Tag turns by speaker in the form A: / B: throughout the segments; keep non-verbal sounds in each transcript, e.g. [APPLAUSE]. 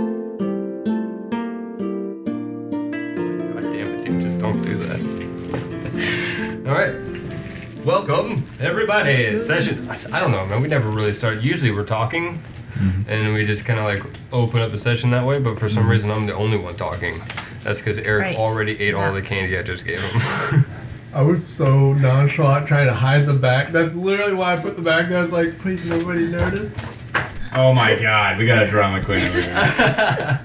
A: [LAUGHS] All right. Welcome, everybody. Session. I I don't know, man. We never really start. Usually we're talking, and we just kind of like open up a session that way. But for some reason, I'm the only one talking. That's because Eric
B: Right.
A: already ate all
B: Yeah.
A: the candy I just gave him. [LAUGHS]
C: I was so nonchalant trying to hide the back. That's literally why I put the back there. I was like, please nobody notice.
D: Oh my god, we got a drama queen over here.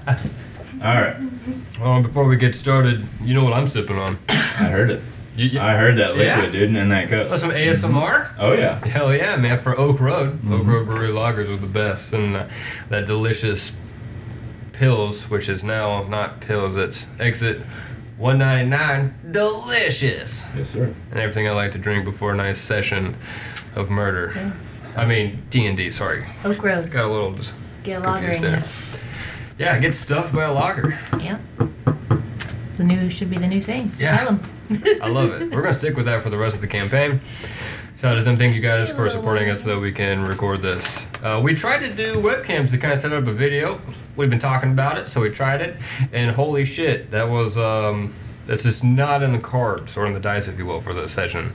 D: Alright.
A: well, before we get started, you know what I'm sipping on?
D: I heard it.
A: You, you,
D: I heard that liquid,
A: Yeah.
D: dude, and that
A: Oh,
D: cup.
A: some ASMR?
D: Oh yeah.
A: Hell yeah, man! For Oak Road, Oak Road Brewery lagers were the best, and uh, that delicious pills, which is now not pills, it's Exit 199, delicious,
D: Yes, sir.
A: and everything I like to drink before a nice session of murder. I mean D and D. Sorry,
B: Oak Road.
A: got a little just
B: Get a lager
A: confused
B: in
A: there.
B: there.
A: Yeah, get stuffed by a lager.
B: Yep. The new should be the new thing.
A: Yeah. [LAUGHS]
B: Tell 'em.
A: I love it. We're gonna stick with that for the rest of the campaign. Shout out to them. Thank you guys for supporting us so that we can record this. Uh, we tried to do webcams to kind of set up a video. We've been talking about it, so we tried it, and holy shit, that was um, that's just not in the cards or in the dice, if you will, for this session.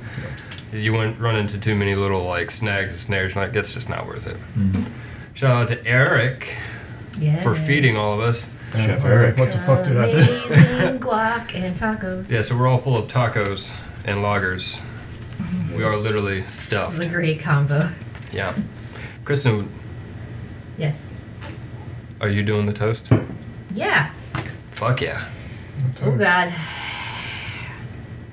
A: You wouldn't run into too many little like snags and snares. You're like, that's just not worth it. Shout out to Eric
B: yeah.
A: for feeding all of us.
D: Chef
C: All right,
D: Eric.
C: What the fuck did I do?
B: Amazing guac and tacos.
A: Yeah, so we're all full of tacos and lagers. We are literally
B: This is
A: stuffed.
B: a great combo.
A: Yeah. Kristen,
B: Yes.
A: are you doing the toast?
B: Yeah.
A: Fuck yeah.
B: Oh God.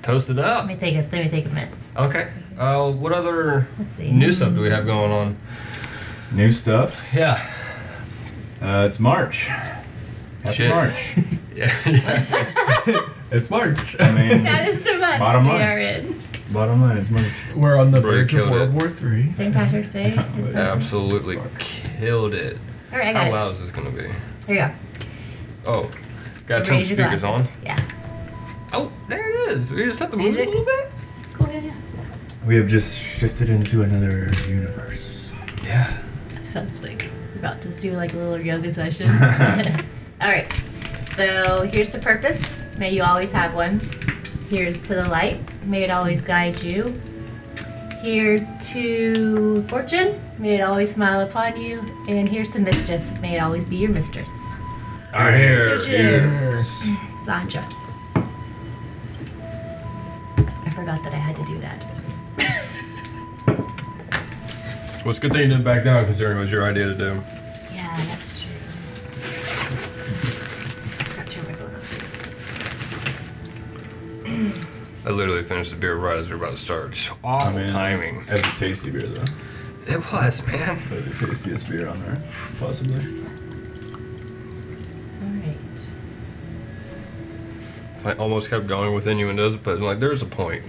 A: Toast it
B: Let
A: up.
B: me take a. Let me take a minute.
A: Okay. Uh, what other
B: Let's see.
A: new [LAUGHS]
B: [LAUGHS]
A: stuff do we have going on?
D: New stuff.
A: Yeah.
D: Uh, it's March. Happy
A: Shit.
D: March.
A: Yeah. [LAUGHS]
C: [LAUGHS] It's March.
D: I mean,
B: That is the month
D: Bottom
B: we
D: line.
B: are in.
D: [LAUGHS] bottom line, it's March.
C: [LAUGHS] We're on the
A: Bro, you
C: verge of
A: killed
C: World
A: it.
C: War Three.
B: St. Patrick's
A: [LAUGHS]
B: Day. is that-
A: Absolutely killed it.
B: All right, I got
A: How
B: it.
A: loud is this gonna be?
B: Here you go.
A: Oh, gotta turn the
B: Raise your
A: speakers on.
B: glasses. Yeah.
A: Oh, there it is. We just set the mood a
B: Music.
A: little bit.
B: Cool. Yeah. yeah.
D: We have just shifted into another universe.
A: Yeah.
B: Sounds like we're about to do like a little yoga session. [LAUGHS] all right. So here's the purpose. May you always have one. Here's to the light. May it always guide you. Here's to fortune. May it always smile upon you. And here's to mischief. May it always be your mistress.
A: Our hair.
B: Cheers.
A: is-
B: [LAUGHS] Sandra. I forgot that I had to do that.
A: Well, it's a good thing you didn't back down considering it was your idea to do.
B: Yeah, that's true. [LAUGHS] Got to remember what I'm doing.
A: I literally finished the beer right as we were about to start. Just
D: I
A: awful
D: mean,
A: timing.
D: That's a tasty beer, though.
A: It was, man.
D: Probably the tastiest beer on there, possibly.
B: All right.
A: I almost kept going with innuendos, but like there's a
D: [LAUGHS]
A: point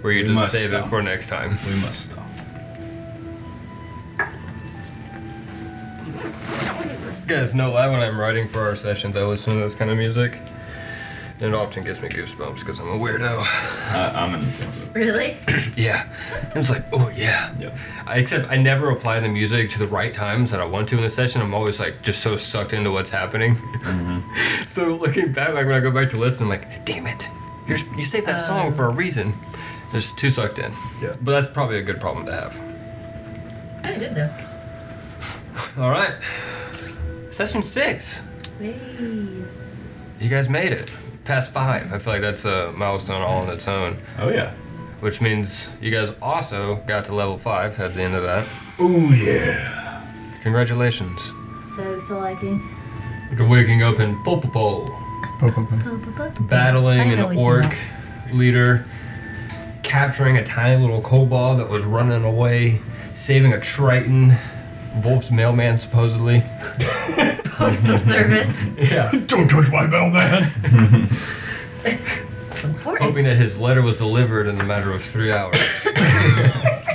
A: where you
D: We
A: just
D: must
A: save it
D: stop.
A: for next time.
D: We must stop.
A: You guys know I when I'm writing for our sessions, I listen to this kind of music. And it often gives me goosebumps because I'm a weirdo.
D: I, I'm in the same boat.
B: Really?
A: yeah. And it's like, oh yeah.
D: Yeah.
A: I, except I never apply the music to the right times that I want to in a session. I'm always like just so sucked into what's happening. [LAUGHS]
D: Mm-hmm.
A: so looking back, like when I go back to listen, I'm like, damn it, You're, you saved that song for a reason. There's too sucked in.
D: Yeah.
A: But that's probably a good problem to have.
B: It's kind of good though.
A: All right. Session six.
B: Yay.
A: You guys made it. Past five. I feel like that's a milestone all on its own,
D: Oh, yeah.
A: which means you guys also got to level five at the end of that.
D: Oh, yeah.
A: Congratulations.
B: So exciting.
A: You're waking up in Popopol,
B: I
A: battling an
B: always do
A: orc leader, capturing a tiny little kobold that was running away, saving a triton, Wolf's mailman supposedly.
B: [LAUGHS] Postal service.
A: Yeah.
C: Don't touch my bell, [LAUGHS] man.
A: [LAUGHS]
B: Important.
A: Hoping that his letter was delivered in a matter of three hours.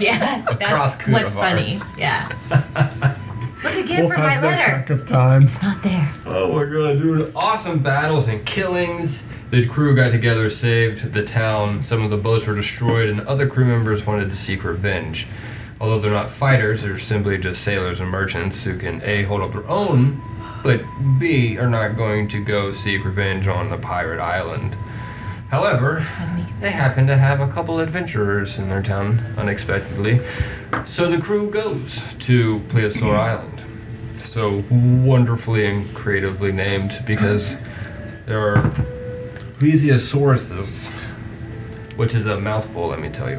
B: Yeah,
A: Across
B: that's what's
A: Kudavar.
B: funny. Yeah. Look again
C: Wolf
B: for my
C: has no
B: letter.
C: track of time. [LAUGHS]
B: Not there.
A: Oh my god, dude. Awesome battles and killings. The crew got together, saved the town. Some of the boats were destroyed, and other crew members wanted to seek revenge. Although they're not fighters, they're simply just sailors and merchants who can A, hold up their own, but B, are not going to go seek revenge on the pirate island. However,
B: Let me-
A: they happen to have a couple adventurers in their town unexpectedly. So the crew goes to Pleosaur Island. So wonderfully and creatively named because there are plesiosauruses, which is a mouthful, let me tell you,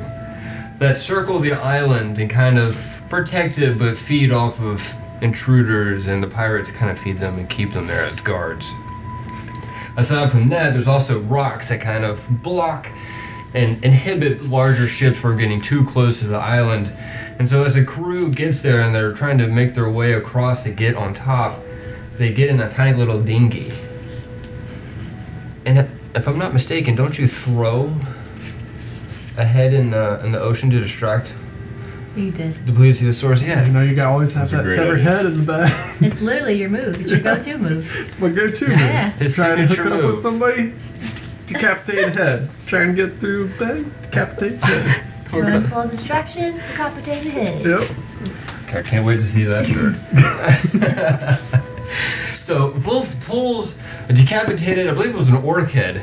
A: that circle the island and kind of protect it but feed off of intruders, and the pirates kind of feed them and keep them there as guards aside from that, there's also rocks that kind of block and inhibit larger ships from getting too close to the island. And so as the crew gets there and they're trying to make their way across to get on top, they get in a tiny little dinghy. And if, if I'm not mistaken, don't you throw a head in the, in the ocean to distract
B: You did.
A: the plesiosaurus?
C: You
A: Yeah.
C: know, you got always have
D: That's a
C: that
D: great
C: severed
D: idea.
C: head in the back. [LAUGHS]
B: It's literally your move. It's your go-to
E: [LAUGHS]
B: move.
C: it's my go-to.
B: Yeah.
A: His
C: Trying to hook
A: signature
C: it up
A: move.
C: with somebody. Decapitated head. Trying to get through bed. Decapitated [LAUGHS] head.
A: We're
B: One
A: gonna-
B: cause distraction, decapitated head.
C: Yep.
A: I can't wait to see that shirt. [LAUGHS] so Wolf pulls a decapitated, I believe it was an orc head,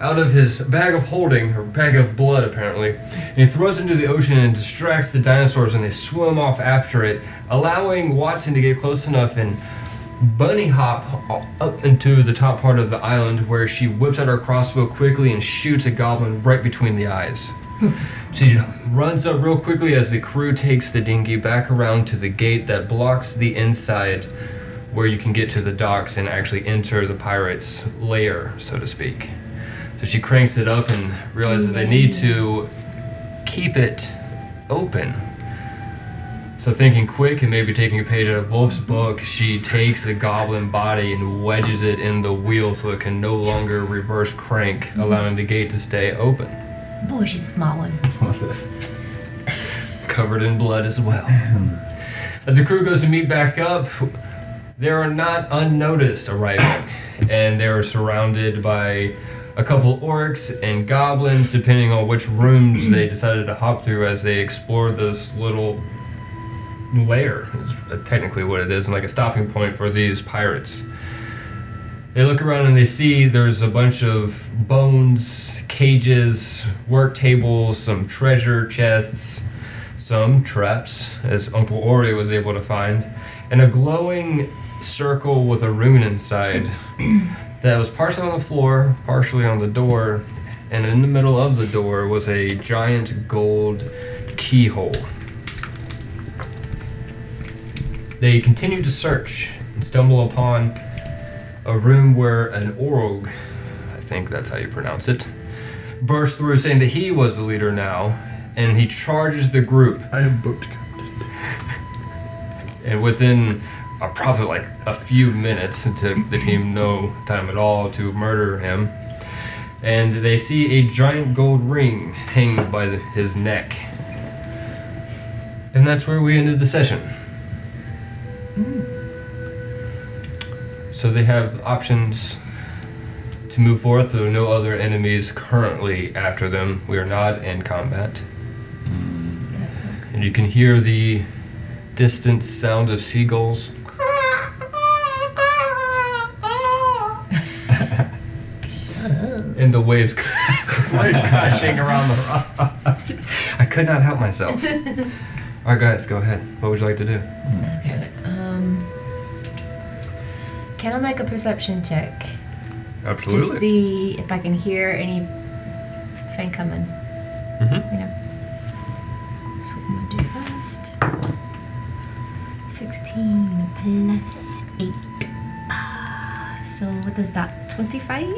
A: out of his bag of holding, or bag of blood apparently, and he throws it into the ocean and distracts the dinosaurs and they swim off after it, allowing Watson to get close enough and bunny hop up into the top part of the island where she whips out her crossbow quickly and shoots a goblin right between the eyes. She runs up real quickly as the crew takes the dinghy back around to the gate that blocks the inside where you can get to the docks and actually enter the pirates' lair, so to speak. So she cranks it up and realizes they need to keep it open. So thinking quick and maybe taking a page out of Wolf's book, she takes the goblin body and wedges it in the wheel so it can no longer reverse crank, allowing the gate to stay open.
B: Boy, she's a smart [LAUGHS] one.
A: covered in blood as well. As the crew goes to meet back up, they are not unnoticed arriving, and they are surrounded by a couple orcs and goblins, depending on which rooms they decided to hop through as they explore this little lair. Is technically what it is, and like a stopping point for these pirates. They look around and they see there's a bunch of bones, cages, work tables, some treasure chests, some traps, as Uncle Ori was able to find, and a glowing circle with a rune inside that was partially on the floor, partially on the door, and in the middle of the door was a giant gold keyhole. They continue to search and stumble upon a room where an orog, I think that's how you pronounce it, burst through saying that he was the leader now, and he charges the group.
C: I am booked captain.
A: And within uh, probably like a few minutes, it took the team no time at all to murder him. And they see a giant gold ring hanging by the, his neck. And that's where we ended the session. So they have options to move forth. There are no other enemies currently after them. We are not in combat. And you can hear the distant sound of seagulls. And the waves, [LAUGHS] waves crashing around the rocks. I could not help myself. All right, guys, go ahead. What would you like to do?
B: Okay. Um, can I make a perception check to see if I can hear anything coming?
A: Mhm.
B: You know. That's what I'm gonna do first. Sixteen plus eight. Ah, So what is that? Twenty-five.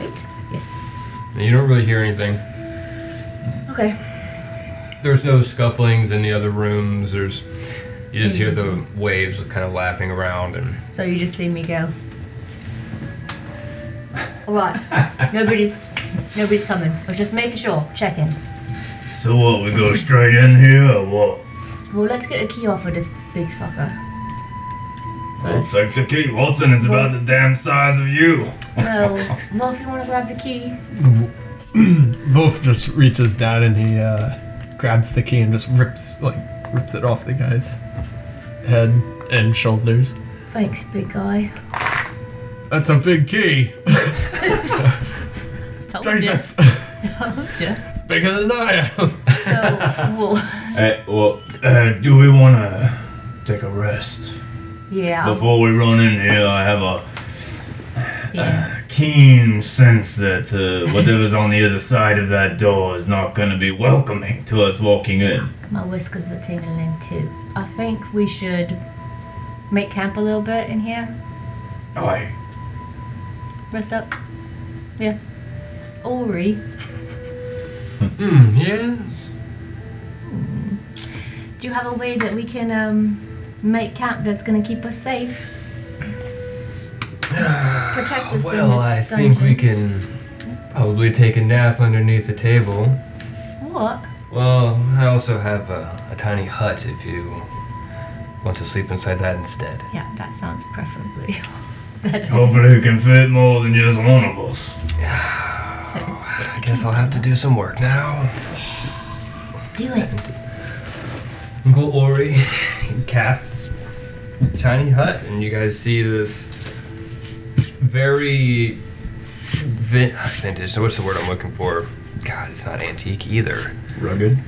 B: Eight. Yes.
A: You don't really hear anything.
B: Okay.
A: There's no scufflings in the other rooms. There's you just hear the
B: Interesting.
A: waves kind of lapping around and
B: So you just see me go. A lot. nobody's nobodydy's coming. I was just making sure, checking.
D: So what? We go straight in here or what?
B: Well, let's get a key off of this big fucker.
D: We'll
B: First.
D: take the key, Watson. It's about the damn size of you.
B: No. Well, if you want to grab the key.
C: Wolf just reaches down and he uh, grabs the key and just rips like rips it off the guy's head and shoulders.
B: Thanks, big guy.
E: That's a big key. [LAUGHS]
B: Told
E: Dang,
B: you. [LAUGHS]
E: that's,
B: Told you.
E: it's bigger than I am.
B: So, well,
D: Uh, well, uh, do we want to take a rest
B: yeah.
D: [LAUGHS] before we run in here? I have a
B: yeah.
D: keen sense that uh, whatever's on the other side of that door is not going to be welcoming to us walking in.
B: My whiskers are tingling too. I think we should make camp a little bit in here. Oh.
D: Aye.
B: Rest up. Yeah. Ori,
A: Hmm, yes.
B: do you have a way that we can um, make camp that's going to keep us safe? Protect us in
A: Well,
B: this
A: I think we
B: dungeon.
A: can probably take a nap underneath the table.
B: What?
A: Well, I also have a, a tiny hut if you want to sleep inside that instead.
B: Yeah, that sounds preferably [LAUGHS] better.
D: Hopefully, we can fit more than just one of us.
A: I guess I'll have to do some work now.
B: Do it.
A: Uncle Ori casts tiny hut, and you guys see this very vin- vintage. So what's the word I'm looking for? God, it's not antique either.
E: Rugged.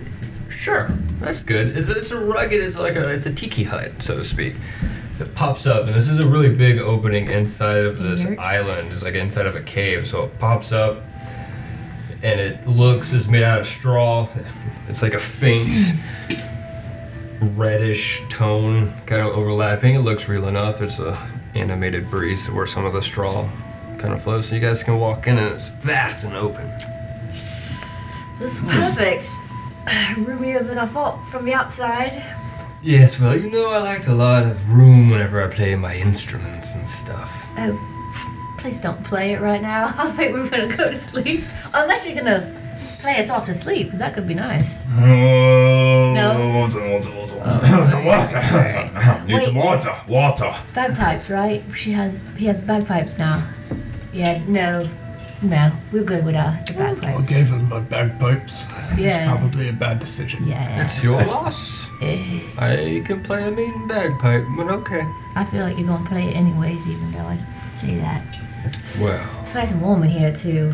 A: Sure, that's good. It's, it's a rugged, it's like a it's a tiki hut, so to speak. It pops up, and this is a really big opening inside of this
B: Yurt.
A: island. It's like inside of a cave, so it pops up, and it looks it's made out of straw. It's like a faint reddish tone, kind of overlapping. It looks real enough. It's a animated breeze where some of the straw kind of flows, so you guys can walk in, and it's vast and open.
B: This is perfect. [SIGHS] Roomier than I thought from the outside.
A: Yes, well, you know I liked a lot of room whenever I play my instruments and stuff.
B: Oh, please don't play it right now. [LAUGHS] I think we're gonna go to sleep. Unless you're gonna play us off to sleep, 'cause that could be nice.
D: Oh,
B: No.
D: Water, water, water, water,
B: [LAUGHS]
D: water. Need
B: Oh. Wait.
D: some water, water.
B: Bagpipes, right? She has. He has bagpipes now. Yeah. No. No. We're good with our
E: Oh,
B: the
E: I
B: bagpipes.
E: gave him my bagpipes.
B: Yeah.
E: Probably a bad decision.
B: Yeah.
A: It's your loss.
B: Eh,
A: I can play a mean bagpipe, but okay.
B: I feel like you're gonna play it anyways, even though I say that.
A: Well,
B: It's nice and warm in here too.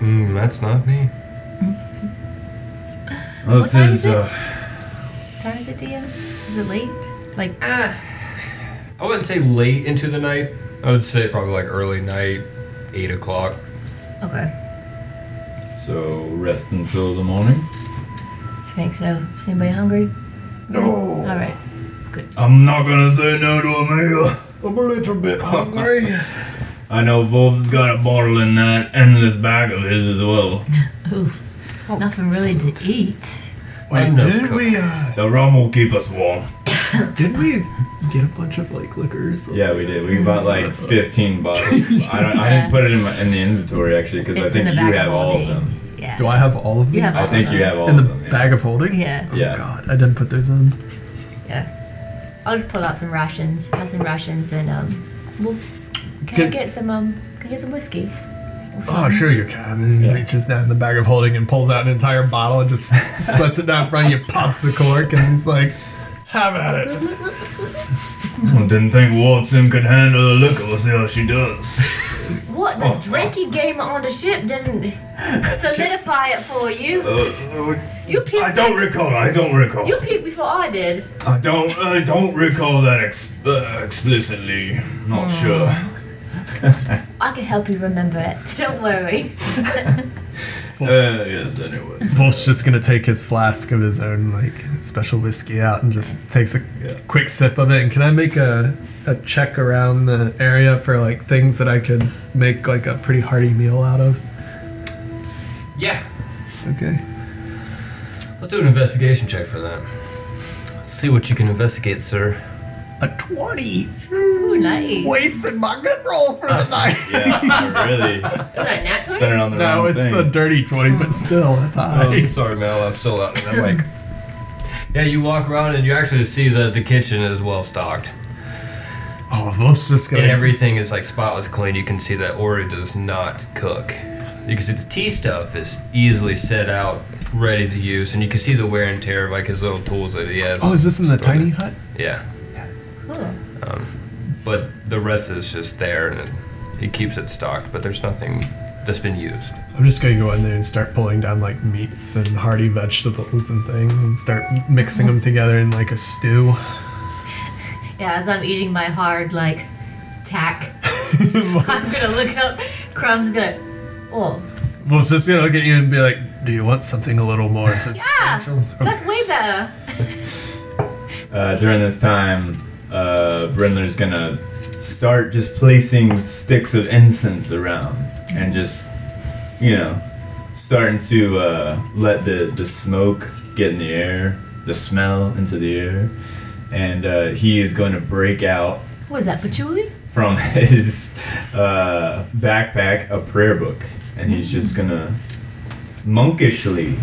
A: mm, that's not me.
D: Well,
B: What
D: it
B: time
D: is,
B: is it?
D: uh,
B: What time is it, DM? Is it late? Like
A: Uh, I wouldn't say late into the night. I would say probably like early night, 8 o'clock.
B: okay.
D: so rest until the morning.
B: I think so. Is anybody hungry?
D: No.
B: All right.
D: I'm not gonna say no to a meal.
E: I'm a little bit hungry.
D: I know Bob's got a bottle in that endless bag of his as well.
B: Ooh. Nothing really to eat.
E: [LAUGHS] Wait,
A: I'm no
E: didn't
A: cook.
E: we, uh,
D: The rum will keep us warm.
E: didn't we get a bunch of, like, liquor or something?
D: Yeah, we did. We bought [LAUGHS] like 15 bottles. I, don't,
B: Yeah.
D: I didn't put it in, my, in the inventory actually because I
B: It's in
D: think
B: the
D: you
B: bag
D: have
B: of
D: all of
B: holding.
D: them.
B: Yeah.
E: Do I have all of them?
B: You have
D: I
B: all
D: think
B: of
D: you
B: them.
D: have all
E: In the
D: of them. yeah.
E: bag of holding?
B: Yeah,
E: Oh,
D: Yeah.
E: God. I didn't put those in.
B: yeah. I'll just pull out some rations. Have some rations and um, we'll. Can I
E: Get-
B: get some um? Can I get some whiskey?
E: Oh, sure you can. And he
B: Yeah.
E: reaches down in the bag of holding and pulls out an entire bottle and just sets it down in front of you, pops the cork, and he's like, have at it.
D: I didn't think Watson could handle the liquor. We'll see how she [LAUGHS] does.
B: What the
D: Oh,
B: drinking game on the ship
D: [LAUGHS]
B: didn't solidify it for you? You peeked.
D: Uh, I don't recall. I don't recall.
B: You peeked before I did.
D: I don't. I don't recall that ex- uh, explicitly. Not
B: Hmm.
D: sure.
B: I can help you remember it. [LAUGHS] Don't worry.
D: Uh, yes. Anyways.
E: Bolt's just gonna take his flask of his own, like, special whiskey out and just takes a
D: Yeah.
E: quick sip of it. And can I make a, a check around the area for, like, things that I could make, like, a pretty hearty meal out of?
A: Yeah.
E: Okay.
A: Let's do an investigation check for that. See what you can investigate, sir.
E: A 20!
B: Ooh, nice.
E: Wasted my good roll for the night!
D: [LAUGHS] Yeah. I
E: [LAUGHS]
D: really.
B: Is that a nat 20?
D: Spent it on the
E: No,
D: wrong
E: it's
D: thing.
E: a dirty 20, but still, that's high.
A: Oh, sorry, Mel. I'm so loud. And I'm like, yeah. You walk around and you actually see that the kitchen is well stocked.
E: Oh, Wolf's just gonna.
A: And everything is like spotless clean. You can see that Ori does not cook. You can see the tea stuff is easily set out, ready to use, and you can see the wear and tear of like his little tools that he has.
E: oh, is this in the
A: Sorta.
E: tiny hut?
A: Yeah.
B: Cool.
A: Um, but the rest is just there, and it, it keeps it stocked. But there's nothing that's been used.
E: I'm just gonna go in there and start pulling down like meats and hearty vegetables and things and start mixing them together in like a stew.
B: Yeah, as I'm eating my hard like tack, [LAUGHS] I'm
E: [LAUGHS] Wolf's
B: gonna look up crumbs and be like, oh,
E: just gonna look at you and be like, "Do you want something a little more Oh,
B: yeah,
E: substantial?"
B: Ah, that's way better.
D: Uh, during this time, uh, Brindler's gonna start just placing sticks of incense around and just, you know, starting to uh, let the, the smoke get in the air, the smell into the air. And uh, he is going to break out
B: What is that, patchouli?
D: from [LAUGHS] his uh, backpack a prayer book, and he's just
B: Mm-hmm.
D: gonna monkishly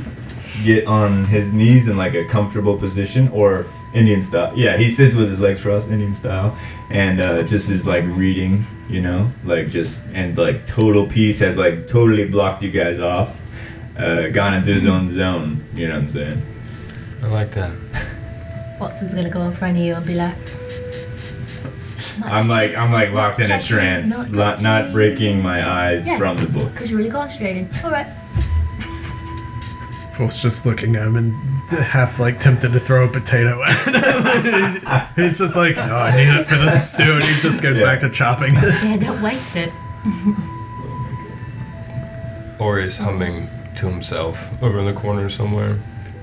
D: get on his knees in like a comfortable position or Indian style. Yeah, he sits with his legs crossed, Indian style, and uh, just is like reading, you know, like just and like total peace has like totally blocked you guys off, uh, gone into his own zone. You know what I'm saying?
A: I like that.
B: Watson's gonna go in front of you and be like,
D: I'm like I'm like locked in a
B: touching,
D: trance,
B: not
D: not, not
B: touching.
D: breaking my eyes
B: Yeah.
D: from the book.
B: because you're really concentrated. All right.
E: Wolf's just looking at him and half like tempted to throw a potato at him. [LAUGHS] he's just like, "No, I need it for the stew," and he just goes
D: Yeah.
E: back to chopping. [LAUGHS]
B: Yeah, don't waste it.
A: Or is humming to himself over in the corner somewhere,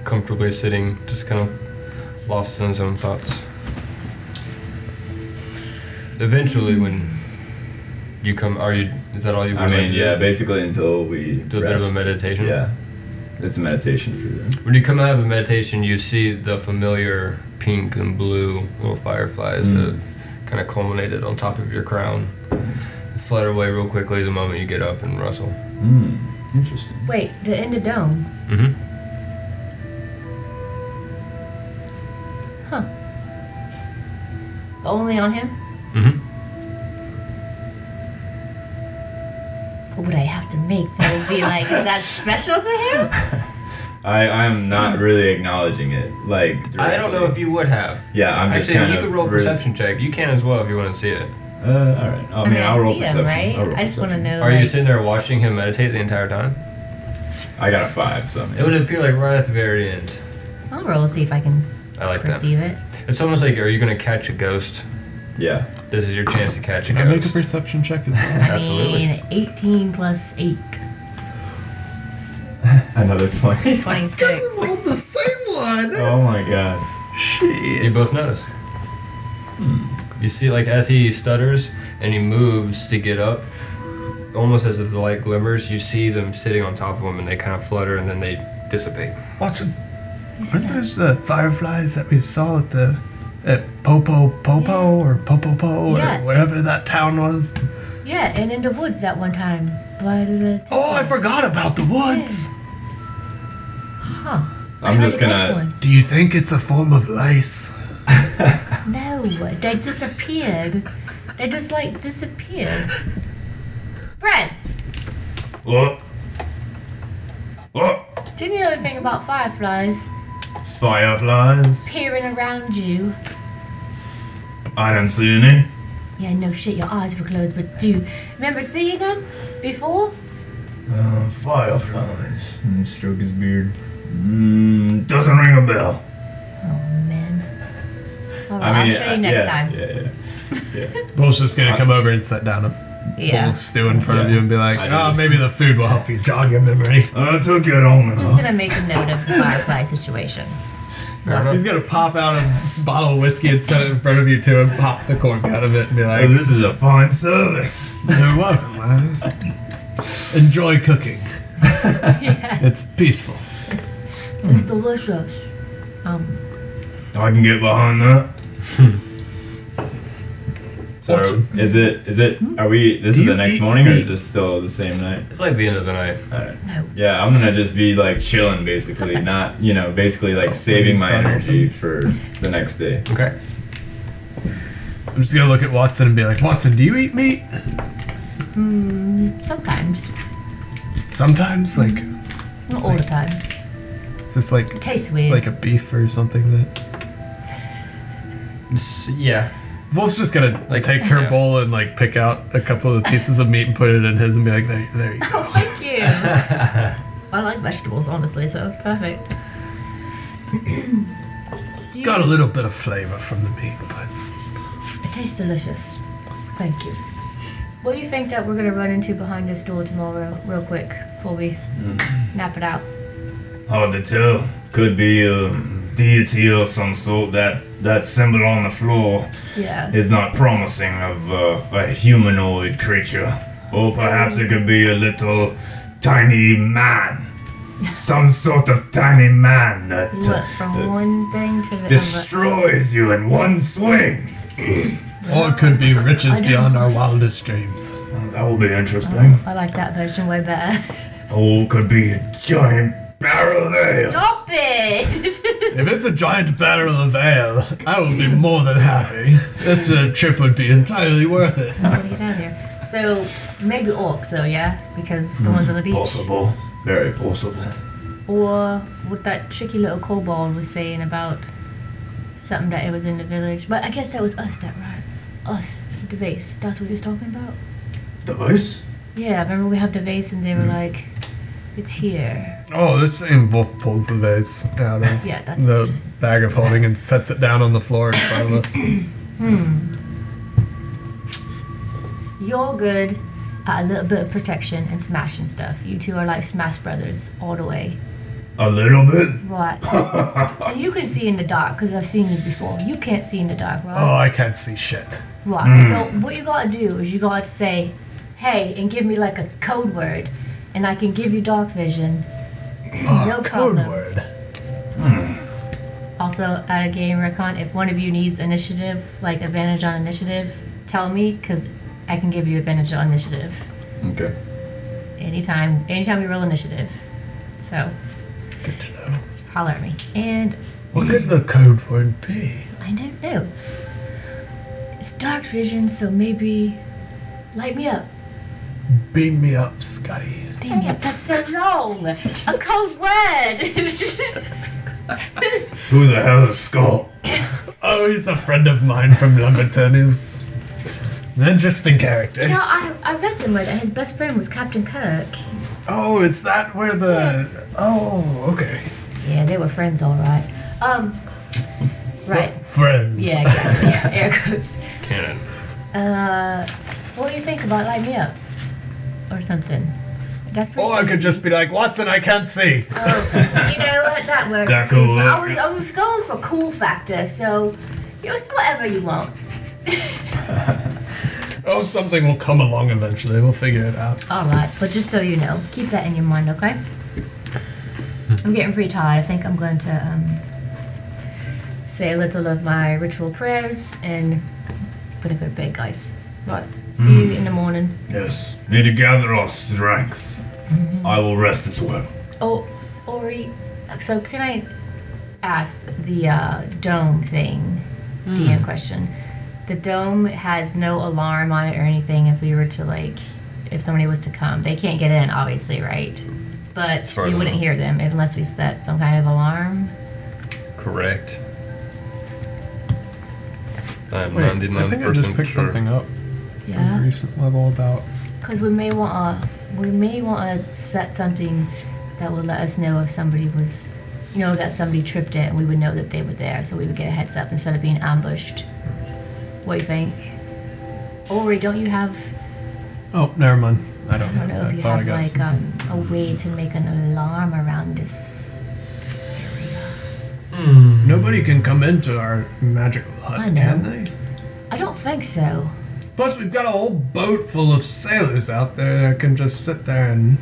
A: comfortably sitting, just kind of lost in his own thoughts. Eventually, when you come, are you? Is that all you? would
D: I
A: like
D: mean,
A: to do?
D: yeah, basically until we
A: Do a bit of a
D: rest.
A: meditation?
D: Yeah, it's a meditation for them.
A: When you come out of a meditation, you see the familiar pink and blue little fireflies
D: Mm.
A: that kind of culminated on top of your crown. Flutter away real quickly the moment you get up and rustle.
D: Hmm, interesting.
B: Wait, the end of dome.
A: Mm-hmm.
B: But only on him?
A: Mm-hmm.
B: What would I have to make that would be like, is that special to him?
D: I I'm not really acknowledging it. Like
A: Hmm. I don't know if you would have.
D: Yeah, I'm just
A: Actually,
D: kind
A: you
D: of
A: could roll a
D: really-
A: perception check. You can as well if you want to see it.
D: Uh, all right. Oh, I mean, I'll roll
B: see
D: perception.
B: him, right?
D: I'll roll
B: I just want to
D: perception.
B: know.
A: Are you
B: like,
A: sitting there watching him meditate the entire time?
D: I got a five, so
A: It would appear like right at the very end.
B: I'll roll see if I can
A: I like that.
B: perceive it.
A: It's almost like, are you going to catch a ghost?
D: yeah. [LAUGHS]
A: This is your chance to catch a
E: Can I make a
A: ghost.
E: perception check as well?
B: I
A: Absolutely.
B: mean, 18 plus 8,
D: Another twenty.
B: [LAUGHS] 26.
E: rolled the same one.
D: oh my god.
A: You both notice.
D: Hmm.
A: You see, like as he stutters and he moves to get up, almost as if the light glimmers, you see them sitting on top of him and they kind of flutter and then they dissipate.
E: Watson, aren't those the fireflies that we saw at the at Popo Popo or Popopo
B: Yeah.
E: or whatever that town was?
B: yeah, and in the woods that one time. By the
E: Oh, I forgot about the woods.
B: Huh. I
D: I'm
B: tried
D: just
B: to catch
D: gonna-
E: Do you think it's a form of lice?
B: one. No, they disappeared. They just like
D: [LAUGHS]
B: disappeared. Brad,
D: Whoa. Whoa.
B: do you know anything about fireflies
D: Fireflies.
B: peering around you?
D: I don't see any.
B: Yeah, no shit, your eyes were closed, but do you remember seeing them before?
D: Uh, fireflies. And stroke his beard. Mm, doesn't ring a bell.
B: Oh, man. Alright, I'll
E: uh,
B: show you next
D: yeah,
B: time.
D: Yeah, yeah, yeah.
E: Bull's just gonna come over and sit down a bowl
B: Yeah.
E: of stew in front of
D: Yeah.
E: you and be like,
D: I
E: "Ah,
D: do.
E: maybe the food will help you jog your memory."
D: Oh, I took it home.
B: Just gonna make a note of the firefly
E: [LAUGHS]
B: situation.
A: Fair enough.
E: He's gonna pop out a bottle of whiskey and set it in front of you too, and pop the cork out of it and be like,
D: Oh, this is a
B: [LAUGHS]
D: fine service.
E: You're welcome, man. Enjoy cooking.
B: Yeah.
E: It's peaceful.
B: It's delicious. Um,
D: I can get behind that. [LAUGHS] So
E: Awesome.
D: is it is it
B: Hmm?
D: are we this
E: Do
D: is the
E: you
D: next
E: eat
D: morning or is
E: meat?
D: this still the same night?
A: It's like the end of the night.
D: Alright.
B: no.
D: Yeah, I'm gonna just be like chilling basically, not you know, basically like saving my
E: done
D: energy for the next day.
A: Okay.
E: I'm just gonna look at Watson and be like, Watson, do you eat meat?
B: Mm, sometimes.
E: Sometimes, like,
B: Not all the time.
E: is this like
B: It tastes weird.
E: like a beef or something that?
A: It's- yeah. [LAUGHS]
E: Wolf's just gonna
A: Like-
E: take her
A: Yeah.
E: bowl and like pick out a couple of pieces of meat and put it in his and be like, there, there you go.
B: [LAUGHS] Oh, thank you. [LAUGHS] I like vegetables, honestly, so it's perfect. [CLEARS THROAT] Do
E: It's
B: you-
E: got a little bit of flavor from the meat, but
B: It tastes delicious. Thank you. What do you think that we're gonna run into behind this door tomorrow, real quick, before we nap it out?
D: Hard to tell. Could be uh, a deity of some sort. That that symbol on the floor
B: Yeah.
D: is not promising of uh, a humanoid creature, or perhaps it could be a little tiny man, some sort of tiny man that
B: You
D: uh,
B: went from one thing to the
D: destroys you in one swing.
E: or it could be riches
B: I don't-
E: beyond our wildest dreams.
D: Oh, that would be interesting.
B: I like that version way better. [LAUGHS]
D: Or could be a giant barrel there.
B: Stop it! [LAUGHS]
E: If it's a giant barrel of ale, I will be more than happy. This uh, trip would be entirely worth it.
B: Gotta get out of here. So maybe orcs though, yeah, because it's the ones on the beach.
D: Possible. Very possible.
B: Or what that tricky little kobold was saying about something that it was in the village. But I guess that was us that right? Us, the vase. That's what he was talking about?
D: The voice?
B: Yeah, I remember we have the vase and they were like, it's here.
E: Oh, this same wolf pulls the vase out of
B: Yeah, that's
E: the bag of holding and sets it down on the floor in front of us.
B: You're good at a little bit of protection and smashing stuff. You two are like Smash Brothers all the way.
D: A little bit? [LAUGHS]
B: Right. and you can see in the dark because I've seen you before. You can't see in the dark, right?
E: Oh, I can't see shit.
B: Right. So what you gotta do is you gotta say, "Hey," and give me like a code word, and I can give you dark vision. no problem.
E: Oh, Code word.
B: Also, at a game recon, if one of you needs initiative, like advantage on initiative, tell me because I can give you advantage on initiative
F: Okay.
B: anytime. Anytime we roll initiative, so
E: Good to know.
B: just holler at me. And
E: What could the code word be?
B: I don't know. It's dark vision, so maybe light me up.
E: Beam me up, Scotty.
B: Dang it, [LAUGHS] that's so wrong. A cold [LAUGHS] word.
D: Who the hell is Skull?
E: Oh, he's a friend of mine from Lumberton. He's an interesting character.
B: you know, I, I read somewhere that his best friend was Captain Kirk.
E: Oh, is that where the? Oh, okay.
B: Yeah, they were friends, all right. Um, right.
E: Friends. [LAUGHS]
B: Yeah, exactly. Air quotes.
A: Cannon.
B: Uh, what do you think about light me up or something? That's pretty.
E: Or I could
B: easy.
E: just be like Watson. I can't see.
B: Oh, you know what? That works.
D: That
B: too.
D: could work.
B: I was I was going for cool factor, so you know, it's whatever you want. [LAUGHS]
E: Oh, something will come along eventually. We'll figure it out.
B: All right, but just so you know, keep that in your mind, okay? I'm getting pretty tired. I think I'm going to um, say a little of my ritual prayers and put a good bed, guys. Right, see
D: Hmm.
B: you in the morning.
D: Yes. Need to gather our strength. I will rest as well.
B: Oh, Ori, so can I ask the uh, dome thing, DM question? The dome has no alarm on it or anything. If we were to like, if somebody was to come, they can't get in, obviously, right? But
A: far as
B: we
A: I
B: wouldn't
A: know.
B: hear them unless we set some kind of alarm.
A: Correct. I'm
E: Wait,
A: ninety
E: I
A: nine
E: think I just
A: percent
E: picked
A: sure.
E: something up from a
B: Yeah,
E: recent level about.
B: because we may want to, we may want to set something that would let us know if somebody was, you know, that somebody tripped it, and we would know that they were there, so we would get a heads up instead of being ambushed. What do you think? Ori, don't you have?
E: Oh, never mind. I don't
B: I
E: know.
B: don't know if you
E: thought
B: have
E: got
B: like
E: some-
B: um, a way to make an alarm around this area.
E: Nobody can come into our magical hut,
B: I know.
E: can they?
B: I don't think so.
E: Plus, we've got a whole boat full of sailors out there that can just sit there and,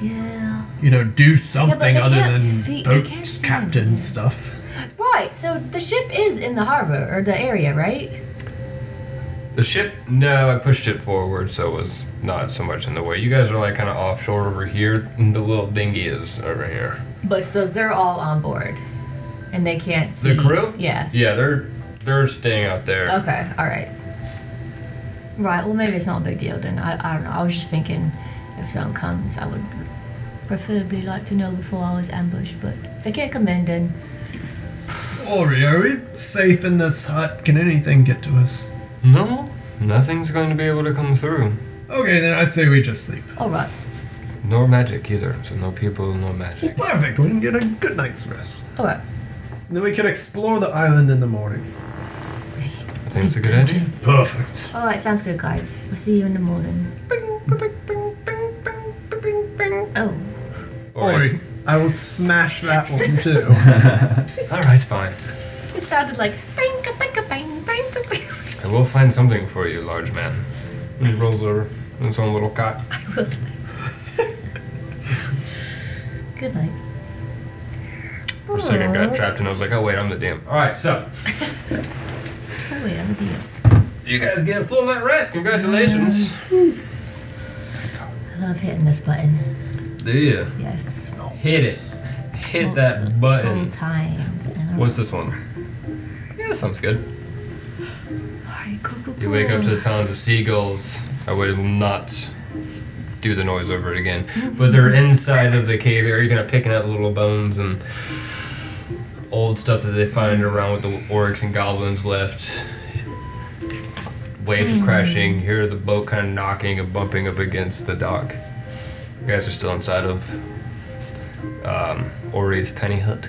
B: Yeah.
E: you know, do something
B: they
E: other
B: can't
E: than
B: fe- they
E: boat
B: can't see anything.
E: captain stuff.
B: Right. So the ship is in the harbor or the area, right?
A: The ship? No, I pushed it forward, so it was not so much in the way. You guys are like kind of offshore over here. and The little dinghy is over here.
B: But so they're all on board, and they can't see.
A: The crew?
B: Yeah.
A: Yeah, they're they're staying out there.
B: Okay. All right. Right. Well, maybe it's not a big deal then. I, I don't know. I was just thinking, if someone comes, I would preferably like to know before I was ambushed. But if they can't come in, then
E: Ori, are we safe in this hut? Can anything get to us?
A: No, nothing's going to be able to come through.
C: Okay, then I say we just sleep.
B: All right.
A: Nor magic either. So no people, no magic.
C: Perfect. We can get a good night's rest.
B: All right.
C: Then we can explore the island in the morning.
A: I think it's a good idea.
E: Perfect. [LAUGHS]
B: All right. Sounds good, guys. We'll see you in the morning. Oh.
A: Alright.
C: I will smash
B: [LAUGHS]
C: that one too.
A: Alright, fine.
B: It sounded like bang bang bang bang [LAUGHS] bang.
A: I will find something for you, large man. And he rolls over in his own little cot.
B: I was like, [LAUGHS] good night.
A: For a second, got trapped, and I was like, oh, wait, I'm the DM. Alright, so.
B: Oh wait, I'm with you.
A: You guys get a full night rest. Congratulations.
B: I love hitting this button.
A: Do you?
B: Yes.
A: Hit it. Hit
B: Multiple
A: that button.
B: Times. in a
A: What's this one? Yeah, that sounds good.
B: row. Alright, cool, cool,
A: You wake up to
B: cool.
A: the sounds of seagulls. I will not do the noise over it again. But they're inside of the cave area, kind of picking up little bones and old stuff that they find around with the orcs and goblins left. Waves crashing. You hear the boat kind of knocking and bumping up against the dock. You guys are still inside of um, Ori's tiny hut.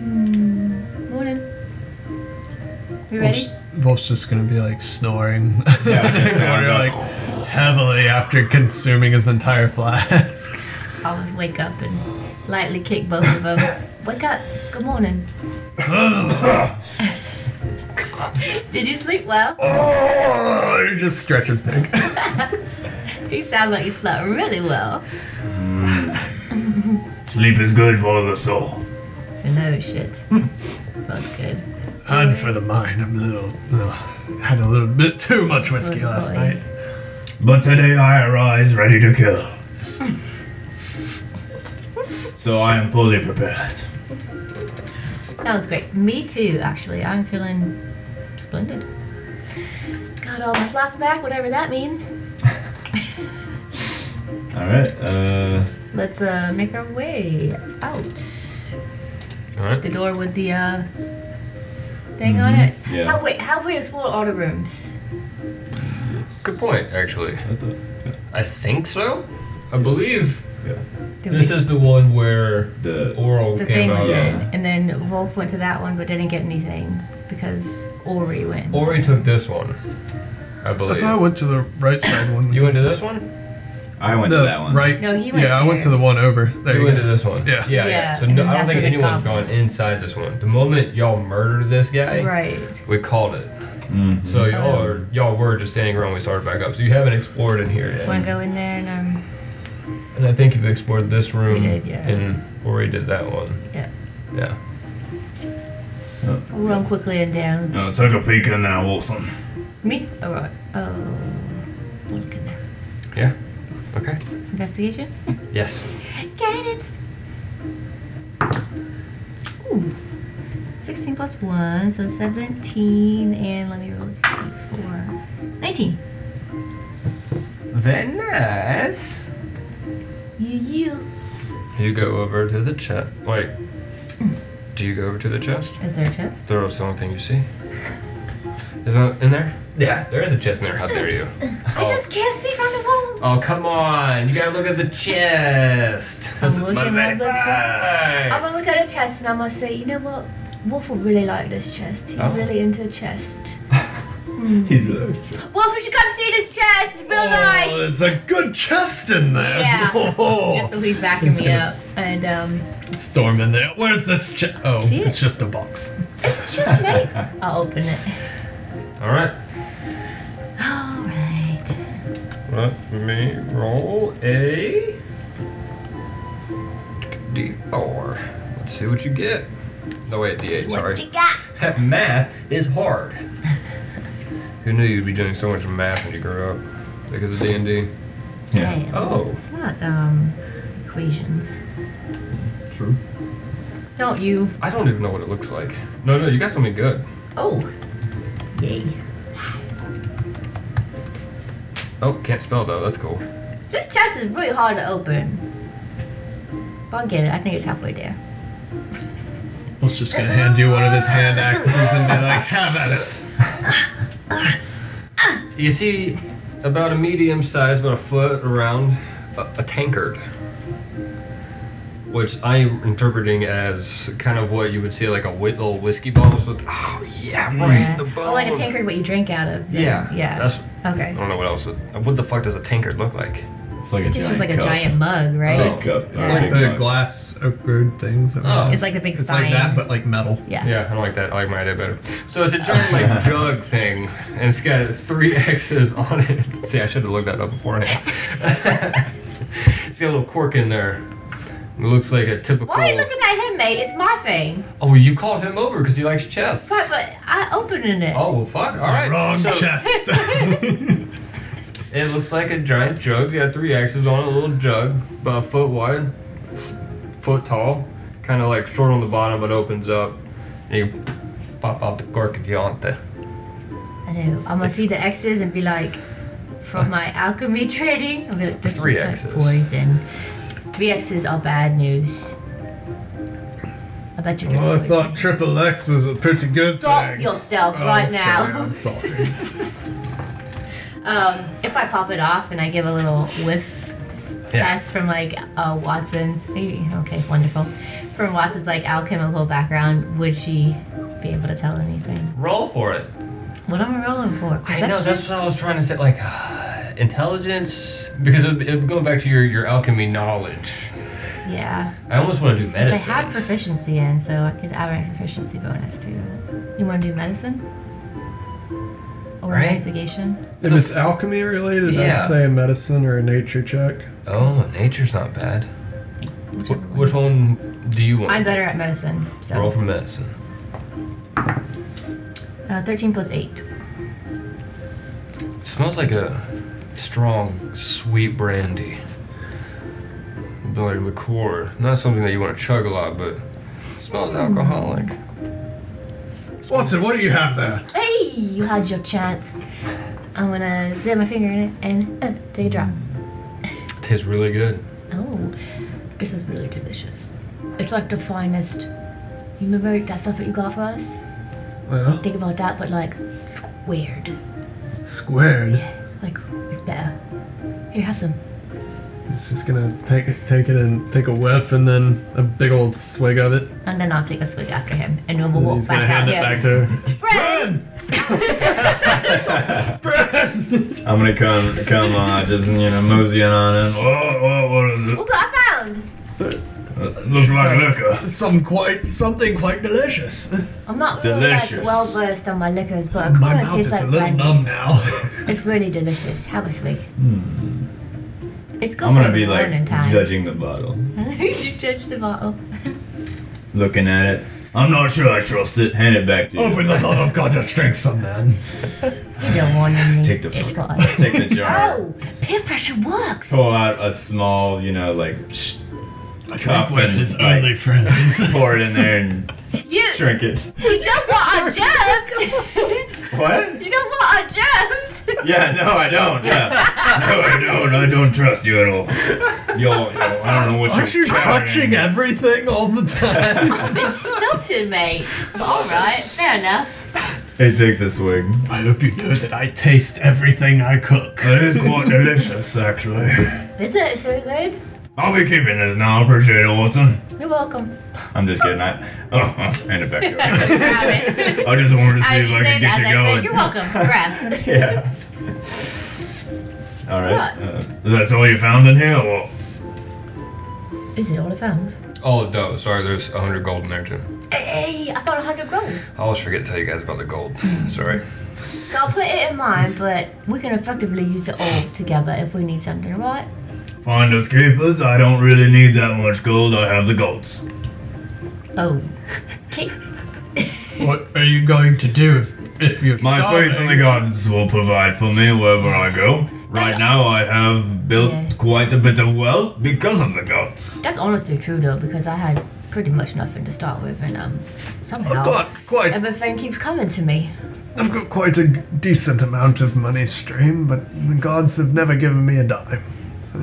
B: Morning. We ready?
C: Vol's just gonna be like snoring.
D: Yeah,
C: [LAUGHS]
D: that sounds
C: Snoring, like heavily after consuming his entire flask.
B: I'll just wake up and lightly kick both
A: [LAUGHS]
B: of them. wake up. Good morning. Did you sleep well?
C: Oh, he just stretches big.
B: You sound like you slept really well.
E: Sleep is good for the soul.
B: No shit.
A: Hmm.
B: Felt good.
C: Hard for the mind. I'm a little, ugh, had a little bit too much whiskey
B: Good
C: last
B: Oh, boy.
C: night.
E: But today I arise ready to kill. so I am fully prepared.
B: Sounds great. Me too, actually. I'm feeling splendid. Got all my slots back, whatever that means.
D: All right. Uh,
B: Let's uh, make our way out.
A: All right.
B: The door with the uh, thing on it.
D: yeah.
B: How, wait, have we explored all the rooms?
A: Good point, actually.
D: what the-
A: I think so. I believe
B: Did
A: this
B: we-
A: is the one where
D: the
A: Oral
B: the
A: came
B: thing
A: out.
B: was
D: yeah.
B: in, and then Wolf went to that one but didn't get anything because Ori went.
A: Ori took this one, I
C: I
A: believe.
C: thought I went to the right side one.
A: you went to this one.
D: I went
C: the
D: to that one.
C: right.
B: No, he went
C: Yeah, I went to
B: there.
C: the one over. There you,
A: you went
C: go.
A: to this one.
C: Yeah.
A: yeah, yeah.
B: Yeah,
A: So
B: and
A: no,
B: then
A: I don't
B: that's
A: think
B: where the
A: anyone's gone
B: goblins-
A: inside this one. The moment y'all murdered this guy,
B: Right. Mm-hmm.
A: we called it.
D: Mm.
G: Mm-hmm.
A: So y'all are, y'all were just standing around. when We started back up. So you haven't explored in here yet.
B: Want to go in there and um,
A: And I think you've explored this room.
B: did, yeah.
A: And Ori did that one.
B: yeah,
A: Yeah.
B: we'll run quickly and down.
E: Now take a peek in there, Wilson.
B: Me? All right. Oh, we'll look in there.
A: Yeah. Okay.
B: Investigation?
A: Yes.
B: Guidance! Ooh. 16 plus 1, so 17, and let me roll this d4. 19.
A: Very nice.
B: Yeah, yeah.
A: You go over to the chest. Wait. Do you go over to the chest?
B: Is there a chest?
A: There's the only thing you see. Is that in there?
D: Yeah.
A: There is a chest in there. How dare you?
B: I
A: Oh,
B: [LAUGHS] just can't see from the wall.
A: oh come on! You gotta look at the chest.
B: I'm
A: This is
B: looking at the
A: pathetic.
B: I'm gonna look at a chest and I'm gonna say, you know what? Wolf will really like this chest. He's
A: Oh.
B: really into a chest. Hmm.
D: He's really.
B: Wolf, you should come see this chest. It's real
C: Oh,
B: nice.
C: it's a good chest in there.
B: Yeah.
C: [LAUGHS] Oh,
B: Just so he's backing me up. And um,
C: storm in there. Where's this chest? Oh,
B: See it?
C: it's just a box.
B: it's just mate. [LAUGHS] I'll open it.
A: All right.
B: All right.
A: Let me roll a d4. Let's see what you get. No wait, d8.
B: What
A: Sorry.
B: you got?
A: math is
B: [LAUGHS]
A: hard. Who knew you'd be doing so much math when you grew up? Because of D and D.
D: Yeah.
A: Oh.
B: It's not um equations.
D: True.
B: Don't you?
A: I don't even know what it looks like. No, no, you got something good.
B: Oh. Yay.
A: Oh, can't spell though. That's cool.
B: This chest is really hard to open. But I'll get it. I think it's halfway there.
C: Wolf's just gonna hand you one of his hand axes and be like, "Have at it."
A: You see about a medium size, about a foot around, a, a tankard. Which I am interpreting as kind of what you would see like a whi- little whiskey bottles with. Oh, yeah, right,
B: Yeah.
A: the bone.
B: Oh, like a tankard, what you drink out of. then.
A: Yeah,
B: Yeah.
A: that's- I
B: okay.
A: don't know what else. it- What the fuck does a tankard look like?
G: It's like a
B: It's
G: giant
B: just like a
G: cup.
B: giant mug, right?
A: Oh.
G: Big cup.
B: It's
G: Alright,
B: like
G: big
E: the
G: mug.
E: glass oak road things.
A: Oh.
B: It's like the big
E: it's
B: sign.
E: like that, but like metal.
B: yeah.
A: Yeah, I don't like that. I like my idea better. So it's a giant like jug thing, and it's got three [LAUGHS] X's on it. See, I should have looked that up [LAUGHS] beforehand. it's got a little cork in there. It looks like a typical.
B: Why are you looking at him, mate? It's my thing.
A: Oh, you called him over because he likes chess.
B: But, but I opening it.
A: Oh well, fuck. All right.
E: Wrong
A: So,
B: [LAUGHS]
C: [LAUGHS]
E: chest.
A: It looks like a giant jug. You got three X's on it, a little jug, about a foot wide, f- foot tall, kind of like short on the bottom, but opens up, and you pop out the cork if you want to.
B: I know. I'm gonna see the X's and be like,
A: [LAUGHS]
B: from my alchemy trading. I'm like, this
A: Three
B: looks like
A: X's.
B: Poison. Three X's are bad news. I bet you're.
E: well, I thought triple X was a pretty good
B: Stop
E: thing.
B: yourself
E: Oh,
B: right
E: okay,
B: now. [LAUGHS]
E: I'm sorry.
B: Um, if I pop it off and I give a little whiff test from like uh, Watson's, okay, wonderful. From Watson's like alchemical background, would she be able to tell anything?
A: Roll for it.
B: What am I rolling for?
A: I know that's
B: Perception?
A: what I was trying to say. Like uh, intelligence, because it, would- it, would- going back to your your alchemy knowledge,
B: Yeah.
A: I almost want to do
B: Which I
A: medicine.
B: had proficiency in, so I could add my proficiency bonus too. You want to do medicine? Or
A: Right.
B: investigation?
E: if it's alchemy related,
A: Yeah.
E: I'd say a medicine or a nature check.
A: Oh, nature's not bad. Wh-
B: Whichever one.
A: which one do you want?
B: I'm better at medicine, so.
A: Roll for medicine.
B: Uh, 13 plus 8.
A: It smells like a strong, sweet brandy. Bloody liqueur. Not something that you want to chug a lot, but it smells
B: Hmm.
A: alcoholic.
E: Watson, what do you have there?
B: Hey, you had your chance. I'm gonna dip my finger in it and uh, take a drop.
A: tastes really good.
B: Oh, this is really delicious. It's like the finest. You remember that stuff that you got for us?
E: Well,
B: Think about that, but like squared.
E: squared.
B: Like it's better. Here, have some.
E: He's just gonna take it, take it, and take a whiff, and then a big old swig of it.
B: And then I'll take a swig after him, and then we'll
E: And
B: walk
E: he's
B: back
E: gonna
B: out
E: hand it
B: here.
E: back
B: [LAUGHS]
E: to her.
B: Bren!
G: I'm gonna come, come on, just you know, moseying on him.
E: Oh,
D: What, what, what is
B: [LAUGHS]
D: it?
B: Look what I found!
D: Looks like liquor.
E: Some quite something quite delicious.
B: I'm not really
G: Delicious.
B: like, well versed on my liquors, but it
E: My
B: kind of
E: mouth
B: tastes
E: is
B: like
E: a little
B: brandy.
E: numb now. [LAUGHS]
B: It's really delicious. Have a swig. It's good
G: Hmm. I'm
B: for
G: gonna
B: the
G: be like
B: morning time.
G: judging the bottle,
B: [LAUGHS] you judge the bottle.
G: looking at it.
D: I'm not sure I trust it.
G: Hand it back to you.
E: Oh, for the love of God, just drink some, man.
B: You don't want any.
G: Take the
B: It's
G: fuck- Oh,
B: gone.
G: Take the jar.
B: Oh, peer pressure works.
G: Pull out a small, you know, like sh- cup and like,
E: friends.
G: pour it in there and
B: You,
G: drink it.
B: you don't want our germs. [LAUGHS]
G: What?
B: you don't want our germs. [LAUGHS]
G: Yeah, no, I don't. Yeah.
D: No, I don't. I don't trust you at all.
G: Yo, yo, I don't know what
E: Aren't
G: you're.
E: you touching everything all the [LAUGHS] time?
B: It's sheltered, mate. All right, fair enough.
G: He takes a swig.
E: I hope you Uh, know that I taste everything I cook.
D: It is quite delicious, actually.
B: Is it so good?
D: I'll be keeping this now. I appreciate it, Watson.
G: [LAUGHS]
B: You're welcome.
G: I'm just kidding. I, oh, oh, hand it back to her.
B: Grab it.
D: [LAUGHS] I just wanted to see
B: As
D: if
B: you
D: I
B: said,
D: could
B: as
D: get
B: I
D: you
B: said, you're
D: going.
B: welcome. Grabs.
D: [LAUGHS]
G: Yeah. All right.
B: What?
G: Uh,
D: That's all you found in here, or?
B: Is it all I found?
A: Oh, no, sorry, there's 100 gold in there too.
B: Hey, I found a hundred gold.
A: I always forget to tell you guys about the
B: [LAUGHS]
A: gold. Sorry.
B: So I'll put it in mine, but we can effectively use it all together if we need something, right?
D: Find us keepers. I don't really need that much gold. I have the golds.
B: Oh. Okay.
E: What are you going to do if, if you're
D: My
E: starving?
D: faith in the gardens will provide for me wherever I go. Right now, I have built
B: Yeah.
D: quite a bit of wealth because of the gods.
B: That's honestly true though, because I had pretty much nothing to start with, and um, somehow
E: I've got quite.
B: everything keeps coming to me.
E: I've got quite a decent amount of money stream, but the gods have never given me a dime. So.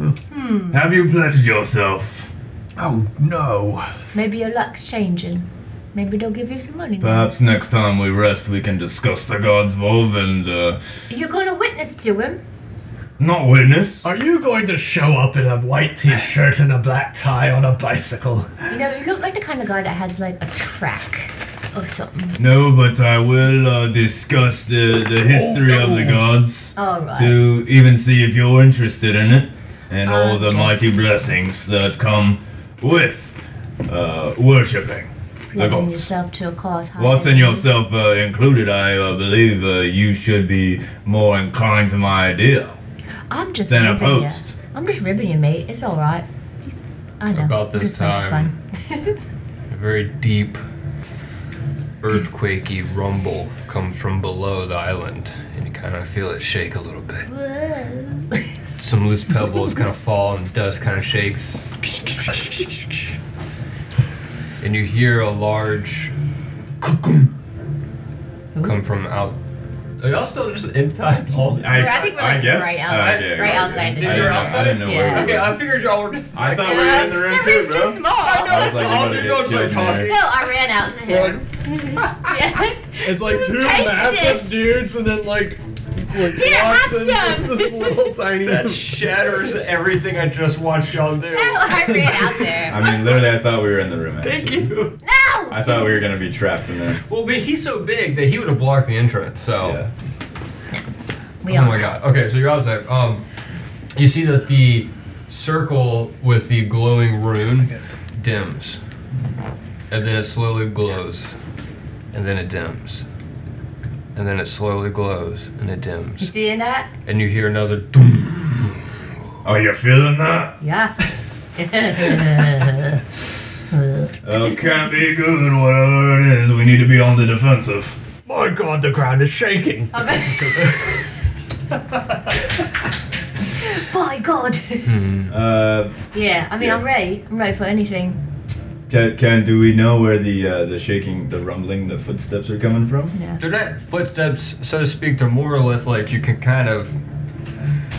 D: Have you pledged yourself?
E: Oh no.
B: Maybe your luck's changing. Maybe they'll give you some money. now.
D: Perhaps next time we rest, we can discuss the gods' vow and uh,
B: You're gonna witness witness to him.
D: Not witness.
E: Are you going to show up in a white t-shirt and a black tie on a bicycle?
B: You know, you look like the kind of guy that has like a track or something.
D: No, but I will uh, discuss the, the history of the gods
B: Oh. All right.
D: to even see if you're interested in it and all the
B: Um,
D: mighty blessings that come with uh, worshipping the
B: Pledging
D: gods.
B: yourself to a cause higher
D: Watson
B: than-
D: yourself uh, included, I uh, believe uh, you should be more inclined to my idea
B: I'm just
D: than
B: ribbing ya.
D: opposed.
B: I'm just ribbing you, mate. It's all right. I know.
A: About this
B: Just making
A: time.
B: fun.
A: A very deep, earthquakey rumble comes from below the island, and you kind of feel it shake a little bit. Some loose pebbles kind of fall, and dust kind of shakes. And you hear a large cuckoo come from out. Are y'all still just inside? All this?
B: I think we're, like, right
D: uh,
B: out-
D: okay,
B: right
D: okay.
B: outside the
D: I,
A: door.
D: didn't know- I didn't know
B: Yeah.
D: where
A: [LAUGHS]
D: we
A: Okay,
D: were.
A: I figured y'all were just.
D: I thought we were
B: Yeah,
D: in the room
B: that
D: too,
B: room's too
D: bro.
B: small.
A: I know
D: I was
A: that's
D: like,
A: [LAUGHS] all
D: we're
A: the
D: gonna
A: girls
D: get
A: are
D: killed in
A: talking.
D: here.
B: No, I ran out to him. [LAUGHS] yeah.
E: It's like two
B: Taste
E: massive
B: this.
E: dudes and then like like
B: Here, have
E: Watson
B: some.
E: gets this little [LAUGHS] tiny
A: That shatters everything I just watched y'all do.
B: [LAUGHS] No, I ran out there.
H: I mean, literally, I thought we were in the room. Actually.
A: Thank you.
B: No!
H: I thought we were gonna be trapped in there.
A: Well, but he's so big that he would have blocked the entrance. So.
H: Yeah.
B: We
A: oh my
B: are.
A: god. Okay, so you're out there. Um, you see that the circle with the glowing rune dims, and then it slowly glows, and then it dims, and then it slowly glows and it
B: You
A: dims,
B: seeing that?
A: and you hear another. Doom.
D: Are you feeling that? [LAUGHS]
B: Yeah.
D: It can't be good, whatever it is. We need to be on the defensive.
E: My god, the ground is shaking.
B: By God.
H: Uh,
B: Yeah, I mean,
H: Yeah.
B: I'm ready. I'm ready for anything.
H: Ken, Ken, do we know where the uh, the shaking, the rumbling, the footsteps are coming from?
B: Yeah.
A: They're not footsteps, so to speak. They're more or less like you can kind of.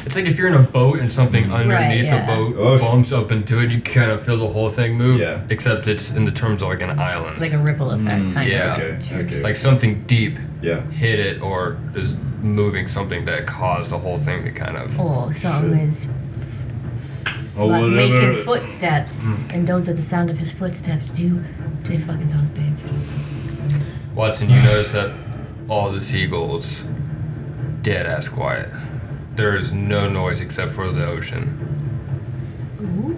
A: It's like if you're in a boat and something underneath
B: yeah.
A: the boat
H: Mm-hmm. Oh, sh-
A: bumps up into it, you kind of feel the whole thing move.
H: Yeah.
A: Except it's in the terms of like an island.
B: Like a ripple effect,
D: Mm,
B: kind
A: yeah.
B: of.
H: Okay. Okay.
A: like something deep
H: yeah.
A: hit it or is moving something that caused the whole thing to kind of
B: Or something is
D: Or
B: like making
D: whatever.
B: footsteps, and those are the sound of his footsteps. Do you? They fucking sounds big.
A: Watson, you notice that all the seagulls dead ass quiet. There is no noise except for the ocean.
B: Ooh,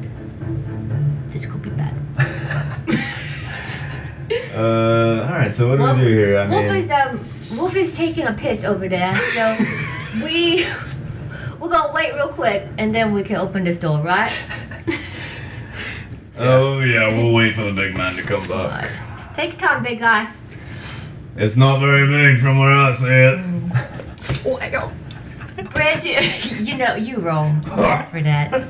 B: this could be bad.
H: Uh, all right. So what do we do here? I
B: Wolf
H: mean,
B: is um, Wolf is taking a piss over there,
H: [LAUGHS]
B: so we we're gonna wait real quick, and then we can open this door, right?
D: Oh yeah, we'll wait for the big man to come back.
B: Take your time, big guy.
D: It's not very big from where I see it.
H: Mm.
B: Brad, you, [LAUGHS] you know you wrong for that.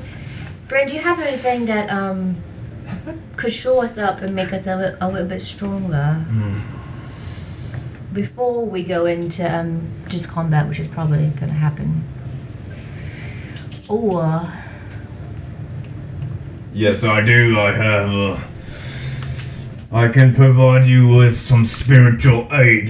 B: Brad, do you have anything that um could show us up and make us a, li- a little bit stronger before we go into um just combat, which is probably gonna happen? Or
D: Yes, I do. I have. Uh, I can provide you with some spiritual aid.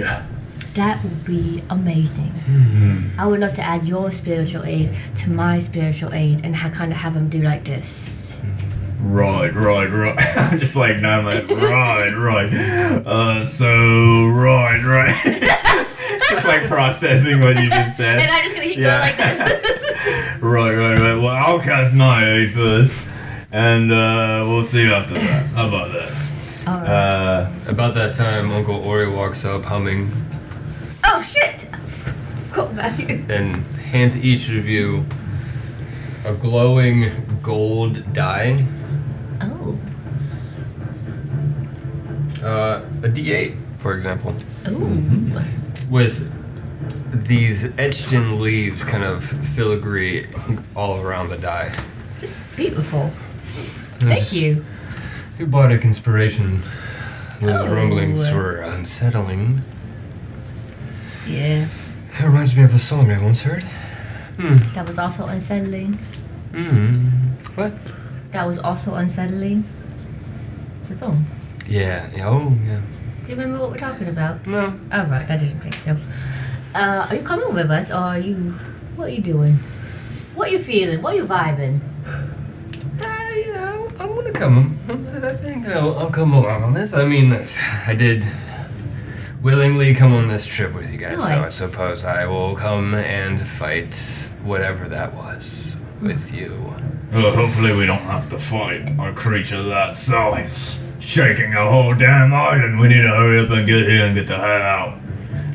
B: that would be amazing. I would love to add your spiritual aid to my spiritual aid and ha- kind of have them do like this.
D: Right, right,
E: [LAUGHS]
D: right. I'm just like, no, man. Right, right. Uh, so,
E: [LAUGHS]
D: right, right. just like processing what you just
B: [LAUGHS]
D: said.
B: And I'm just gonna keep
D: Yeah.
B: going like this. [LAUGHS]
D: Right, right, right. Well, I'll cast my aid first, and uh, we'll see after that. How about that?
B: All right.
H: uh,
A: About that time, Uncle Ori walks up humming
B: Oh shit! Got value.
A: and hands each of you a glowing gold die,
B: Oh.
A: uh, a D8, for example.
B: Ooh.
D: Mm-hmm.
A: with these etched in leaves kind of filigree all around the die.
B: This is beautiful. Thank you.
A: Who bought a conspiration? Those
B: Oh.
A: rumblings were unsettling.
B: Yeah.
A: It reminds me of a song I once heard.
B: That was also unsettling.
A: Mm.
B: Mm-hmm.
A: What?
B: That was also unsettling. The song.
A: Yeah. yeah, Oh, yeah.
B: Do you remember what we're talking about?
A: No.
B: Oh right, I didn't think so. Uh, are you coming with us or are you What you doing? What you feeling? What you vibing?
A: Uh, you know, I'm gonna come. I think I'll, I'll come along on this. I mean, I did willingly come on this trip with you guys, so I
B: Nice.
A: suppose I will come and fight whatever that was with
B: Hmm.
A: you.
E: Well, hopefully we don't have to fight a creature that size. Shaking a whole damn island. We need to hurry up and get here and get the hell out.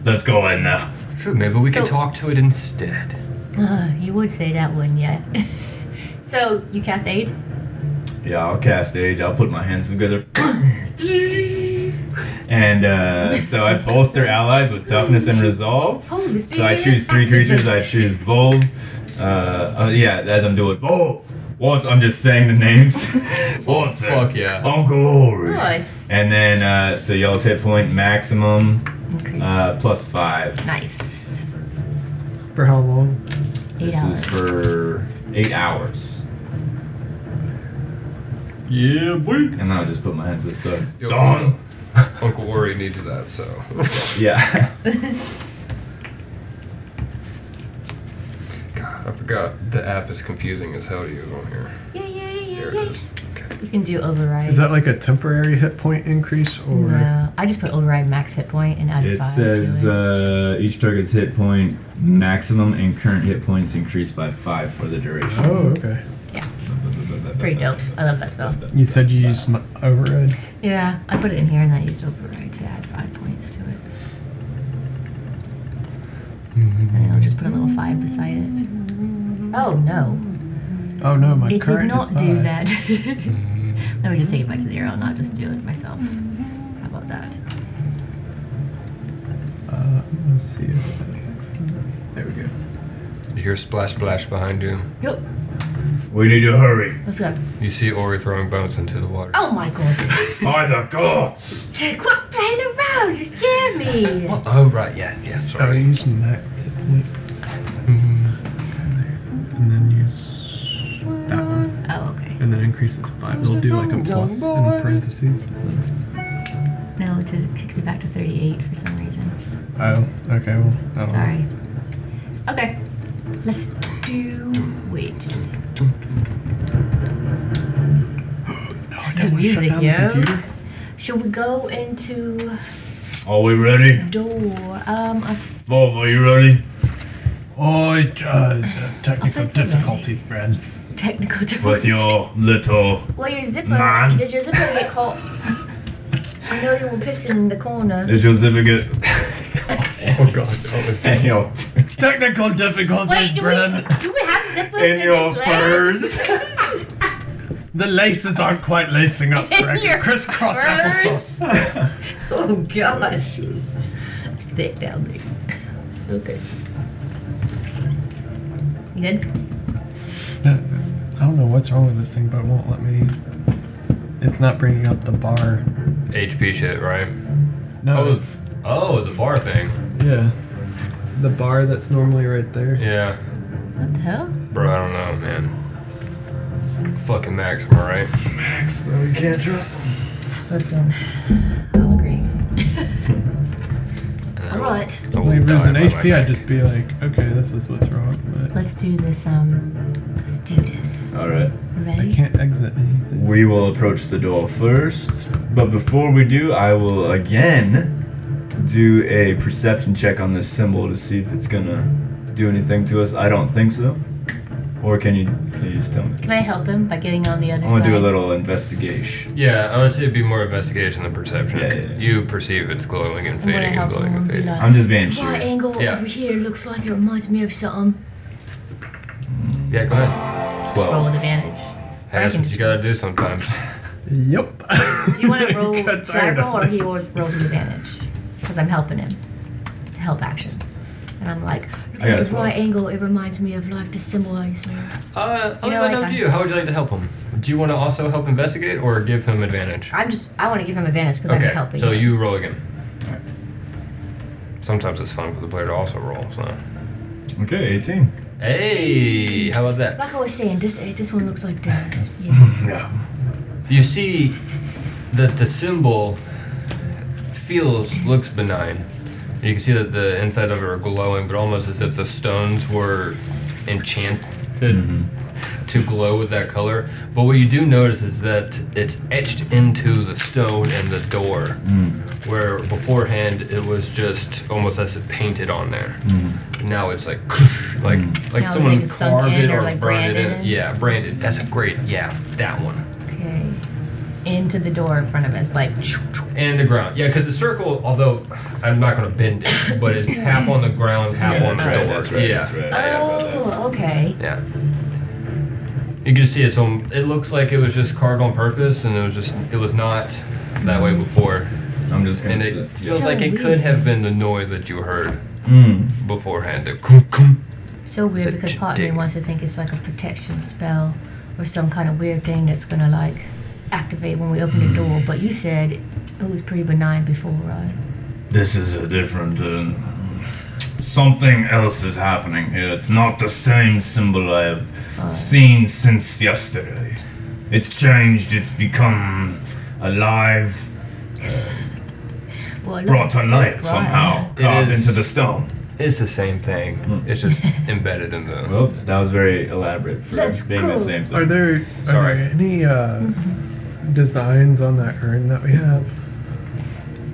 E: Let's go in now.
A: True, maybe we could
B: So-
A: talk to it instead.
B: Uh, you would say that one, yeah. [LAUGHS] so you cast aid.
D: Yeah, I'll cast age. I'll put my hands together. and uh, so I bolster allies with toughness and resolve.
B: Holy
D: So I
B: spirit,
D: choose three
B: activate.
D: creatures. I choose Volve. Uh, uh, yeah, as I'm doing Volve. Once I'm just saying
A: [LAUGHS]
D: the names.
E: What's it?
A: Fuck yeah.
E: Uncle Ori.
B: Nice.
D: and then uh, so y'all's hit point maximum
B: Increase.
D: uh, plus five.
B: nice.
C: For how long?
B: Eight
D: This
B: hours.
D: is for eight hours.
A: Yeah, boy.
D: And then I'll just put my hands to the side.
E: Done.
A: Uncle Ori needs that, so.
D: Yeah.
A: God, I forgot the app is confusing as hell to use on here.
B: yeah, yeah, yeah,
A: Here
B: yeah.
A: it is. Okay.
B: You can do override.
C: Is that like a temporary hit point increase or?
B: no, I just put override max hit point and add
D: [LAUGHS] It
B: five.
D: says
B: to it.
D: uh, each target's hit point maximum and current hit points increased by five for the duration.
C: Oh, okay.
D: That's
B: Pretty dope. I love that spell.
C: You said you used my override.
B: Yeah, I put it in here and I used override to add five points to it. And then I'll just put a little five beside it. Oh no,
C: Oh no, my
B: it did
C: current
B: not
C: is five. Mm-hmm.
B: do that. [LAUGHS] Let me just take it back to zero and I'll just do it myself. How about that?
C: Uh, let's see. If that- there we go.
A: You hear splash splash behind you.
B: Yep,
E: We need to hurry.
B: let's go.
A: You see Ori throwing bones into the water.
B: Oh my god.
E: By the gods.
B: [LAUGHS] Quit playing around, you scare me.
A: Oh, oh, right, yeah, yeah,
C: I would
A: sorry.
C: use max hit point Mm-hmm.
A: Mm,
C: and then use that one
B: Oh, okay.
C: and then increase it to five. It'll do like a plus in parentheses. but then-
B: No, to kick me back to 38 for some reason.
C: Oh, okay. Well, I don't know.
B: Sorry. Okay, let's do. Wait.
C: No, I don't want to shut
B: Music,
C: down
B: yo.
C: the computer.
B: Shall we go into
E: Are we ready?
B: door? Um, I,
E: Volvo, are you ready?
C: Oh, uh, technical
B: think they're
C: difficulties, Brad.
B: technical [LAUGHS] difficulty.
E: With your little.
B: Well, your zipper.
E: Man.
B: Did your zipper get caught? I know you were pissing in the corner.
D: Is your zipper good?
A: oh, God. that was-
D: And your
C: Technical
B: Wait,
C: difficulties,
B: do we, [LAUGHS] do we have zippers in,
D: in your
B: this
D: furs.
B: [LAUGHS]
C: The laces aren't quite lacing up
B: In
C: correctly.
B: your
C: Crisscross
B: furs?
C: applesauce.
B: Oh gosh, thick down there. Okay. You good?
C: No, I don't know what's wrong with this thing, but it won't let me. It's not bringing up the bar.
A: HP shit, right?
C: No,
A: Oh,
C: it's
A: Oh, the bar thing.
C: yeah, the bar that's normally right there.
A: Yeah.
B: What the hell?
A: Bro, I don't know, man. Fucking Maxima, right?
D: Max, bro, we can't trust him.
C: um,
B: Listen, I'll agree. [LAUGHS] All right.
C: Like if it was an HP, I'd just be like, okay, this is what's wrong, but
B: Let's do this. Um, let's do this.
D: [LAUGHS] All right.
B: Ready?
C: I can't exit anything.
D: We will approach the door first, but before we do, I will again do a perception check on this symbol to see if it's gonna do anything to us. I don't think so. Or can you, can you just tell me?
B: Can I help him by getting on the other
D: I want
B: side?
D: to do a little investigation.
A: Yeah, I would say it'd be more investigation than perception.
D: Yeah, yeah, yeah.
A: You perceive it's glowing and
B: I'm gonna
A: fading and
B: help
A: glowing and
B: him and be
A: fading.
B: like-
D: I'm just being
B: Right
D: sure.
B: angle
A: Yeah.
B: over here looks like it reminds me of something.
A: Yeah, go ahead.
B: Just roll with
D: Twelve.
B: advantage.
A: Hey, that's
B: I can
A: what you
B: just-
A: gotta do sometimes. [LAUGHS] Uh,
C: Yep.
B: Do you
E: [LAUGHS]
C: [LAUGHS]
B: want to roll?
C: Got
B: Should I
C: tired
B: roll or
C: of
B: he
C: it.
B: rolls with advantage? Because I'm helping him to help action. And I'm like,
D: I
B: look
D: got
B: at
D: a
B: the right angle. It reminds me of like the symbol I used to wear."
A: Uh, I'll
B: You know,
A: leave that
B: like
A: up
B: I-
A: to you. How would you like to help him? Do you want to also help investigate or give him advantage?
B: I'm just. I want to give him advantage because I'm helping.
A: so
B: him.
A: you roll again. Sometimes it's fun for the player to also roll. So,
D: Okay, eighteen.
A: hey, how about that?
B: Like I was saying, this eh, this one looks like that. Yeah.
A: You see that the symbol feels looks benign, You can see that the inside of it are glowing, but almost as if the stones were enchanted to glow with that color. But what you do notice is that it's etched into the stone and the door, where beforehand it was just almost as if painted on there. Now it's like, like, like
B: Now it's
A: someone
B: like sunk
A: carved
B: in
A: it
B: or
A: or, branded
B: like
A: it.
B: branded.
A: Yeah, branded. That's a great. Yeah, that one.
B: Okay. Into the door in front of us, like.
A: And the ground. Yeah, because the circle, although I'm not going to bend it, but it's half on the ground, half
B: Yeah,
A: on
D: That's
A: the
D: right,
A: door.
D: that's right,
A: yeah.
D: that's right.
B: Oh, okay.
A: Yeah. You can see it's on, it looks like it was just carved on purpose and it was just, it was not that way before.
D: I'm just gonna
A: And
D: sit.
A: it
D: Yeah.
A: feels like it
B: weird.
A: could have been the noise that you heard
D: Mm.
A: beforehand. The kum kum.
B: So
A: It's
B: weird
A: like
B: because
A: ch-
B: part of me
A: dig.
B: wants to think it's like a protection spell or some kind of weird thing that's gonna like activate when we open the door. But you said it was pretty benign before, right?
E: This is a different. Uh, something else is happening here. It's not the same symbol I have seen since yesterday. It's changed. It's become alive,
B: Well, it
E: brought
B: looks-
E: to life
B: right.
E: somehow,
A: It
E: carved
A: is-
E: into the stone.
A: It's the same thing. It's just embedded in the.
D: Hmm. Well, that was very elaborate for
B: That's
D: being
B: cool.
D: the same thing.
C: Are there are
A: Sorry. Mm-hmm.
C: there any uh, designs on that urn that we have?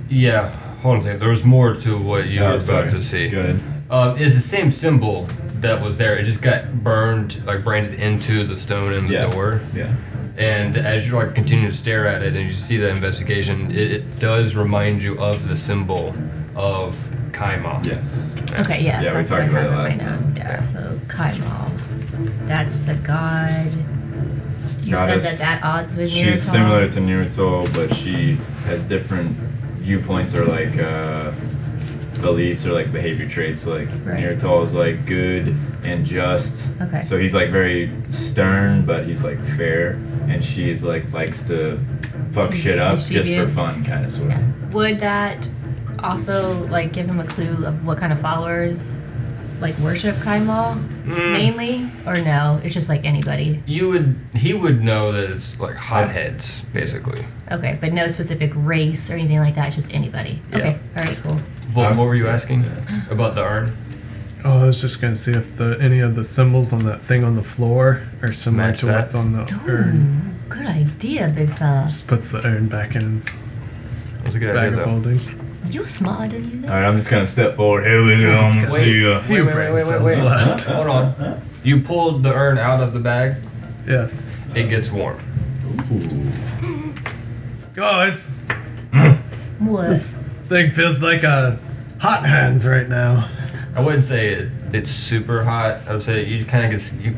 A: Yeah, hold on a second. There was more to what you
D: Oh,
A: were about
D: sorry.
A: to see.
D: Go ahead.
A: Um, it's the same symbol that was there. It just got burned, like branded into the stone in the
D: Yeah.
A: door.
D: Yeah.
A: And as you like continue to stare at it and you see the investigation, it, it does remind you of the symbol of Kaima.
D: Yes.
B: Okay, yes,
D: Yeah, we
B: that's what I
D: talked about
B: have
D: it
B: in my
D: last
B: note. Yeah, so Kaimal. That's the god. You said
D: Goddess.
B: that that odds with Miracle.
D: She's similar to Naruto, but she has different viewpoints or like uh, beliefs or like behavior traits. Like
B: Right.
D: Naruto is like good and just.
B: Okay.
D: So he's like very stern, but he's like fair, and she's like likes to fuck
B: She's
D: shit up just for
B: mischievous.
D: fun, kind of sort of.
B: Yeah. Would that also like give him a clue of what kind of followers like worship Kaimal
D: Hmm.
A: Mm.
B: mainly, or no? It's just like anybody.
A: You would, he would know that it's like hotheads, basically.
B: Okay, but no specific race or anything like that. It's just anybody. Okay, all right, cool.
A: Vol, what were you asking about the urn?
C: Oh, I was just gonna see if the any of the symbols on that thing on the floor are similar
A: Match
C: to
A: that.
C: what's on the urn.
B: Ooh, good idea, big fella.
C: Just puts the urn back in its
A: That was a good
C: bag
A: idea,
C: of
A: though.
C: holding.
B: You smart, are you?
D: All right, I'm just gonna step
E: Or
D: forward here.
E: here we go. I'm
A: Wait,
E: see ya.
A: wait, wait, wait, wait, wait, wait.
C: left.
A: Hold on. You pulled the urn out of the bag.
C: Yes.
A: It gets warm.
C: Guys,
B: What?
C: thing feels like a hot hands right now.
A: I wouldn't say it, it's super hot. I would say you kind of get s- you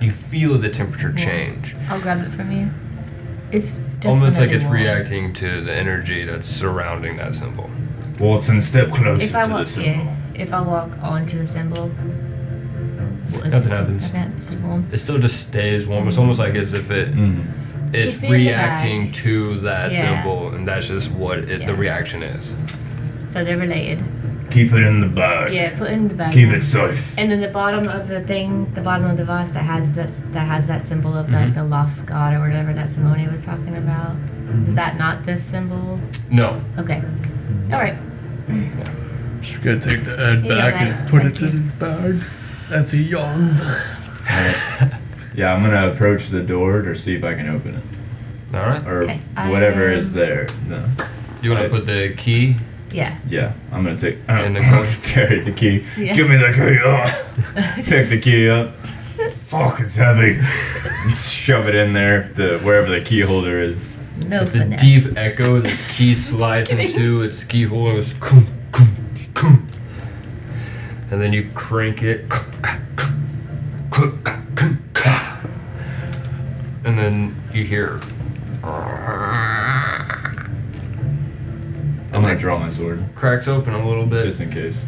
A: you feel the temperature change.
B: I'll grab it from you. It's
A: Almost like
B: definitely
A: it's
B: warm.
A: reacting to the energy that's surrounding that symbol.
E: Watson, step closer
B: If I
E: to the
B: walk,
E: symbol.
B: yeah, if I walk onto the symbol, what is
A: Nothing
B: it?
A: happens.
B: Okay, it's warm.
A: It still just stays warm. It's almost like as if it it's
B: Keep it in the
A: reacting to that
B: Yeah.
A: symbol, and that's just what it, the
B: Yeah.
A: reaction is.
B: So they're related.
E: Keep it in the bag.
B: Yeah, put it in the bag.
E: Keep it safe.
B: And then the bottom of the thing, the bottom of the vase that has that that has that symbol of like
A: Mhm.
B: the lost god or whatever that Simone was talking about. Is that not this symbol?
A: No, [LAUGHS]
B: Okay. All right.
C: She's gonna take the urn
B: Here you
C: back
B: go,
C: and
B: guys.
C: put
B: Thank
C: it in
B: you.
C: his bag as he yawns.
D: [LAUGHS] Yeah, I'm gonna approach the door to see if I can open it
A: all right.
D: or
B: Okay, I
D: whatever
B: am-
D: is there. No.
A: You want
D: Yes.
A: to put the key
B: Yeah.
D: Yeah, I'm gonna take. uh,
A: And the
D: [LAUGHS]
A: coach.
D: carry the key.
B: Yeah.
E: Give me the key. Oh,
B: [LAUGHS]
D: Pick the key up,
E: fuck, it's heavy.
D: shove it in there, the wherever the key holder is.
B: No
A: It's a
B: finesse.
A: deep echo.
B: [LAUGHS]
A: This key slides into its key hole and goes kum kum kum, and then you crank it, kum, ka, kum, kum, ka, kum, ka. and then you hear.
D: I'm gonna draw my sword
A: Cracks open a little bit.
D: just in case.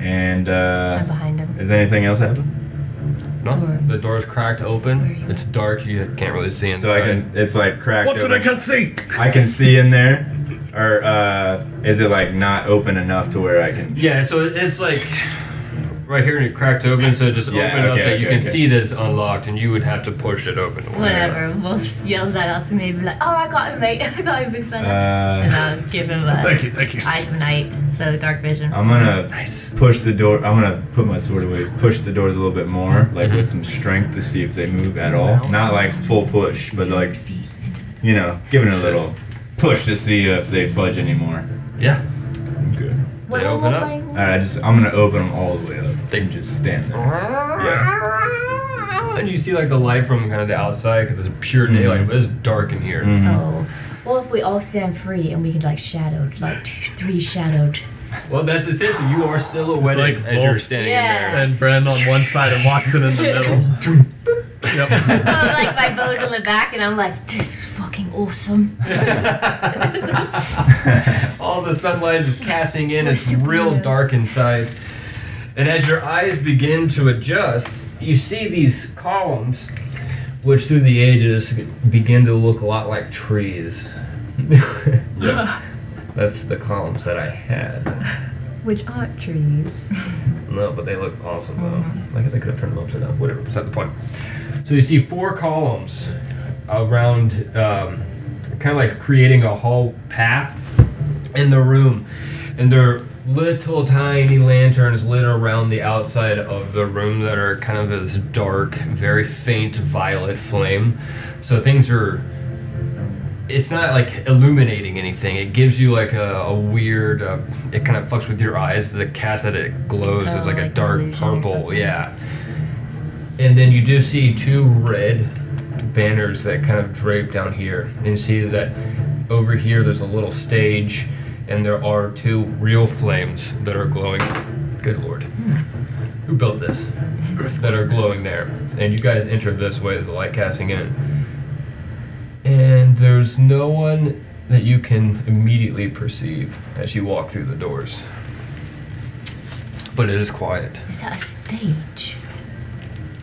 D: And
B: I'm
D: uh,
B: behind him.
D: is anything else happen?
A: no,
B: Or-
A: the door's cracked
B: Where
A: open.
B: you
A: It's dark. You can't really see inside.
D: So I can. It's like cracked.
C: What's it I
D: open.
C: can see?
D: I can see in there, or uh, is it like not open enough to where I can?
A: Yeah, so it's like right here and it cracked open, so just
D: Yeah,
A: open it
D: okay,
A: up that you
D: okay,
A: can
D: okay.
A: see that it's unlocked, and you would have to push it open. to open it up.
B: Whatever. Wolf yells that out to me, be like, "Oh, I got him, mate! [LAUGHS] I got him, big fella!" and
D: Uh,
B: I'll give him uh,
C: Thank you, thank you.
B: eyes of night, so dark vision.
A: Um,
D: I'm gonna
A: Nice.
D: push the door. I'm gonna put my sword away, push the doors a little bit more,
A: Mm-hmm.
D: like with some strength to see if they move at all. Not like full push, but like, you know, giving it a little push to see if they budge anymore.
A: Yeah.
D: Okay.
B: What
A: They
B: will
A: open
B: Wolf
A: up. Um,
B: like?
D: All right, I just I'm gonna open them all the way up. They can just stand [LAUGHS] there.
A: And you see like the light from kind of the outside because it's pure
C: Mm-hmm.
A: daylight,
D: Mhm.
A: but it's dark in here.
D: Mhm.
I: Oh. Well, if we all stand free and we can like shadowed, like two, three shadowed.
A: Well, that's essentially you are silhouetted
C: It's like
A: as you're
C: both-
A: standing
B: Yeah.
A: in there.
C: And Bren on one side and Watson in the middle. yep.
B: [LAUGHS] Oh, like my bow's in the back, and I'm like,
I: This is fucking awesome.
A: [LAUGHS] All the sunlight is casting in. It's
I: We're
A: real
I: superheroes.
A: dark inside. And as your eyes begin to adjust, you see these columns, which through the ages begin to look a lot like trees. [LAUGHS] That's the columns that I had.
I: Which aren't trees.
A: No, but they look awesome though. I guess I could have turned them upside down. Whatever, beside the point. So you see four columns around, um, kind of like creating a whole path in the room, and they're little tiny lanterns lit around the outside of the room that are kind of this dark, very faint violet flame. So things are it's not like illuminating anything. It gives you like a, a weird. Uh, it kind of fucks with your eyes. The cast that it glows
I: Oh,
A: is like,
I: like
A: a
I: an
A: dark
I: illusion or
A: purple.
I: something.
A: Yeah. And then you do see two red banners that kind of drape down here, and you see that over here there's a little stage, and there are two real flames that are glowing. Good lord, who built this? That are glowing there, and you guys enter this way, the light casting in and there's no one that you can immediately perceive as you walk through the doors. But it is quiet.
I: Is that a stage?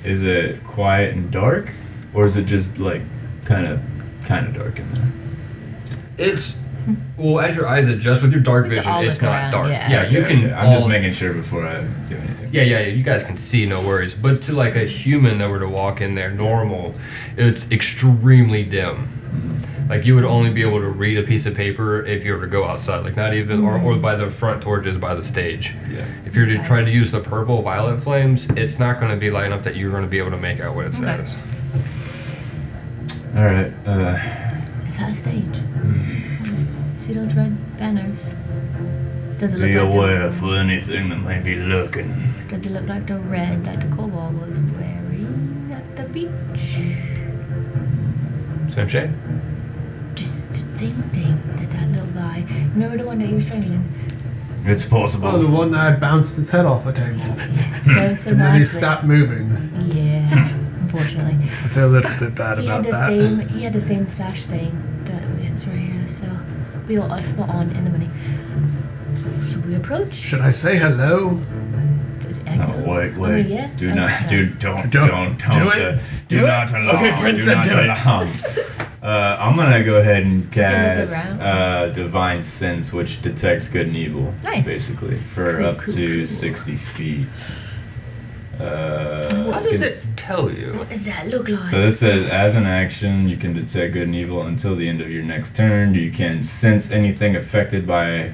D: Is it quiet and dark, or is it just like kind of kind of dark in there?
A: It's well, as your eyes adjust with your dark
B: We can
A: vision,
B: all
A: it's
B: look
A: not
B: around,
A: dark.
B: yeah.
A: Yeah, you
D: Okay,
A: can.
D: okay. I'm just
A: all-
D: making sure before I do anything.
A: Yeah, yeah, yeah, you guys can see, no worries. But to like a human that were to walk in there, normal, it's extremely dim. Like you would only be able to read a piece of paper if you were to go outside, like not even, or,
B: Mm-hmm.
A: or by the front torches by the stage.
D: Yeah.
A: If you're to try to use the purple violet flames, it's not going to be light enough that you're going to be able to make out what it says.
D: All right. Uh,
I: Is that a stage? See those red banners? Does it look
E: Be
I: like
E: aware for anything that may be lurking.
I: The, does it look like the red that the kobold was wearing at the beach?
A: Same shade.
I: Just to think, think that that little guy. Remember the one that you were strangling?
E: It's possible.
C: Oh, the one that I bounced his head off a table. [LAUGHS]
I: So, so
C: And then he
I: nicely.
C: stopped moving.
I: Yeah,
C: [LAUGHS]
I: unfortunately.
C: I feel a little bit bad
I: He had
C: about
I: the
C: that.
I: same. He had the same sash thing that we had right here. So we all are spot on in the money. Should we approach?
C: Should I say hello?
I: Did it
E: No,
I: echo?
E: wait,
I: Oh,
E: wait.
I: yeah?
E: Do not,
I: Okay.
E: dude, don't,
C: Don't-
E: don't, don't.
C: do it.
E: uh, do
C: Do it.
E: not allow.
C: Okay, Prince
E: do
C: said
E: not
C: do it.
E: allow.
C: [LAUGHS]
D: uh, I'm gonna go ahead and
I: can look
D: cast
I: around.
D: uh, divine sense, which detects good and evil,
I: Nice.
D: basically, for
I: Cool,
D: up
I: cool,
D: to
I: cool.
D: 60 feet. Uh,
A: What
D: it's-
A: does it tell you?
I: What does that look like?
D: So this says, as an action, you can detect good and evil until the end of your next turn. You can sense anything affected by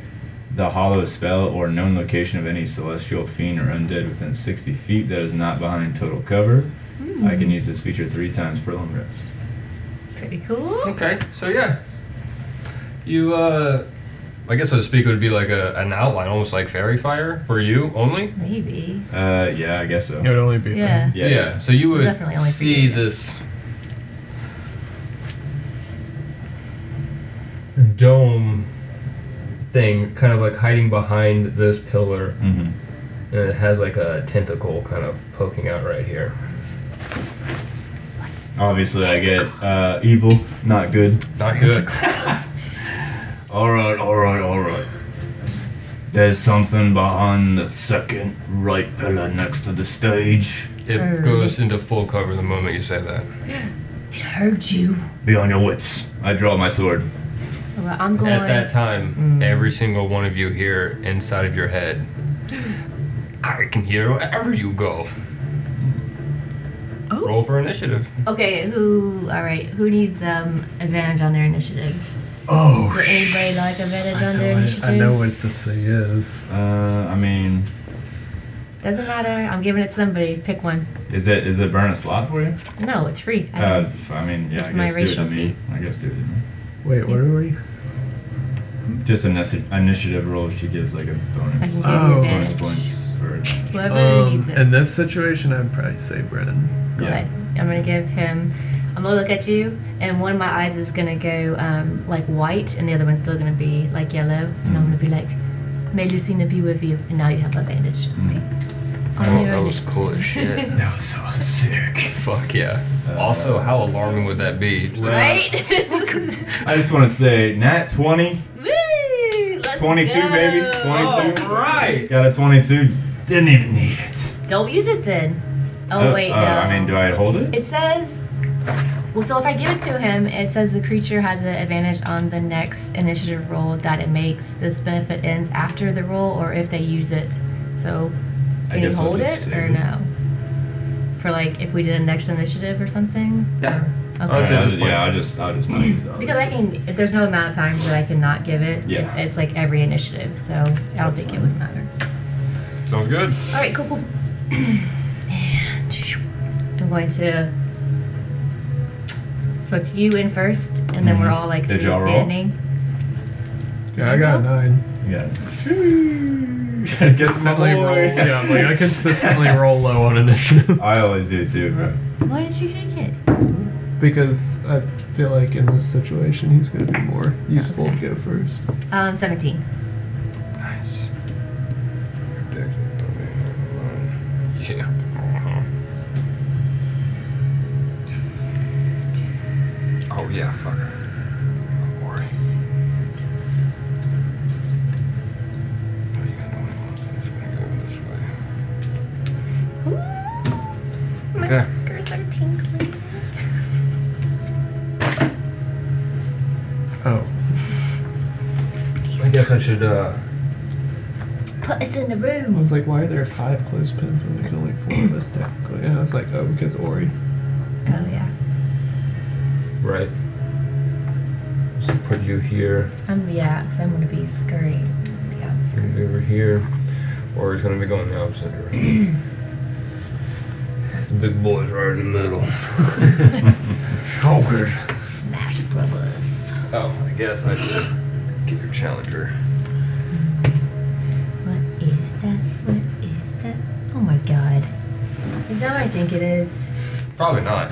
D: the hollow spell or known location of any celestial fiend or undead within 60 feet that is not behind total cover. I can use this feature three times per long rest.
B: pretty cool.
A: Okay, so yeah, you. uh I guess so to speak, it would be like a, an outline, almost like fairy fire for you only.
I: Maybe.
D: Uh, yeah, I guess so.
C: It would only be.
I: Yeah.
D: Yeah.
A: So you would
B: Definitely only for
A: see
B: you, yeah.
A: this dome thing, kind of like hiding behind this pillar,
D: Mm-hmm.
A: and it has like a tentacle kind of poking out right here.
D: Obviously, I get uh, evil, not good.
A: Not good.
E: All right, all right, all right. There's something behind the second right pillar next to the stage.
A: It
I: Alright.
A: goes into full cover the moment you say that.
I: It heard you.
E: Be on your wits.
D: I draw my sword.
I: All right, I'm going.
A: Mm. At that time, every single one of you here inside of your head I can hear wherever you go.
B: Oh.
A: Roll for initiative.
B: Okay, who? All right, who needs um advantage on their initiative?
C: Oh,
B: Would
C: sh-
B: anybody like advantage
C: I
B: on their
C: know, it.
B: initiative?
C: I know what this thing is.
D: Uh, I mean,
B: Doesn't matter. I'm giving it to somebody. Pick one.
D: is it is it burn a slot for you?
B: No, it's free. I
D: Uh,
B: don't-
D: I mean, yeah,
B: It's
D: I
B: my
D: guess do it
B: racial
D: to me. I guess do it to me.
C: Wait, what are we?
D: Just an initi- initiative roll. She gives like a
B: I can
D: bonus.
B: give
C: Oh.
B: you
D: bonus
B: advantage.
D: points for
B: Whoever
C: Um,
B: needs it.
C: in this situation, I'd probably say Brennan.
B: Go
D: Yeah.
B: ahead. I'm gonna give him. I'm gonna look at you, and one of my eyes is gonna go um, like white, and the other one's still gonna be like yellow, and I'm gonna be like, "May Lucina be with you," and now you have advantage.
D: Mm.
B: On
A: Oh,
B: your
A: that was
B: initiative.
A: cool as shit.
D: That was so sick.
A: Fuck yeah.
D: Uh,
A: also, how alarming would that be? Just
D: Right.
B: right?
D: I just want to say, Nat 20,
B: [LAUGHS] Woo! Let's
D: 22
B: go.
D: baby, 22.
A: All right.
D: Got a 22. Didn't even need it.
B: Don't use it then. Oh wait, no.
D: uh, I mean, do I hold it?
B: It says, well, so if I give it to him, it says the creature has an advantage on the next initiative roll that it makes. This benefit ends after the roll or if they use it. So
D: I
B: can you
D: guess I'll
B: hold
D: just
B: it
D: save
B: or
D: it.
B: no? For like if we did a next initiative or something?
A: Yeah.
B: Or-
A: I'll
D: Alright,
A: say
B: Okay.
A: at
D: I'll
A: this
D: ju-
A: point.
D: yeah, I'll just, I'll just not use that.
B: Because I can, if there's no amount of time that I cannot give it.
D: Yeah.
B: It's, it's like every initiative, so I don't think it would matter.
A: Sounds good.
B: All right, cool, [CLEARS THROAT] cool. And I'm going to select you in first, and then we're all like
D: Mm-hmm. Did
B: three
D: y'all roll?
B: standing.
C: Yeah, I got a nine.
D: Yeah. Gotta get some
C: Consistently roll.
D: more.
C: Yeah, like I
D: [LAUGHS]
C: consistently roll low on initiative
D: I always do too, bro. [LAUGHS]
B: Why did you take it?
C: because I feel like in this situation he's going to be more useful to go first.
B: Um, 17.
A: Nice. Yeah. Uh-huh. Oh yeah, fuck. Don't worry. What are you gonna do? It's gonna go this way.
I: My
A: Okay.
I: skirts are tingling.
C: Oh,
A: I guess I should uh
B: Put us in the
C: I
B: room. Oh,
C: was like, why are there five clothespins when there's only four of us technically? And I was like, oh, because Ori.
B: Oh, yeah.
A: right. So put you here.
B: I'm, yeah, because I'm going to be scurrying the
A: Gonna
B: outskirts.
A: be
D: [LAUGHS]
A: over here, or he's gonna be going the opposite direction. the [COUGHS] big boy's right in the [LAUGHS] middle.
D: oh,
A: Chokers.
B: Smash brothers.
A: Oh, I guess I did. Get your challenger.
B: What is that? What is that? Oh, my God. Is that what I think it is?
A: Probably not.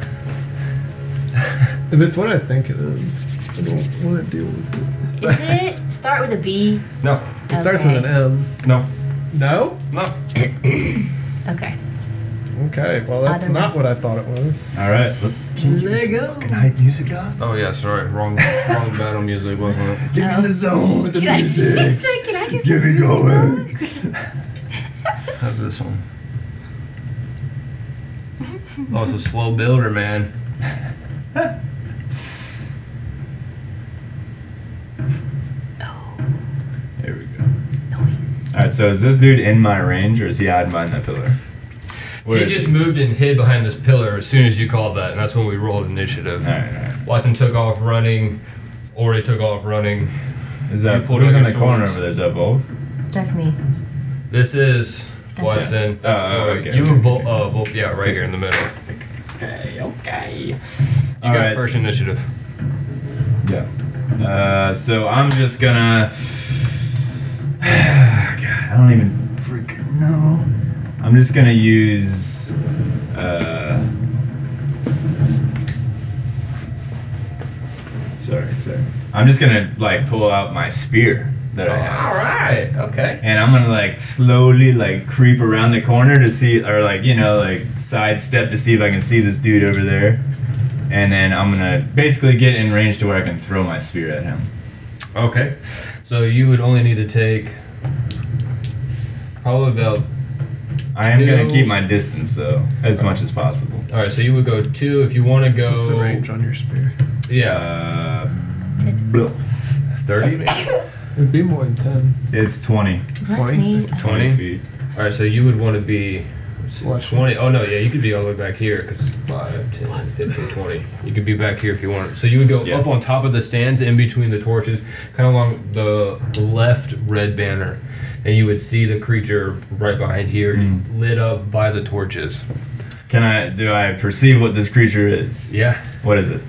C: If it's what I think it is, I don't want to deal with it.
B: Is
D: [LAUGHS]
B: it? Start with a B.
A: No,
C: It starts with an M.
A: no,
C: No?
A: no.
B: [COUGHS] Okay.
C: Okay, well, that's
B: Other-
C: not what I thought it was.
D: Alright. Can you
B: Lego.
D: fucking hype music up?
A: Oh yeah, sorry. Wrong, [LAUGHS] wrong battle music, wasn't it?
D: Get in the zone with the
B: Oh. Can I, [LAUGHS]
D: music.
B: can I get
D: Get
B: some
D: me
B: music on?
D: going. [LAUGHS]
B: [LAUGHS]
A: How's this one? Oh, it's a slow builder, man.
D: There we go. Alright, so is this dude in my range or is he hiding behind that pillar?
A: He just moved and hid behind this pillar as soon as you called that, and that's when we rolled initiative.
D: Alright, alright.
A: Watson took off running. Ori took off running.
D: Is that
A: You pulled
D: who's
A: out
D: in
A: your
D: the corner
A: swords.
D: over there? Is that Volv?
B: That's me.
A: This is
B: That's
A: Watson.
D: it.
A: That's
D: Oh, oh,
A: Ori.
D: okay,
A: You
D: okay,
A: and Vol-
D: okay.
A: uh, Vol- yeah, right here in the middle.
D: Okay, okay. You
A: You got first initiative.
D: Yeah. Uh, so I'm just gonna. [SIGHS] God, I don't even freaking know. I'm just gonna use. Uh, sorry, sorry. I'm just gonna like pull out my spear that I have.
A: All right. Okay.
D: and I'm gonna like slowly like creep around the corner to see, or like you know, like sidestep to see if I can see this dude over there, and then I'm gonna basically get in range to where I can throw my spear at him.
A: Okay. So you would only need to take probably about.
D: I am gonna
A: Two.
D: keep my distance though as much as possible.
A: All right. So you would go two if you want to go.
C: What's the range on your spear?
A: Yeah.
D: Uh,
A: Thirty.
C: It'd be more than 10.
D: it's 20,
B: Bless
C: Point.
B: me.
D: 20
A: 20?
D: feet.
A: All right, so you would want to be let's see,
C: Flush.
A: 20. Oh, no, yeah, you could be all the way back here because 5, 10, 15, 20. You could be back here if you wanted. So you would go
D: Yeah.
A: up on top of the stands in between the torches, kind of along the left red banner. And you would see the creature right behind here, lit up by the torches.
D: Can I? Do I perceive what this creature is?
A: Yeah.
D: What is it?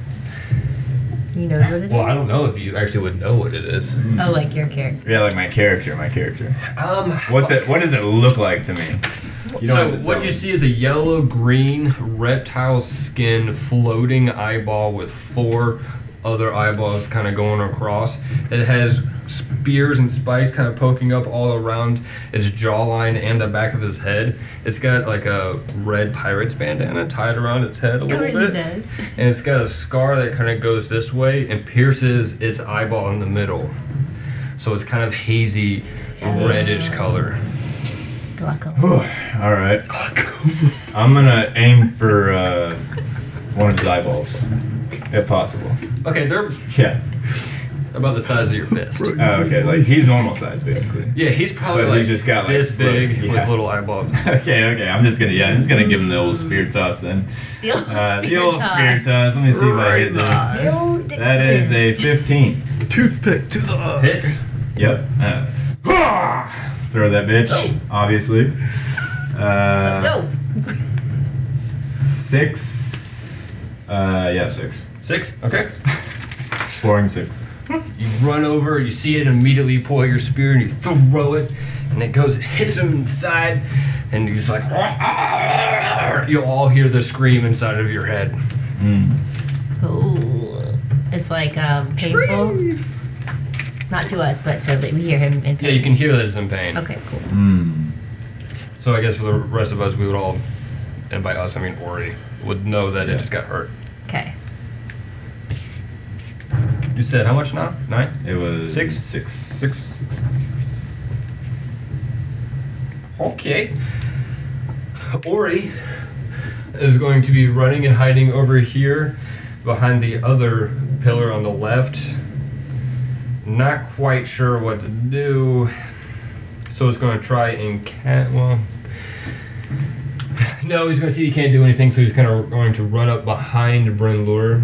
B: He knows what it is.
A: Well, I don't know if you actually would know what it is.
B: Oh, like your character.
D: Yeah, like my character. My character.
A: Um,
D: What's it? What does it look like to me? You know,
A: so
D: it's
A: what
D: a-
A: you see is a yellow green reptile skin floating eyeball with four other eyeballs kind of going across that has spears and spikes kind of poking up all around its jawline and the back of its head it's got like a red pirate's bandana tied around its head a
B: Of
A: little
B: course he
A: bit
B: does.
A: and it's got a scar that kind of goes this way and pierces its eyeball in the middle so it's kind of hazy reddish color
B: Glaucoma.
D: All right. I'm gonna aim for uh, one of his eyeballs, if possible.
A: okay they're
D: Yeah.
A: about the size of your fist
D: Oh, okay. Like he's normal size, basically. [LAUGHS]
A: Yeah, he's probably
D: But he
A: like
D: just got, like,
A: this
D: little-
A: big with
D: yeah. Uh,
A: little eyeballs.
D: Okay. Okay. I'm just gonna. Yeah. I'm just gonna give him the old spear toss then.
B: The old
D: Uh,
B: [LAUGHS]
D: the
B: spear
D: old
B: toss.
D: spear toss. Let me see if I
C: Right in
D: get
C: the
D: this.
C: eye.
D: That is a 15.
C: Toothpick to the eye.
A: Hits.
D: Yep. Uh, [SIGHS] throw that bitch. Obviously. Uh,
B: Let's go.
D: Six. Uh, yeah, six.
A: Six. Okay.
D: Boring six.
A: You run over, you see it, immediately you pull out your spear and you throw it, and it goes, it hits him inside, and he's like, you'll all hear the scream inside of your head.
B: Ooh. It's like um, painful. Not to us, but to we hear him in pain.
A: Yeah, you can hear that it's in pain.
B: Okay, cool.
D: Mm.
A: So I guess for the rest of us, we would all, and by us, I mean Ori, would know that it just got hurt.
B: Okay.
A: You said how much now? Nine?
D: It was
A: Six?
D: Six.
A: Six. Okay. Ori is going to be running and hiding over here behind the other pillar on the left. Not quite sure what to do. So it's going to try and cat. Well. [SIGHS] No, he's going to see he can't do anything, so he's kind of going to run up behind Bryn Lure.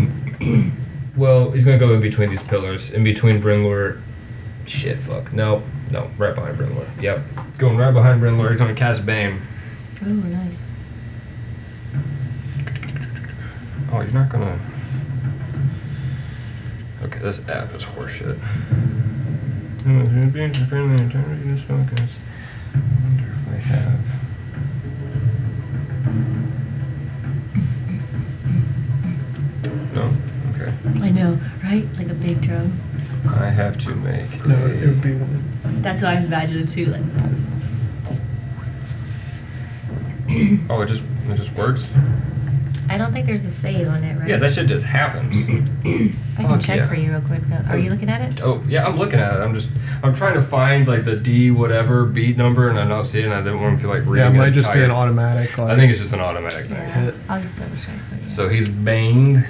A: [CLEARS THROAT] well, he's going to go in between these pillars, in between Bryn Lure Shit, fuck. No, no, right behind Brimlor. Yep. Going right behind Brimlor. He's gonna cast Bane.
B: Oh, nice.
A: Oh, you're not gonna. Okay, this app is horseshit. Focus. I wonder if I have. No? Okay.
I: I know, right? Like a big drone.
A: I have to make.
C: No,
A: a-
C: it would be one.
B: That's what I'm imagining too. Like,
A: Oh, it just, it just works?
B: I don't think there's a save on it, right?
A: Yeah, that shit just happens.
B: I can
A: fuck
B: check
A: yeah.
B: for you real quick though. Are you looking at it?
A: Oh yeah, I'm looking at it. I'm just I'm trying to find like the D whatever beat number, and I don't see it. and I didn't want to feel like reading.
C: Yeah, it might
A: I'm
C: just be
A: tired.
C: an automatic. Like,
A: I think it's just an automatic thing.
B: Yeah. I'll just double check for you.
A: So he's banged.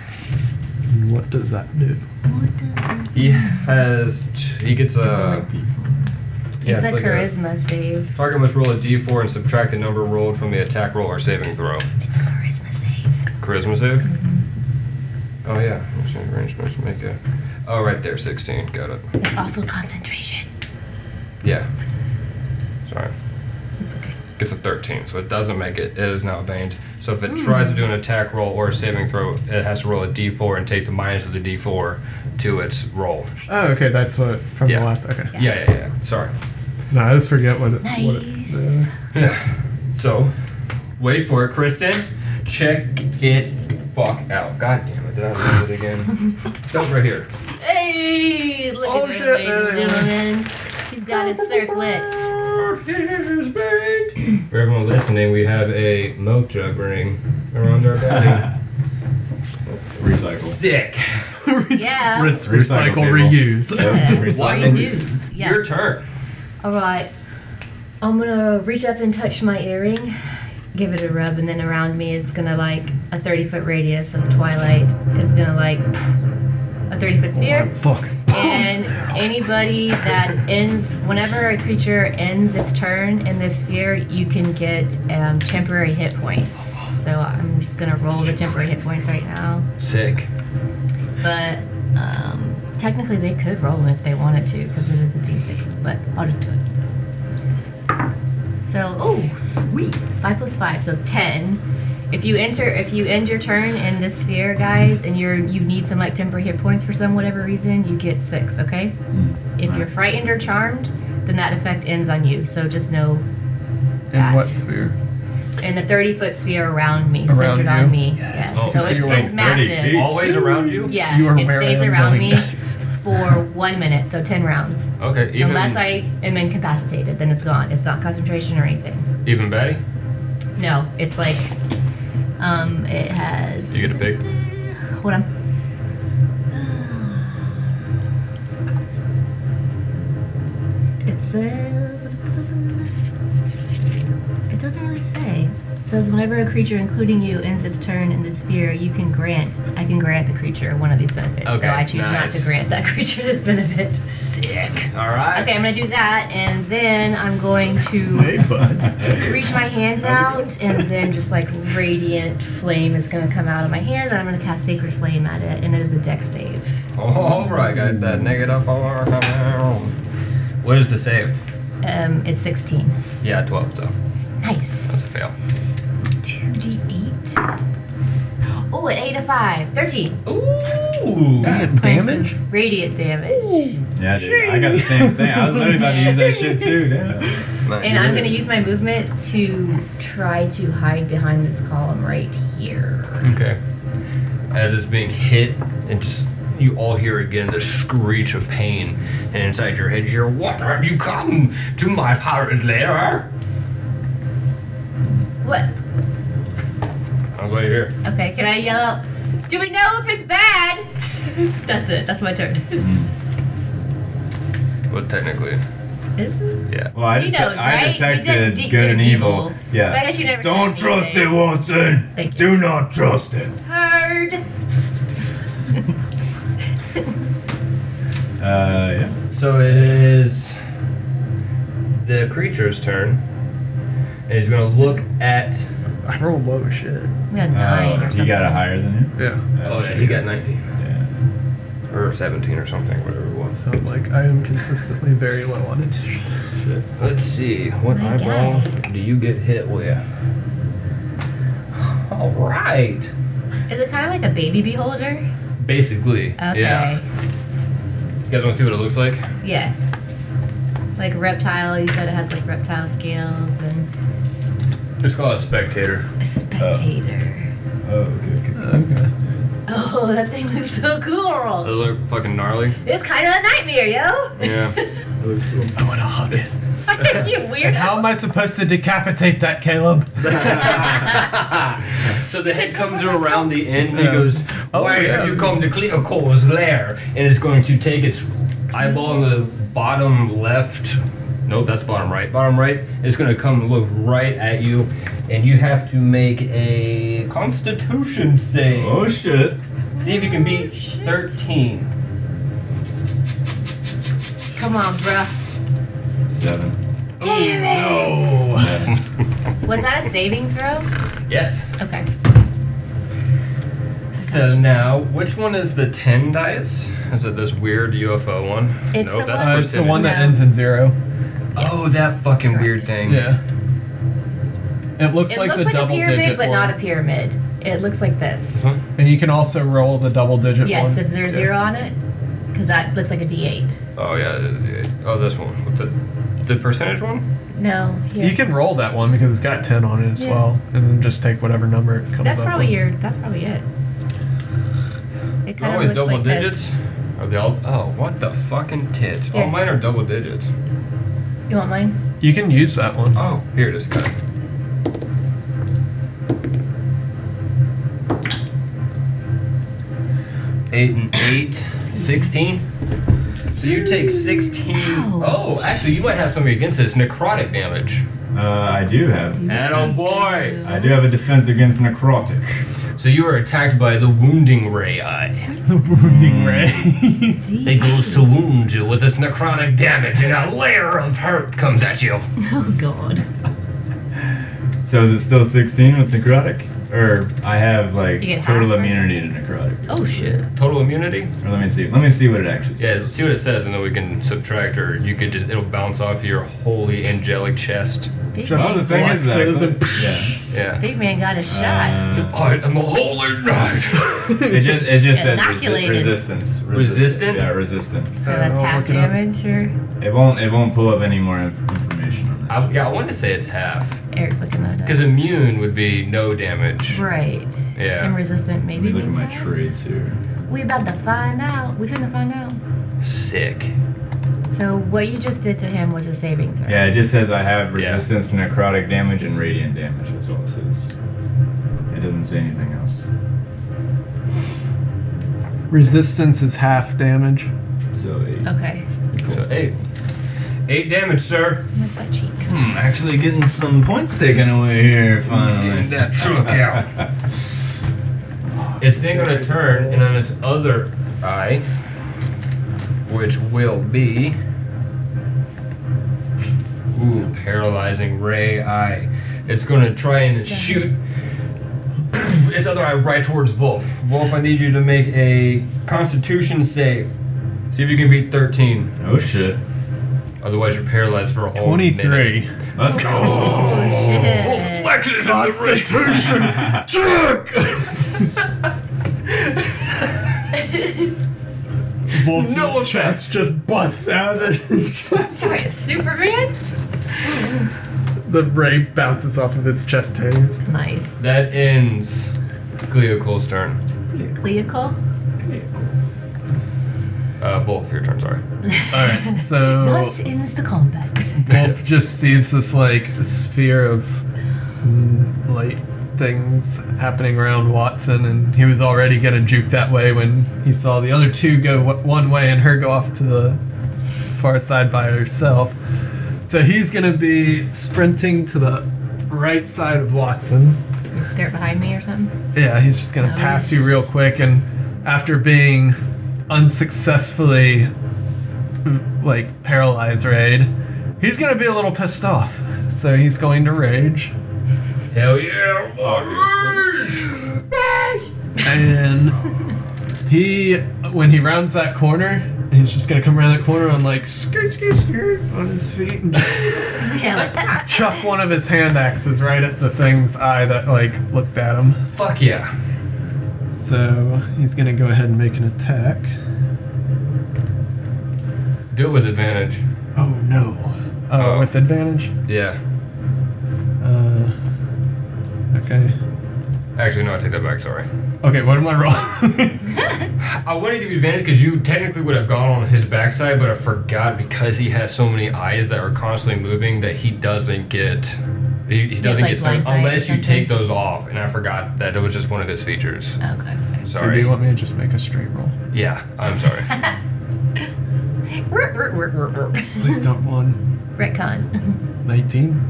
C: what does that do?
B: What does
A: He has t- he gets a
B: it?
A: yeah.
B: it's, a
A: like
B: charisma save.
A: target must roll a D4 and subtract the number rolled from the attack roll or saving throw.
B: It's a charisma save.
A: Charisma save.
B: Mm-hmm.
A: Oh yeah, Let's arrange- let's make a. Oh right there, 16. Got it.
B: It's also concentration.
A: Yeah. Sorry.
B: It's okay.
A: Gets a 13, so it doesn't make it. It is now banged. So if it tries to do an attack roll or a saving throw, it has to roll a d4 and take the minus of the d4 to its roll.
C: Oh, okay, that's what from
A: Yeah.
C: the last. Okay,
A: Yeah, yeah, yeah. Sorry. [LAUGHS]
C: no, I just forget what it. What it
B: Nice.
C: uh,
A: Yeah. So, wait for it, Kristen. Check it fuck out. God damn it, did I lose it again? Don't right here.
B: Hey, look
C: Oh,
B: at
C: shit,
B: that, ladies and
C: there they are.
B: gentlemen. He's got his circlets.
A: For everyone listening, we have a milk jug ring around our
D: [LAUGHS]
A: belly.
D: [LAUGHS] Recycle.
A: Sick.
B: Yeah.
C: Rinse,
D: Recycle
C: recycle,
D: people.
C: reuse. [LAUGHS]
D: Yep,
B: Yeah.
A: What?
D: Recycle.
B: Reduce. Yes.
A: Your turn.
B: All right. I'm gonna reach up and touch my earring, give it a rub, and then around me is gonna like a 30 foot radius of twilight is gonna like a 30 foot sphere.
C: Fuck.
B: and anybody that ends, whenever a creature ends its turn in this sphere, you can get um, temporary hit points. So I'm just gonna roll the temporary hit points right now.
A: Sick.
B: But um, technically, they could roll them if they wanted to because it is a d6. But I'll just do it. So, oh, sweet! Five plus five, so ten. If you enter, if you end your turn in this sphere, guys, and you're you need some like temporary hit points for some whatever reason, you get six. Okay.
D: Hmm.
B: If you're frightened or charmed, then that effect ends on you. So just know
J: In what
B: that.
J: sphere?
B: in the 30 foot sphere around me,
C: Around
B: centered on
C: you?
B: me. Yes.
A: Oh,
B: so
A: so
B: it's,
A: you're
B: it's
A: like 30
B: massive.
D: feet.
A: Always around you.
B: Yeah,
C: You are
B: it
C: where
B: stays
C: I am
B: around me
C: going next.
B: for one minute, so 10 rounds.
A: Okay. Even
B: Unless I am incapacitated, then it's gone. It's not concentration or anything.
A: even Betty,
B: No, it's like, um, it has.
A: you get a pick.
B: Hold on. It says. It doesn't really say. It says whenever a creature, including you, ends its turn in the sphere, you can grant. I can grant the creature one of these benefits.
A: Okay,
B: so I choose not to
A: nice.
B: grant that [LAUGHS] creature this benefit.
A: Sick. All right.
B: Okay, I'm gonna do that, and then I'm going to reach my hands out, and then just like radiant flame is gonna come out of my hands, and I'm gonna cast Sacred Flame at it, and it is a dex save.
A: All right. Got that negative. What is the save?
B: Um, it's 16.
A: Yeah, 12. So
B: Nice.
A: that's a fail.
B: 2d8. Oh, an 8 to 5. 13.
A: Ooh.
C: Damage?
B: Radiant damage.
D: Yeah, dude. I got the same thing. I was literally about to use that
B: [LAUGHS]
D: shit too. Damn.
B: And I'm gonna use my movement to try to hide behind this column right here.
A: Okay. As it's being hit, and just you all hear again the screech of pain, and inside your head you hear, "What have you come to my pirate lair?"
B: What?
A: That's what you hear.
B: Okay, can I yell out? Do we know if it's bad? [LAUGHS] That's it. That's my turn.
A: Well, technically,
B: Is it?
A: yeah.
D: Well, I,
B: He
D: detec-
B: knows,
D: I
B: right?
D: detected
B: He does
D: good and evil.
B: But I
D: Yeah.
B: guess you never.
E: Don't
B: said
E: trust it,
B: anything.
E: Watson.
B: Thank you.
E: Do not trust it.
B: Heard.
D: Uh, yeah.
A: So it is the creature's turn, and he's gonna look at.
C: [LAUGHS] I roll low as shit.
B: We got nine
D: Oh,
B: or something.
D: he got a higher than you.
C: Yeah.
A: Oh yeah, he got 19
D: Yeah.
A: or 17 or something, whatever it was.
C: So I'm like, I am consistently very low on it.
A: Let's see, what
B: My
A: eyeball
B: guy.
A: do you get hit with? [SIGHS] All right.
B: Is it kind of like a baby beholder?
A: Basically.
B: Okay.
A: Yeah. You guys want to see what it looks like?
B: Yeah. Like a reptile. You said it has like reptile scales and
A: Just call it a spectator.
B: a spectator.
D: Oh, [LAUGHS] okay. okay.
C: Okay.
B: [LAUGHS] Oh, that thing looks so
A: It
B: cool.
A: look fucking gnarly.
B: It's kind of a nightmare, yo.
A: Yeah.
B: [LAUGHS]
D: That looks cool.
C: I want to hug it.
B: you weirdo.
J: am I supposed to decapitate that, Caleb?
A: [LAUGHS] so the head comes around the end and he goes,
C: Oh,
A: Why
C: yeah.
A: have you come to Cleoco's lair? And it's going to take its eyeball on the bottom left. Nope, that's bottom right. Bottom right is going to come look right at you, and you have to make a constitution save.
D: Oh shit.
A: See if you can beat 13.
B: Come on, bruh.
D: Seven.
C: Oh,
B: Was that a saving throw?
A: [LAUGHS] Yes.
B: Okay.
A: So now, which one is the 10 dice? Is it this weird UFO one?
B: It's
A: nope,
B: the
A: that's
B: one-
C: Uh, it's the one that
B: Yeah.
C: ends in zero.
A: percentage. Oh, that fucking weird thing.
C: Yeah. It looks
B: It
C: like
B: looks
C: the
B: like a
C: double
B: pyramid,
C: digit
B: but
C: one.
B: not a pyramid. It looks like this.
A: Huh?
C: and you can also roll the double digit one.
B: Yes, if there's
C: Yeah.
B: zero on it, because that looks like a D8.
A: Oh, yeah. yeah, yeah. Oh, this one. With the, the percentage one?
B: No, here.
C: You can roll that one because it's got ten on it as
B: Yeah.
C: well, and then just take whatever number it comes
B: That's
C: up
B: probably
C: with.
B: your. That's probably it. It
A: They're
B: kind
A: always
B: of looks
A: double
B: like
A: digits?
B: this.
A: Are they all? Oh, what the fucking tits?
B: Here.
A: All mine are double digits.
B: You want mine?
C: You can use that one.
A: Oh, here it is. Got it. Eight and eight. 16. So you take 16. Oh, actually, you might have something against this. Necrotic damage.
D: Uh, I do have.
A: Atta boy!
D: I do have a defense against necrotic.
A: So you are attacked by the wounding ray eye.
J: The wounding ray.
A: It goes to wound you with its necrotic damage, and a layer of hurt comes at you.
B: [LAUGHS] Oh god.
D: So is it still 16 with necrotic? Or I have like
B: You get half
D: total
B: or
D: immunity to necrotic.
B: Oh shit.
A: Total immunity?
D: Or let me see. Let me see what it actually says.
A: Yeah, let's see what it says, and then we can subtract, or you could just, it'll bounce off your holy angelic chest.
B: Big,
D: Oh, the thing is
C: Blocks it,
D: that.
C: it's like-
D: yeah.
A: Yeah.
B: big man got a shot.
A: [LAUGHS]
D: Uh,
A: I am a holy knight!
D: It just it just says resi-
B: Inoculated.
D: resistance.
A: Resistant?
D: Yeah, resistance.
B: so that's
C: I'll
B: half
C: look it up.
B: damage or
D: It won't it won't pull up any more inf- information on
A: [LAUGHS]
D: that.
A: I, yeah, I wanted to say it's half.
B: Eric's looking that up.
A: Because immune would be no damage.
B: Right.
A: Yeah.
B: And resistant
D: Let me
B: maybe
D: look at
B: means
D: my
B: half?
D: traits here.
B: We about to find out. We finna find out.
A: Sick.
B: So what you just did to him was a saving throw.
D: Yeah, it just says I have
A: Yeah.
D: resistance to necrotic damage and radiant damage. That's all it says. It doesn't say anything else.
C: Resistance is half damage.
D: So eight.
B: Okay.
A: So eight. Eight damage, sir.
B: My butt cheeks.
E: Hmm, actually getting some points taken away here
A: Get
E: finally.
A: that truck out. It's then gonna turn, and on its other eye, which will be. Ooh, paralyzing ray eye. It's gonna try and shoot [CLEARS THROAT] its other eye right towards Wolf. Wolf, I need you to make a constitution save. See if you can beat 13.
E: [LAUGHS]
D: Oh shit.
A: Otherwise, you're paralyzed for a whole minute.
J: 23.
D: Let's go.
B: Oh, shit.
A: flexes on the ray.
C: Wolf's
A: No offense.
C: chest just busts out. and
B: [LAUGHS] Sorry, it's Superman?
C: the ray bounces off of his chest hairs.
B: Nice.
A: That ends Cleo Cole's turn.
B: Cleical?
A: Uh, Wolf, your turn, sorry.
J: Alright,
C: So
B: Thus ends the combat.
C: Wolf just sees this like sphere of mm, light things happening around Watson, and he was already gonna juke that way when he saw the other two go w- one way and her go off to the far side by herself. So he's gonna be sprinting to the right side of Watson.
B: [LAUGHS] You skirt behind me or something?
C: Yeah, he's just gonna
B: Oh.
C: pass you real quick, and after being unsuccessfully like paralyzed raid, he's gonna be a little pissed off. So he's going to rage,
A: [LAUGHS] Hell yeah,
C: and [LAUGHS] he when he rounds that corner, he's just gonna come around that corner on like skirt skirt skirt on his feet and just [LAUGHS]
B: Yeah, like that.
C: chuck one of his hand axes right at the thing's eye that like looked at him.
A: Fuck yeah.
C: So he's gonna go ahead and make an attack.
A: Do it with advantage.
C: Oh no.
A: Oh.
C: Oh, with advantage.
A: Yeah.
C: Uh, okay.
A: Actually, no, I take that back, sorry.
C: Okay, what am I wrong? [LAUGHS]
A: I wanted to give you advantage because you technically would have gone on his backside, but I forgot because he has so many eyes that are constantly moving that he doesn't get. He, he doesn't
B: like,
A: get stung
B: blind sight or
A: unless you
B: something?
A: take those off, and I forgot that it was just one of his features.
B: Okay.
C: so do
A: Sorry.
C: you want me to just make a straight roll?
A: yeah, I'm
B: [LAUGHS]
A: sorry.
B: [LAUGHS] Rup, rup, rup, rup, rup.
C: Please don't one.
B: Retcon.
C: 19?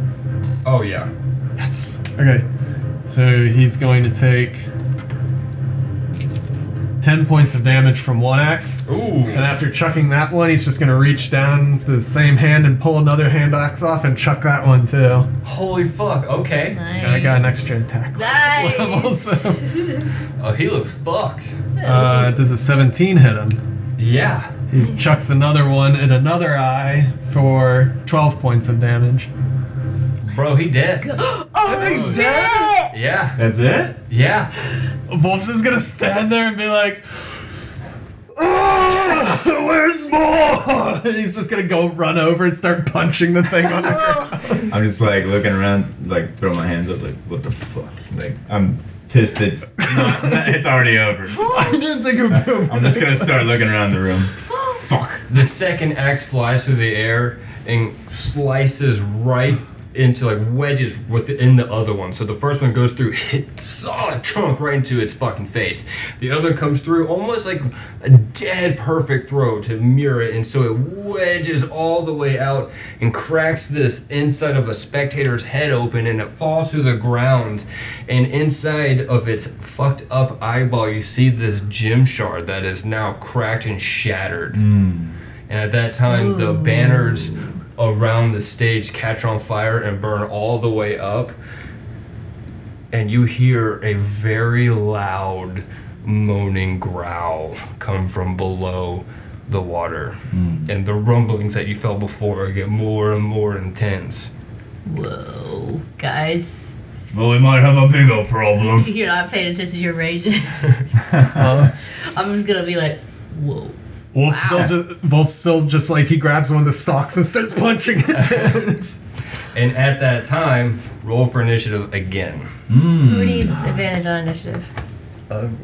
A: Oh yeah.
C: Yes. Okay. So he's going to take 10 points of damage from one axe.
A: Ooh.
C: And after chucking that one, he's just going to reach down to the same hand and pull another hand axe off and chuck that one too.
A: Holy fuck. Okay.
B: [LAUGHS] Nice.
C: And I got an extra [LAUGHS] attack.
B: Nice.
C: so.
A: Oh, he looks fucked.
C: Uh, does a 17 hit him?
A: Yeah.
C: He chucks another one in another eye for 12 points of damage.
A: Bro, he dead.
C: I think he's dead!
A: Oh, Yeah.
D: That's it?
A: Yeah.
C: Wolf's just gonna stand there and be like, "Ah, Where's more? [LAUGHS] And he's just gonna go run over and start punching the thing on the
B: [LAUGHS]
D: [LAUGHS]
C: ground.
D: I'm just like looking around, like throw my hands up, like what the fuck? Like I'm pissed. It's not, [LAUGHS] it's already over.
C: I didn't think it would be over.
D: I'm just gonna start looking around the room. Fuck.
A: The second axe flies through the air and slices right into like wedges within the other one. So the first one goes through, hit solid chunk right into its fucking face. The other comes through almost like a dead perfect throw to mirror it, and so it wedges all the way out and cracks this inside of a spectator's head open, and it falls to the ground. And inside of its fucked up eyeball, you see this gem shard that is now cracked and shattered. And at that time, the banners around the stage catch on fire and burn all the way up. And you hear a very loud moaning growl come from below the water. And the rumblings that you felt before get more and more intense.
B: Whoa, guys.
E: Well, we might have a bigger problem.
B: You're not paying attention to your
C: [LAUGHS]
B: rage. [LAUGHS] I'm just gonna be like, whoa.
C: Wolf still just Wolf still just like he grabs one of the stalks and starts punching it. [LAUGHS]
A: And at that time, roll for initiative again.
E: Hmm.
B: Who needs
C: Mm.
B: advantage on initiative?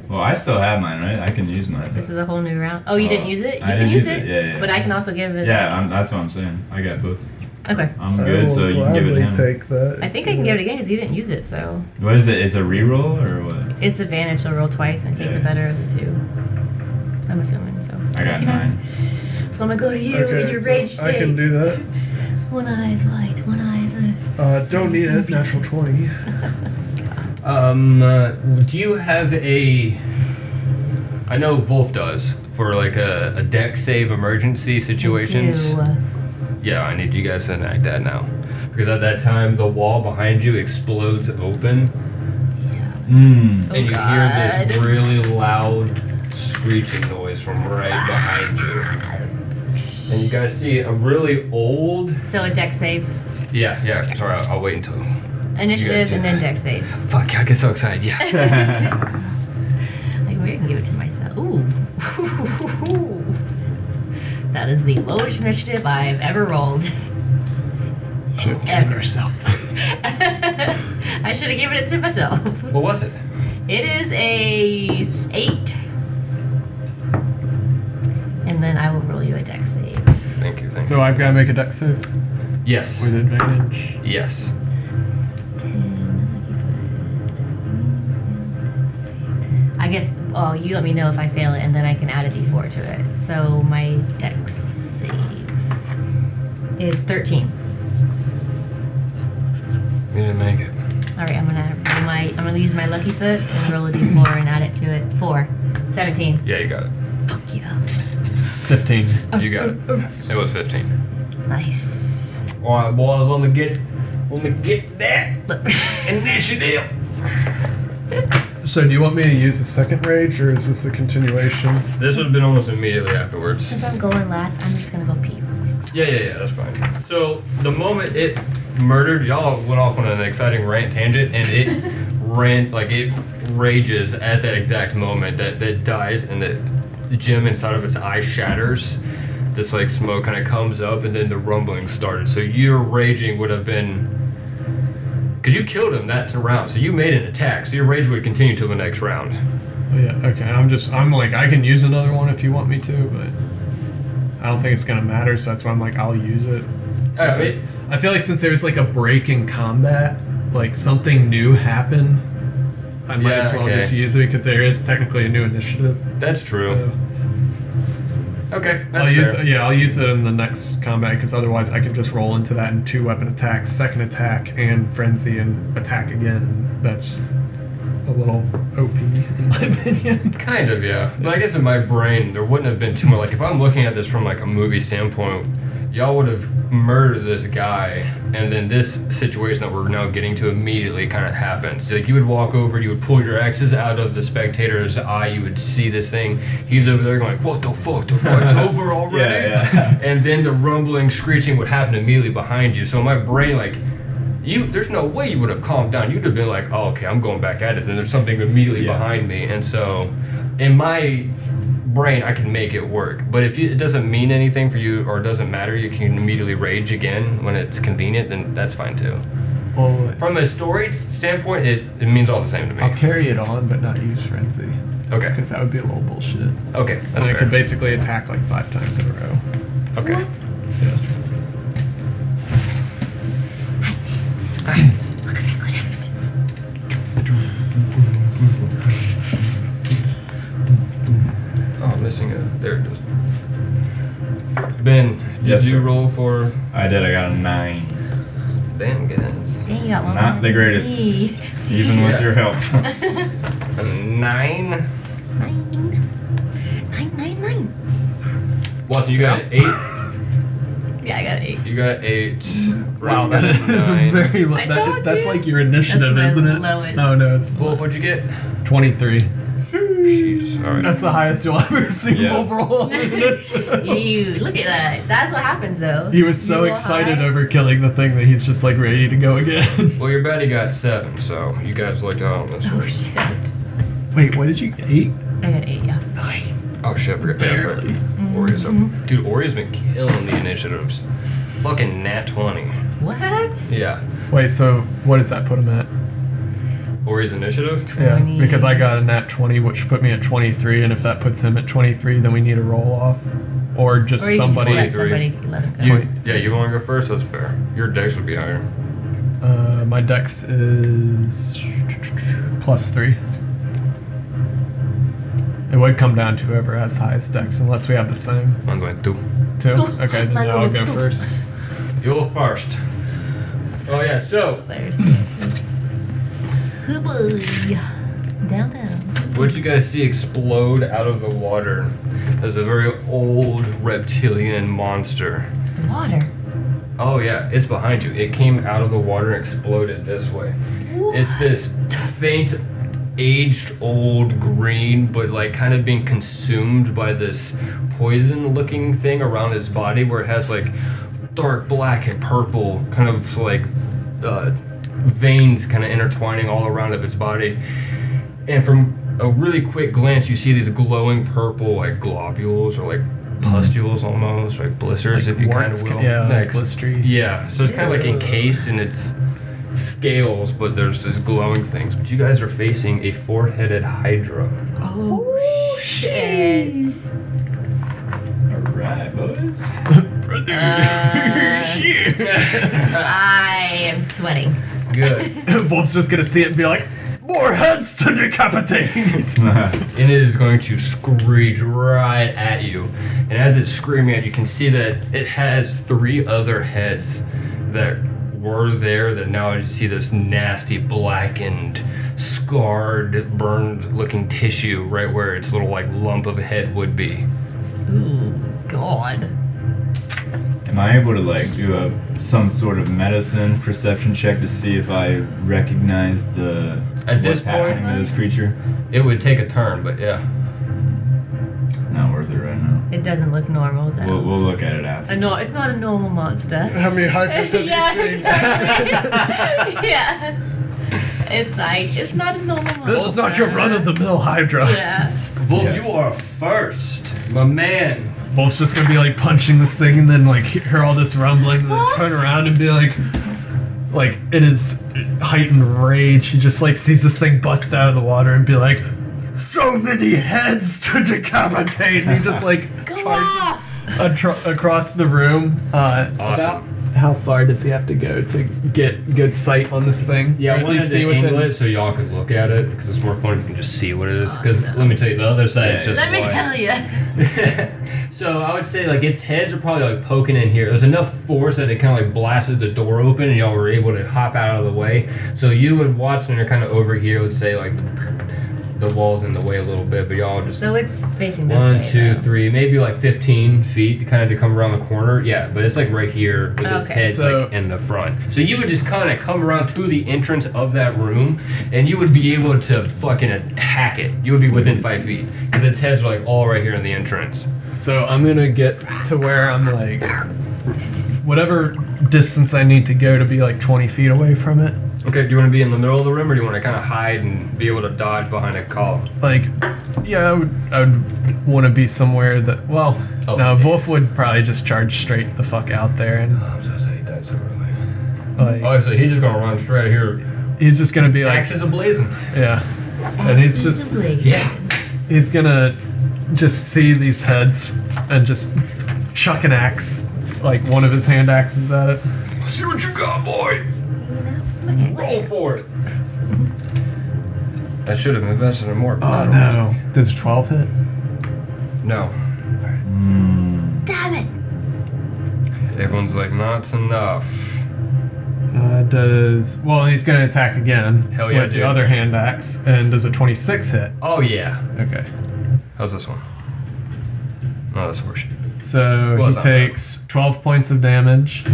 D: Well, I still have mine, right? I can use mine.
B: This is a whole new round. Oh, you didn't
D: Oh,
B: use it? You
D: I
B: can
D: didn't
B: use,
D: use
B: it,
D: it, yeah, yeah,
B: but I
D: yeah.
B: can also give it.
D: Yeah, I'm, that's what I'm saying. I got both.
B: Okay.
D: I'm good, so you can give it to him.
C: take that.
B: I think I can give it again because you didn't use it, so
D: What is it? Is it a reroll or what?
B: it's advantage to roll twice and take
D: Yeah.
B: the better of the two. I'm assuming so.
D: I got nine.
B: So I'm gonna go to you in your rage state.
C: I can do that.
B: One eye is white, one eye is a
C: Uh, don't need it. Natural twenty.
A: Um, uh, do you have a? I know Wolf does for like a, a deck save emergency situations.
B: two.
A: Yeah, I need you guys to enact that now, because at that time the wall behind you explodes open,
D: [LAUGHS] Mm.
A: and you hear this really loud screeching noise from right behind you. And you guys see a really old.
B: So a deck save,
A: Yeah, yeah. Sorry, I'll, I'll wait until.
B: initiative,
A: do
B: and then
A: that.
B: deck save.
A: Fuck! I get so excited.
B: [LAUGHS]
A: Yes. [LAUGHS]
B: Like maybe I can give it to myself. Ooh. [LAUGHS] That is the lowest initiative I've ever rolled. [LAUGHS]
C: Should have
B: Ever.
C: herself.
B: [LAUGHS] I should have given it to myself. [LAUGHS]
A: what was it?
B: It is a s- eight. And then I will roll you a deck save.
A: Thank you. Thank
C: So
A: you.
C: I've got to make a deck save
A: Yes.
C: with advantage.
A: Yes.
B: I guess oh you let me know if I fail it and then I can add a D4 to it. So my dex save is 13.
A: We didn't make it.
B: Alright, I'm gonna roll my I'm gonna use my lucky foot and roll a D4 and add it to it. Four. 17.
A: Yeah, you got it.
B: Fuck yeah.
C: Fifteen.
A: You [LAUGHS] got it. It was 15.
B: Oh. [LAUGHS] Nice.
A: All right, boys, let me get, let me get that
B: Look.
A: initiative.
B: [LAUGHS]
C: So do you want me to use a second rage or is this a continuation?
A: This would have been almost immediately afterwards.
B: Since I'm going last, I'm just gonna go pee.
A: Yeah, yeah, yeah. That's fine. So the moment it murdered, y'all went off on an exciting rant tangent, and it ran like it rages at that exact moment that that dies, and the gem inside of its eye shatters. This like smoke kind of comes up, and then the rumbling started. So your raging would have been. Because you killed him that round, so you made an attack, so your rage would continue till the next round.
C: Oh, yeah. Okay. I'm just. I'm like. I can use another one if you want me to, but I don't think it's gonna matter. So that's why I'm like. I'll use it.
A: Uh, it's-
C: I feel like since there was like a break in combat, like something new happened, I might as
A: Yeah,
C: well
A: okay.
C: just use it because there is technically a new initiative.
A: that's true.
C: So
A: okay, that's
C: I'll use
A: fair.
C: yeah, I'll use it in the next combat because otherwise I can just roll into that in two weapon attacks, second attack and frenzy and attack again. That's a little OP in my [LAUGHS] opinion.
A: Kind of, yeah. But I guess in my brain, there wouldn't have been too much. Like, if I'm looking at this from like a movie standpoint, y'all would have murdered this guy, and then this situation that we're now getting to immediately kind of happened. Like, you would walk over, you would pull your axes out of the spectator's eye, you would see this thing. He's over there going, "What the fuck? The fuck?
D: [LAUGHS]
A: It's over already!"
D: yeah.
A: And then the rumbling, screeching would happen immediately behind you. So in my brain, like. You, there's no way you would have calmed down. You'd have been like, oh, okay, I'm going back at it. Then there's something immediately
D: Yeah.
A: behind me. And so, in my brain, I can make it work. But if you, it doesn't mean anything for you or it doesn't matter, you can immediately rage again when it's convenient, then that's fine too.
C: Well,
A: From a story standpoint, it, it means all the same to me.
C: I'll carry it on but not use frenzy
A: Okay.
C: because that would be a little bullshit.
A: Okay.
C: So
A: That's
C: I
A: fair.
C: could basically attack like five times in a row.
A: okay.
C: Yeah.
A: Oh, missing it. There it is. Ben, did
D: Yes,
A: you
D: sir.
A: roll for
D: I did. I got a nine.
A: damn guys?
I: Dang, you got one.
D: Not
I: more
D: the
I: than
D: greatest.
I: me.
B: [LAUGHS]
D: Even with
A: Yeah.
D: your
C: [LAUGHS]
D: help. [LAUGHS]
A: A nine.
I: Nine. Nine, nine, nine.
A: Watson, you got an
D: [LAUGHS]
A: eight.
B: Yeah, I got eight.
A: You got an eight.
C: Wow,
A: Brandon
C: that
A: got a
C: is a
A: nine.
C: very low.
B: I
C: That,
B: told
C: that's
B: you.
C: like your initiative,
B: That's my
C: isn't it? Oh,
B: lowest.
C: No, no, it's
A: Wolf. What'd you get?
C: 23.
A: Jeez. All right.
C: That's the highest you'll [LAUGHS] ever see
D: Yeah.
C: Wolf roll on initiative.
B: You look at that. That's what happens though.
C: He was so
B: You roll
C: excited
B: high.
C: over killing the thing that he's just like ready to go again.
A: Well, your buddy got seven, so you guys looked out on this
B: [LAUGHS] Oh
A: one.
B: shit! I
C: Wait, what did you get? Eight?
B: got eight. Yeah.
C: Nice.
A: Oh shit! I forgot
C: Barely.
A: Barely. Oreo's up. Dude, Oreo's been killing the initiatives. Fucking nat twenty.
B: What?
A: Yeah.
C: Wait, so what does that put him at?
A: Oreo's initiative.
C: Yeah,
B: 20.
C: because I got a nat 20, which put me at 23, and if that puts him at 23, then we need a roll off. Or just
B: Or you can
C: somebody.
B: just let
A: 23.
B: somebody let him go.
A: You, yeah, you want to go first? That's fair. Your dex would be higher.
C: Uh, my dex is plus three. It would come down to whoever has the highest dex, unless we have the same.
A: Mine's like two.
B: [LAUGHS]
C: Two? Okay, then
I: my
C: I'll
I: lord,
C: go
I: two.
C: first.
A: You're first. Oh yeah. So,
B: Players.
I: Hoo-boy. Down, down.
A: what you guys see explode out of the water is a very old reptilian monster.
I: Water.
A: Oh yeah, it's behind you. It came out of the water and exploded this way. It's this faint, aged old green, but like kind of being consumed by this poison-looking thing around its body, where it has like dark black and purple, kind of it's like uh, veins kind of intertwining all around of its body. And from a really quick glance, you see these glowing purple like globules or like pustules almost, like blisters
C: Mm-hmm. Like
A: if you kind
C: warts,
A: of will.
C: yeah, like
A: Next.
C: blistery.
A: Yeah, so it's kind of like encased in its scales, but there's these glowing things. But you guys are facing a four-headed hydra.
B: Oh shit!
D: Alright, boys.
C: [LAUGHS]
B: Uh, I am sweating.
A: Good.
C: Wolf's just gonna see it and be like, more heads
A: [LAUGHS]
C: to
A: [LAUGHS]
C: decapitate!
A: and it is going to screech right at you. And as it's screaming at you, you can see that it has three other heads that were there that now you see this nasty blackened scarred burned looking tissue right where its little like lump of a head would be
B: Ooh, God.
D: Am I able to like do a some sort of medicine perception check to see if I recognize the
A: At
D: what's
A: this point-
D: happening to this creature?
A: it would take a turn but yeah
D: Not worth it right now.
B: It doesn't look normal though.
D: We'll, we'll look at it after.
B: A no, it's not a normal monster.
C: How
B: [LAUGHS]
C: many hydras
B: yeah, exactly. [LAUGHS] yeah. It's like it's not a normal monster.
C: This is not your run of the
B: [LAUGHS]
C: mill Hydra.
B: Yeah.
A: Wolf,
D: Yeah.
A: you are first, my man.
C: Wolf's just gonna be like punching this thing and then like hear all this rumbling and then turn around and be like, like in his heightened rage, he just like sees this thing bust out of the water and be like, so many heads to decapitate. And he just like charges atro- across the room. Uh,
A: Awesome.
C: About how far does he have to go to get good sight on this thing? Or
A: Yeah, we wanted to angle it so y'all could look at it because it's more fun if you can just see what it is. Because let me tell you, the other side is
D: Yeah.
A: just
B: Let me
A: white. [LAUGHS]
B: tell you.
A: so I would say like its heads are probably like poking in here. There's enough force that it kind of like blasted the door open, and y'all were able to hop out of the way. So you and Watson are kind of over here. Would say like the walls in the way a little bit, but y'all just
B: So it's facing this
A: one,
B: way.
A: two,
B: though.
A: three, maybe like 15 feet kind of to come around the corner. Yeah, but it's like right here with its
B: Okay.
A: head
C: So-
A: like in the front. So you would just kind of come around to the entrance of that room and you would be able to fucking hack it. You would be within five feet because its head's like all right here in the entrance.
C: So I'm gonna get to where I'm like, whatever distance I need to go to be like 20 feet away from it.
A: Okay, do you want to be in the middle of the room or do you want to kind of hide and be able to dodge behind a column?
C: Like, yeah, I would, I would want to be somewhere that, well,
A: Oh.
C: no, Wolf would probably just charge straight the fuck out there and
A: I'm so sad he died so early.
C: like,
A: Oh, so he's just going to run straight out of here.
C: he's just gonna be like,
A: Axes ablazing.
C: yeah, and he's just,
A: Yeah.
C: he's gonna just see these heads and just chuck an axe, like one of his hand axes at it.
A: See what you got, boy. Roll for it. I should have invested in more.
C: Oh no, does a 12 hit?
A: No.
B: Damn it!
A: Everyone's like, not enough.
C: Uh, does well? He's going to attack again
A: Hell yeah,
C: with
A: dude.
C: the other hand axe, and does a twenty-six hit?
A: Oh, yeah.
C: Okay,
A: How's this one? Oh, that's horseshit.
C: so
A: Well, it's
C: he
A: not bad.
C: takes twelve points of damage,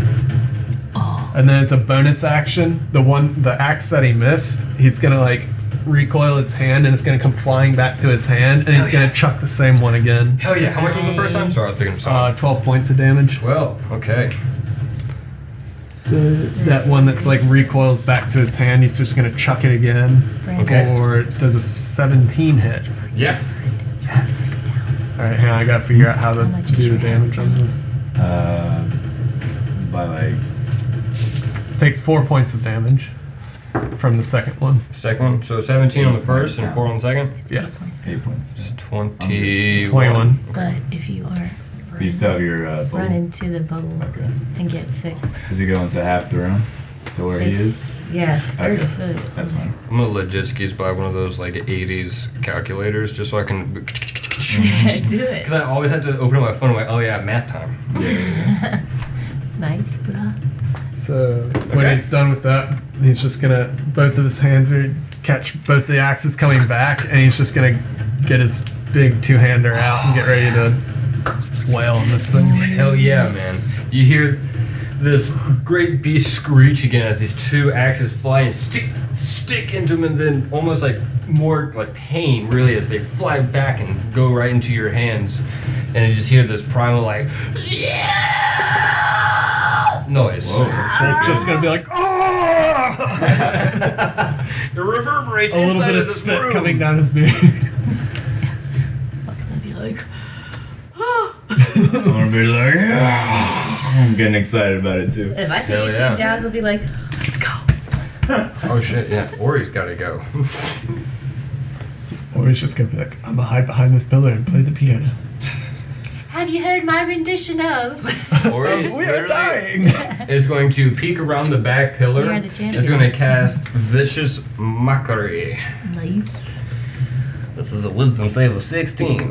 C: and then it's a bonus action. The one, the axe that he missed, he's going to like recoil his hand, and it's going to come flying back to his hand, and he's going to chuck the same one again.
A: Hell yeah. How much was the first time? Sorry, I was thinking of something.
C: Uh, twelve points of damage.
A: well, okay.
C: So that one that's like recoils back to his hand, he's just gonna chuck it again.
A: Okay.
C: Or does a 17 hit?
A: Yeah.
C: Yes. All right, hang on. I gotta figure out how to do the damage on this.
D: Uh, by like
C: Takes four points of damage from the second one.
A: Second one. So 17 on the first and 4 on the second.
C: Yes.
D: eight points. yeah.
A: 21.
C: 21.
I: But if you are
D: Do you still have your uh,
I: run
D: bubble?
I: into the bubble
D: Okay.
I: and get six,
D: Is he going to half the room to where he is?
I: yes, thirty
D: Okay.
I: foot.
D: That's fine.
A: I'm gonna let jet skis buy one of those like 80s calculators just so I can.
I: Do it.
A: Because I always had to open up my phone and like, oh yeah, math time.
I: Nice, bruh.
C: So when
A: Okay.
C: he's done with that, he's just gonna both of his hands are catch both the axes coming back, and he's just gonna get his big two-hander out and get ready to wail on this thing.
A: Hell yeah, man. You hear this great beast screech again as these two axes fly and stick stick into him and then almost like more like pain really as they fly back and go right into your hands. And you just hear this primal like noise.
C: It's just
D: [LAUGHS]
C: gonna [LAUGHS] be like, oh!
A: [LAUGHS] It reverberates
C: a little
A: inside
C: bit of
A: this
C: spit
A: room.
C: coming down his beard. [LAUGHS]
I: What's gonna be like?
E: I'm gonna be like, yeah.
D: I'm getting excited about it too.
B: If I see
A: Hell
B: you two,
A: yeah.
B: Jazz will be like,
A: Oh shit, yeah. Ori's gotta
C: [LAUGHS]
A: go.
C: Or he's just gonna be like, I'm gonna hide behind this pillar and play the piano.
B: "Have you heard my rendition of?" [LAUGHS]
A: Ori
C: we are
A: literally
C: dying!
A: is going to peek around the back
I: We
A: pillar.
I: are the
A: It's
I: champions.
A: going to cast Vicious Mockery.
I: Nice.
A: This is a wisdom save of 16,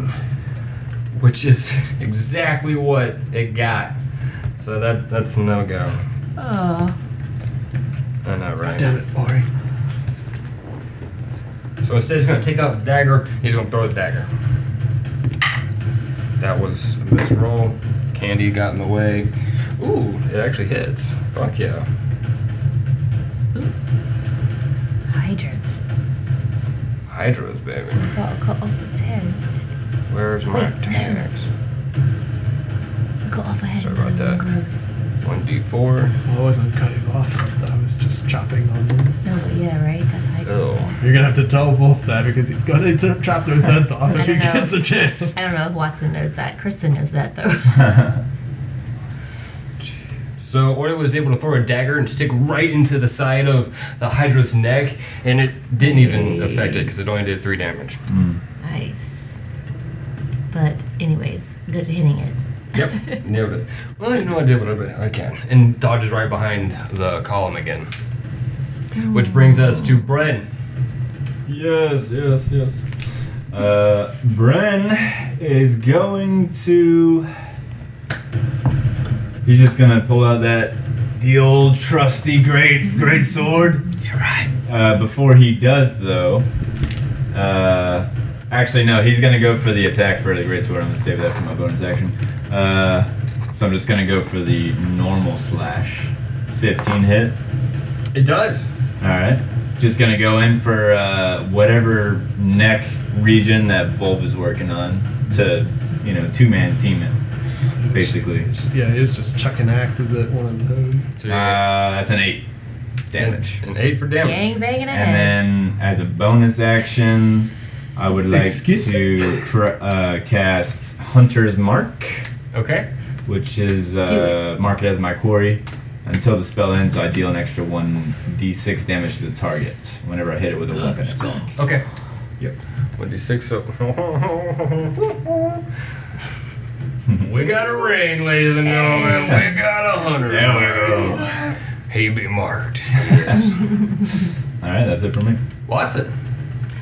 A: which is [LAUGHS] exactly what it got. So that that's no go.
I: Oh,
A: I know, right?
C: Damn it, Ori.
A: So instead, he's going to take out the dagger. He's going to throw the dagger. That was a misroll. Candy got in the way. Ooh, it actually hits. Fuck yeah.
I: hydrants.
A: Hydras, baby.
I: So we gotta cut off its head.
A: Where's my
I: Wait, no.
A: attacks?
I: We cut off a head.
A: Sorry about
I: and then
A: that.
I: grows.
A: 1d4.
C: I wasn't cutting off, I was just chopping on him.
I: No, but yeah, right. That's hydrants.
A: Oh.
C: You're gonna have to tell Wolf that because he's gonna t- chop those heads off
I: I
C: if he
I: don't know.
C: gets a chance.
I: I don't know if Watson knows that. Kristen knows that though. [LAUGHS]
D: [LAUGHS]
A: So Ori was able to throw a dagger and stick right into the side of the Hydra's neck, and it didn't even affect it because it only did three damage.
I: nice. But anyways, good hitting it.
A: Yep,
D: [LAUGHS]
A: nailed it. Well, you know I did what I- I can, and dodges right behind the column again. Which brings us to Bren.
D: Yes, yes, yes. Uh, Bren is going to. He's just gonna pull out that
E: The old trusty great great sword.
D: Uh, before he does, though, uh, actually no, he's gonna go for the attack for the greatsword. I'm gonna save that for my bonus action. Uh, so I'm just gonna go for the normal slash, 15 hit.
A: It does.
D: All right, just gonna go in for uh, whatever neck region that Volv is working on to, you know, two man team it, basically.
C: Yeah, he was just chucking axes at one of those.
A: So you-
D: Uh, that's an eight damage.
A: An eight for damage.
I: Gang banging a
D: And
I: head.
D: then, as a bonus action, I would like
C: Excuse
D: to cr- uh, cast Hunter's Mark,
A: Okay.
D: which is uh, mark it as my quarry. Until the spell ends, I deal an extra 1d6 damage to the target whenever I hit it with a weapon attack.
A: Okay.
D: Yep.
A: 1d6. So. [LAUGHS] we got a ring, ladies and gentlemen. We got a hundred.
D: There
A: He be marked.
D: [LAUGHS] All right, that's it for me.
A: Watson.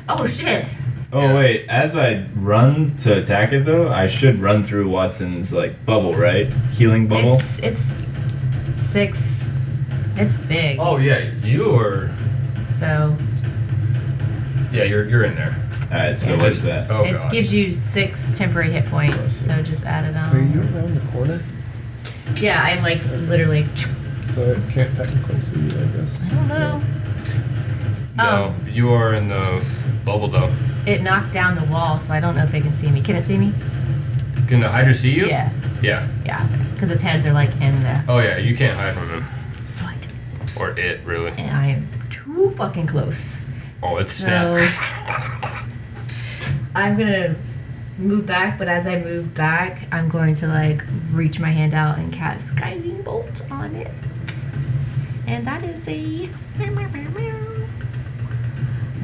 I: Oh shit.
D: Oh
A: Yeah.
D: wait, as I run to attack it though, I should run through Watson's like bubble, right? Healing bubble.
B: It's it's six. It's big.
A: Oh yeah, you are.
B: So
A: Yeah, you're you're in there.
D: All right, so
A: It
D: what's
A: just-
D: that?
A: Oh
B: it
A: god.
B: gives you six temporary hit points. So just add it
C: Are you
B: on.
C: around the corner?
B: Yeah, I'm like literally.
C: So it can't technically see you, I guess.
B: I don't know.
A: no,
B: oh.
A: you are in the bubble though.
B: It knocked down the wall, so I don't know if they can see me. Can it see me?
A: Can the Hydra see you?
B: Yeah,
A: Yeah.
B: yeah. Because its heads are like in the
A: Oh yeah, you can't hide from him
B: light.
A: or it really.
B: And I am too fucking close.
A: Oh, it's
B: so,
A: snap. [LAUGHS]
B: I'm gonna move back, but as I move back, I'm going to like reach my hand out and cast Skybeam Bolt on it. And that is a. That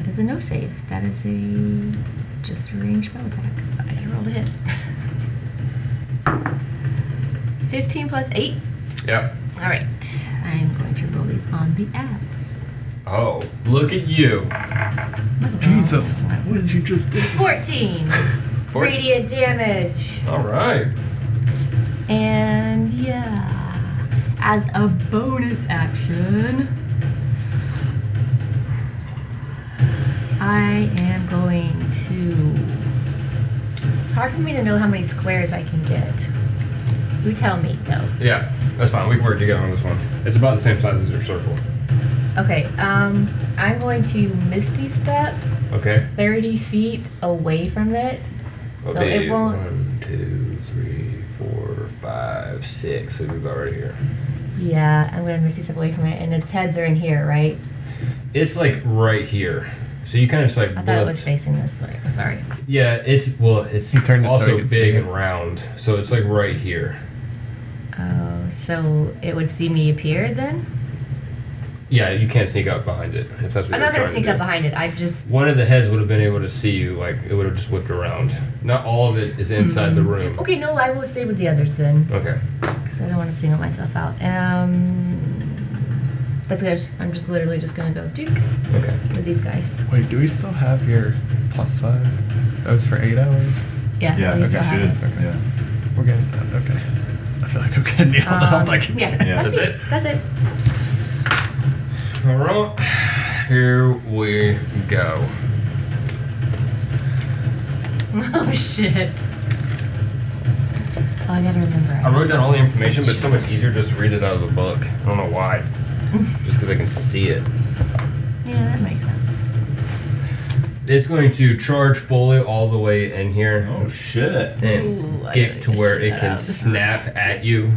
B: is a no save. That is a just a ranged spell attack. I rolled a hit. [LAUGHS] 15 plus 8.
A: Yep.
B: Alright, I'm going to roll these on the app.
A: Oh, look at you.
C: Jesus, what did you just do? [LAUGHS]
B: 14
A: Four-
B: radiant damage.
A: All right.
B: And yeah, as a bonus action, I am going to. It's hard for me to know how many squares I can get. You tell me though.
A: Yeah, that's fine. We can work together on this one. It's about the same size as your circle.
B: Okay, um, I'm going to Misty Step
A: Okay.
B: 30 feet away from it. So
A: That'll
B: it
A: be
B: won't-
A: One, two, three, four, five, six. So we're about right here.
B: Yeah, I'm gonna Misty Step away from it, and its heads are in here, right?
A: It's like right here. So you kind of just like.
B: I thought it was
A: blipped.
B: facing this way. I'm sorry.
A: Yeah, it's well, it's
C: He turned it so
A: also
C: he could see
A: big
C: it.
A: and round, so it's like right here.
B: Oh, so it would see me appear then?
A: Yeah, you can't sneak up behind it if that's what
B: I'm
A: you're
B: not gonna
A: trying
B: sneak
A: to
B: up
A: do.
B: behind it. I just
A: One of the heads would have been able to see you, like it would have just whipped around. Not all of it is inside the room.
B: Mm. okay. No, I will stay with the others then,
A: Okay.
B: because I don't want to single myself out. Um, that's good. I'm just literally just gonna go duke
A: Okay.
B: with these guys.
C: Wait, do we still have your plus five? That was for eight hours?
B: Yeah.
D: Yeah, I
B: we
D: think
B: still
D: I
B: have
D: should.
A: [LAUGHS]
B: it.
D: Yeah.
C: We're getting that, okay. I feel like I'm getting nailed
B: Um,
C: out like
B: yeah,
D: Yeah.
B: That's,
A: That's
B: it.
A: it?
B: That's it. [LAUGHS]
A: All right. Here we go.
B: oh shit. Oh, I gotta remember.
A: I wrote down all the information, but it's so much easier just to read it out of the book. I don't know
B: [LAUGHS]
A: why. just because I can see it.
B: Yeah, that makes sense.
A: It's going to charge fully all the way in here.
D: Oh shit.
A: and
B: Ooh, I gotta
A: get to
B: get
A: where it
B: shit
A: can
B: [LAUGHS] out.
A: snap at you.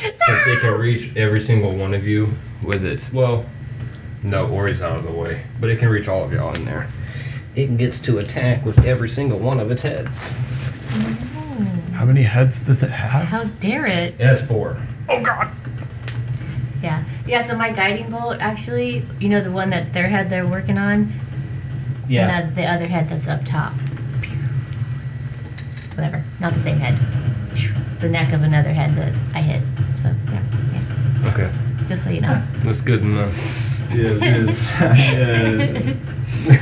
A: Since it can reach every single one of you with its well, no, Ori's out of the way, but it can reach all of y'all in there. It gets to attack with every single one of its heads.
C: How many heads does it have? [LAUGHS]
B: How dare it?
A: It has four.
C: Oh god!
B: Yeah. Yeah, so my guiding bolt actually, you know the one that their head they're working on? And the, the other head that's up top. Whatever. Not the same head. The neck of another head that I hit. So, yeah. yeah.
A: Okay,
B: Just so you know.
A: that's good enough. [LAUGHS]
D: Yes, [LAUGHS] yes.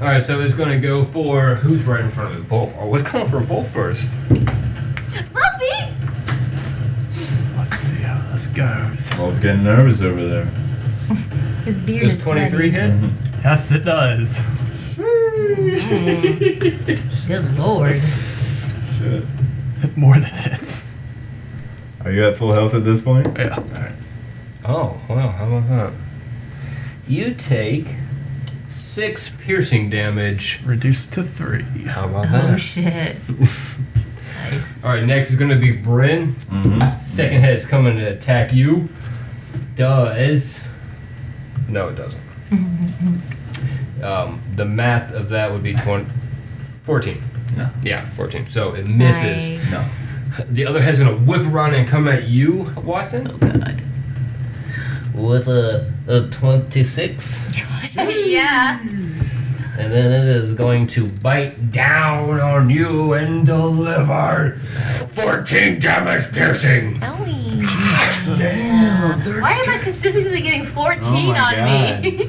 B: [LAUGHS]
A: all right, so it's going to go for who's right in front of it. Wolf. Oh, let's come for Wolf first.
B: Fluffy!
C: Let's see how this goes.
D: [LAUGHS] I was getting nervous over there. Mm-hmm.
B: His beard
A: Does
B: is
A: 23 hit?
C: Yes, it does.
B: sweaty. [LAUGHS] Good lord.
D: Shit.
C: More than hits.
D: Are you at full health at this point?
C: Yeah.
A: Oh, wow, how about that? You take six piercing damage.
C: Reduced to three.
A: How about
B: Oh,
A: that?
B: shit. Nice.
A: Alright, next is gonna be Bryn. [LAUGHS]
D: Mm-hmm.
A: Second head is coming to attack you. Does. No, it [LAUGHS] doesn't. um, the math of that would be 20, 14.
D: No.
A: Yeah, 14. So it misses.
B: Nice.
D: No.
A: The other head's gonna whip around and come at you, Watson. With a, a 26.
B: [LAUGHS] yeah.
A: And then it is going to bite down on you and deliver 14 damage piercing.
B: Owie.
C: Damn.
B: Why am I consistently getting 14
D: Oh my
B: on me?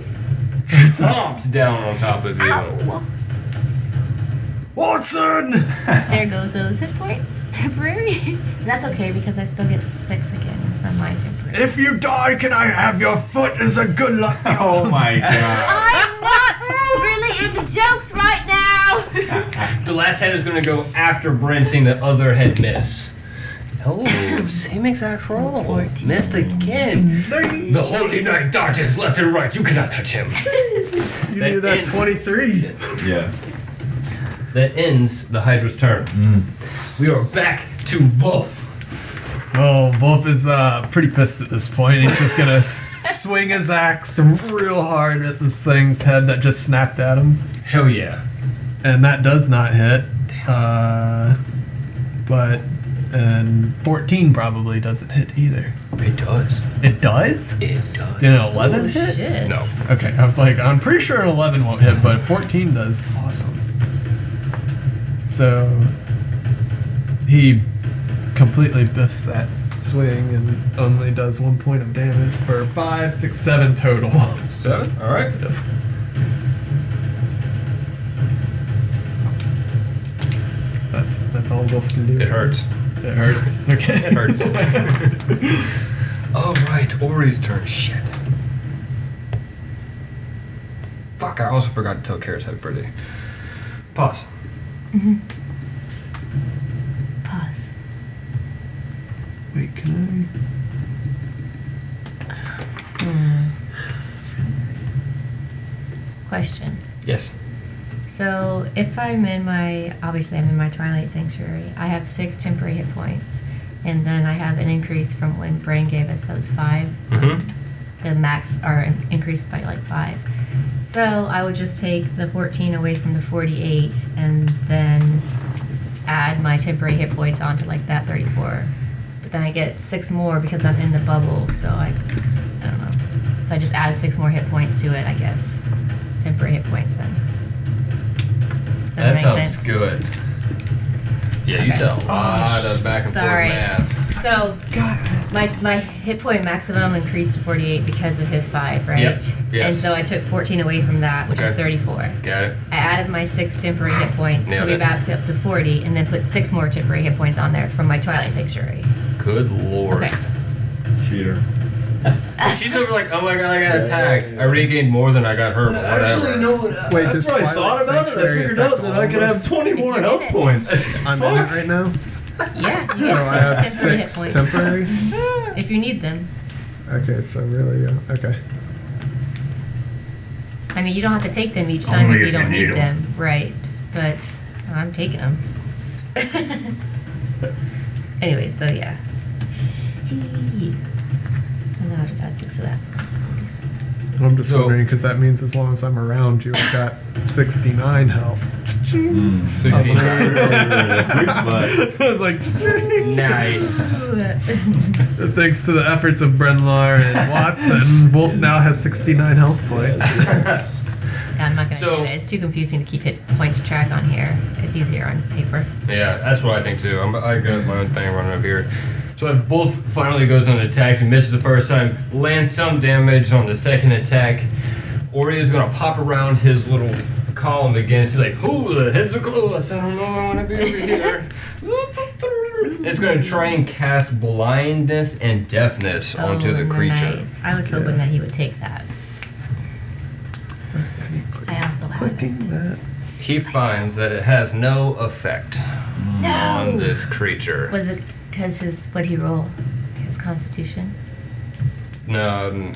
A: thumps down on top of you.
B: [LAUGHS] Ow.
C: Watson!
B: There go those hit points. [LAUGHS] Temporary. That's okay because I still get six again from my temporary.
C: If you die, can I have your foot as a good luck? [LAUGHS]
D: Oh my god.
B: I'm not really into jokes right [LAUGHS] now.
A: The last head is going to go after Bryn, seeing the other head miss. Oh, same exact roll. Missed again. The Holy Knight dodges left and right. You cannot touch him.
C: You do
A: That
C: that
A: is-
C: 23.
D: [LAUGHS] Yeah.
A: That ends the Hydra's turn. Mm. We are back to Wolf.
C: Oh, Wolf is uh, pretty pissed at this point. He's just gonna swing his axe real hard at this thing's head that just snapped at him.
A: Hell yeah.
C: And that does not hit. Uh, but, and 14 probably doesn't hit either.
A: It does.
C: It does?
A: It does.
C: Did an 11 hit?
B: Oh, Shit.
A: No.
C: Okay, I was like, I'm pretty sure an 11 won't hit, but 14 does. Awesome. So he completely biffs that swing and only does one point of damage for five, six, seven total. [LAUGHS]
A: Seven? All right.
C: That's that's all Wolf can do.
A: It hurts.
C: It hurts.
B: [LAUGHS]
C: Okay.
A: It
E: [LAUGHS]
A: hurts. All Oh, right, Ori's turn. Shit. Fuck, I also forgot to tell Karis how pretty. Pause.
I: Pause.
C: Wait, can
B: Hmm. Question.
A: Yes.
B: So if I'm in my obviously I'm in my Twilight Sanctuary, I have six temporary hit points, and then I have an increase from when Brain gave us those five.
A: Mm-hmm.
B: The max are in- increased by like five. So I would just take the 14 away from the 48, and then add my temporary hit points onto like that 34. But then I get six more because I'm in the bubble. So I, I don't know. So I just add six more hit points to it, I guess. Temporary hit points then. Does
A: That,
B: make
A: sounds
B: sense?
A: good. Yeah, you said a lot of back and
B: Sorry.
A: forth math.
B: So
C: I? God.
B: my, my hit point maximum increased to 48 because of his five, right?
A: Yep. Yes.
B: And so I took 14 away from that, which is
A: Okay.
B: 34.
A: Got it.
B: I added my six temporary hit points, put
A: Nailed
B: me
A: it.
B: back up to 40, and then put six more temporary hit points on there from my Twilight Sanctuary.
A: Good lord.
B: Okay.
D: Cheater.
A: [LAUGHS] She's over like, oh my god, I got attacked. I regained more than I got hurt. but whatever.
E: uh,
D: what.
C: Wait, does Twilight Sanctuary affect all of us?
D: 20
B: more health points.
C: I'm in it right now.
B: Yeah, you
C: So I have
B: get six temporary
C: six
B: hit points [LAUGHS]
C: temporary.
B: if you need them.
C: Okay, so really, yeah. Okay.
B: I mean, you don't have to take them each time
E: Only
B: if you
E: if you
B: don't
E: need
B: need
E: 'em.
B: them, right? But I'm taking [LAUGHS] them. anyway, so yeah. And then I'll just add six to that. So
C: I'm just
A: So-
C: wondering because that means as long as I'm around you, I've got 69 health.
A: [LAUGHS]
C: I was like-
D: Sweet spot.
C: I was like,
A: nice.
B: [LAUGHS] 46.
C: thanks to the efforts of Brenlar
A: [LAUGHS]
C: and Watson, Wolf now has 69 health points.
B: Yeah, I'm not gonna
A: So-
B: do it. It's too confusing to keep hit points track on here. It's easier on paper.
A: Yeah, that's what I think too. I'm, I got my own thing running up here. So that Wolf finally goes on an attack and misses the first time, lands some damage on the second attack. Ori is gonna pop around his little column again. She's like, "Ooh, the heads are close. I don't know. I want to be over here." [LAUGHS] it's gonna try and cast blindness and deafness onto the
B: Oh,
A: creature.
B: nice. I was hoping that he would take that. I also have it.
A: He finds that it has no effect on
B: No.
A: this creature.
B: Was it because his what he roll? His constitution.
A: Um,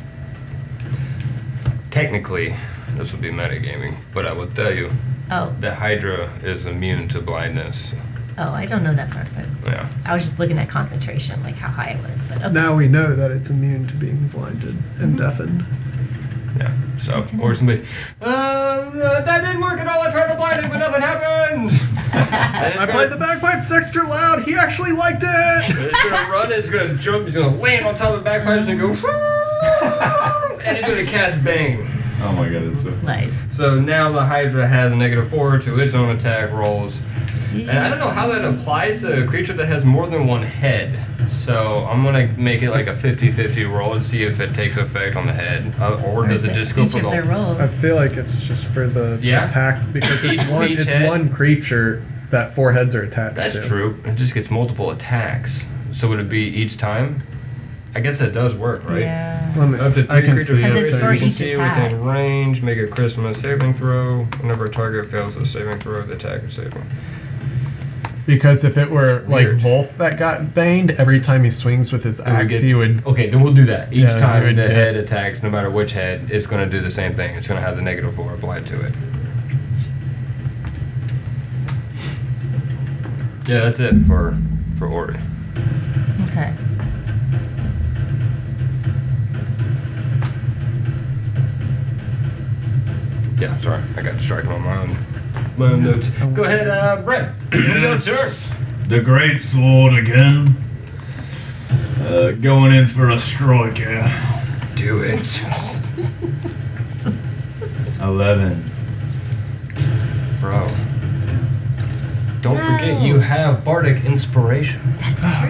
A: technically, this would be metagaming, but I will tell you
B: Oh,
A: the Hydra is immune to blindness.
B: oh, I don't know that part, but
A: Yeah.
B: I was just looking at concentration, like how high it was. But okay.
C: Now we know that it's immune to being blinded and deafened.
A: Yeah. So, or somebody, um, uh, that didn't work at all. I tried to blind it, but nothing
C: [LAUGHS]
A: happened. And it's
C: I played the
A: gonna-
C: bagpipes extra loud. He actually liked it.
A: It's gonna run, it's gonna jump, it's gonna land on top of the bagpipes and go, [LAUGHS] and it's gonna cast Bane.
D: Oh my god, that's so.
B: Nice.
A: So now the Hydra has negative four to its own attack rolls. And I don't know how that applies to a creature that has more than one head. So I'm gonna make it like a 50-50 roll and see if it takes effect on the head, Uh, or does it just go
B: Each
A: for
B: of their
A: the?
B: roll.
C: I feel like it's just for the
A: Yeah.
C: attack because it's
A: Each-
C: one
A: each
C: it's
A: head.
C: one creature that four heads are attached
A: That's
C: to.
A: true. It just gets multiple attacks. So would it be each time? I guess that does work, right?
B: Yeah.
C: Let me,
A: Up to three
C: I can
A: creature
C: see
B: Because it's
C: it.
B: for
A: you can
B: each
C: so
A: see
B: attack.
A: within range, make a Christmas saving throw. Whenever a target fails a saving throw, the attacker saving.
C: Because if it were
A: It's
C: like
A: weird.
C: Wolf that got banged, every time he swings with his
A: It would
C: axe,
A: get-
C: he would.
A: Okay, then we'll do that. Each
C: Yeah, you
A: time
C: would
A: the
C: get-
A: head attacks, no matter which head, it's going to do the same thing. It's going to have the negative four applied to it. Yeah, that's it for for Ori.
B: Okay.
A: Yeah, sorry, I got distracted on my own my own notes. Go ahead, uh, Brett.
E: Yes.
A: Your turn.
E: The great sword again. Uh, going in for a strike here.
A: Do it.
E: 11.
A: Bro. Don't forget you have Bardic inspiration.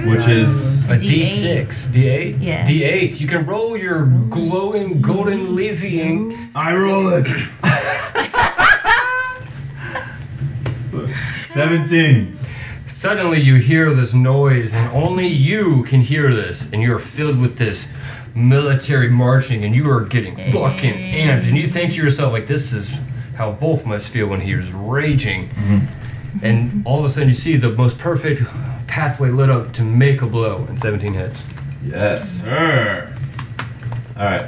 D: Which is
A: A
B: D8.
A: D6. D8?
B: Yeah.
A: D8. You can roll your glowing golden levying.
E: I roll it.
D: 17.
A: Suddenly you hear this noise, and only you can hear this, and you're filled with this military marching, and you are getting fucking amped, and you think to yourself, like, this is how Wolf must feel when he is raging. And all of a sudden you see the most perfect pathway lit up to make a blow in 17 hits.
D: Yes.
E: Sir.
D: Alright.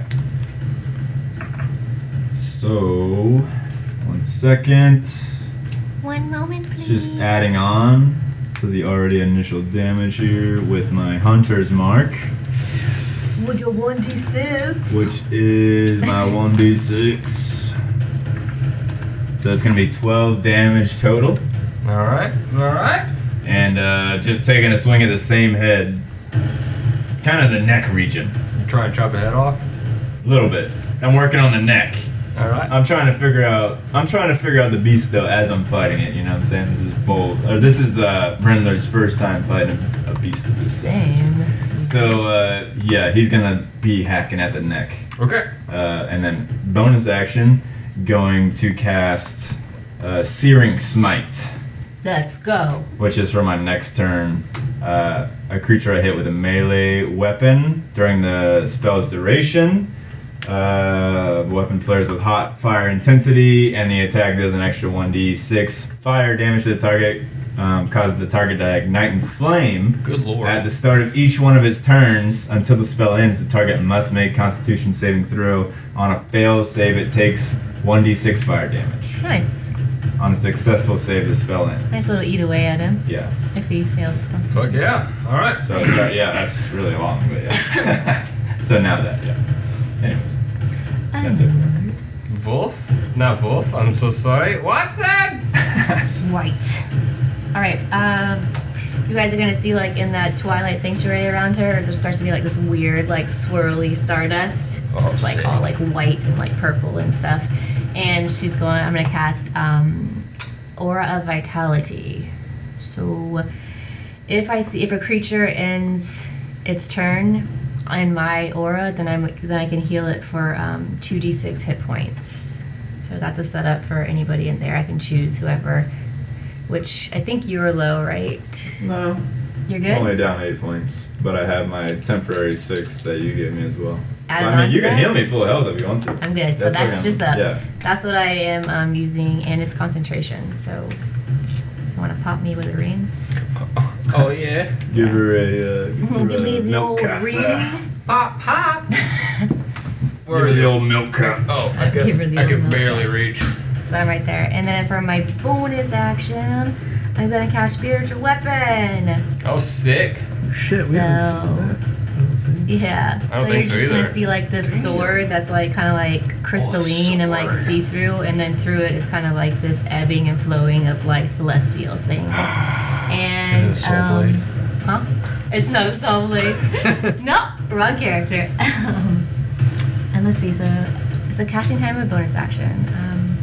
D: So, one second.
I: One moment, please.
D: Just adding on to the already initial damage here with my Hunter's Mark,
B: Would you 1d6?
D: which is my 1d6. So it's gonna be 12 damage total.
A: All right, all right.
D: And uh, just taking a swing at the same head. Kind of the neck region.
A: Try and chop the head off.
D: A little bit. I'm working on the neck.
A: All right.
D: I'm trying to figure out. I'm trying to figure out the beast though as I'm fighting it. You know what I'm saying? This is bold. Or this is uh, Brendler's first time fighting a beast of this size.
B: Same.
D: So uh, yeah, he's gonna be hacking at the neck,
A: Okay.
D: uh, and then bonus action, going to cast uh, Searing Smite,
B: Let's go.
D: which is for my next turn. Uh, a creature I hit with a melee weapon during the spell's duration. Uh, weapon flares with hot fire intensity, and the attack does an extra 1d6 fire damage to the target, um, causes the target to ignite in flame.
A: Good lord.
D: At the start of each one of its turns, until the spell ends, the target must make Constitution saving throw. On a fail save, it takes 1d6 fire damage.
B: Nice.
D: On a successful save, the spell ends.
B: Nice little eat away at him
D: Yeah.
B: if he fails.
A: Fuck yeah. All right.
D: So it's got- yeah, that's really long, but yeah. [LAUGHS] so now that, yeah. Anyways, that's it.
B: Oh.
A: Wolf? Not Wolf. I'm so sorry. Watson!
D: [LAUGHS]
B: White. All right. Um, you guys are gonna see like in that Twilight Sanctuary around her, there starts to be like this weird, like swirly stardust,
A: Oh,
B: It's, like
A: sick.
B: all like white and like purple and stuff. And she's going. I'm gonna cast um, Aura of Vitality. So if I see if a creature ends its turn in my aura, then I'm then I can heal it for um, 2d6 hit points. So that's a setup for anybody in there. I can choose whoever, which I think you were low, right?
D: No.
B: You're
D: I'm
B: good.
D: only down eight points, but I have my temporary six that you gave me as well.
B: Add
D: I
B: it on
D: mean,
B: to
D: you can
B: that?
D: heal me full health if you want to.
B: I'm good. so
D: what
B: that's
D: I'm-
B: just the
D: Yeah.
B: that's what I am um, using, and it's concentration. So you want to pop me with a ring?
A: Oh yeah.
D: Give her a. Uh, give her
B: Mm-hmm. Give
D: a
B: me the
E: milk
B: old
E: cat.
B: ring.
A: Pop pop.
B: [LAUGHS]
E: Give me the old milk cup.
A: Oh, I guess
B: Give her the
A: I
B: old
A: can
B: milk.
A: barely reach.
B: So I'm right there. And then for my bonus action, I'm gonna cast spiritual weapon.
A: Oh, sick.
C: Shit, we haven't
B: [LAUGHS]
C: seen
B: Yeah.
A: I don't
B: so
A: think so
B: you're just
A: either.
B: gonna see like this sword that's like kind of like crystalline and like
A: Oh, sword.
B: see through, and then through it is kind of like this ebbing and flowing of like
A: [GASPS]
B: celestial things. And
A: Is it a soul
B: um,
A: blade?
B: Huh? It's not a
A: [LAUGHS]
B: soul blade. no, wrong character. [LAUGHS] and let's see. So it's a casting time and bonus action. Um,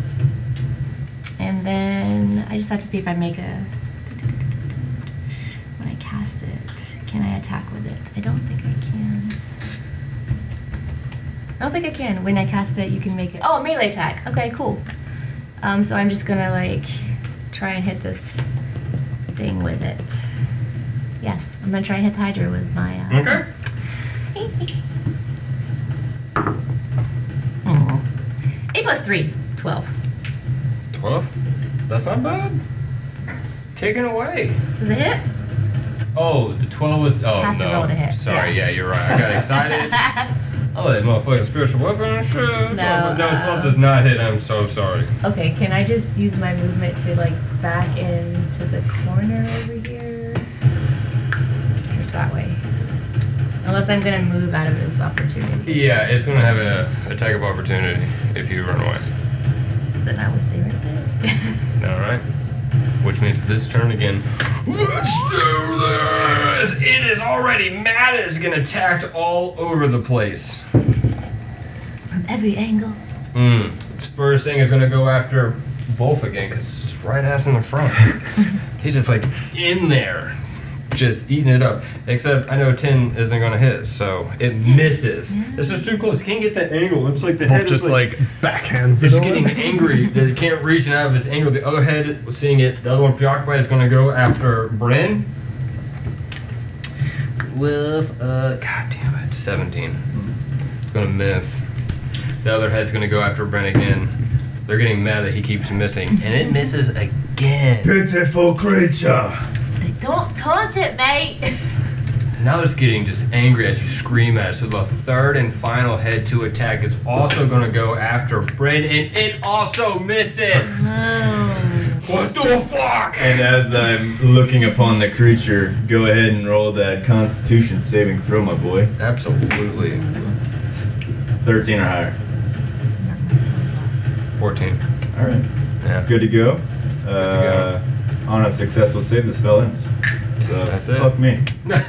B: and then I just have to see if I make a when I cast it.
I: Can I attack with it? I don't think I can.
B: I don't think I can. When I cast it, you can make it. Oh, melee attack. Okay, cool. Um, so I'm just gonna like try and hit this thing with it. Yes, I'm gonna try and hit the Hydra with my. Uh, [LAUGHS]
A: Okay.
B: Mm. Eight plus three, 12.
A: 12? That's not bad. Taken away.
B: Does it hit?
A: Oh, the 12 was. Oh,
B: Have to
A: no.
B: roll to hit,
A: Sorry,
B: yeah.
A: yeah. you're right. I
B: [LAUGHS]
A: got excited. oh, that motherfucking spiritual weapon. Shit.
B: No,
A: no, 12
B: uh,
A: does not hit. I'm so sorry.
B: okay, can I just use my movement to like back into the corner over here? Just that way. Unless I'm gonna move out of this opportunity,
A: Yeah, it's gonna have a attack of opportunity if you run away.
B: then I will stay right there.
A: All right. Which means this turn again. Let's do this. It is already mad. It's gonna attack all over the place.
I: From [LAUGHS] every angle.
A: Mm. Its first thing is gonna go after Wolf again because it's just right ass in the front. [LAUGHS] He's just like in there, just eating it up. Except I know ten isn't gonna hit, so it misses. This is too close. Can't get that angle. It's like the head
C: Wolf
A: is
C: just
A: like
C: like backhands
A: it's
C: it
A: getting
C: on.
A: angry that it can't reach and out of its anger. The other head, seeing it, the other one preoccupied, is going to go after Bryn. With uh, god damn it, seventeen. It's going to miss. The other head's going to go after Bryn again. They're getting mad that he keeps missing, and it misses again.
E: Pitiful creature.
B: Don't taunt it, mate!
A: Now it's getting just angry as you scream at it. So the third and final head to attack is also going to go after Bryn, and it also misses.
I: [LAUGHS]
A: What the fuck?
D: And as I'm looking upon the creature, go ahead and roll that Constitution saving throw, my boy.
A: Absolutely.
D: 13 or higher.
A: 14.
D: All right.
A: Yeah.
D: Good to go.
A: go.
D: Uh, on a successful save, the spell ends. So
A: That's it.
D: fuck me.
C: What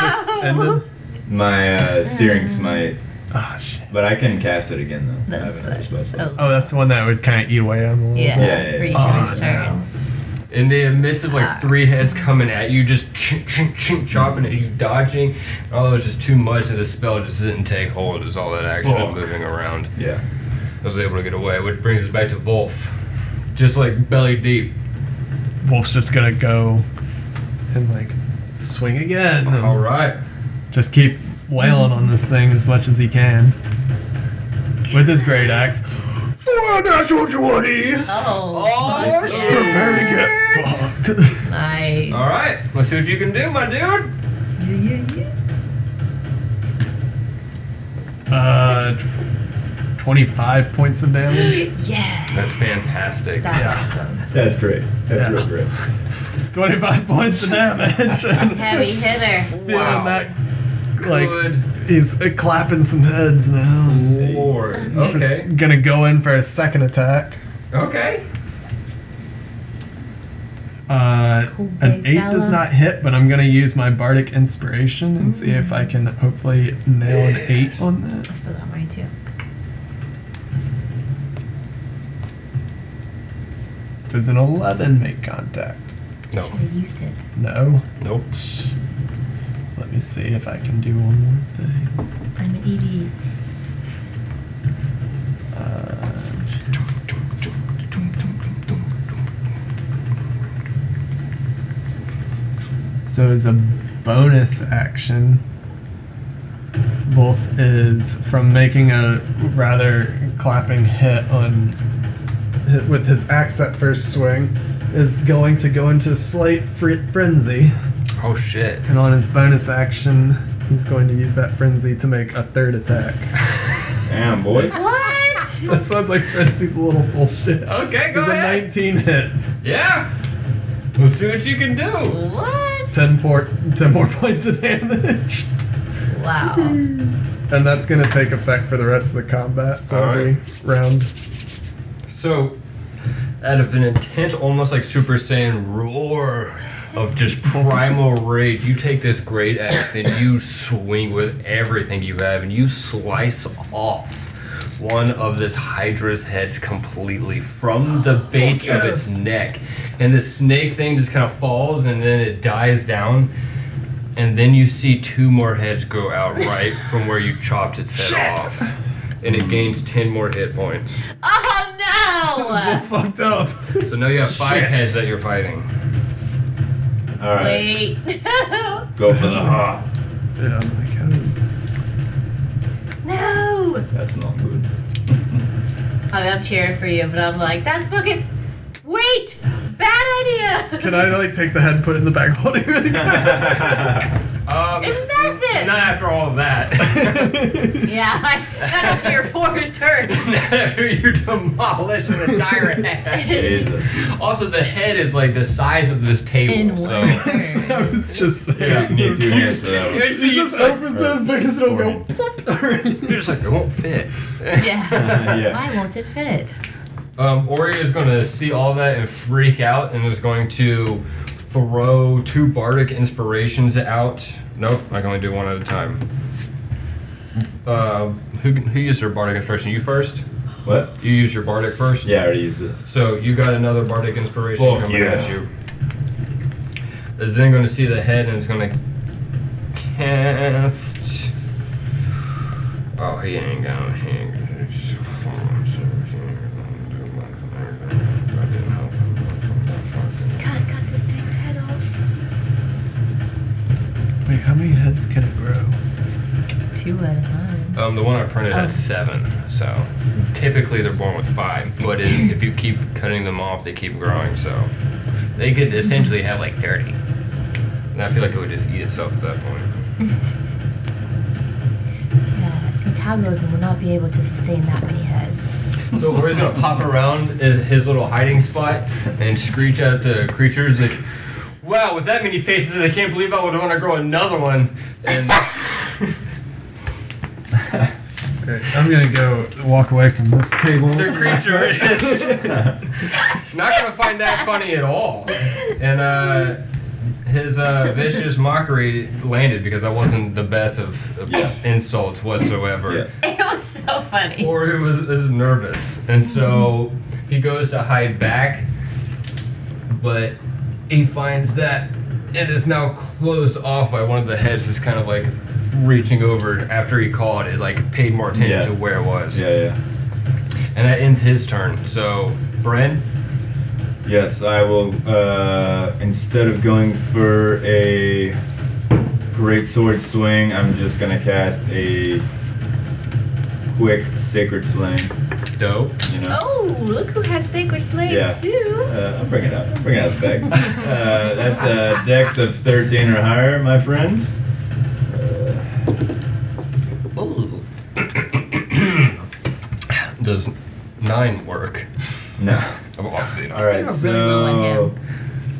C: just ended?
D: My uh, searing smite,
C: Ah, shit.
D: but I can cast it again though. I
B: That
D: haven't
B: sucks.
D: used my spell.
B: Oh,
C: Oh, that's the one that would kind of eat away at him a little
B: yeah.
C: bit.
D: yeah, yeah.
B: For each
C: Oh,
B: of his turn.
A: [LAUGHS] In the midst of like three heads coming at you, just chink, chink, chink, chopping at you, dodging. and All that was just too much of the spell just didn't take hold. Is all that action and
E: Fuck.
A: moving around.
D: Yeah.
A: I was able to get away, which brings us back to Wolf. Just like belly deep.
C: Wolf's just gonna go and like swing again. and
A: All right.
C: Just keep wailing on this thing as much as he can with his great axe. Four natural twenty.
B: Oh,
C: Prepare to get fucked.
B: nice.
A: All right. Let's see what you can do, my dude.
C: Uh, twenty-five points
E: [LAUGHS]
C: of damage.
I: Yeah.
A: That's fantastic.
B: That's
C: Yeah.
B: awesome.
D: That's great. That's
C: Yeah.
D: real great.
C: Twenty-five points of damage.
B: Heavy hitter.
C: Feeling
A: Wow.
C: that, like
A: Good
C: he's uh, clapping some heads now.
A: lord.
C: He's just
A: Okay.
C: gonna go in for a second attack.
A: Okay.
C: Uh,
I: Cool
C: an
I: big
C: eight
I: fella.
C: does not hit, but I'm gonna use my bardic inspiration and see if I can hopefully nail an eight on that.
I: I still got mine too.
C: Does an eleven make contact?
A: No.
I: I used it.
C: No.
A: Nope.
C: Let me see if I can do one more thing.
I: I'm an idiot.
C: Uh, so as a bonus action, Wolf is from making a rather clapping hit on hit with his axe at first swing is going to go into slight fre- frenzy.
A: Oh shit.
C: And on his bonus action, he's going to use that frenzy to make a third attack.
D: Damn,
B: [LAUGHS]
D: boy.
B: What?
C: [LAUGHS] that sounds like frenzy's a little bullshit.
A: Okay, go
C: It's a
A: ahead.
C: 19 hit.
A: Yeah. Let's see what you can do.
B: What?
C: 10, por- 10 more [LAUGHS] points of damage.
B: Wow.
C: And that's going to take effect for the rest of the combat. So
A: All right.
C: every round.
A: So, out of an intense, almost like Super Saiyan roar of just primal rage, you take this great axe and you swing with everything you have, and you slice off one of this hydra's heads completely from the base of its neck. And the snake thing just kind of falls and then it dies down. And then you see two more heads grow out right from where you chopped its head off. And it gains 10 more hit points.
B: Oh
C: Fucked up.
A: So now you have five
E: Shit.
A: heads that you're fighting.
I: [LAUGHS]
D: All
B: no!
D: right,
B: Wait.
D: go for the heart.
C: Yeah, I'm like, how did-
B: no!
D: That's not good.
B: I mean, I'm cheering for you, but I'm like, that's fucking. Wait! Bad idea!
C: can I like take the head, put it in the bag, hold it really
A: [LAUGHS] Um,
B: It's massive!
A: Not after all of [LAUGHS] that.
C: quick?
B: [LAUGHS] yeah, I got up to your forward turn.
A: not after you demolish an entire [LAUGHS] head.
D: [LAUGHS] Jesus.
A: Also, the head is like the size of this table.
I: In
A: so.
I: one.
A: [LAUGHS]
C: so I was just saying.
D: Yeah, need two hands to that one.
A: It's-
C: It just opens it as big as it'll go.
A: You're just like, it won't fit.
B: Yeah.
D: [LAUGHS] yeah.
I: Why won't it fit?
A: [LAUGHS] Um, Ori is going to see all that and freak out and is going to throw two bardic inspirations out. Nope, I can only do one at a time. Uh, who, who used their bardic inspiration? You first?
D: What?
A: You used your bardic first?
D: Yeah, I already used it. [LAUGHS]
A: So you got another bardic inspiration
E: Fuck
A: coming
E: yeah.
A: at you. Is then going to see the head and is going to cast. Oh, he ain't gonna hang.
I: God, got this thing's head off.
C: Wait, how many heads can it grow?
I: Two at a time.
A: Um, the one I printed
I: Oh.
A: had seven, so typically they're born with five. But it, if you keep cutting them off, they keep growing. So they could essentially have like thirty, and I feel like it would just eat itself at that point.
I: Yeah, its metabolism will not be able to sustain that many heads.
A: So Ori's gonna pop around his his little hiding spot and screech at the creatures like, "Wow, with that many faces, I can't believe I would want to grow another one." And
C: Okay, I'm gonna go walk away from this table.
A: the creature is not gonna find that funny at all. And uh, his uh, vicious mockery landed because I wasn't the best of, of
D: Yeah.
A: insults whatsoever.
D: Yeah.
B: It was so funny.
A: Or he was, is nervous, and so he goes to hide back, but he finds that it is now closed off by one of the heads. Is kind of like reaching over after he caught it, like paid more attention
D: Yeah.
A: to where it was,
D: Yeah, yeah.
A: and that ends his turn. So, Bren,
D: Yes, I will. Uh, instead of going for a great sword swing, I'm just gonna cast a quick sacred flame.
A: dope.
D: You know,
B: Oh, look who has Sacred Flame
D: Yeah.
I: Oh.
B: too.
D: uh, I'll bring it up. I'll bring it up back. uh, that's a dex of 13 or higher, my friend.
A: Ooh. [COUGHS] Does nine work?
D: No.
A: I'm obviously not.
D: All right,
I: You're really low on
D: so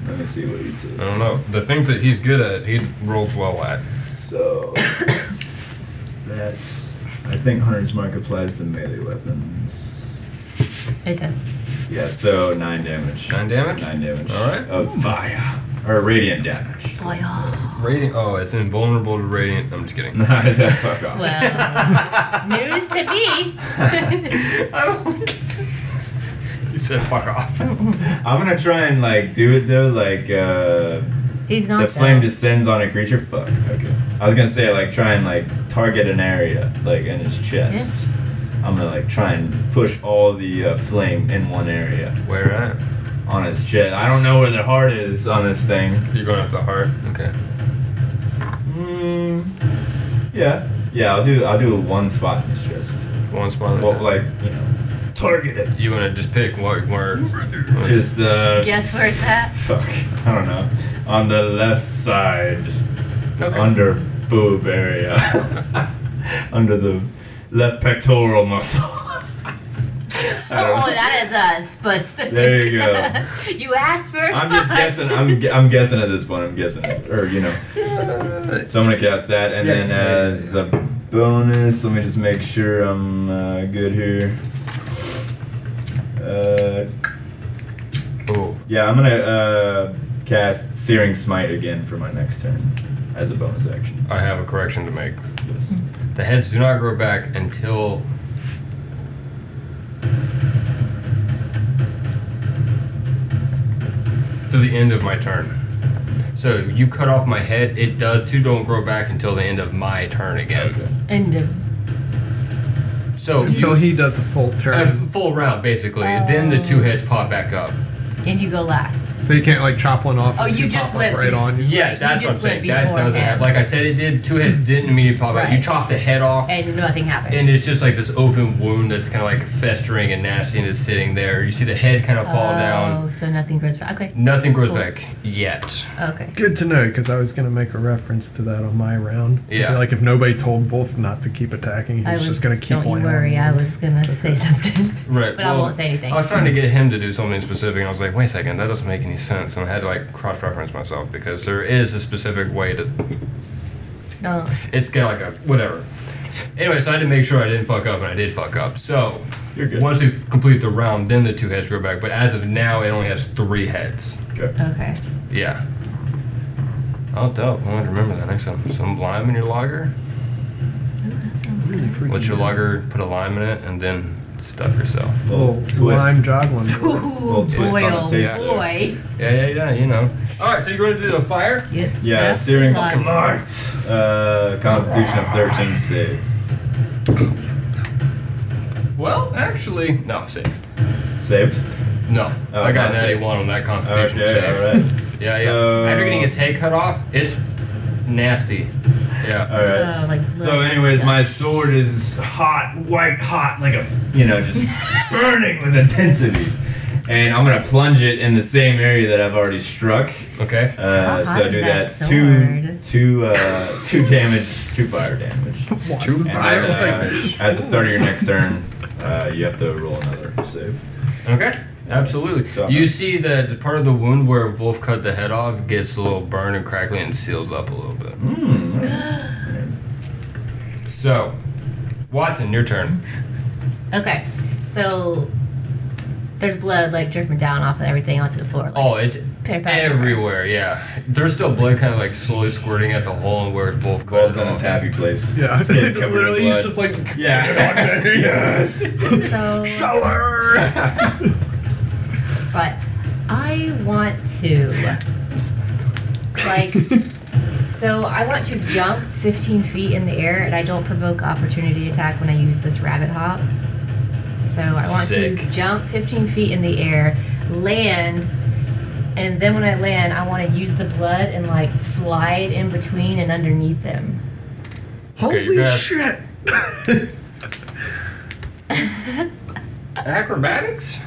D: let me see what you
A: I
D: do.
A: don't know. The things that he's good at, he rolls well at.
D: So that's. I think Hunter's Mark applies to melee weapons.
B: It does.
D: Yeah, so nine damage.
A: Nine damage? Hmm.
D: Nine damage.
A: Alright.
D: Of fire. Or radiant
A: [LAUGHS]
D: damage. [LAUGHS]
A: Radiant. Oh, it's invulnerable to radiant. I'm just kidding.
D: Fuck off.
B: Well, [LAUGHS] news to [LAUGHS] me.
A: He said, "Fuck off."
D: I'm gonna try and like do it though, like uh
I: He's not
D: the flame
I: though.
D: descends on a creature. Fuck. Okay. I was gonna say like try and like target an area, like in its chest. I'm gonna like try and push all the uh, flame in one area
A: Where at?
D: on its chest. I don't know where the heart is on this thing.
A: You're going up the heart. Okay.
D: Mm, yeah. Yeah, I'll do I'll do one spot in its chest.
A: One spot.
D: Well like, you know. Target it.
A: you want to just pick what where?
D: Just uh
B: Guess where it's at?
D: Fuck, I don't know. On the left side,
A: Okay.
D: under boob area, under the left pectoral muscle. I don't
B: Oh,
D: know.
B: that is a specific.
D: There you go.
B: [LAUGHS] you asked for a
D: I'm just
B: spot.
D: guessing. I'm, gu- I'm guessing at this point. I'm guessing, or you know. So I'm gonna cast that, and then as a bonus, let me just make sure I'm uh, good here. Uh,
A: Oh,
D: yeah, I'm gonna uh, cast Searing Smite again for my next turn as a bonus action.
B: Hmm.
A: I have a correction to make. The heads do not grow back until through the end of my turn. So you cut off my head. It does two don't grow back until the end of my turn again.
B: End of.
A: So
C: Until
A: you-
C: he does a full
A: a
C: turn.
A: full round basically. then the
B: Oh.
A: two heads pop back up.
B: And you go last.
C: So you can't like chop one off.
B: Oh,
C: and
B: you
C: two
B: just
C: pop up
B: went-
C: right on you.
A: Yeah, that's what
B: just
A: I'm
B: went
A: saying. That
B: before
A: doesn't
B: him.
A: happen. Like I said, it did. Two heads didn't immediately pop out. You
B: Right.
A: chop the head off,
B: And nothing happens.
A: and it's just like this open wound that's kind of like festering and nasty, and it's sitting there. You see the head kind of fall down.
B: Oh, so nothing grows back. Okay.
A: Nothing grows
B: Cool.
A: back yet.
B: Okay.
C: Good to know because I was gonna make a reference to that on my round. It'd be
A: Yeah.
C: Like if nobody told Wolf not to keep attacking, he's
B: I was
C: just gonna keep.
B: Don't
C: wailing
B: you worry.
C: on
B: I
C: him.
B: was gonna say something. [LAUGHS]
A: Right.
B: But I won't say anything.
A: I was trying to get him to do something specific, and I was like, wait a second, that doesn't make any sense. And I had to like cross reference myself because there is a specific way to.
B: No.
A: It's got like a whatever. Anyway, so I had to make sure I didn't fuck up, and I did fuck up. So
D: You're good.
A: once we complete the round, then the two heads go back. But as of now, it only has three heads.
D: Okay.
B: Okay.
A: Yeah. Oh, dope. I want to remember that next time. Some lime in your lager.
C: Really freaking
A: Let your
C: good.
A: lager put a lime in it, and then stuff yourself.
C: Little
D: Little twist.
C: lime joggling.
B: [LAUGHS] Ooh,
D: twist on
B: boy,
D: the
B: oh
D: taste there.
B: boy.
A: Yeah, yeah, yeah. You know. All right, so you're going to do the fire.
B: Yes.
D: Yeah,
B: just
D: Syrinx.
B: like-
K: Smart.
D: Uh, Constitution of 13 save.
A: Well, actually, no six.
D: Saved?
A: No,
D: Oh,
A: I got
D: not
A: an
D: save.
A: eighty-one on that Constitution
D: Okay,
A: save.
D: alright.
A: Yeah, yeah.
D: So-
A: After getting his head cut off, it's nasty. Yeah.
D: Alright.
B: Oh, like,
D: So,
B: look.
D: anyways, my
K: Sword is hot, white hot, like a
D: you
B: [LAUGHS]
D: know, just burning with intensity. And I'm gonna plunge it in the same area that I've already struck.
A: Okay.
D: Uh,
B: How
D: so
B: hot
D: I do
B: is
D: that,
B: that
D: two,
B: sword?
D: two, uh, two damage, two fire damage.
B: [LAUGHS]
A: Two
D: And
A: fire
D: then, uh,
A: damage.
D: at the start of your next turn, uh, you have to roll another save.
A: Okay. Absolutely.
D: So-
A: you see that the part of the wound where Wolf cut the head off gets a little burned and crackly and seals up a little bit.
D: Mm.
A: So, Watson, your turn.
B: Okay. So there's blood like dripping down off and everything onto the floor. Like,
A: Oh, it's
B: pitter, patter,
A: everywhere. Yeah. There's still blood kind of like slowly squirting at the hole where Wolf cut
D: Gold's
A: it
D: in his
A: off.
D: happy place.
C: [LAUGHS] Yeah.
D: His head covered in
C: Literally, he's
D: blood.
C: just like.
D: yeah. [LAUGHS] yes.
B: patter.
D: [LAUGHS]
B: So,
D: Shower.
B: but I want to
A: [LAUGHS]
B: like. So I want to jump 15 feet in the air, and I don't provoke opportunity attack when I use this rabbit hop. So I want to
A: Sick.
B: jump 15 feet in the air, land, and then when I land, I want to use the blood and like slide in between and underneath them. [LAUGHS]
A: Okay,
C: Holy
A: you're gonna-
C: shit!
A: Acrobatics?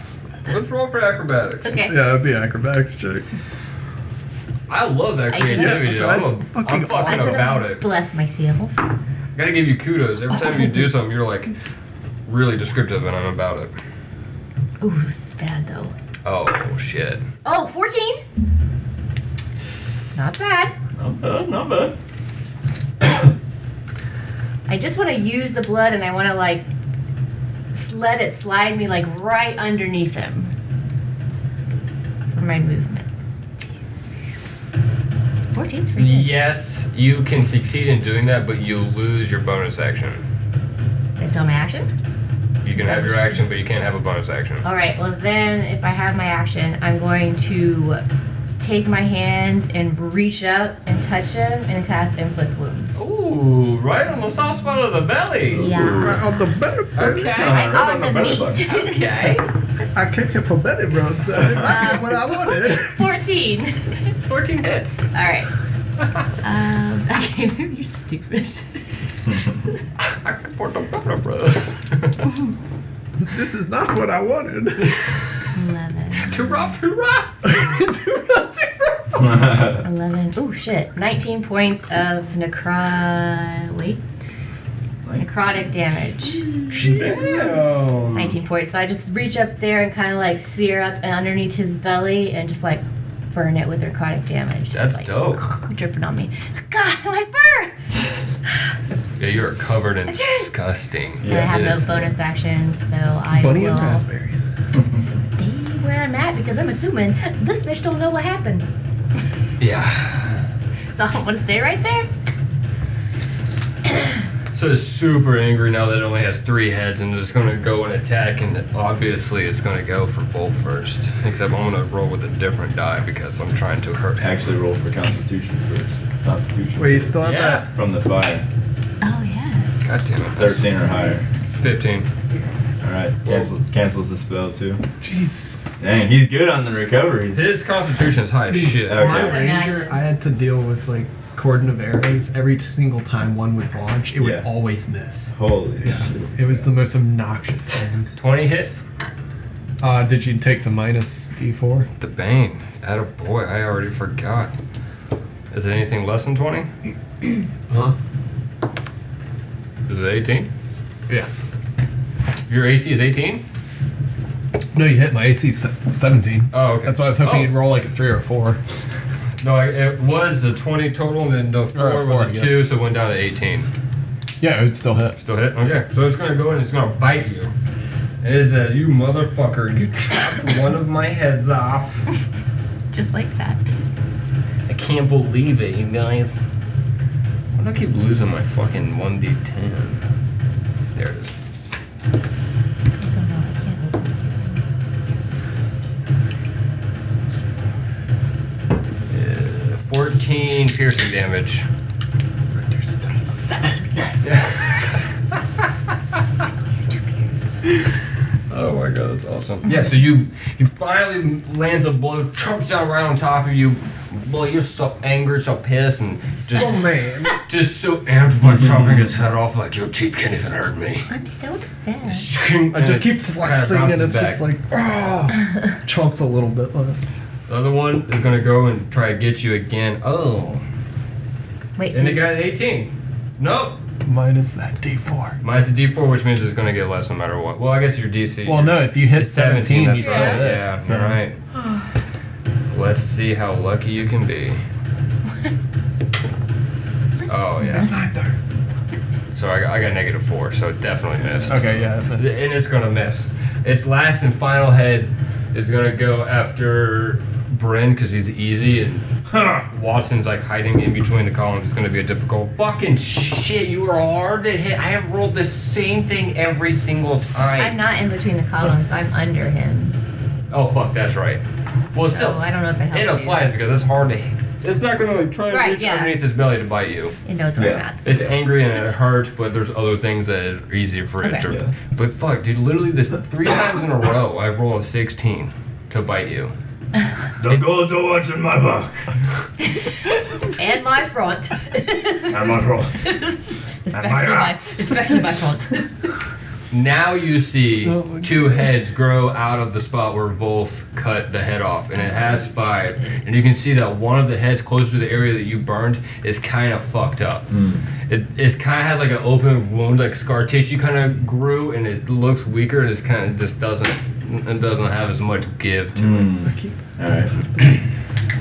A: Let's roll for acrobatics.
B: Okay.
C: [LAUGHS] yeah, it'd be acrobatics joke.
A: I love that
B: I-
A: creativity.
C: Yeah,
A: I'm,
C: that's
A: a- I'm
C: fucking
A: fucking
B: I said,
A: about it.
B: Bless myself.
A: Gotta give you kudos. Every time you do something, you're like really descriptive, and I'm about it.
B: Ooh, this is bad though.
A: Oh, shit.
B: Oh, 14? Not bad.
D: not bad. Not bad.
B: I just want to use the blood and I want to like s- let it slide me like right underneath him for my movement. 14's pretty good.
A: Yes, you can succeed in doing that, but you lose your bonus action.
B: That's not my action?
A: You can have your action, but you can't have a bonus action.
B: Alright, well then if I have my action, I'm going to take my hand and reach up and touch him and cast inflict wounds.
A: Ooh, right on the soft spot of the belly.
B: Yeah.
D: [LAUGHS]
C: Right on the belly.
A: Okay.
D: Uh, right
B: On
D: on
B: the
D: the belly button.
B: meat. [LAUGHS]
A: Okay.
C: I kicked it for belly rubs. I didn't get what I wanted.
B: 14.
A: 14 hits.
B: All right. Um, [LAUGHS] okay, you're stupid.
C: This is not what I wanted. [LAUGHS]
B: Eleven.
A: too rough, too rough.
B: Eleven. Oh shit. Nineteen points of necro. Wait. Necrotic damage. Nineteen points. So I just reach up there and kind of like sear up and underneath his belly and just like burn it with necrotic damage.
A: That's
B: like,
A: dope.
B: [LAUGHS] Dripping on me. God, my fur.
A: [LAUGHS] Yeah, you are covered in disgusting.
B: and I have
A: it
B: no
A: is.
B: bonus action, so I
C: Bunny
B: will
C: and raspberries.
B: stay where I'm at because I'm assuming this bitch don't know what happened.
A: Yeah.
B: [LAUGHS] So I want to stay right there.
A: So it's super angry now that it only has three heads and it's going to go and attack, and obviously it's going to go for full first. Except I'm going to roll with a different die because I'm trying to hurt him.
D: Actually, roll for Constitution first. Constitution.
C: Wait, you
D: save.
C: still have
A: Yeah.
D: from the fire.
B: Oh yeah.
A: God damn it.
D: 13 or higher.
A: 15.
D: All right. Cancel, cancels the spell too.
C: that? Jeez.
D: Dang, he's good on the recoveries.
A: His constitution is high as shit.
D: Okay.
C: My
B: Imagine.
C: ranger, I had to deal with like cordon of arrows every single time one would launch. It would
D: Yeah.
C: always miss.
D: Holy
C: Yeah,
D: shit.
C: it was the most obnoxious thing.
A: 20 hit?
C: Uh, did you take the minus d4?
A: The Bane. Atta boy, I already forgot. Is it anything less than
C: [CLEARS THROAT]
A: 20?
C: Huh?
A: Is it 18?
C: Yes.
A: Your AC is 18?
C: No, you hit my AC se- 17.
A: Oh, okay.
C: That's why I was hoping
A: Oh.
C: you'd roll like a 3 or a 4.
A: No, I- it was a 20 total, and then the 4
C: Or four,
A: was a
C: yes.
A: 2, so it went down to 18.
C: Yeah, it would still hit.
A: Still hit? Okay. So it's going to go in, it's going to bite you. It is a, you motherfucker, you chopped one of my heads off.
B: Just like that.
A: I can't believe it, you guys. Why do I keep losing my fucking 1d10? There it is.
B: I don't know. I can't. open
A: Uh, 14 piercing damage. oh my god, that's awesome. Yeah, so you you finally lands a blow, chumps down right on top of you. Boy, you're so angry, so pissed, and just
C: Oh, man.
A: just so amped by chopping his head off like your teeth can't even hurt me.
B: it. I'm so upset.
A: I
C: I just keep flexing and it's just like, oh, chomps a little bit less.
A: the other one is gonna go and try to get you again. Oh,
B: Wait. So
A: and it
B: you,
A: got an 18. Nope.
C: Minus that d4.
A: Minus the D4, which means it's going to get less no matter what. Well, I guess your DC.
C: Well, no, if you hit
A: It's 17,
C: 17, you
A: that's
C: still
A: right.
C: hit.
A: Yeah,
C: so-
A: all right. Let's see how lucky you can be. oh, yeah. So I got, I got negative four, so it definitely missed.
C: Okay, yeah. it missed.
A: And it's going to miss. Its last and final head is going to go after Bryn because he's easy and Watson's like hiding in between the columns. It's going to be a difficult. Fucking shit, you are hard to hit. I have rolled the same thing every single time.
B: I'm not in between the columns. I'm under him.
A: Oh fuck, that's right. Well,
B: So
A: still,
B: I don't know if it helps
A: it
B: you.
A: applies because it's hard to. It's not gonna like, try and
B: Right,
A: reach
B: yeah.
A: underneath his belly to bite you.
B: It knows where
D: Yeah.
B: I'm at.
A: It's angry and it hurts, but there's other things that is easier for it
B: Okay.
A: to.
D: Yeah.
A: But fuck, dude, literally this
C: [COUGHS]
A: three times in a row, I've rolled a 16 to bite you.
E: The gods are watching my
D: [LAUGHS]
E: back.
I: And my front. [LAUGHS]
E: I'm not wrong.
I: especially, my,
E: ass.
I: especially my front.
A: Now you see
C: Oh, my
A: two heads grow out of the spot where Wolf cut the head off, and it
C: Oh
A: has five. And you can see that one of the heads closer to the area that you burned is kind of fucked up. It it's kind of has like an open wound, like scar tissue kind of grew, and it looks weaker, and it's kind of just doesn't it doesn't have as much give to
D: All right.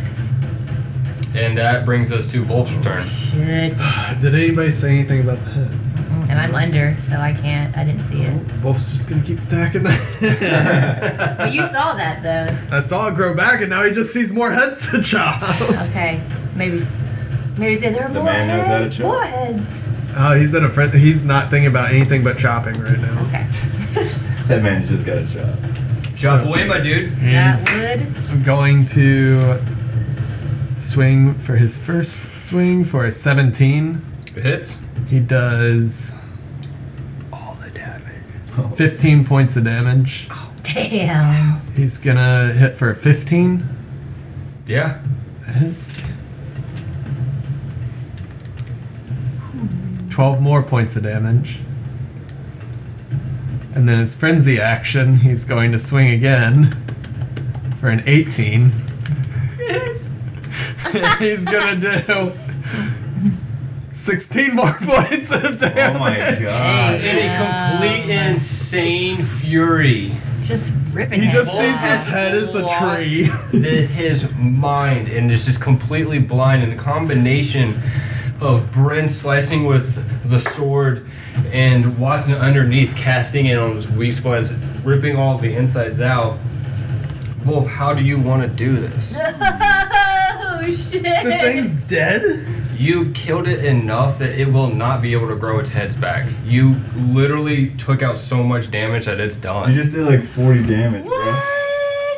A: it. And that brings us to Wolf's turn.
I: Good.
C: Did anybody say anything about the heads?
I: And I'm under, so I can't. I didn't see it.
C: Wolf's just gonna keep attacking that.
I: But you saw that though.
C: [LAUGHS] I saw it grow back and now he just sees more heads
A: [LAUGHS]
C: to chop.
I: Okay. Maybe. Maybe say there are
D: The
I: more
D: man
I: heads.
D: knows how to chop.
I: More heads.
C: Oh, he's in a friend. He's not thinking about anything but chopping right now.
I: Okay.
D: That man just got a shot.
A: Chop away, my dude.
C: He's
I: That would.
C: going to swing for his first swing for a 17.
A: It hits.
C: He does
A: All the damage.
C: 15 points of damage.
I: Damn.
C: He's gonna hit for a 15.
A: Yeah.
C: That hits. 12 more points of damage. And then his frenzy action, he's going to swing again for an 18. [LAUGHS] he's gonna do 16 more [LAUGHS] points of
D: Oh
C: damage.
D: my god.
A: In a complete insane fury.
I: Just ripping
C: He
I: it.
C: just sees his head as a tree.
A: the, his mind and is just completely blind. And the combination of Brent slicing with the sword and Watson underneath casting it on his weak spots, ripping all the insides out. Wolf, how do you want to do this?
I: oh shit.
C: The thing's dead?
A: You killed it enough that it will not be able to grow its heads back. You literally took out so much damage that it's done.
D: You just did like 40 damage, bro.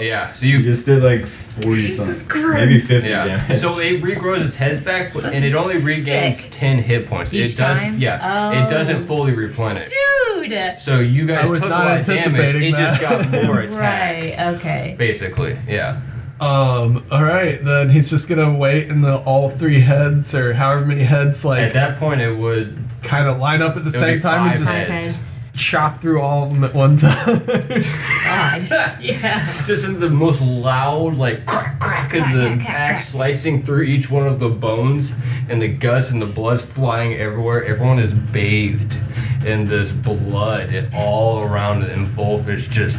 A: yeah, so
D: You
A: you
D: just did like 40 something.
B: Christ.
D: Maybe 50
A: yeah.
D: damage.
A: So it regrows its heads back, but- and it only regains
L: sick.
A: ten hit points.
L: Each
A: it does,
L: time?
A: yeah. It
L: Oh.
A: doesn't fully replenish.
L: Dude!
A: So you guys
C: I was
A: took a
C: not
A: lot of damage.
C: anticipating
A: It just got
L: [LAUGHS]
C: that.
A: more
B: Right.
A: attacks,
B: Okay.
A: basically. Yeah.
C: Um. All right, then he's just gonna wait, and the all three heads or however many heads
A: At
C: like
A: that point, it would.
C: kind of line up at the
A: It would be
C: same time
A: five
C: and just
A: heads.
B: Okay.
C: chop through all of them at one time. [LAUGHS]
B: God.
A: [LAUGHS]
L: Yeah.
A: Just in the most loud, like crack, crack of the
L: crack, crack,
A: axe
L: crack.
A: slicing through each one of the bones and the guts and the blood's flying everywhere. Everyone is bathed in this blood and all around it, and Wolf is just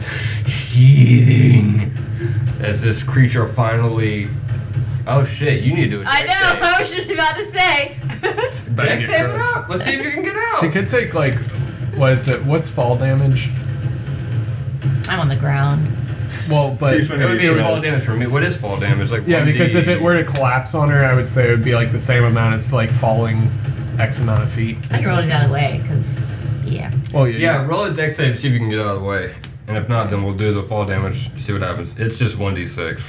A: heaving as this creature finally. Oh shit! You need to do a
L: I
A: dex
L: know,
A: save.
L: I was just about to say.
A: Dex
C: Bang it
A: save it
C: first.
A: out. Let's see if you can get
C: she
A: out.
C: could take like, what is it? What's fall damage?
B: [LAUGHS] I'm on the ground.
C: Well, but
D: She's
A: It would be
D: Yeah.
A: fall damage for me. What is fall damage? Like
C: yeah,
A: 1D.
C: because if it were to collapse on her, I would say it would be like the same amount as like falling x amount of feet.
B: I can roll it the other way, cause yeah.
C: Well, yeah,
A: Yeah, roll a dex save and see if you can get out of the way. And if not, then we'll do the fall damage, see what happens. It's just 1d6.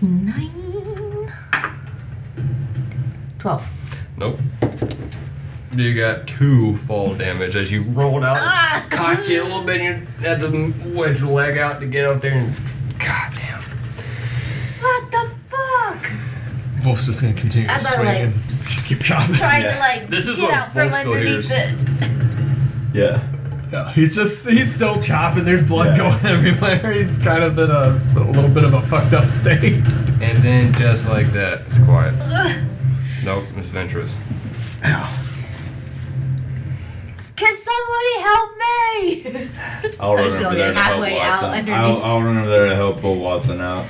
B: Nine. Twelve.
A: Nope. You got two fall damage as you rolled out,
B: Ah!
A: caught you a little bit, and you had to wedge your leg out to get out there and. God damn.
B: What the fuck?
C: Wolf's just gonna continue
B: As I, like,
C: swinging. Just keep
B: [LAUGHS]
C: chopping.
B: Trying
D: Yeah.
B: to like
A: This is
B: get
A: what
B: out from
A: Wolf still
B: underneath
A: hears.
B: it.
D: yeah.
C: Yeah, he's just he's still chopping. There's blood
D: Yeah.
C: going [LAUGHS] everywhere. He's kind of in a, a little bit of a fucked up state. [LAUGHS]
A: And then just like that, it's quiet. Nope, it's Ventress.
B: [LAUGHS] Can somebody help me?
D: I'll
L: I
D: run
L: just
D: over
L: don't
D: there
L: get
D: to help
L: halfway out
D: Watson.
L: underneath.
D: I'll, I'll run over there to help pull Watson out.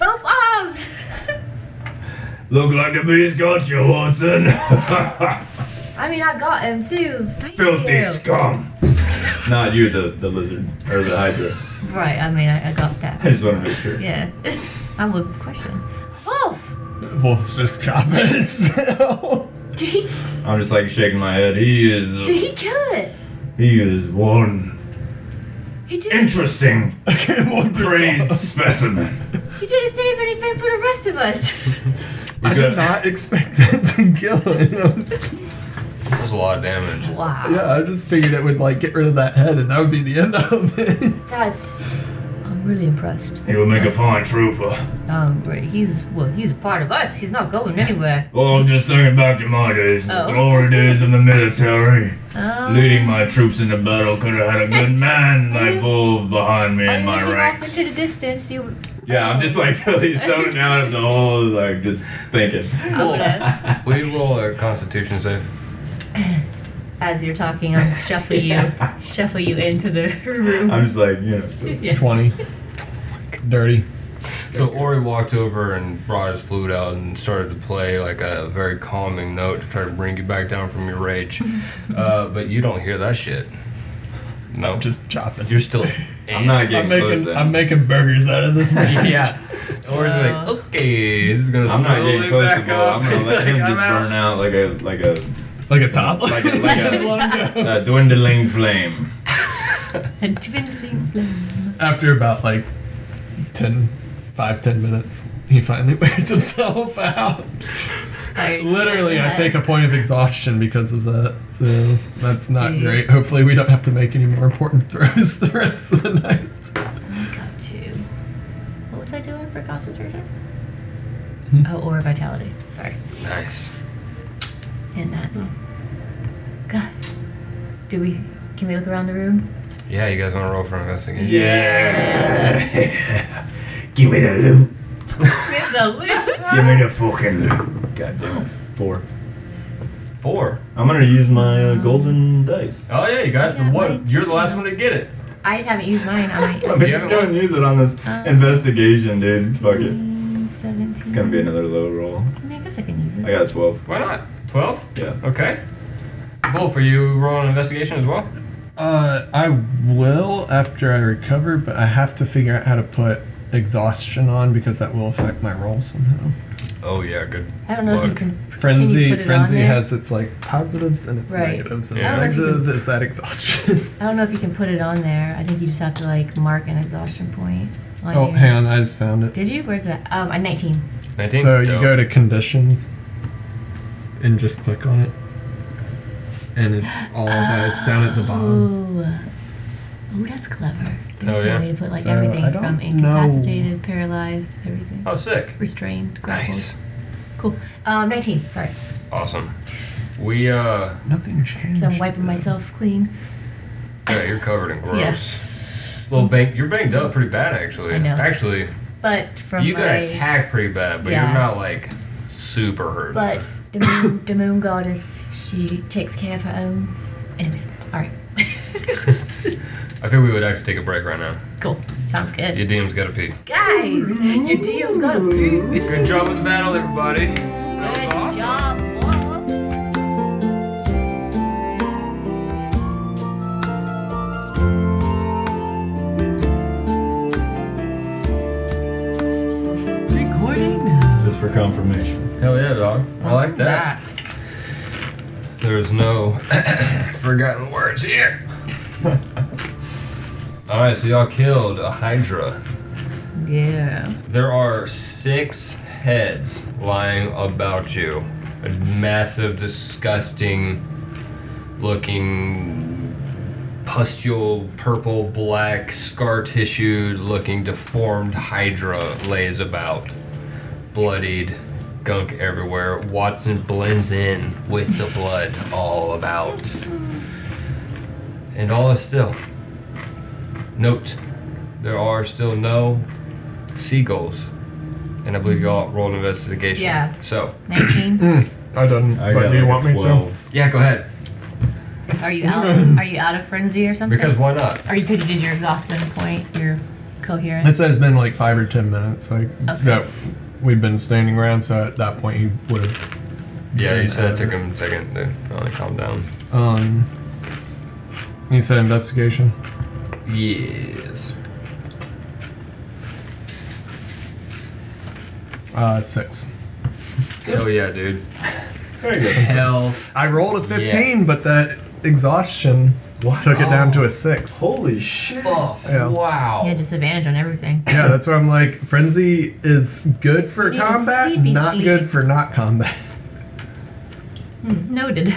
B: Both arms. [LAUGHS]
E: Look like the bees got you,
D: [LAUGHS]
E: Watson.
B: I mean, I got him too. Thank
E: Filthy
B: you.
E: scum.
D: Not you, the, the lizard. Or the hydra.
B: Right. I mean, I, I got that.
D: I just want to make sure.
B: Yeah. [LAUGHS] I'm a question. Wolf.
C: Wolf's just chopping it still.
B: Did he?
D: I'm just like shaking my head. He,
E: He
B: Did
E: is.
B: he kill it?
E: He is one
B: He didn't.
E: interesting,
C: [LAUGHS] Okay, Wolf just-
E: crazed specimen.
B: He didn't save anything for the rest of us. [LAUGHS]
C: I did not expect that to kill it. I [LAUGHS] was just-
A: That's a lot of damage.
B: wow.
C: yeah, I just figured it would like get rid of that head, and that would be the end of it.
B: That's. I'm really impressed.
E: He will make a fine trooper.
B: Um, right, he's well, he's a part of us. He's not going anywhere.
E: Well, I'm just thinking back to my days, the
B: Oh.
E: glory days in the military.
B: Um,
E: Leading my troops into battle could have had
B: [LAUGHS]
E: a good man like Wolf behind me in my
B: looking
E: ranks.
B: off into the distance. You.
D: yeah, I'm just like
B: [LAUGHS]
D: totally zoned out of the whole, like, just thinking.
B: I'm gonna,
A: Will you roll a constitution save?
B: as you're talking, I'm shuffle you, shuffle you into the [LAUGHS] room.
D: I'm just like, you know, still.
B: Yeah.
C: Twenty. Dirty.
A: So Ori walked over and brought his flute out and started to play like a very calming note to try to bring you back down from your
C: [LAUGHS]
A: rage. uh, but you don't hear that shit. No, just
C: Just chopping.
A: you're still.
C: [LAUGHS]
D: I'm not
C: I'm
D: getting close
C: making,
D: then.
C: I'm making burgers out of this man.
A: yeah. Ori's like, okay, this is gonna.
D: I'm not
A: slowly
D: getting close to
A: back
D: Bull.
A: up.
D: I'm gonna
A: [LAUGHS]
D: let
C: [LAUGHS]
D: him
A: Like,
D: just
A: I'm out.
D: burn out like a like a,
C: [LAUGHS] Like a top.
D: Like a- like a-
C: Just let him go.
D: a dwindling flame.
B: And dwindling flame.
C: After about like 10, 5, 10 minutes, he finally [LAUGHS] wears himself out.
B: Sorry.
C: [LAUGHS] Literally, I take a point of exhaustion because of that, so that's not
B: Dude.
C: great. Hopefully, we don't have to make any more important [LAUGHS] throws the rest of the night.
B: I got two. What was I doing for concentration?
C: Hmm?
B: Oh, or vitality. Sorry.
A: Nice.
B: And that.
C: Hmm.
B: God. Do we? Can we look around the room?
A: Yeah, you guys want to roll for investigation?
D: [LAUGHS]
E: Yeah. Give me the loot.
B: the loot.
I: [LAUGHS]
E: Give me the fucking loot.
D: God damn it. Four.
A: Four.
D: I'm gonna use my uh, golden dice.
A: Oh yeah, you got
B: Yeah,
A: one.
B: right.
A: You're the last one to get it.
B: I just haven't used mine.
C: [LAUGHS]
B: I might.
D: [LAUGHS] I'm
A: You
D: just
A: have
D: gonna
A: one?
D: use it on this
B: Um,
D: investigation, dude. Fuck it.
B: 16, 17.
D: It's gonna be another low roll.
B: I mean, I guess I can use it.
D: I got a 12.
A: Why not? Twelve.
D: Yeah.
A: Okay. Cool. For you, roll an investigation as well.
C: Uh, I will after I recover, but I have to figure out how to put exhaustion on because that will affect my roll somehow.
A: Oh yeah, good.
I: I don't know if you
A: luck.
I: can.
C: Frenzy,
I: put it on
C: frenzy
I: there?
C: has its like positives and its
I: Right.
C: negatives, and
A: Yeah.
C: yeah.
A: I don't
I: know if you
C: negative is
I: [LAUGHS]
C: that exhaustion.
I: I don't know if you can put it on there. I think you just have to like mark an exhaustion point. On
C: oh,
I: your-
C: hang on, I just found it.
I: Did you? Where's that? Um, a 19.
A: Nineteen.
C: So you
A: Dope.
C: go to conditions and just click on it, and it's all that it's down at
I: [GASPS]
C: the bottom.
I: Ooh. Ooh, that's clever. There's
A: Oh, yeah.
I: a way to put like
C: So, I
I: everything from
C: don't know.
I: incapacitated, paralyzed, everything.
A: Oh, sick.
I: Restrained, grappled.
A: Nice.
I: Cool. Um, 19, sorry.
A: Awesome. We uh,
C: Nothing changed.
I: So I'm wiping
C: though.
I: myself clean.
A: yeah, you're covered in gross.
I: Yeah.
A: Little bank. You're banged up pretty bad, actually.
I: I know.
A: Actually,
I: But from
A: you got
I: my,
A: attacked pretty bad, but
I: Yeah.
A: you're not like super hurt.
I: But the moon, the moon goddess, she takes care of her own. Anyways, alright.
A: I think we would actually take a break right now.
I: [LAUGHS] cool. Sounds good.
A: Your DM's got to pee.
I: Guys, your DM's got a boot.
A: Good job in the battle, everybody. That was awesome.
I: Good job, boy.
D: Just for confirmation.
A: Hell yeah, dog. I like that. There's no [COUGHS] forgotten
I: [LAUGHS]
A: words here. All right, so y'all killed a hydra.
B: Yeah.
A: There are six heads lying about you. A massive, disgusting looking pustule, purple, black, scar tissued looking deformed hydra lays about. Bloodied, gunk everywhere. Watson blends in with the blood all about. And all is still. Note, there are still no seagulls. And I believe y'all rolled investigation.
B: Yeah.
A: So, [CLEARS THROAT]
B: 19.
C: I don't.
D: I
C: but
D: got
C: do you
D: like
C: want
D: a
C: me to?
D: 12.
A: yeah, go ahead.
B: Are you out? Are you out of frenzy or something?
A: Because why not?
B: Are you because you did your exhaustion point, your coherence?
C: I'd say it's been like five or ten minutes. Like that, we've been standing around. So at that point, he would have.
A: Yeah, you
C: And,
A: said it
C: uh,
A: took him a second to finally calm down.
C: Um, you said investigation.
A: Yes.
C: Uh, six.
A: Hell yeah, dude.
D: Very good.
A: Hell.
C: I rolled a fifteen,
A: Yeah.
C: but that exhaustion took it down
A: Oh.
C: to a six.
D: Holy shit.
A: Fuck.
C: Yeah.
A: Wow.
B: You had disadvantage on everything.
C: Yeah, that's why I'm like, frenzy is good for
B: need to
C: combat,
B: sleepy
C: not
B: sleep.
C: good for
A: [LAUGHS]
C: not combat.
B: Hmm, noted.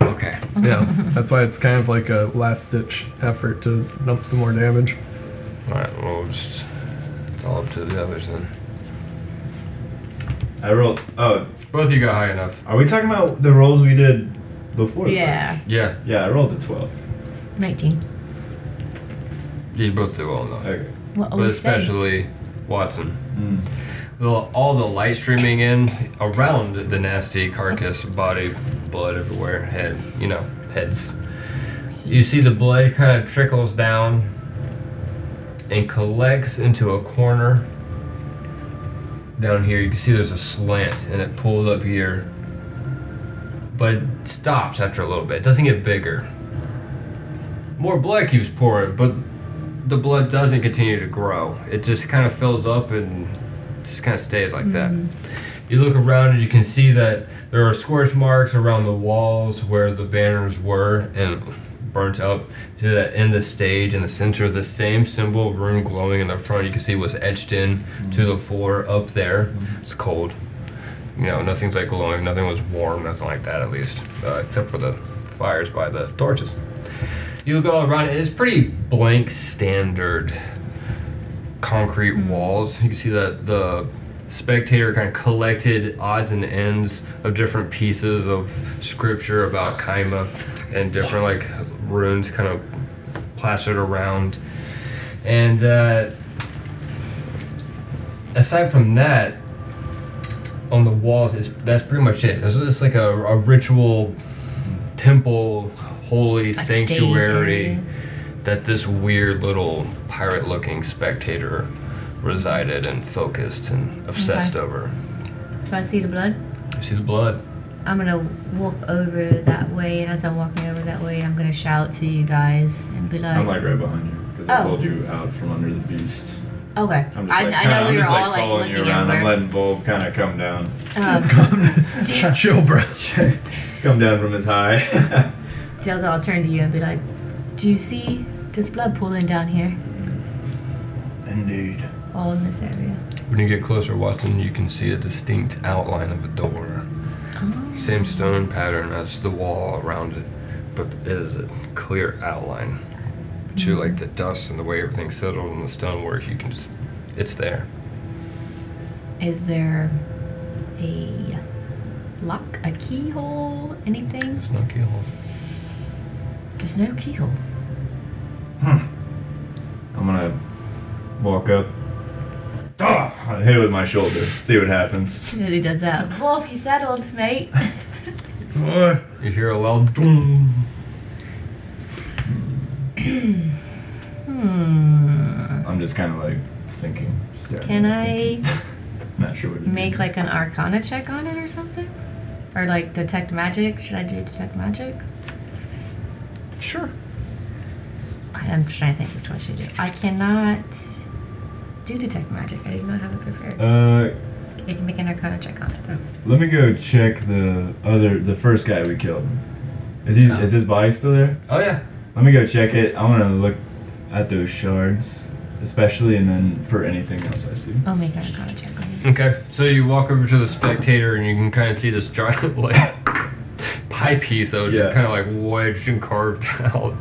A: Okay.
C: Yeah, that's why it's kind of like a last ditch effort to dump some more damage.
A: Alright, well, just, it's all up to the others then.
D: I rolled. Oh,
A: Both of you got high enough.
D: are we talking about the rolls we did before?
B: yeah.
A: Yeah,
D: Yeah, I rolled a 12.
B: 19.
A: you both did well enough.
D: Okay.
B: What
A: but
B: always say?
A: especially Watson.
D: Mm.
A: Well, all the light streaming in around the nasty carcass, body, blood everywhere, head, you know, heads. You see the blood kind of trickles down and collects into a corner. Down here, you can see there's a slant and it pulls up here. But it stops after a little bit. It doesn't get bigger. More blood keeps pouring, but the blood doesn't continue to grow. It just kind of fills up and just kind of stays like that. You look around and you can see that there are scorch marks around the walls where the banners were and burnt up. So that in the stage, in the center, the same symbol of rune glowing in the front, you can see was etched in to the floor up there. It's cold. You know, nothing's like glowing, nothing was warm, nothing like that at least, uh, except for the fires by the torches. You look all around, and it's pretty blank standard concrete walls. You can see that the spectator kind of collected odds and ends of different pieces of scripture about Kaima and different like runes kind of plastered around. And uh, aside from that, on the walls, it's, that's pretty much it. It's just like a, a ritual temple, holy
B: stage
A: sanctuary
B: area.
A: that this weird little pirate looking spectator resided and focused and obsessed over.
B: So I see the blood.
A: You see the blood.
B: I'm gonna walk over that way, and as I'm walking over that way, I'm gonna shout to you guys and be like,
D: I'm like right behind you. because I
B: Oh.
D: pulled you out from under the beast.
B: Okay.
D: I'm just
B: I,
D: like,
B: I
D: kinda,
B: know we
D: [LAUGHS] I'm
B: were
D: just like
B: all like
D: following
B: looking
D: you around.
B: at
D: I'm
B: where.
D: letting Volv kind of come down,
B: Um,
C: Chill, bro.
D: [LAUGHS] come down from his high. [LAUGHS]
B: Delta, I'll turn to you and be like, "Do you see this blood pooling down here,
E: Indeed.
B: all in this area?"
A: When you get closer, Watson, you can see a distinct outline of a door.
B: Oh.
A: Same stone pattern as the wall around it, but it is a clear outline. To like the dust and the way everything settled and the stonework, you can just, it's there.
B: Is there a lock, a keyhole, anything?
A: There's no keyhole.
B: There's no keyhole.
D: I'm gonna walk up, ah, and hit it with my shoulder, see what happens.
M: Nobody does that.
B: Wolf, he settled, mate. [LAUGHS]
A: You hear a loud doom.
B: Hmm.
D: I'm just kind of like thinking. staring
B: Can
D: at it,
B: I
D: thinking. [LAUGHS] Not sure what to do.
B: make like an Arcana check on it or something, or like detect magic? Should I do detect magic?
A: Sure.
B: I'm trying to think which one I should do. I cannot do detect magic. I did not have it prepared.
D: Uh,
B: I can make an Arcana check on it though.
D: let me go check the other, the first guy we killed. Is
B: Oh.
D: he? Is his body still there?
A: Oh yeah.
D: Let me go check it. I want to look at those shards, especially, and then for anything else I see.
B: I'll make an Arcana check on it.
A: Okay. So you walk over to the spectator and you can kind of see this giant [LAUGHS] like pie piece that was just
D: Yeah.
A: kind of like wedged and carved [LAUGHS] out.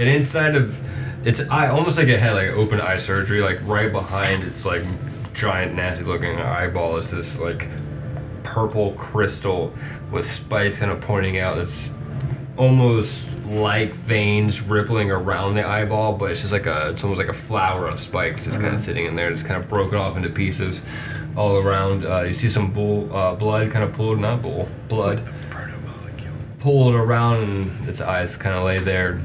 A: and inside of its eye, almost like it had like open eye surgery, like right behind its like giant nasty looking eyeball is this like purple crystal with spikes kind of pointing out. It's almost like veins rippling around the eyeball, but it's just like a it's almost like a flower of spikes just kind of sitting in there, just kind of broken off into pieces all around. Uh, you see some bull uh, blood kind of pulled, not bull blood pulled around, and its eyes kind of lay there.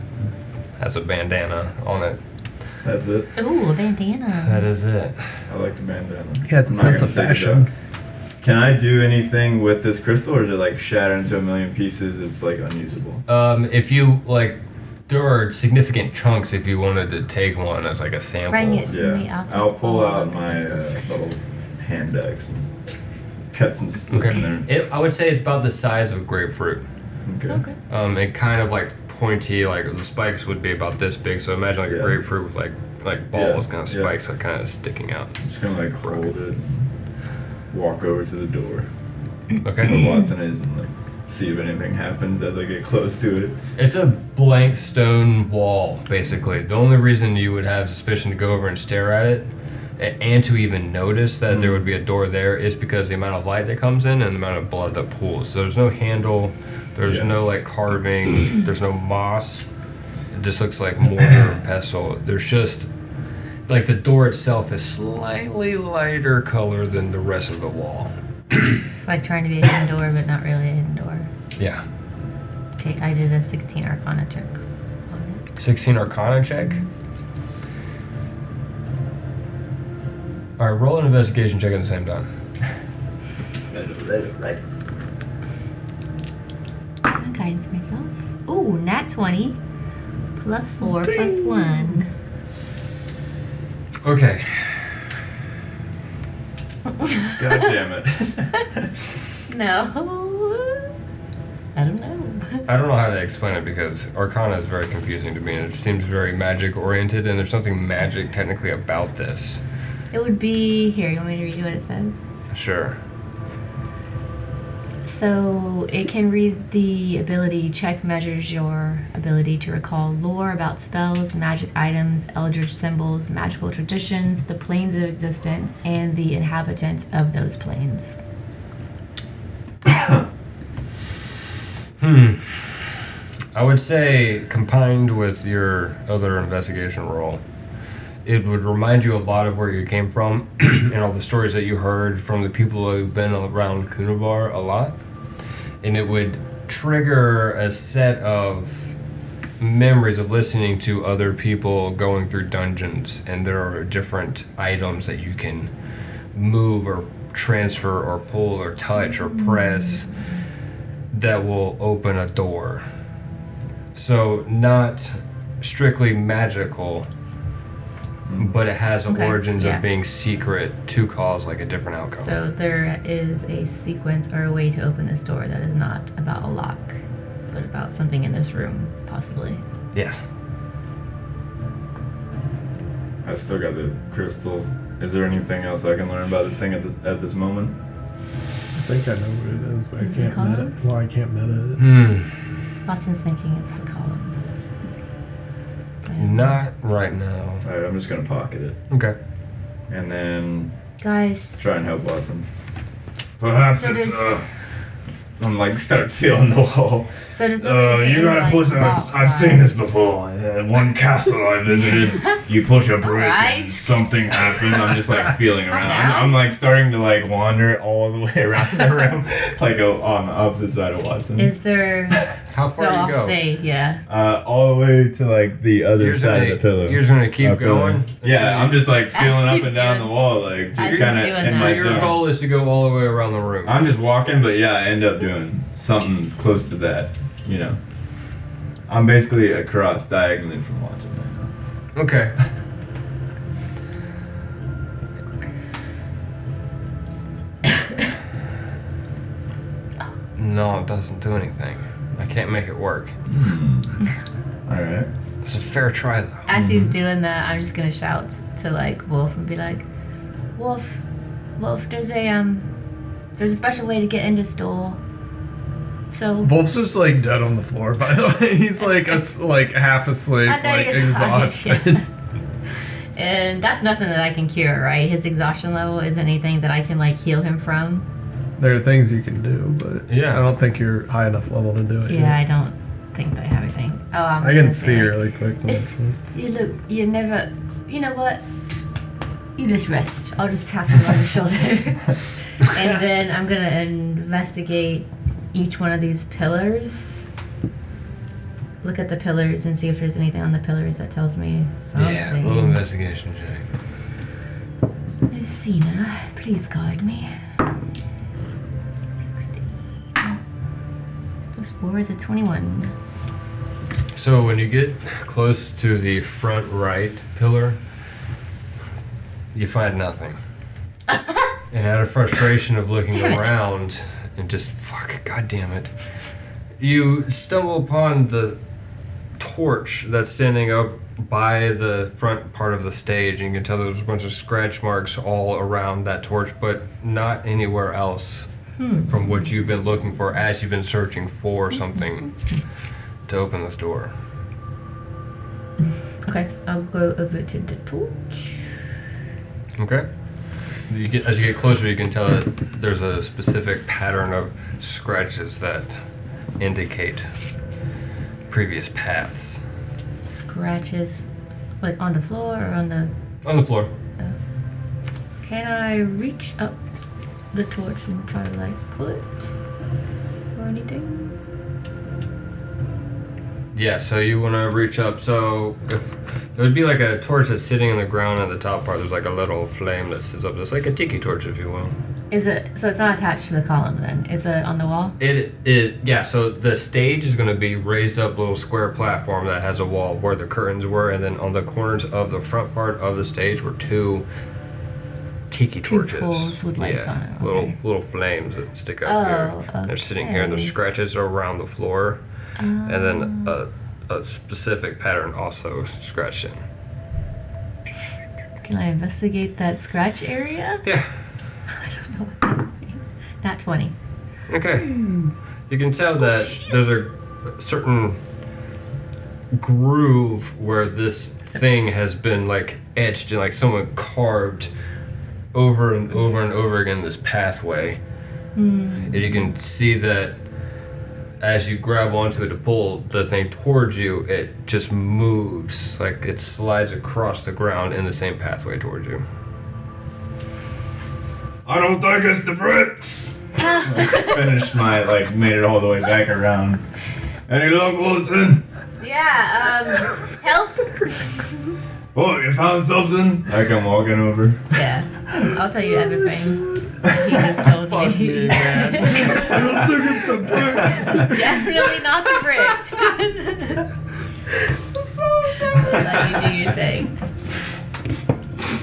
A: Has a bandana on it.
D: That's it.
B: Ooh, a bandana.
A: That is it.
D: I like the bandana.
C: He has a
D: I'm not
C: sense of
D: gonna take it
C: fashion.
D: off. Can I do anything with this crystal, or is it like shatter into a million pieces? It's like unusable.
A: Um, if you like, there are significant chunks if you wanted to take one as like a sample.
B: Bring it.
D: Yeah,
B: Somebody out to
D: I'll pull
B: pull
D: out
B: the
D: my uh,
B: crystals.
D: little handbags and cut some slits
A: Okay.
D: in there.
A: It, I would say it's about the size of a grapefruit.
D: Okay.
B: Okay.
A: Um, it kind of like pointy, like the spikes would be about this big. So imagine like a
D: Yeah.
A: grapefruit with like like balls,
D: Yeah,
A: kind of
D: yeah.
A: spikes, like kind of sticking
D: [CLEARS THROAT]
A: out.
D: I'm just gonna like hold it, and walk over to the door
B: [CLEARS THROAT]
A: Okay.
D: where Watson is, and like see if anything happens as I get close to it.
A: It's a blank stone wall, basically. The only reason you would have suspicion to go over and stare at it, a- and to even notice that there would be a door there, is because the amount of light that comes in and the amount of blood that pools. So there's no handle, there's
D: Yeah.
A: no like carving, [COUGHS] there's no moss. It just looks like mortar and pestle. There's just like the door itself is slightly lighter color than the rest of the wall.
B: It's like trying to be a hidden door, but not really a hidden door.
A: Yeah.
B: Okay, I did a 16 Arcana check. on
A: 16 Arcana check. All right, roll an investigation check at the same time.
B: it. I guidance myself. Ooh, nat 20. Plus 4, plus 1.
A: Okay,
D: God
B: [LAUGHS]
D: damn it.
B: No. I don't know.
A: I don't know how to explain it because Arcana is very confusing to me, and it seems very magic oriented, and there's something magic technically about this.
B: It would be. Here, you want me to read you what it says?
A: Sure.
B: So it can read the ability check measures your ability to recall lore about spells, magic items, eldritch symbols, magical traditions, the planes of existence, and the inhabitants of those planes.
A: Hmm. I would say, combined with your other investigation role, it would remind you a lot of where you came from [CLEARS THROAT] and all the stories that you heard from the people who've been around Kunabar a lot. And it would trigger a set of memories of listening to other people going through dungeons, and there are different items that you can move or transfer or pull or touch or
B: Mm-hmm.
A: press that will open a door. So, not strictly magical, but it has
B: Mm-hmm. Okay,
A: origins
B: yeah.
A: of being secret to cause like a different outcome.
B: So there is a sequence or a way to open this door that is not about a lock, but about something in this room, possibly.
A: yes.
D: I still got the crystal. Is there anything else I can learn about this thing at this, at this moment?
C: I think I know what it is, but
B: Is it
C: I can't meta.
B: columns?
C: Well, I can't meta it.
A: Hmm.
B: Watson's thinking it's the columns.
A: Not right now.
D: All right, I'm just gonna pocket it
A: Okay.
D: and then
I: Guys,
D: try and help Watson.
E: Perhaps
I: So
E: it's.
I: does-
E: Uh,
D: I'm like start feeling the wall.
B: So there's no
E: uh, you gotta push. i I've seen this before. Uh, one castle I visited, you push a brick
B: Alright.
E: and something
D: And
E: happens.
D: I'm just like feeling around. I'm,
B: now?
D: I'm like starting to like wander all the way around the room, [LAUGHS] like uh, on the opposite side of Watson.
B: Is
E: [LAUGHS]
B: there?
A: How
B: so
A: far do you
B: I'll
A: go?
B: say yeah.
D: uh, all the way to like the other
A: You're just
D: side
A: gonna,
D: of the pillow.
A: you're just gonna keep
D: Our pillow.
A: going.
D: Yeah, I'm just like
B: That's
D: feeling
B: what
D: up
B: he's
D: and down
B: doing.
D: the wall, like
B: That's
D: just kind
B: what he's
D: of
B: doing
D: in
B: now.
A: So
D: my
A: your
D: zone.
A: goal is to go all the way around the room.
D: I'm just walking, but yeah, I end up doing something close to that, you know. I'm basically across diagonally from Watson right now.
A: Okay. no, it doesn't do anything. I can't make it work.
D: Hmm. All right.
A: It's a fair try though.
B: As he's
E: Mm-hmm.
B: doing that, I'm just gonna shout to like Wolf and be like, Wolf, Wolf, there's a um, there's a special way to get in this door. So
C: Wolf's just like dead on the floor. [LAUGHS] By the way, he's like us, like half asleep,
B: I know [LAUGHS]
C: like
B: you're tired.
C: exhausted. [LAUGHS]
B: And that's nothing that I can cure, right? His exhaustion level isn't anything that I can like heal him from.
C: there are things you can do, but
A: Yeah.
C: I don't think you're high enough level to do it.
B: Yeah, I don't think that I have anything. Oh, I'm
C: I
B: just
C: can
B: gonna say,
C: see
B: like,
C: really quick.
B: It's, you look, you never, you know what? You just rest. I'll just tap him on the [LAUGHS] shoulder. and then I'm gonna investigate each one of these pillars. Look at the pillars and see if there's anything on the pillars that tells me something.
A: Yeah, a little investigation check.
B: Lucina, please guide me. 16. Plus 4 is a 21.
A: So when you get close to the front right pillar, you find
B: [LAUGHS]
A: nothing. and out of frustration of looking
B: Damn it.
A: around and just fuck, god damn it, you stumble upon the torch that's standing up by the front part of the stage, and you can tell there's a bunch of scratch marks all around that torch, but not anywhere else
B: Hmm.
A: from what you've been looking for as you've been searching for something to open this door.
B: Okay, I'll go over to the torch.
A: Okay. You get, as you get closer, you can tell that there's a specific pattern of scratches that indicate previous paths.
B: Scratches, like on the floor or on the.
A: On the floor.
B: Can I reach up the torch and try to like pull it or anything?
A: Yeah, so you want to reach up. So if it would be like a torch that's sitting on the ground at the top part, there's like a little flame that sits up. It's like a tiki torch, if you will.
B: Is it so? It's not attached to the column then. Is it on the wall?
A: It it yeah. So the stage is going to be raised up little square platform that has a wall where the curtains were, and then on the corners of the front part of the stage were two tiki
B: Two
A: torches.
B: poles with lights on it,
A: Little
B: okay.
A: little flames that stick up
B: Oh,
A: here. They're sitting here, and there's
B: okay.
A: scratches around the floor, and then
B: Um.
A: a, a specific pattern also scratched in.
B: Can I investigate that scratch area? [LAUGHS]
A: Yeah.
B: I don't know what that means. Not twenty.
A: Okay. You can tell that there's a certain groove where this thing has been like etched and like someone carved over and over and over again this pathway. And you can see that as you grab onto it to pull the thing towards you, it just moves like it slides across the ground in the same pathway towards you.
E: I don't think it's the bricks.
D: [LAUGHS] Finished my like made it all the way back around.
E: Any luck, Wilson?
B: Yeah. Um, help.
E: Oh, you found something?
D: Like I'm walking over.
B: yeah. I'll tell you everything. He just told
A: Fuck me, man.
B: [LAUGHS]
C: I don't think it's the bricks.
B: Definitely not the
D: [LAUGHS]
B: bricks. Let you do your thing.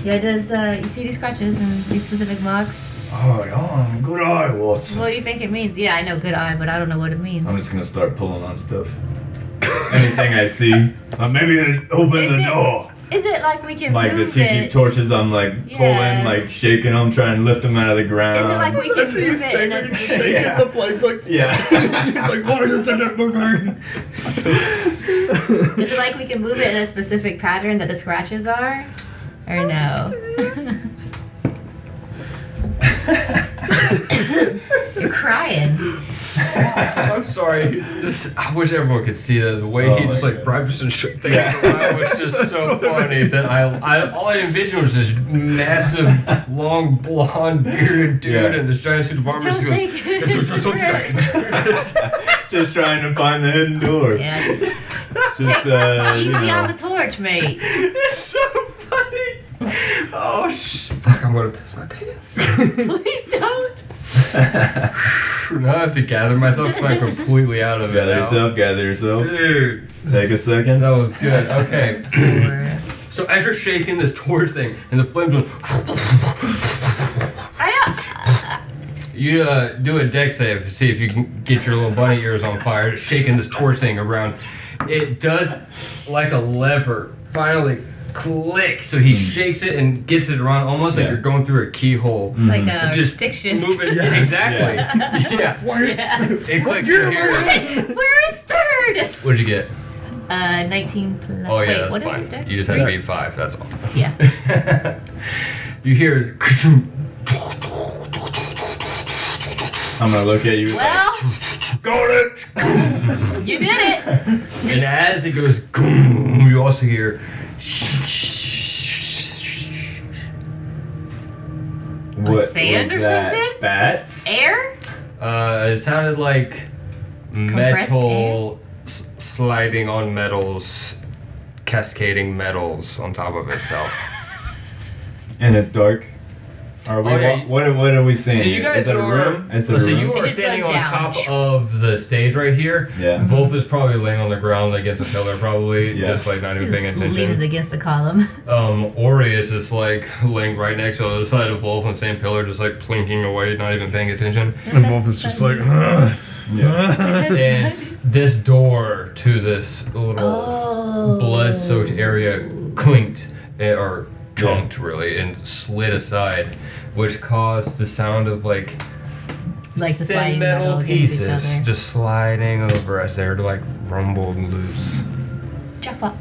B: Yeah, does uh, you see these crutches and these specific marks?
E: Alright, oh, good eye, Watson.
B: What do you think it means? Yeah, I know good eye, but I don't know what it means.
D: I'm just gonna start pulling on stuff. Anything I see.
E: Uh, maybe it opened
B: Is
E: the
B: it-
E: door.
B: Is it like we can
D: Oh. Like the
B: move
D: tiki
B: it?
D: torches, I'm like
B: Yeah.
D: pulling, like shaking them, trying to lift them out of the
B: Is it like
D: ground.
B: we can move it in a specific
D: Yeah.
C: The flames like
D: [LAUGHS] Yeah. [LAUGHS]
C: it's like water that's in that burger.
B: Is it like we can move it in a specific pattern that the scratches are? Or
D: [LAUGHS]
B: no? You're crying.
A: I'm sorry. This I wish everyone could see that. The way
D: Oh
A: he
D: my
A: just like
D: God.
A: grabbed us and shook things
D: Yeah.
A: around was just [LAUGHS] so funny that I, I all I envisioned was this massive, long, blonde, bearded dude
D: Yeah.
A: in this giant suit of armor.
B: Don't
A: He goes,
B: think it
A: "If there's
B: is
A: something I can do."
D: [LAUGHS] just trying to find the hidden door.
B: [LAUGHS] Yeah.
D: Just uh,
B: Easy
D: you
B: on
D: know.
B: the torch, [LAUGHS] mate.
A: it's so funny. Oh sh! Fuck! I'm gonna piss my pants.
B: Please don't.
A: Now I have to gather myself. So I'm completely out of it.
D: Gather
A: now.
D: yourself, gather yourself.
A: Dude,
D: Take a second.
A: that was good. Okay.
B: [LAUGHS] I
A: So as you're shaking this torch thing, and the flames went,
B: don't.
A: you uh, do a deck save to see if you can get your little bunny ears on fire, shaking this torch thing around. It does like a lever finally click, so he shakes it and gets it around, almost like
D: Yeah.
A: you're going through a keyhole.
B: like uh, a
A: Mm-hmm. Just
B: stick shift.
A: Move it
B: [LAUGHS]
C: Yes.
A: exactly. Yeah. It clicks. in here.
B: Where is third?
A: What'd you get?
B: Uh, 19 plus.
A: Oh yeah,
B: Wait,
A: that's
B: what is
A: fine.
B: it, Dex?
A: you just had to be five. That's all.
B: Yeah.
A: you hear.
D: I'm gonna look at you.
B: Well,
E: Got it!
B: you did it.
A: And as it goes, boom, you also hear.
D: What was
B: sand or
D: that?
B: something?
D: Bats.
B: Air?
A: Uh, it sounded like metal s- sliding on metals, cascading metals on top of itself.
D: [LAUGHS] And it's dark. Are we?
A: Oh, yeah.
D: wa- what, are- what are we seeing?
A: so you
D: here?
A: guys
D: Is it a
A: are. Oh,
D: room? Is it
A: so
D: a room?
A: you
B: It
A: are
B: just
A: standing on
B: goes down.
A: top of the stage right here.
D: Yeah.
A: Wolf is probably laying on the ground against a pillar, probably
D: Yeah.
A: just like not even paying attention.
B: Lean it against the column.
A: Um, Aureus is like laying right next to the other side of Wolf and St. Pillar, just like plinking away, not even paying
B: [LAUGHS]
A: attention.
C: And Wolf is just like, [SIGHS] "Ugh."
D: Yeah.
A: And this door to this little
B: Oh.
A: Oh. blood soaked area clinked, eh, or chunked really, and slid aside, which caused the sound of like
B: Like the
A: thin
B: sliding
A: metal
B: against
A: pieces
B: Each other.
A: just sliding over as they were like rumbled loose.
B: Jump up.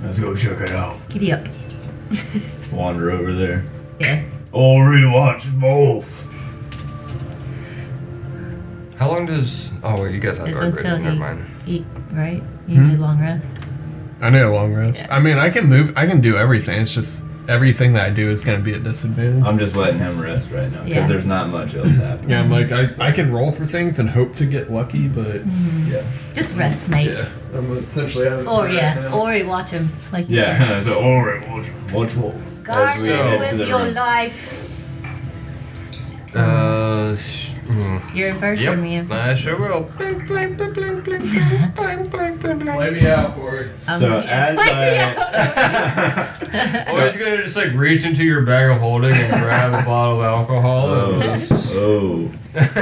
E: Let's go check it out.
B: Giddy up.
D: Wander over there.
B: Yeah.
E: Or rewatch both.
A: How long does. Oh, wait, you guys have
B: It's
A: dark
B: until
A: vision, never
B: he
A: mind. Hmm?
B: eat, right? You need long rest.
C: I need a long rest.
B: Yeah.
C: I mean, I can move. I can do everything. It's just everything that I do is going to be at disadvantage.
D: I'm just letting him rest right now because
B: Yeah.
D: there's not much else happening.
C: yeah, I'm like I, I can roll for things and hope to get lucky, but
D: Yeah.
B: Just rest, mate.
C: yeah, I'm essentially out of
B: Or
C: it
B: Oh, yeah,
C: right now.
B: or you watch him. Like you said.
D: Yeah. [LAUGHS] so
E: Or rewatch
D: watch what?
B: Guard
D: As we
B: me
A: head
B: with
D: to the
B: your
D: room.
B: life.
A: Uh. Sh- hmm.
B: You're in first
A: Yep,
B: for me. I'm
A: I sure will. Blink, blink, blink, blink, blink, blink, blink, blink, blink, blink.
C: Play
A: [LAUGHS]
C: me out, or
B: here.
D: So as
B: [LAUGHS]
D: I.
A: Or he's gonna just like reach into your bag of holding and grab a bottle of alcohol.
D: oh. [LAUGHS] Oh.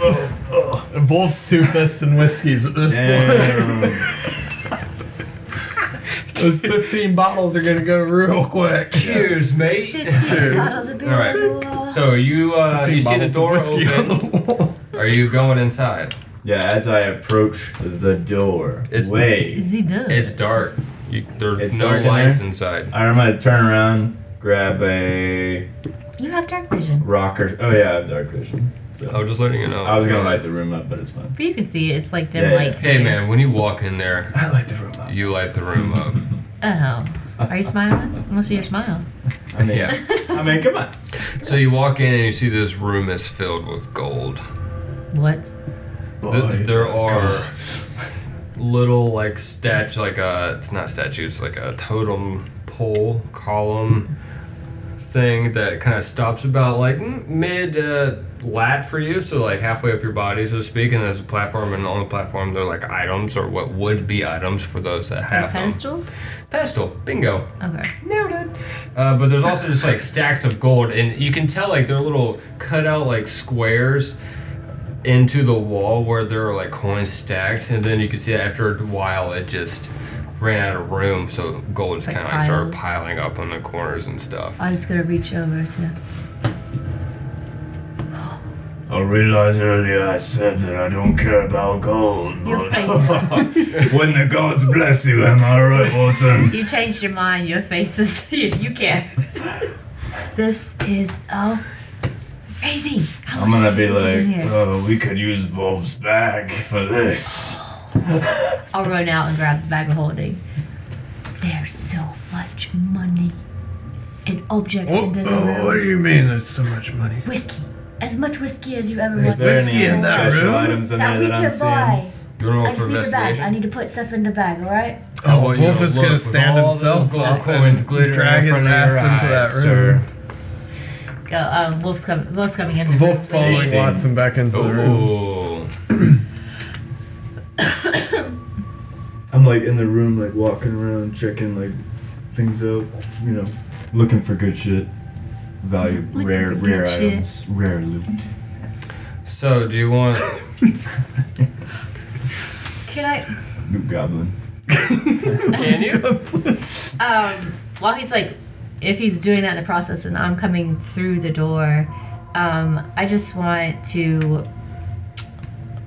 C: oh, oh, oh. Wolf's two fists and whiskeys at this point. [LAUGHS]
D: Damn.
C: Those 15 bottles are going to go real quick.
A: Cheers,
B: [LAUGHS]
A: mate.
B: 15 bottles of beer
A: All right.
B: on the wall.
A: So you uh, you see the door
C: Bottles of whiskey
D: [LAUGHS]
C: on
A: open.
C: the wall.
A: Are you going inside?
D: Yeah. As I approach the door,
A: It's-
D: wait.
B: Is he done?
A: It's dark. You, there's
D: It's
A: no
D: dark in
A: lights
D: there?
A: inside.
D: I'm gonna turn around, grab a
B: You have dark vision.
D: rocker. Oh yeah, I have dark vision. So.
A: I was just letting you know.
D: I was gonna light the room up, but it's fine.
B: But you can see it. it's like dim
D: Yeah, yeah.
B: light. to
A: Hey
B: you.
A: man, when you walk in there,
E: I like the room up.
A: you light the room
D: [LAUGHS]
A: up.
B: Oh. Are you smiling? It must be your smile. [LAUGHS]
D: I mean,
A: Yeah.
D: I mean, come on.
A: So you walk in and you see this room is filled with gold.
B: What?
E: By
A: there
E: the
A: are-
E: gods.
A: little like statue, like a it's not statue, it's like a totem pole column thing that kind of stops about like m- mid uh, lat for you, so like halfway up your body, so to speak, and there's a platform, and on the platform there are like items or what would be items for those that
N: A
A: have them.
N: pedestal?
A: Pedestal, bingo.
N: Okay.
A: Noted. Uh, but there's also just like stacks of gold, and you can tell like they're little cut out like squares into the wall where there are like coins stacked, and then you can see that after a while it just ran out of room, so gold just
B: Like
A: kind of like started
B: piled.
A: piling up on the corners and stuff.
B: I'm just gonna reach over to.
E: I realized earlier I said that I don't care about gold,
B: You're
E: but
B: fake.
E: [LAUGHS] when the gods bless you, am I right,
B: [LAUGHS]
E: Watson?
B: You changed your mind. Your face is. [LAUGHS] You, you care. this is oh, amazing.
E: I'm gonna be
B: in
E: like,
B: here?
E: oh, we could use Volv's bag for this.
B: I'll run out and grab the bag of holding. There's so much money and objects in this room.
C: Oh, what do you mean there's so much money?
B: Whiskey. As much whiskey as you ever
D: Is
B: want.
D: there any uh,
C: Whiskey in that
D: special
C: room?
D: items in
B: that
D: there
B: we
D: that I'm
B: can buy.
A: You
D: seeing?
A: want to
B: I
A: roll
B: just
A: for
B: need the bag. I
A: investigation?
B: need to put stuff in the bag, alright?
A: How
C: Oh,
A: are you
C: Wolf
A: gonna
C: is
A: look
C: gonna
A: with
C: stand
A: all those
C: himself
A: gold
C: up
A: coins
C: and
A: glittering
C: drag
A: in
C: his
A: front of your
C: ass into
A: eyes,
C: that
A: sir.
C: room.
D: Uh,
B: Go. Um, Wolf's coming. Wolf's coming in.
C: Wolf's following
D: Amazing.
C: Watson back into the room.
A: Oh,
D: I'm like in the room, like walking around, checking like things out, you know, looking for good shit, value, rare,
B: for good
D: rare
B: shit.
D: items, rare loot.
A: so do you want?
B: Can I?
D: Loot goblin.
A: Can
B: [LAUGHS]
A: you?
B: Um, while he's like, if he's doing that in the process, and I'm coming through the door, um, I just want to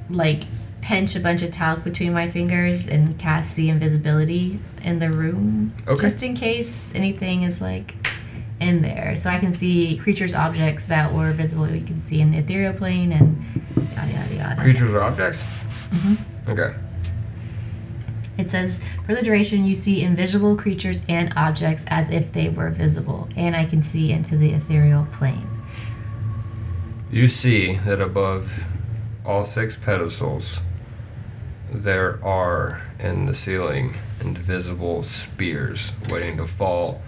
B: like pinch a bunch of talc between my fingers and cast the invisibility in the room,
A: Okay.
B: just in case anything is like in there, so I can see creatures, objects that were visible. We can see in the ethereal plane and yada yada yada.
A: Creatures or objects?
B: Mm-hmm.
A: Okay.
B: It says, for the duration, you see invisible creatures and objects as if they were visible, and I can see into the ethereal plane.
A: You see that above all six pedestals, there are in the ceiling invisible spears waiting to fall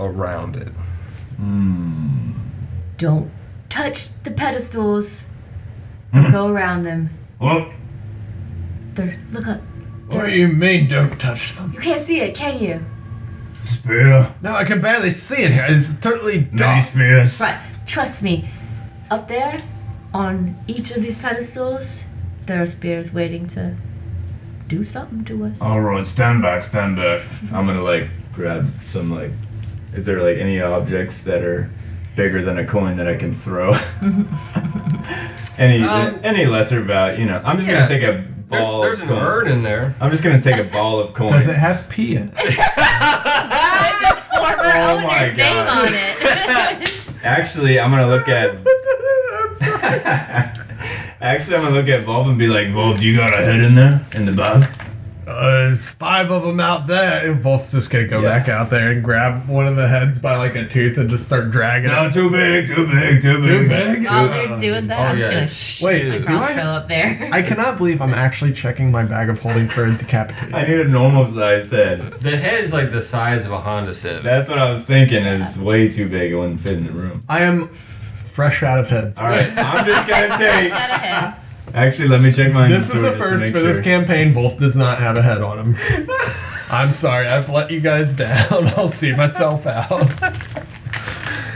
A: around it.
D: Hmm.
B: Don't touch the pedestals. Go around them.
E: Well,
B: They're, look up.
C: What do Oh, you mean don't touch them?
B: You can't see it, can you?
E: spear,
C: No, I can barely see it here. It's totally
E: many
C: dark.
E: spears.
B: Right. Trust me. Up there, on each of these pedestals, there are spears waiting to do something to us.
E: All right, stand back, stand back.
D: I'm gonna like grab some like. Is there like any objects that are bigger than a coin that I can throw? [LAUGHS] any
C: Um,
D: any lesser value, you know. I'm just
A: yeah.
D: gonna take a
A: There's,
D: ball.
A: there's
D: of
A: an
D: coin.
A: urn in there.
D: I'm just gonna take a ball of coins.
C: [LAUGHS] Does it have pee in [LAUGHS] it?
B: Former
D: Oh
B: owner's
D: my
B: name
D: God.
B: on it.
D: Actually, I'm gonna look at.
C: I'm sorry.
D: Actually, I'm gonna look at Volv and be like, Volv, do you got a head in there in the bag?
C: Uh, there's five of them out there. And Wolf's just gonna go
D: Yeah.
C: back out there and grab one of the heads by like a tooth and just start dragging
E: No,
C: it.
E: Oh, too big, too big, too big.
C: Too big?
B: While they're doing that,
A: Oh,
B: I'm just
A: yeah.
B: gonna shh
C: Wait,
B: my
C: do
B: crossbow
C: I-
B: up there.
C: I cannot believe I'm actually checking my bag of holding for a decapitated.
D: [LAUGHS] I need a normal sized head.
A: The head is like the size of a Honda Civic.
D: That's what I was thinking. It's way too big. It wouldn't fit in the room.
C: I am fresh out of heads.
D: All right, I'm just
A: [LAUGHS]
D: gonna take.
B: Got a head.
D: Actually, let me check mine.
C: This is
D: too,
C: a
D: just to
C: first
D: make
C: for this
D: sure.
C: campaign. Wolf does not have a head on [LAUGHS] him. I'm sorry, I've let you guys down. [LAUGHS] I'll see myself out.
A: We just-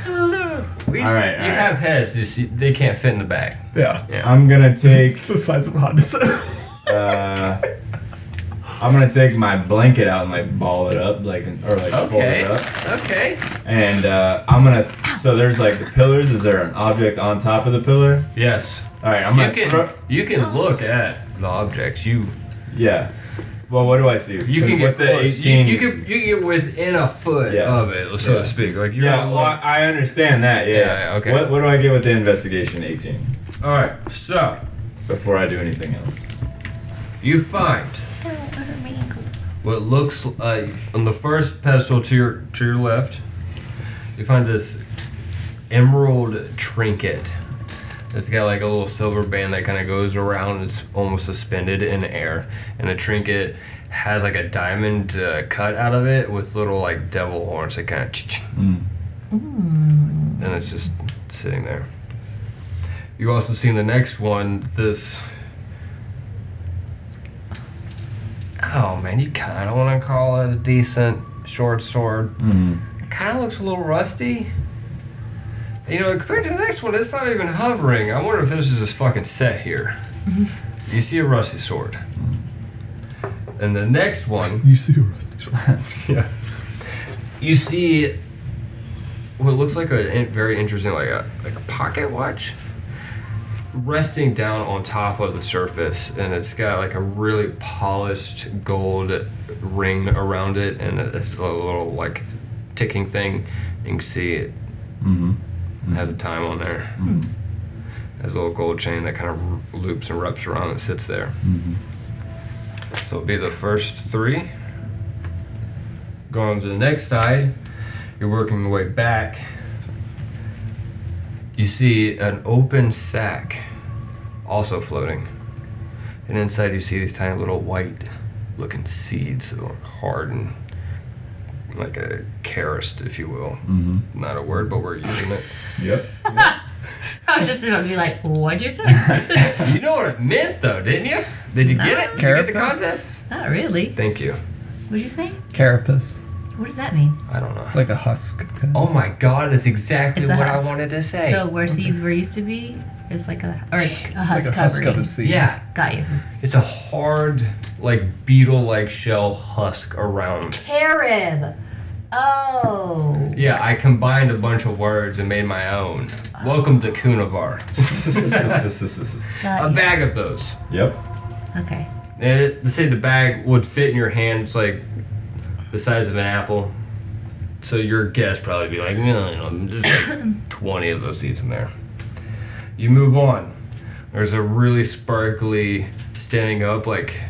D: All right, all
A: you
D: right.
A: have heads, you see, they can't fit in the bag.
C: Yeah.
A: Yeah.
D: I'm gonna take.
C: It's the size of a Honda Civic.
D: Uh, I'm gonna take my blanket out and like ball it up, like or like fold
A: okay.
D: it up,
A: Okay.
D: and uh, I'm gonna. so there's like the pillars. Is there an object on top of the pillar?
A: Yes.
D: All right, I'm
A: You
D: gonna.
A: can
D: throw-
A: you can look at the objects. You
D: yeah. Well, what do I see?
A: you
D: Since
A: can
D: with
A: get
D: the
A: close. You,
D: 18.
A: you can you can get within a foot
D: Yeah.
A: of it, so
D: Yeah.
A: to speak. Like you're
D: Yeah,
A: not
D: well,
A: looking-
D: I I understand that. Yeah.
A: Yeah, yeah, okay.
D: What, what do I get with the investigation 18
A: All right, so
D: before I do anything else?
A: you find what looks like on the first pedestal to your to your left. You find this emerald trinket. It's got like a little silver band that kind of goes around. It's almost suspended in air, and the trinket has like a diamond uh, cut out of it with little like devil horns that kind of and it's just sitting there. You also see in the next one this. Oh man, you kind of want to call it a decent short sword.
D: Mm.
A: Kind of looks a little rusty. You know, compared to the next one, it's not even hovering. I wonder if this is just fucking set here. you see a rusty sword. And the next one.
C: You see a rusty sword.
A: Yeah. You see what looks like a in- very interesting, like a like a pocket watch, resting down on top of the surface, and it's got like a really polished gold ring around it, and it's a little like ticking thing. You can see it [LAUGHS]
D: hmm
A: has a time on there. Has a little gold chain that kind of loops and wraps around and sits there.
D: hmm
A: So it'll be the first three. Going to the next side, you're working your way back. You see an open sack also floating. And inside you see these tiny little white looking seeds that look hard and like a carist, if you will.
D: hmm
A: Not a word, but we're using it.
D: Yep.
B: I was just about to be like, what'd you say?
A: you know what it meant though, didn't you? Did you get it? Did you get the
C: Carapace?
A: contest?
B: Not really.
A: Thank you.
B: What'd you say?
C: Carapace.
B: What does that mean?
A: I don't know.
C: It's like a husk.
A: Oh my god, that's exactly
B: It's a
A: what
B: husk.
A: I wanted to say.
B: So where seeds were used to be, it's like a or it's a
C: It's
B: husk
C: like a husk
B: covering.
C: of a seed.
A: yeah,
B: Got you.
A: it's a hard, like beetle like shell husk around.
I: Carib. Oh.
A: Yeah, I combined a bunch of words and made my own.
B: Uh.
A: Welcome to Kunavar.
B: Got
A: A
B: you.
A: bag of those.
D: [LAUGHS] yep.
B: okay.
A: And it, they Eh, say the bag would fit in your hand, it's like the size of an apple. So your guess probably be like, no, you know, there's like 20 of those seeds in there. You move on. There's a really sparkly standing up, like,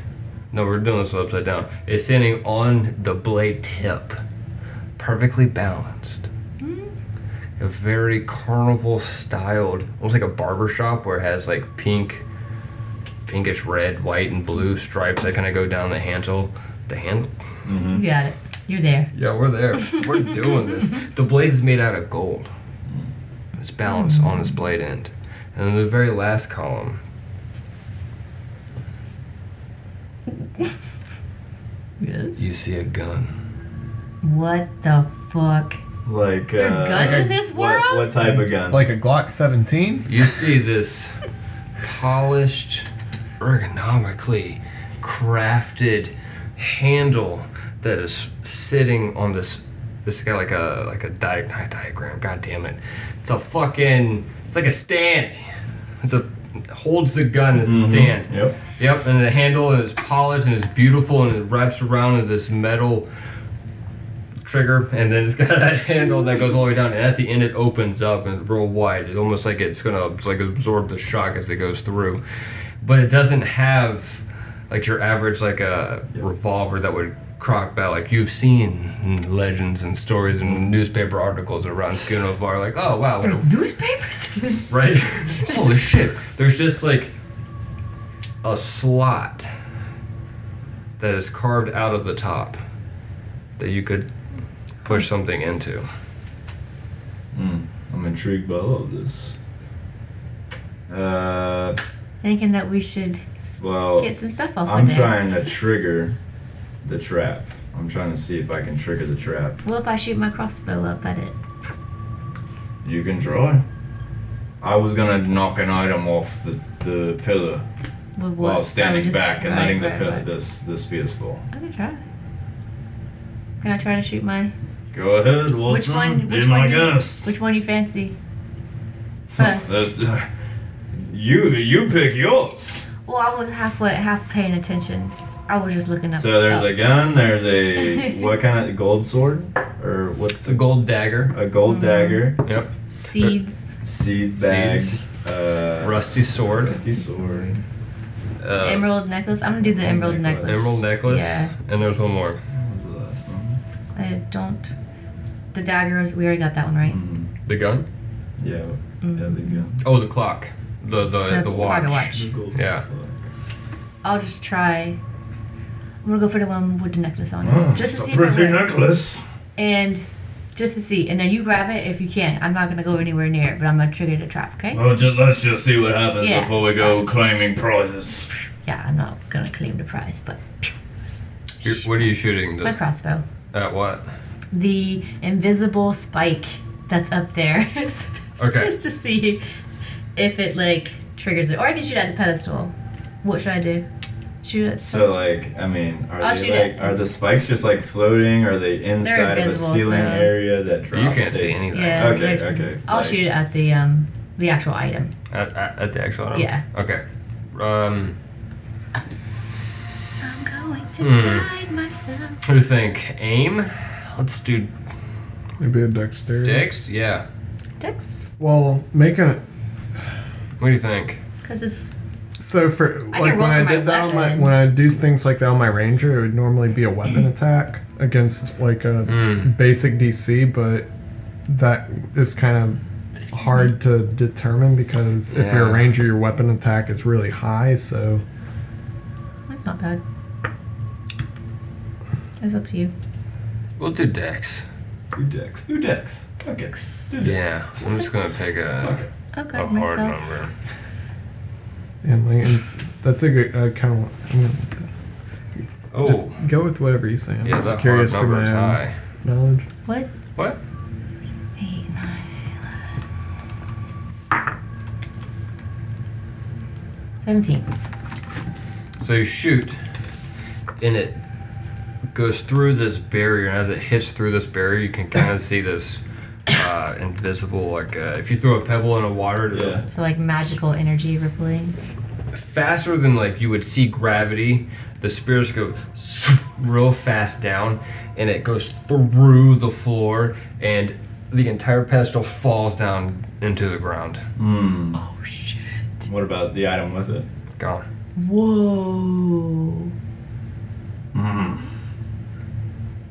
A: no, we're doing this one upside down. It's standing on the blade tip, perfectly balanced. A very carnival styled, almost like a barber shop where it has like pink pinkish red, white, and blue stripes that kind of go down the handle. The handle?
B: You got it. You're there.
A: Yeah, we're [LAUGHS] there. We're doing this. The blade is made out of gold. It's balanced on its blade end. And then the very last column.
B: Yes.
A: You see a gun.
B: What the fuck?
D: Like.
B: There's
D: uh,
B: guns in this
D: what-
B: world?
D: What, type of gun?
C: Like a Glock 17?
A: You see this polished, ergonomically crafted handle that is sitting on this. This guy like a like a di- not a diagram. God damn it! It's a fucking. It's like a stand. It's a holds the gun as a stand.
D: Yep.
A: Yep, and the handle and it's polished and it's beautiful and it wraps around with this metal trigger and then it's got [LAUGHS] that handle that goes all the way down and at the end it opens up and it's real wide. It's almost like it's gonna it's like absorb the shock as it goes through. But it doesn't have like your average like a revolver that would crock back like you've seen in legends and stories and newspaper articles around Kunovar like oh wow what a
B: There's newspapers.
A: Right. [LAUGHS] Holy shit. There's just like a slot that is carved out of the top that you could push something into.
D: Mm, I'm intrigued by all of this. Uh,
B: Thinking that we should
D: well,
B: get some stuff off
D: I'm
B: of
D: trying to trigger the trap. I'm trying to see if I can trigger the trap.
B: That. What if I shoot my crossbow up at it?
D: You can try. I was gonna knock an item off the, the pillar
B: With what?
D: while
B: Oh,
D: standing
B: just-
D: back and
B: right,
D: letting the
B: right,
D: pillar,
B: right.
D: this this spears fall.
B: I can try. Can I try to shoot my?
E: Go ahead, Watson.
B: which one?
E: Be
B: Which
E: my
B: one? you-
E: guest.
B: which one you fancy? First.
E: There's, uh, you you pick yours.
B: Well, I was halfway, half paying attention. I was just looking up.
D: So there's
B: up.
D: a gun.
B: [LAUGHS]
D: There's a what kind of gold sword or what?
A: The gold dagger.
D: A gold
B: Mm-hmm.
D: dagger,
A: Yep.
B: seeds.
D: seed bag,
A: Seeds.
D: uh,
A: Rusty sword.
D: rusty sword.
A: Uh,
B: emerald necklace. I'm gonna do the emerald necklace.
D: necklace.
A: emerald necklace.
B: Yeah.
A: And there's one more.
D: What was the last one?
B: I don't. The daggers. We already got that one right. Mm.
D: Mm,
A: The gun?
D: yeah, yeah, the gun.
A: Oh, the clock. The the, the,
B: The
A: watch.
B: pocket watch.
D: The gold
A: Yeah.
D: sword.
B: I'll just try. I'm gonna go for the one with the necklace on it,
D: [GASPS]
E: Oh,
B: just to
E: it's
B: see
E: a
B: if it works.
E: pretty necklace.
B: and just to see, and then you grab it if you can. I'm not gonna go anywhere near it, but I'm gonna trigger the trap, okay?
E: Well, just, let's just see what happens
B: Yeah.
E: before we go claiming prizes.
B: Yeah, I'm not gonna claim the prize, but
A: You're- what are you shooting?
B: my
A: The,
B: crossbow.
A: at what?
B: The invisible spike that's up there. [LAUGHS]
A: Okay.
B: just to see if it like triggers it, or I can shoot at the pedestal. What should I do? Shoot at the
D: So like, I mean, are
B: I'll
D: they
B: shoot
D: like,
B: it.
D: are the spikes just like floating? Are they inside of a
B: invisible,
D: ceiling
B: so-
D: area that drop?
A: You can't
D: They-
A: see anything.
B: Yeah.
D: Okay,
B: there's-
D: okay,
B: I'll
D: like-
B: shoot it at the um the actual item.
A: At, at, at the actual item?
B: Yeah.
A: Okay. Um,
B: I'm going to
A: Hmm.
B: guide myself.
A: what do you think? Aim? Let's do
C: Maybe a dexterity.
A: dex? Yeah.
B: Dex,
C: Well, make a
A: What do you think?
B: because it's
C: so for
B: I
C: like
B: can roll
C: when I
B: for my
C: did that on my
B: weapon. Mm.
C: when I do things like that on my ranger, it would normally be a weapon attack against like a
A: Hmm.
C: basic DC, but that is kind of hard to determine because if you're a
A: Yeah.
C: ranger, your weapon attack is really high. So
B: that's not bad. It's up to you.
A: We'll do dex.
D: Do dex. Do dex. Okay. Do dex.
A: Yeah. I'm just going to pick a,
D: Fuck it.
B: I'll
A: a
B: guide
A: hard
B: myself.
A: number.
C: and like, and that's a good uh, I kind of I'm gonna
A: Oh.
C: just go with whatever you say. I'm
A: yeah,
C: just
A: that
C: curious
A: hard
C: for
A: number
C: my
A: is
C: own
A: high.
C: knowledge.
B: What?
A: What?
B: Eight, nine, eleven. Seventeen.
A: So you shoot, and it goes through this barrier, and as it hits through this barrier, you can kind of see this uh, invisible, like uh, if you throw a pebble in a water, it'll-
D: Yeah.
B: So like magical energy rippling.
A: faster than like you would see gravity. The spears go [LAUGHS] real fast down, and it goes through the floor, and the entire pedestal falls down into the ground.
D: Hmm. Oh shit. What about the item? Was it?
A: Gone.
B: Whoa.
D: Hmm.
E: Mm,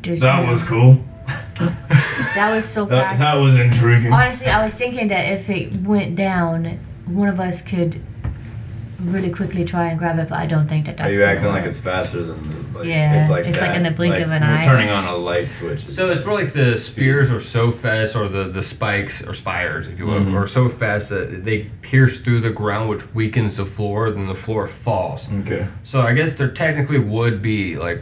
B: There's
E: that
B: no-
E: was cool.
B: [LAUGHS] that was so
E: [LAUGHS] That,
B: fast.
E: that was intriguing.
B: Honestly, I was thinking that if it went down, one of us could really quickly try and grab it, but I don't think that that's.
D: Are you
B: gonna
D: acting like
B: work.
D: it's faster than the, like,
B: Yeah,
D: it's like
B: it's like
D: that.
B: in the blink of an
D: you're
B: eye.
D: turning on a light switch.
A: So it's more like the spears are so fast, or the, the spikes or spires, if you will,
D: Mhm.
A: are so fast that they pierce through the ground, which weakens the floor. Then the floor falls.
D: okay.
A: So I guess there technically would be like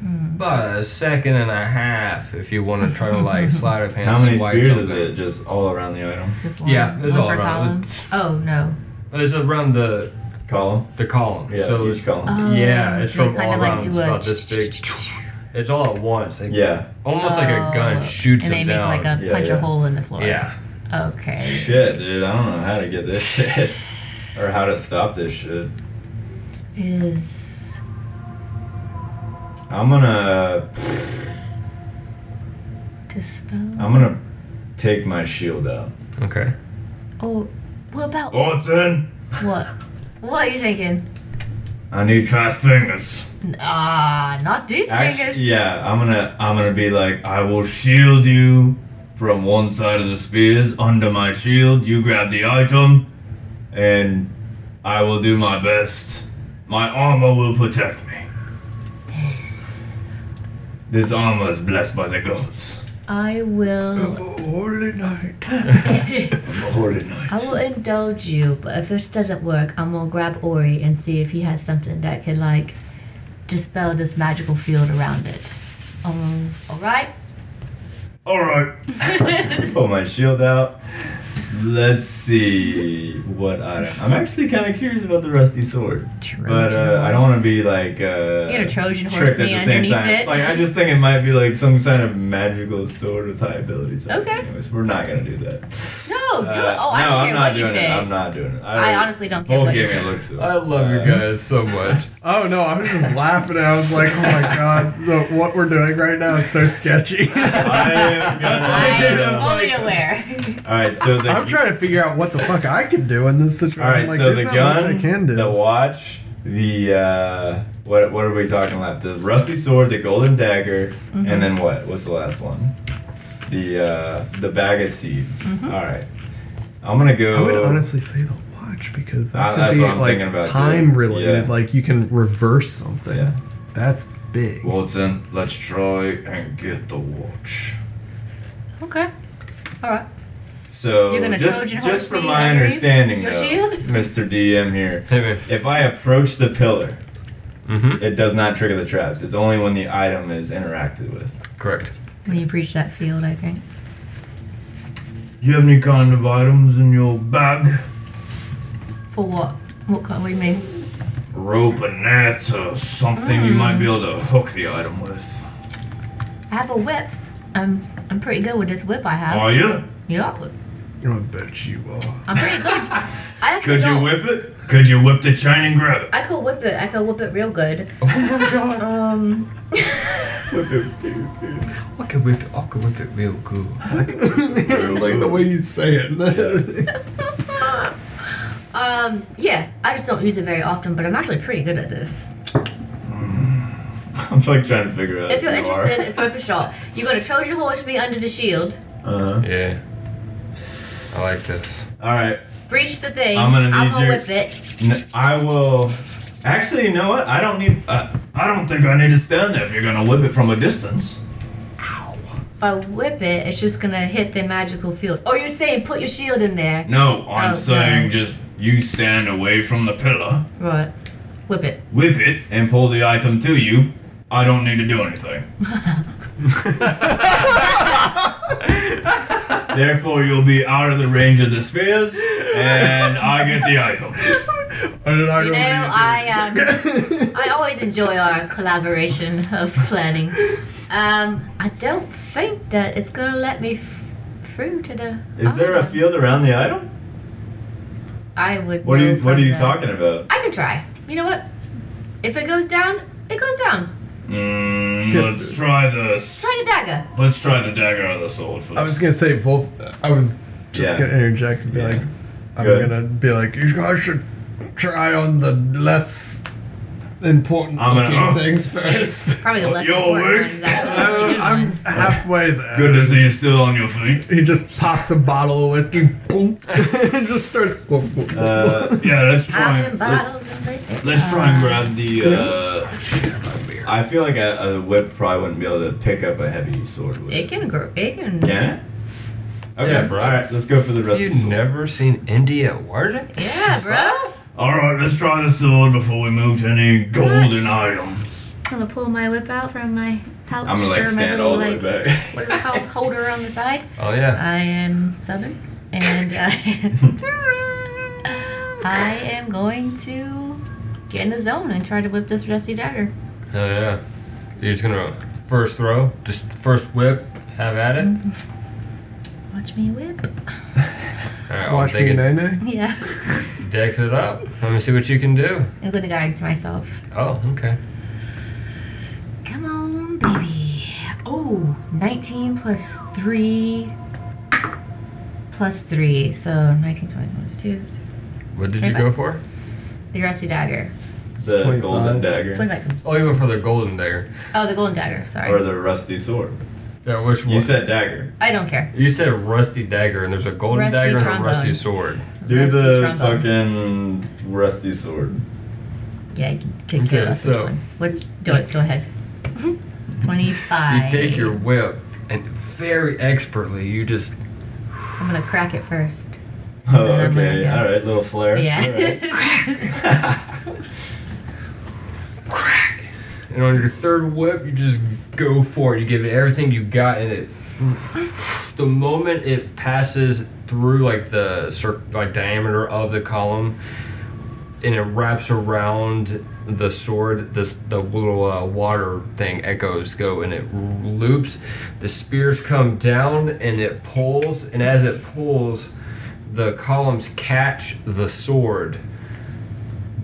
B: Hmm.
A: about a second and a half if you want to try to
B: [LAUGHS]
A: like sleight of hand.
D: How many
A: swipe
D: spears is
A: something.
D: it? Just all around the item
B: Just
A: Yeah, it's
B: one
A: all
B: per
A: around.
B: column? Oh no.
A: It's around the
D: column.
A: the column.
D: Yeah,
A: so
D: each column.
B: Oh.
A: yeah, it's
B: they
A: from
B: kinda
A: all
B: like
A: around.
B: do
A: it's
B: a
A: about this big. It's all at once. Like,
D: yeah.
A: Almost like a
B: Oh.
A: gun shoots
B: and they
A: them
B: make
A: down.
B: like a
D: Yeah,
B: punch
D: yeah.
B: a hole in the floor.
A: yeah.
B: Okay.
D: Shit, dude. I don't know how to get this [LAUGHS] shit or how to stop this shit.
B: Is
D: I'm gonna
B: dispel?
D: I'm gonna take my shield out.
A: Okay.
B: oh, what about
E: Watson,
B: what? What are you thinking?
D: I need
E: fast fingers.
B: Ah, not these fingers.
D: Actually, yeah, I'm gonna I'm gonna be like
E: I will shield you from one side of the spears under my shield. You grab the item,
D: and
E: I will do my best. My armor will protect me. This armor is blessed by the gods.
B: I
D: Oh.
B: will.
E: holy knight. I'm [LAUGHS] a holy
B: [LAUGHS]
E: knight.
B: I will indulge you, but if this doesn't work, I'm gonna grab Ori and see if he has something that can like dispel this magical field around it. Um, all [LAUGHS] right.
E: Alright. [LAUGHS]
D: pull my shield out. Let's see what item. I'm actually kind of curious about the rusty sword, but uh, I don't want to be like uh,
B: You gonna Trojan horse
D: tricked at
B: me
D: the same
B: underneath
D: time.
B: it?
D: Like I just think it might be like some kind of magical sword with high abilities.
B: Okay.
D: Anyways, we're not gonna do that.
B: No, do
D: Uh,
B: it. Oh, I
D: no,
B: don't
D: I'm
B: care
D: not
B: what you
D: doing it.
B: think.
D: I'm not [LAUGHS] doing it.
B: I honestly don't care
D: Both
B: what you
D: gave me
B: think.
D: looks. of-
A: I love
D: uh,
A: you guys so much.
C: Oh no, I was just laughing. I was like, oh my god, the, what we're doing right now is
D: [LAUGHS]
C: so sketchy.
D: [LAUGHS] I am
C: I
D: [LAUGHS]
C: did.
D: gonna-
C: I
B: I'm
C: was
B: fully
C: like-
B: aware. [LAUGHS]
D: All right, so the
C: I'm trying to figure out what the fuck I can do in this situation.
D: All right,
C: like,
D: so
C: there's
D: the
C: not much
D: gun,
C: I can do.
D: the watch, the uh, what? What are we talking about? The rusty sword, the golden dagger,
B: Mm-hmm.
D: and then what? What's the last one? The uh, the bag of seeds.
B: Mm-hmm.
D: All right, I'm gonna go.
C: I would honestly say the watch because that
D: Uh,
C: could
D: that's
C: be
D: what I'm
C: like
D: thinking about, too.
C: time related.
D: Yeah.
C: Like you can reverse something.
D: Yeah.
C: That's big.
E: Watson, let's try and get the watch.
B: Okay. All right.
D: So
B: You're gonna
D: just
B: Trojan horse
D: just from
B: me
D: my
B: underneath
D: understanding,
B: your
D: though,
B: shield?
D: [LAUGHS] Mr. DM here,
A: Hey, man.
D: if I approach the pillar,
A: Mm-hmm.
D: it does not trigger the traps. It's only when the item is interacted with. [LAUGHS]
A: Correct.
B: When you breach that field, I think.
E: You have any kind of items in your bag?
B: For what? What kind? What do you mean?
E: Rope and nets or something you
B: Hmm.
E: might be able to hook the item with.
B: I have a whip. I'm I'm pretty good with this whip I have.
E: Are you?
B: Yeah,
C: I bet you
D: [LAUGHS]
C: are.
B: I'm pretty good. I actually
E: Could you
B: don't-
E: whip it? Could you whip the chain and
B: [LAUGHS]
E: grab it?
B: I could whip it. I could whip it real good. [LAUGHS]
A: Oh
B: Um.
E: Uh,
A: I could whip it. I could whip it real cool.
C: like the way you say it. [LAUGHS]
B: um. Yeah. I just don't use it very often, but I'm actually pretty good at this.
D: I'm like trying to figure out
B: If you're
D: who you are.
B: interested, it's worth a shot. You're gonna Trojan horse me under the shield,
D: Uh-huh.
A: Yeah. I like this.
D: All right.
B: breach the thing.
D: I'm gonna
B: I'm
D: need
B: gonna
D: your-
B: whip it.
D: N- I will. Actually, you know what? I don't need. Uh,
E: I don't think I need to stand there if you're gonna whip it from a distance.
B: If I whip it, it's just gonna hit the magical field. Oh, you're saying put your shield in there?
E: No, I'm
B: Oh,
E: saying
B: no.
E: just you stand away from the pillar,
B: Right. Whip it.
E: whip it, and pull the item to you. I don't need to do
D: [LAUGHS]
E: anything. Therefore, you'll be out of the range of the spheres, and I get the item.
B: You know, I um,
D: [LAUGHS]
B: I always enjoy our collaboration of planning. Um, I don't think that it's gonna let me f- through to the.
D: is there a
B: island.
D: field around the item?
B: I would.
D: What are
B: know
D: you What are
B: from
D: you
B: the-
D: talking about?
B: I can try. You know what? If it goes down, it goes down.
E: Mm, let's try this.
B: Try the dagger.
E: Let's try the dagger or the sword first.
C: I was gonna say Wolf. I was
D: Yeah.
C: just gonna interject and be
D: Yeah.
C: like, I'm
D: Good.
C: gonna be like, you guys should try on the less important
E: I'm gonna-
C: looking
E: oh.
C: things
B: [LAUGHS]
C: first.
B: Probably
D: Oh,
B: the less
E: Yo,
B: important
E: Luke.
B: one is actually
D: [LAUGHS]
B: the really
C: Uh,
B: good
C: I'm
B: one.
C: halfway there.
E: Good to see you still on your feet.
C: He just pops a bottle of whiskey, boom, [LAUGHS] and just starts. Boom, boom, boom.
D: Uh, [LAUGHS]
E: Yeah, let's try.
B: Popping
E: And,
B: bottles and everything.
E: let's try and grab the. Uh,
D: I feel like a, a whip probably wouldn't be able to pick up a heavy sword. With
B: It can grow. It can.
D: Can it? Okay,
A: Yeah, bro.
D: All right, let's go for the rest. of the
A: You've
D: sword.
A: never seen India wording?
B: Yeah, bro.
E: all right, let's try the sword before we move to any golden items.
B: I'm gonna pull my whip out from my pouch.
D: I'm gonna like
B: or my
D: stand
B: little,
D: all the way
B: like,
D: back.
B: What is it called? Holder on the side.
A: Oh yeah.
B: I am Southern, and I,
A: [LAUGHS]
B: I am going to get in the zone and try to whip this rusty dagger.
A: Hell yeah. You're just gonna first throw, just first whip, have at it.
B: Watch me whip.
A: All right,
C: Watch
A: I'll take
C: me,
A: it.
C: Nene.
B: Yeah. [LAUGHS]
A: Dex it up. Let me see what you can do.
B: I'm gonna guide myself.
A: Oh, okay.
B: Come on, baby. Oh, 19 plus 3. Plus 3. So 19, 20, 22.
A: What did you go for?
B: The rusty dagger.
D: [LAUGHS] The
C: 25.
D: golden dagger
B: 25.
A: Oh, you went for the golden dagger.
B: Oh, the golden dagger. Sorry.
D: or the rusty sword?
A: Yeah, which one?
D: You said dagger.
B: I don't care.
A: You said rusty dagger, and there's a golden
B: Rusty
A: dagger and a
B: trombone.
A: rusty sword.
D: Do
B: Rusty
D: the
B: trombone.
D: fucking rusty sword.
B: Yeah, I can kick your
A: Okay,
B: ass.
A: so-
B: Which, do it. Go
A: [LAUGHS]
B: ahead. 25.
A: You take your whip, and very expertly, you just
B: I'm gonna crack it first.
D: Oh,
B: Then I'm gonna
D: okay.
B: go.
D: All right, little flare. All right.
B: Yeah.
A: And on your third whip, you just go for it. You give it everything you got, and it. The moment it passes through like the cir- like diameter of the column, and it wraps around the sword, this the little uh, water thing echoes go, and it loops. The spears come down, and it pulls, and as it pulls, the columns catch the sword.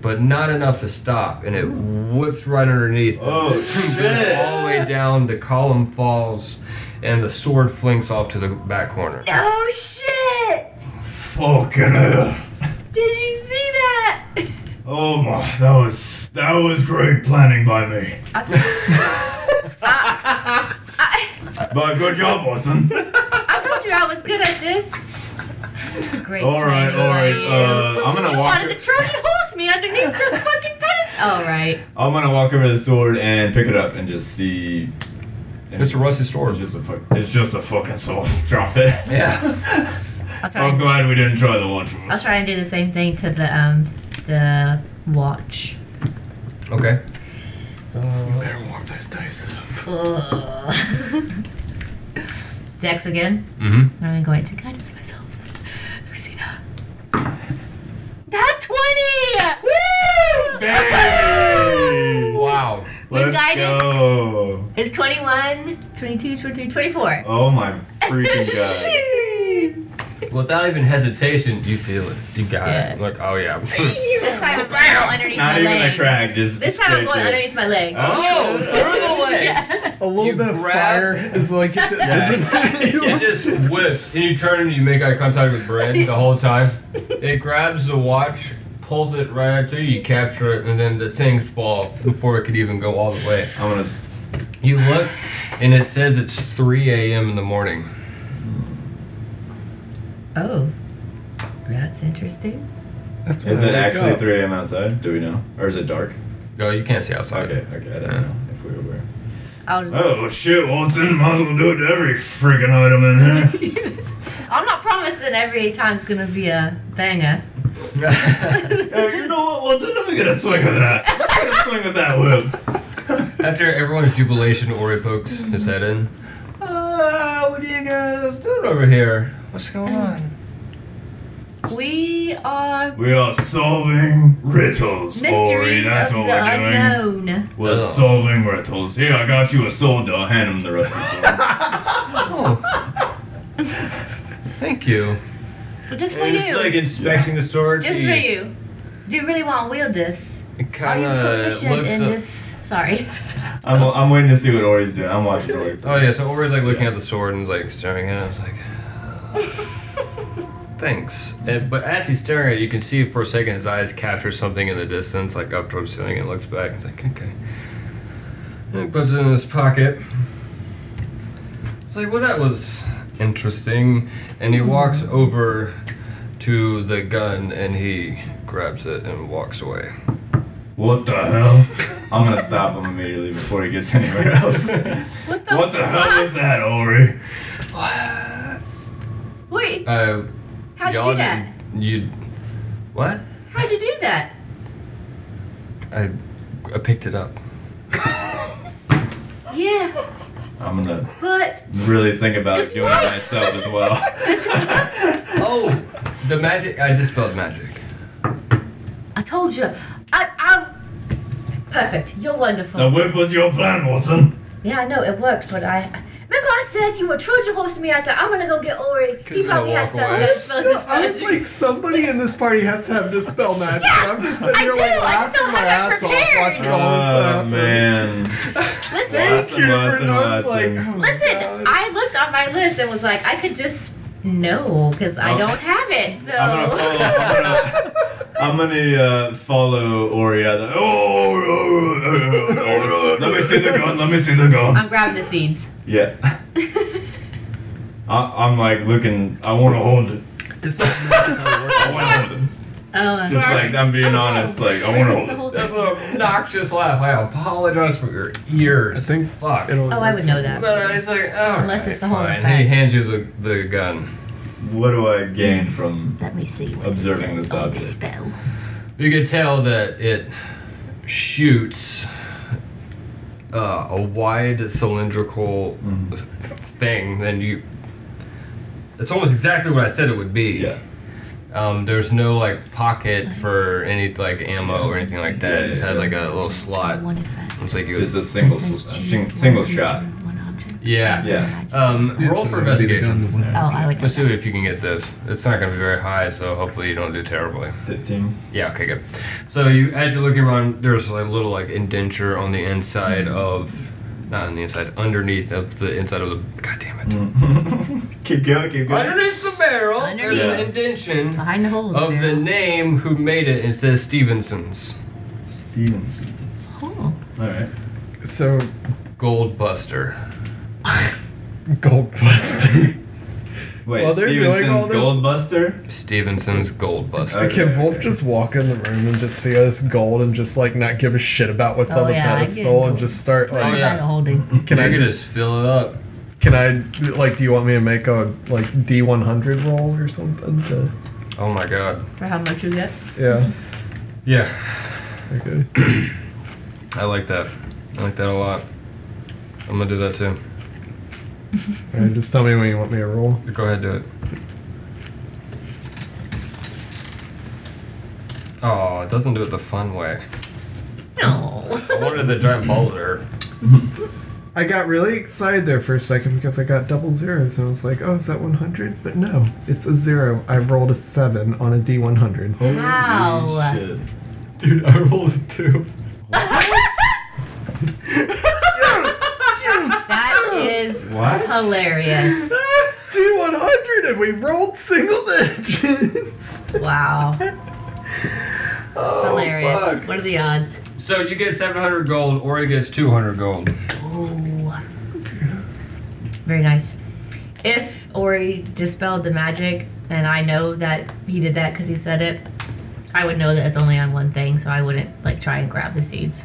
A: But not enough to stop, and it whips right underneath. them
D: Oh
A: goes
D: shit!
A: all the way down. The column falls, and the sword flinks off to the back corner.
B: [LAUGHS] oh shit!
E: Fucking hell.
B: Did you see that? [LAUGHS]
E: Oh my, that was that was great planning by me. but good
B: [LAUGHS]
E: job, Watson.
B: I told you I was good at this. Great.
E: All right,
B: plan,
E: all right.
B: buddy.
E: Uh, I'm
B: you
E: gonna walk. [LAUGHS]
B: wanted to Trojan horse me underneath the fucking pedestal. All right.
D: I'm gonna walk over to the sword and pick it up and just see. and
A: It's a rusty sword.
D: It's just a fuck. It's just a
E: [LAUGHS]
D: fucking sword. Drop it.
A: Yeah.
B: I'll try.
D: I'm
B: And,
D: glad we didn't try the watch.
B: I'll try and do the same thing to the um the watch.
A: Okay.
C: Uh,
D: Better warm those dice.
B: Ugh. [LAUGHS] Dex again.
A: Mm-hmm.
B: I'm going to guidance myself. Lucina. That twenty. Woo!
A: Wow.
D: Let's
B: guidance.
D: go.
B: It's 21, 22, 23, 24.
D: Oh my
B: [LAUGHS]
D: freaking god.
A: Without even hesitation, you feel it. You got
B: [LAUGHS] Yeah.
A: it. Like, oh yeah.
B: This time I'm going underneath
D: Not
B: my
D: even
B: leg.
D: a crack. Uh. Just
B: This time I'm
D: straight
B: going
D: through.
B: underneath my leg.
A: oh, through the legs.
B: Yeah.
C: a little
A: You
C: bit of
A: grab-
C: fire
B: [LAUGHS]
C: is like. [LAUGHS]
A: it just whips, and you turn and you make eye contact with Brand the whole time. It grabs the watch, pulls it right at you, you capture it, and then the things fall before it could even go all the
B: Oh!
A: way.
D: I'm gonna. s-
A: You look, and it says it's 3 a.m. in the morning.
B: Oh. That's interesting.
C: That's when
D: Is
C: I
D: it
C: wake
D: actually
C: up.
D: 3 a.m. outside? Do we know? Or is it dark?
A: No, Oh, you can't see outside.
D: Okay, okay, I didn't
E: Uh-huh.
A: Yeah.
D: know if we were aware.
B: I'll just.
E: Oh shit, Watson, might as well do it to every freaking item in
B: [LAUGHS]
E: here.
B: [LAUGHS] I'm not promising every time's gonna be a banger. [LAUGHS]
E: Hey, you know what, Watson? Let me get a swing with that. Let me get a swing with that whip.
A: [LAUGHS] After everyone's jubilation, Ori pokes his head in. Uh, what are you guys doing over here? What's going on?
B: We are
E: We are solving riddles, Ori.
B: mysteries
E: That's
B: of
E: what
B: the
E: we're doing.
B: unknown.
E: We're
A: Ugh.
E: solving riddles. Here, I got you a sword. I'll hand him the rest of the sword.
A: Oh. Thank you.
B: But just for
A: It's
B: you.
A: like inspecting the sword.
B: just
A: He-
B: for you. Do you really want to wield this?
A: It
B: Are you
A: kinda
B: proficient
A: looks
B: in
A: up.
B: this?
A: [LAUGHS]
B: Sorry.
D: I'm, I'm waiting to see what Ori's doing. I'm watching Ori.
A: Oh yeah, so Ori's like looking at the sword and like staring at it. I was like,
B: [LAUGHS]
A: thanks. And, but as he's staring at it, you can see for a second his eyes capture something in the distance, like up towards the ceiling, and looks back. He's like, okay. And he puts it in his pocket. It's like, well, that was interesting. And he walks
B: Mm-hmm.
A: over to the gun and he grabs it and walks away.
E: What the hell?
D: I'm gonna stop him immediately before he gets [LAUGHS] anywhere else.
B: What the?
E: What the hell was that, Ori?
B: Wait.
A: Uh,
B: How'd you
A: y'all
B: do that?
A: didn't- You. What?
B: How'd you do that?
A: I, I picked it up.
B: Yeah,
D: I'm gonna
B: but
D: really think about
B: This
D: doing
B: way.
D: it myself as well.
B: this.
A: Oh, the magic! I just spelled magic.
B: [LAUGHS]
C: [LAUGHS]
B: I told you. I, I'm perfect. You're wonderful.
E: The whip was your plan, Watson.
B: Yeah, I know it worked, but I. Remember, I said you were Trojan horse me. I said I'm gonna go get Ori. He
A: you're gonna
B: probably has
A: walk
B: [LAUGHS]
A: away.
B: some.
C: So, I was like, somebody in this party has to have dispel magic.
B: Yeah,
C: I'm just sitting
B: I
C: here
B: do. I
C: like
B: just
C: laughing
B: don't
C: my
B: have it
C: ass off
B: prepared.
C: watching all this
D: Oh
C: stuff.
D: man.
B: Listen,
C: Thank
D: Watson,
C: you.
D: Watson,
C: And I was like,
D: Watson.
C: oh my
B: listen.
C: God.
B: I looked on my list and was like, I could just no, because I
D: Oh.
B: don't have it. So
D: I'm gonna follow. I'm gonna, I'm gonna uh, follow Ori. out there.
E: Oh, Ori, Ori, Ori, Ori, Ori. let me see the gun. Let me see the
B: [LAUGHS]
E: gun.
B: I'm grabbing the seeds. [LAUGHS] Oh,
D: Yeah. I, I'm like looking. I want to hold it. I want to hold it.
B: Oh,
D: Just like I'm being honest. Like I want to hold it.
A: That's an obnoxious laugh. I apologize for your ears.
C: I think-
A: fuck.
C: It only
B: Oh, I would
C: works-
B: know
A: But
B: that.
A: uh, it's like, oh,
B: Unless it's the whole
A: fine.
B: effect.
A: He hands you the, the gun.
D: What do I gain from?
B: Let me see. What
D: Observing
B: this
D: this
B: says on the
D: object.
B: spell.
A: You could tell that it shoots uh, a wide cylindrical
D: Mm-hmm.
A: thing. Then you. It's almost exactly what I said it would be.
D: Yeah.
A: Um, there's no like pocket for any like ammo or anything like that.
D: Yeah,
A: it just
D: yeah,
A: has
D: yeah.
A: like a little slot.
B: One effect.
A: It's like you
D: Just a single,
B: It says
D: s-
B: choose
D: shing-
B: one
D: single
B: feature,
D: shot.
B: one object.
A: Yeah.
D: Yeah.
A: Um,
C: Yeah,
A: roll
C: so
A: for
C: it would be the gun, the
A: investigation.
C: one-
B: Oh, I would. know
A: Let's see
B: that.
A: if you can get this. It's not going to be very high, so hopefully you don't do terribly.
D: Fifteen.
A: Yeah. Okay. Good. So you, as you're looking around, there's a little like indenture on the inside
D: Mm-hmm.
A: of, not on the inside, underneath of the inside of the. God damn it.
D: Mm-hmm. keep going. Keep going.
A: Underneath the barrel, there's an
D: Underneath.
A: indention
B: Behind the hole.
A: of the name who made it. It says Stevenson's
D: Stevenson.
B: Oh.
D: All right.
C: So,
A: Gold Buster.
C: [LAUGHS] gold busting.
D: Wait,
C: Well, they're doing all
D: Stevenson's
C: this-
D: Goldbuster?
A: Stevenson's Goldbuster.
D: Okay,
C: Can Wolf
D: okay.
C: just walk in the room and just see all this gold and just like not give a shit about what's
B: Oh,
C: on the
B: yeah, I get
C: pedestal and
B: it.
C: just start like,
A: Oh, yeah.
B: the holding.
C: can
A: you
C: I
A: can
C: just,
A: just fill it up.
C: can I like do you want me to make a like D one hundred roll or something? To,
A: Oh my god.
O: For how much you
B: [LAUGHS]
O: get?
C: yeah.
A: Yeah,
C: Okay.
A: I like that. I like that a lot. I'm gonna do that too.
C: Alright, just tell me when you want me to roll.
A: Go ahead, do it. Oh, it doesn't do it the fun way.
O: No.
A: I wanted the giant boulder.
C: I got really excited there for a second because I got double zeros and I was like, oh, is that 100? But no, it's a zero. I rolled a seven on a D100.
O: Wow.
D: Shit.
A: Dude, I rolled a
C: [LAUGHS]
A: two.
B: [LAUGHS] That is
D: What?
B: hilarious.
C: D100 and we rolled single digits. [LAUGHS]
B: Wow.
C: Oh,
B: Hilarious.
A: fuck.
B: What are the odds?
A: So you get 700 gold, or he gets 200 gold.
B: Ooh. Very nice.
O: If Ori dispelled the magic, and I know that he did that because he said it,
B: I would know that it's only on one thing, so I wouldn't like try and grab the seeds.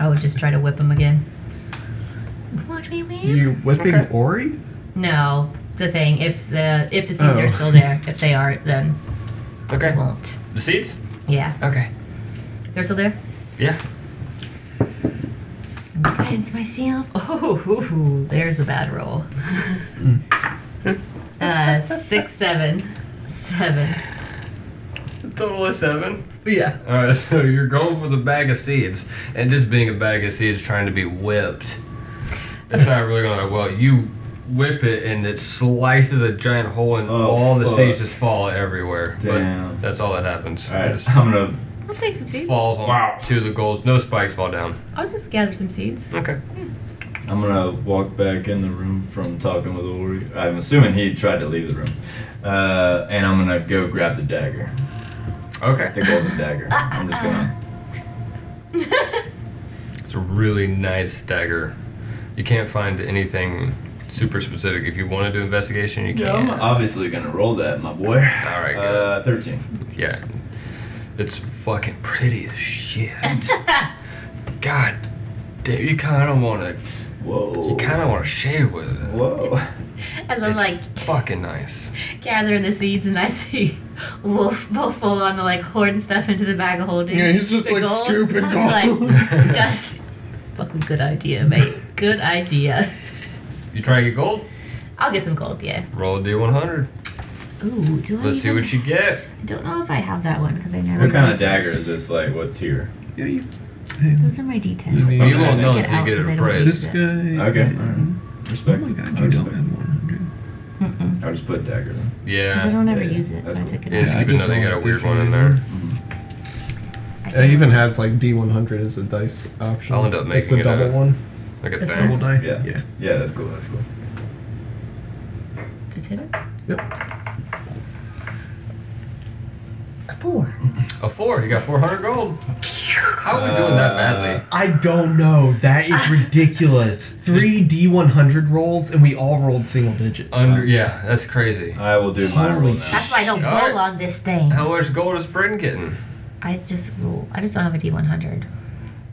B: I would just try to whip them again. Watch me whip.
C: you whipping
A: Okay.
C: Ori?
B: No, the thing. If the if the seeds
C: Oh.
B: are still there, if they aren't, then
A: Okay.
B: it won't.
A: The seeds?
B: Yeah,
A: Okay.
B: they're still there.
A: Yeah.
B: Rinse
O: [LAUGHS]
B: myself. Oh, hoo, hoo. there's the bad roll. uh, six, seven, seven.
A: Total of seven.
B: Yeah.
A: All right, [LAUGHS] so you're going for the bag of seeds, and just being a bag of seeds trying to be whipped. That's not really going to well. You whip it, and it slices a giant hole, and
D: Oh,
A: all the
D: fuck.
A: seeds just fall everywhere. But
D: Damn.
A: that's all that happens. It
D: Alright,
A: just
D: I'm gonna.
O: I'll take some seeds.
A: falls on
E: Wow.
A: to the goals. No spikes fall down.
O: I'll just gather some [LAUGHS] seeds.
A: Okay.
D: I'm gonna walk back in the room from talking with Ori. I'm assuming he tried to leave the room. Uh, and I'm gonna go grab the dagger. The
A: Okay.
D: golden dagger. I'm just gonna.
A: It's a really nice dagger. You can't find anything super specific. If you want to do investigation, you
D: Yeah,
A: can.
D: I'm obviously gonna roll that, my boy.
A: right, good.
D: Uh, 13.
A: Yeah. It's fucking pretty as shit. God damn, you kinda wanna
D: Whoa.
A: you kinda wanna shave with it.
D: Whoa.
O: I love
A: It's
O: like
A: fucking nice.
O: gathering the seeds, and I see Wolf Wolf full on to like hoarding stuff into the bag of holding.
C: Yeah, he's just,
O: the
C: like, scooping
O: I'm
C: gold.
O: Like, Gus, fucking good idea, mate. Good idea.
A: You trying to get gold?
O: I'll get some gold, yeah.
A: Roll a D one hundred.
O: Ooh, do I?
A: Let's see
O: even-
A: what you get.
O: I don't know if I have that one because I never.
D: What kind of dagger is this? Like, what's here?
O: Those are my
C: You
O: details.
C: mean-
A: You won't tell
O: Get
A: until you
O: out,
A: get
O: 'cause I
A: it
O: don't want
A: appraised.
C: This
O: Yeah.
C: guy.
D: Okay. alright.
C: Oh
D: Respect.
C: my
D: it.
C: god,
D: I
C: you don't
D: respect.
C: have 100.
O: Mm-mm.
D: it. I'll just put dagger then.
O: Because I
A: Yeah.
O: don't ever
D: Yeah,
O: use it, so
D: that's
O: I
D: cool.
O: took it
A: Yeah, just
C: Yeah, I
A: keep in
C: just
A: mind they
C: want
A: got a weird
C: to
A: one in
C: do-
A: there.
O: out. I
C: It even has like D100 as a dice option.
A: I'll end up
C: It's the
A: making it
C: double
A: a-
C: one.
A: Like a
O: It's
A: thing.
O: double-
C: die?
D: Yeah.
C: Yeah.
D: Yeah, that's cool. That's cool.
O: Just hit it.
B: Four.
A: A four, you got four hundred gold. How are we doing that
D: Uh,
A: badly?
C: I don't know. That
B: Ah.
C: is ridiculous. Three D100 rolls and we all rolled single digit.
A: Under yeah, that's crazy.
D: I will do my roll
C: Holy
D: now.
B: That's why I don't
A: All right.
B: roll on this thing.
A: How much gold is Britain getting?
B: I just roll. I just don't have a D100.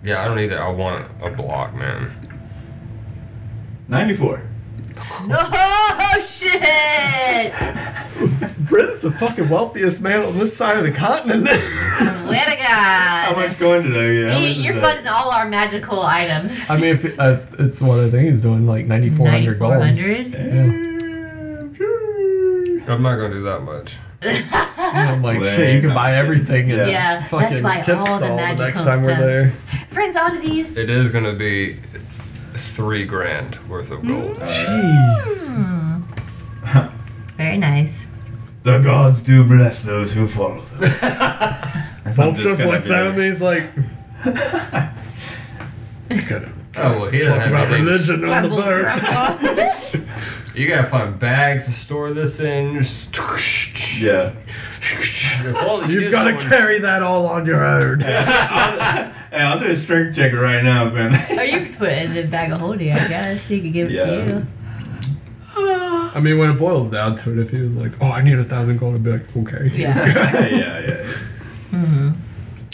A: Yeah, I don't either. I want a block, man.
D: 94.
B: Oh shit!
C: Brent's the fucking wealthiest man on this side of the continent.
B: Swear to God.
D: How much going today? Yeah. how much
B: You-
D: is
B: You're
D: that?
B: funding all our magical items.
C: I mean, if, it, if it's what I think he's doing, like 9,400 gold.
B: 9400?
C: Yeah.
A: I'm not gonna do that much.
C: And I'm like,
D: Well,
C: shit, you can buy
D: that's good.
C: everything in
D: Yeah.
B: Yeah, that's
C: fucking
B: why all the
C: Kipstall the next
B: magical
C: time we're
B: stuff-
C: there.
B: Friends, oddities.
A: It is gonna be three grand worth of gold.
B: Mm.
C: Jeez.
B: Very nice.
E: The gods do bless those who follow them.
C: Bob
D: just
C: just
D: gonna
C: looks
D: be
C: at
D: like-
C: him and he's like, gotta
A: Oh well, he doesn't
C: [LAUGHS] talk
A: have
C: about
A: anything. to s-
C: religion on the bird.
B: [LAUGHS]
A: You gotta find bags to store this in.
D: Yeah.
A: Well,
C: [LAUGHS] You've got to carry that all on your own.
D: Hey, I'll do a strength check right now, man.
B: Or you could put it in the bag of holding, I guess. You could give it
D: Yeah.
B: to you.
C: I mean, when it boils down to it, if he was like, "Oh, I need a thousand gold," I'd be like, "Okay."
B: Yeah.
D: [LAUGHS] [LAUGHS] yeah, yeah, yeah.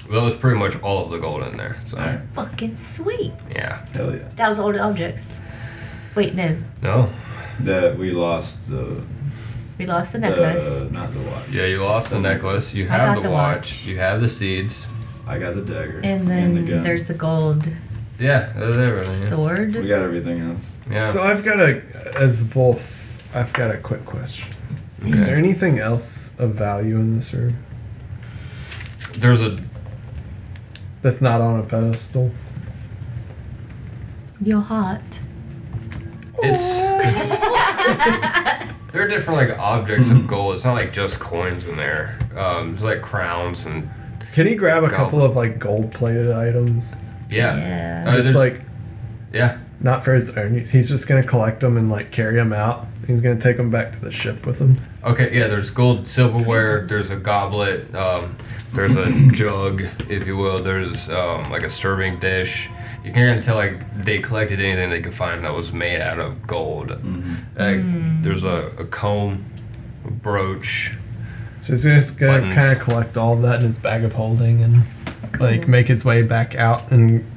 A: Well, that was pretty much all of the gold in there. So,
D: Alright.
B: Fucking sweet.
A: yeah.
D: Hell yeah.
B: That was all the objects. Wait, no.
A: No.
D: That we lost the,
B: We lost the necklace.
D: the not the watch.
A: Yeah, you lost the necklace. You
B: I
A: have
B: got
A: the,
B: the
A: watch.
B: watch.
A: You have the seeds.
D: I got the dagger
B: and then
D: the gun.
B: there's the gold
A: Oh, Yeah, that's everything.
B: sword.
D: we got everything else.
A: Yeah.
P: So I've got a, as Wolf, I've got a quick question. Is there anything else of value in this room
A: There's a
P: that's not on a pedestal?
B: You're hot.
P: [LAUGHS]
A: It's there are different like objects of gold. It's not like just coins in there. Um, there's like crowns and
P: Can you grab a
A: Gold.
P: couple of like gold-plated items?
A: yeah,
B: Yeah.
A: Uh,
P: Just
A: there's-
P: like
A: yeah.
P: not for his own use. He's just gonna collect them and like carry them out. He's gonna take them back to the ship with him.
A: Okay, yeah. There's gold silverware. There's a goblet. Um, there's a
P: [LAUGHS]
A: jug, if you will. There's um, like a serving dish. You can kind of tell like they collected anything they could find that was made out of gold.
P: Mm-hmm.
A: Like,
P: Mm.
A: There's a, a comb, a brooch.
P: So he's just gonna
A: Buttons.
P: kind of collect all of that in his bag of holding and like make his way back out and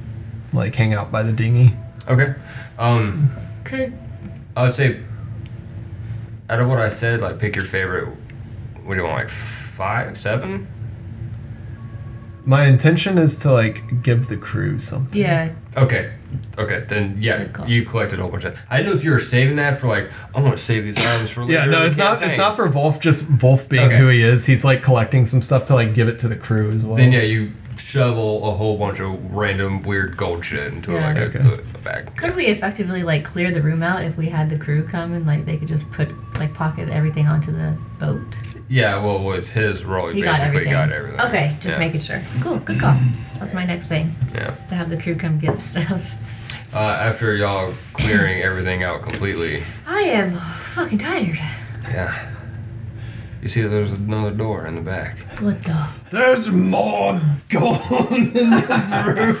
P: like hang out by the dinghy.
A: Okay. Um,
B: Could
A: I would say, out of what I said, like pick your favorite. What do you want, like five, seven?
B: Mm-hmm.
P: My intention is to like give the crew something.
B: yeah.
A: Okay, okay, then yeah,
B: Good call.
A: you collected a whole bunch of. I didn't know if you were saving that for like I want to save these items for.
C: [LAUGHS] Yeah,
A: later in
C: no,
A: the
C: it's not. It's
A: campaign.
C: not for Wolf. Just Wolf being
A: Okay.
C: who he is. He's like collecting some stuff to like give it to the crew as well.
A: Then yeah, you shovel a whole bunch of random weird gold shit into
B: Yeah.
A: like a,
C: Okay.
A: a bag.
B: Could we effectively like clear the room out if we had the crew come and like they could just put like pocket everything onto the boat?
A: Yeah, well, with his role, he
B: You got
A: basically
B: everything.
A: got everything.
B: Okay, just
A: Yeah.
B: making sure. Cool, good call. That's my next thing
A: Yeah.
B: to have the crew come get [LAUGHS] stuff.
A: Uh, after y'all clearing everything out completely,
B: I am fucking tired.
A: yeah. You see, that there's another door in the back.
B: What the?
C: There's more gold in this room.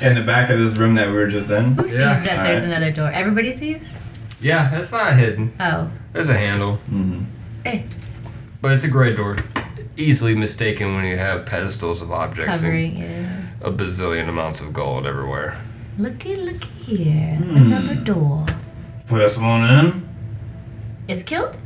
D: In the back of this room that we were just in.
B: [LAUGHS]
D: [LAUGHS]
B: Who sees
A: Yeah,
B: that there's
D: alright.
B: another door? Everybody sees?
A: Yeah, it's not hidden.
B: Oh, Eh,
A: There's a handle,
D: Mm-hmm.
B: hey,
A: but it's a gray door. Easily mistaken when you have pedestals of objects
B: covering. Yeah.
A: and a bazillion amounts of gold everywhere.
B: Looky, looky here.
A: Hmm.
B: Another door.
E: First one in.
B: Is killed?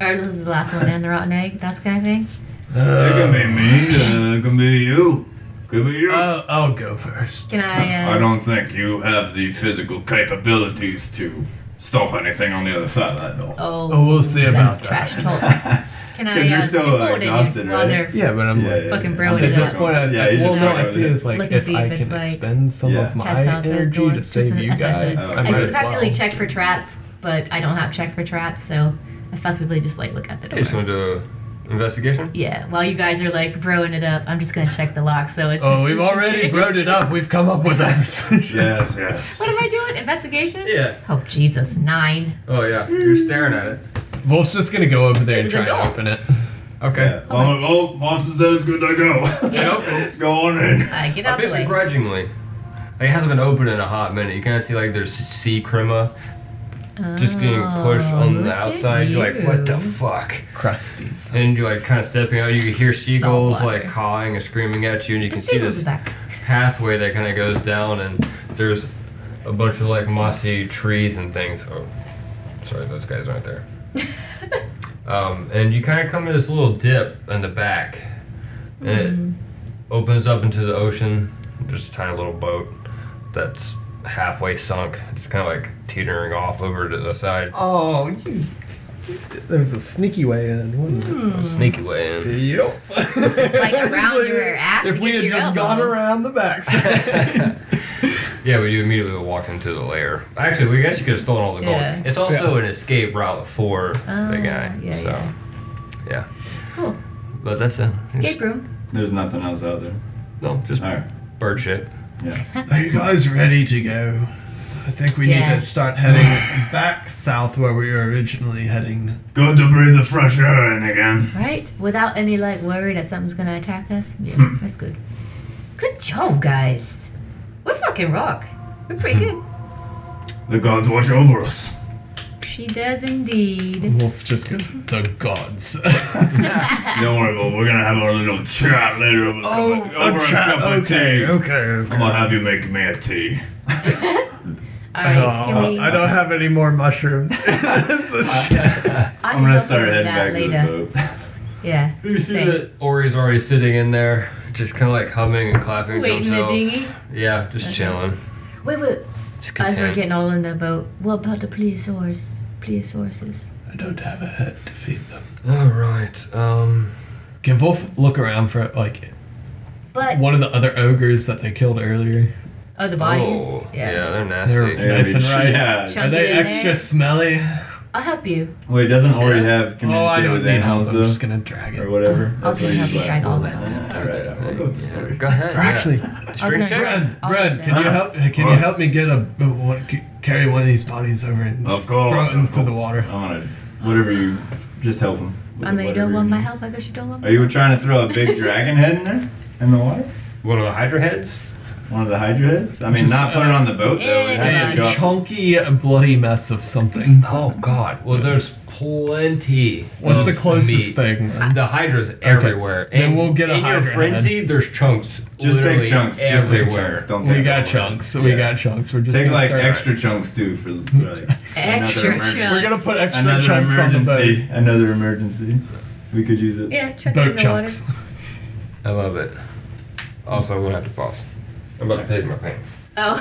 B: Or this is the last one and the rotten egg, that kind of thing?
E: it can be me. Uh, it can be you. Could be you.
C: Uh, I'll go first.
B: Can I, uh,
E: I don't think you have the physical capabilities to stop anything on the other side of that door.
B: Oh,
C: Oh, we'll see
B: that's
C: about
B: trash
C: [LAUGHS] that.
B: talk. Can I,
D: 'Cause you're
B: uh,
D: still,
B: before
D: uh,
B: they get-
D: exhausted,
B: while
D: right?
B: they're-
C: Yeah, but I'm
D: Yeah,
C: like.
D: yeah,
B: Fucking
D: yeah.
B: brilliant.
C: At this
B: Yeah.
C: point, I,
D: Yeah,
C: I
D: you
C: well,
D: just
C: no,
D: gotta
C: I
D: go
C: see
D: there.
C: it as like
B: Look and
C: if
B: see
C: I
B: if it's,
C: can
B: like,
C: expend some
D: Yeah.
C: of my
B: test out the
C: energy
B: door.
C: to
B: Just
C: save
B: an
C: you
B: assessment.
C: guys,
D: Oh,
C: I
D: okay.
B: I
C: might
B: just
C: as well.
B: effectively check for traps, but I don't have check for traps, so effectively just like look at the
A: You just
B: door.
A: want to do an investigation?
B: Yeah, while you guys are like broing it up, I'm just gonna check the lock. So it's.
C: Oh,
B: just-
C: we've already growed it up. We've come up with that.
E: Yes, yes.
B: What am I doing? Investigation.
A: Yeah.
B: Oh Jesus, nine.
A: Oh, yeah. You're staring at it.
C: [LAUGHS] Wolf's just gonna go over there and
B: It's a
C: try
B: good
C: to
B: dog.
C: open it.
A: Okay.
D: Yeah.
E: Oh, oh, Watson said it's good to go. [LAUGHS]
A: It opens.
E: go on in.
B: I Uh, get
A: A
B: out the
A: bit
B: way.
A: begrudgingly. Like, it hasn't been open in a hot minute. You kind of see, like, there's sea crema just getting pushed on
B: Oh, look
A: the
B: at
A: outside. You're like, what the
B: you.
A: fuck?
C: Crusties.
A: And you're, like, kind of stepping out. You can hear seagulls,
B: Saltwater.
A: like, cawing and screaming at you, and you can
B: The
A: see
B: seagulls
A: this
B: are back.
A: pathway that kind of goes down, and there's a bunch of like mossy trees and things. Oh, sorry, those guys aren't there. um, and you kind of come to this little dip in the back, and it opens up into the ocean. There's a tiny little boat that's halfway sunk, just kind of like teetering off over to the side.
P: Oh, you. There was a sneaky way in, wasn't it?
A: A sneaky way in.
P: Yep.
B: Hmm. Like around
C: [LAUGHS]
B: your ass.
C: If
B: to
C: we
B: get
C: had
B: to your
C: just
B: elbow.
C: gone around
B: [LAUGHS]
C: the backside.
A: [LAUGHS] Yeah, but you immediately walked into the lair. Actually, we guess you could have stolen all the gold.
B: Yeah.
A: It's also an escape route for the
B: Ah,
A: guy.
B: yeah,
A: so,
B: yeah.
A: yeah.
B: Cool.
A: But that's it.
B: Escape
A: Just-
B: room.
D: There's nothing else out there.
A: No, just
D: All right.
A: bird shit. [LAUGHS]
C: Are you guys ready to go? I think we need
B: Yeah.
C: to start heading back south where we were originally heading.
E: Good to breathe the fresh air in again.
B: Right? Without any like worry that something's gonna attack us. Yeah,
D: Hmm.
B: that's good. Good job, guys.
D: Hmm.
B: We're fucking rock. We're pretty good.
E: The gods watch over us.
Q: She does
B: [LAUGHS]
Q: indeed.
C: Wolf just goes, the gods. [LAUGHS]
E: Don't worry, but we're gonna have our little chat later over, Oh, a cup of, over a cup of tea.
C: Oh, okay,
E: I'm gonna have you make me a tea.
Q: All right, can we?
C: I don't have any more [LAUGHS] mushrooms. [LAUGHS] this is
E: Uh,
C: shit.
B: I
D: I'm
B: can
D: gonna
B: help
D: start
B: you with that
D: heading back
B: later.
D: to the [LAUGHS] boat.
B: Yeah.
A: You see
B: Same.
A: that Ori's already sitting in there, just kind of like humming and clapping
Q: Wait
A: to
Q: in the
A: himself.
Q: dinghy.
A: Yeah, just chilling.
B: Wait, wait.
A: Just
B: As we're
A: content.
B: getting all in the boat, what about the plesiosaurs? Plesiosauruses.
C: I don't have a head to feed them.
A: All right. Um.
C: Can Wolf look around for like
B: But
C: one of the other ogres that they killed earlier?
B: oh, the bodies.
A: Oh, yeah.
B: yeah.
A: they're nasty.
C: They're-
D: Yeah,
C: Nice
D: we-
C: and right.
D: Yeah.
C: Are
B: Chunky
C: they
B: in
C: extra
B: there.
C: smelly?
B: I'll help you.
D: Wait, doesn't Ori
A: Yeah.
D: have
C: Oh, I
D: communicate
C: don't
D: with
C: need help.
D: animals
C: I'm just
D: though,
C: gonna drag
D: or
C: it.
D: whatever?
B: I was
D: That's what
B: gonna help you
D: black.
B: drag all
D: All
B: of them.
D: right, I'll go with the story.
A: Go ahead.
C: Or
A: yeah.
C: actually,
A: Strength
B: gonna-
A: check.
B: All
C: Brad,
B: of
C: can you
B: them.
C: help? Can you help me get a, a one, c- carry one of these bodies over and
E: Of
C: just
E: course,
C: throw it
E: of
C: into the
E: course.
C: water?
D: I want to, whatever you, just help him.
B: I know you don't want my help. I guess you don't want my
D: Are you trying to throw a big dragon head in there, in the water?
A: One of the Hydra heads.
D: One of the Hydra heads? I mean,
C: Just,
D: not put it on the boat though. It
C: A
D: had to go. up-
C: chunky, uh, bloody mess of something.
A: Oh God. Well, there's plenty.
C: What's
A: of
C: the
A: meat.
C: closest
A: Uh,
C: thing? then?
A: The Hydra's everywhere.
C: Then we'll get a
A: in
C: Hydra
A: your
C: head.
A: frenzy. There's chunks.
D: Just
A: literally
D: take chunks. Just take
A: everywhere.
D: chunks. Don't take
C: We
D: the
C: got
D: whole thing.
C: chunks. We
D: Yeah.
C: got chunks. We're just
D: Take
C: gonna
D: like
C: start-
D: extra chunks too for
A: [LAUGHS]
D: like,
B: extra
D: another emergency.
B: chunks.
C: We're gonna put extra
D: Another
C: chunks on the
D: emergency.
C: boat.
D: Another emergency. We could use it.
B: Yeah, chuck it in
C: Boat
B: the
C: chunks.
A: I love it. Also, I'm gonna have to pause. I'm about to take my pants.
B: [SIGHS]
Q: Oh.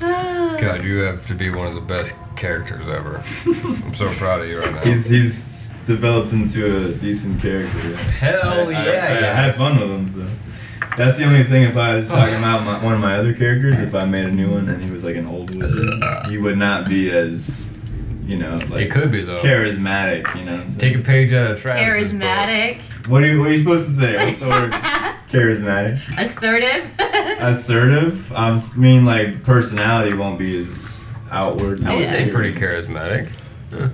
A: God, you have to be one of the best characters
D: [LAUGHS]
A: ever. I'm so proud of you right now.
D: He's he's developed into a decent character. Yeah.
A: Hell
D: I,
A: yeah! Oh.
D: I, I had fun with him, so that's the only thing. If I was talking about my, one of my other characters, if I made a new one and he was like an old wizard, he would not be as, you know, like
A: it could be though.
D: charismatic. You know, what I'm
A: Take
D: saying?
A: a page out of Travis.
B: [LAUGHS]
Q: Charismatic,
D: what are you what are you supposed to say? What's the word? [LAUGHS] Charismatic,
B: [LAUGHS]
Q: assertive.
D: assertive. I was- mean, like personality won't be as outward.
A: I would say pretty charismatic.
B: I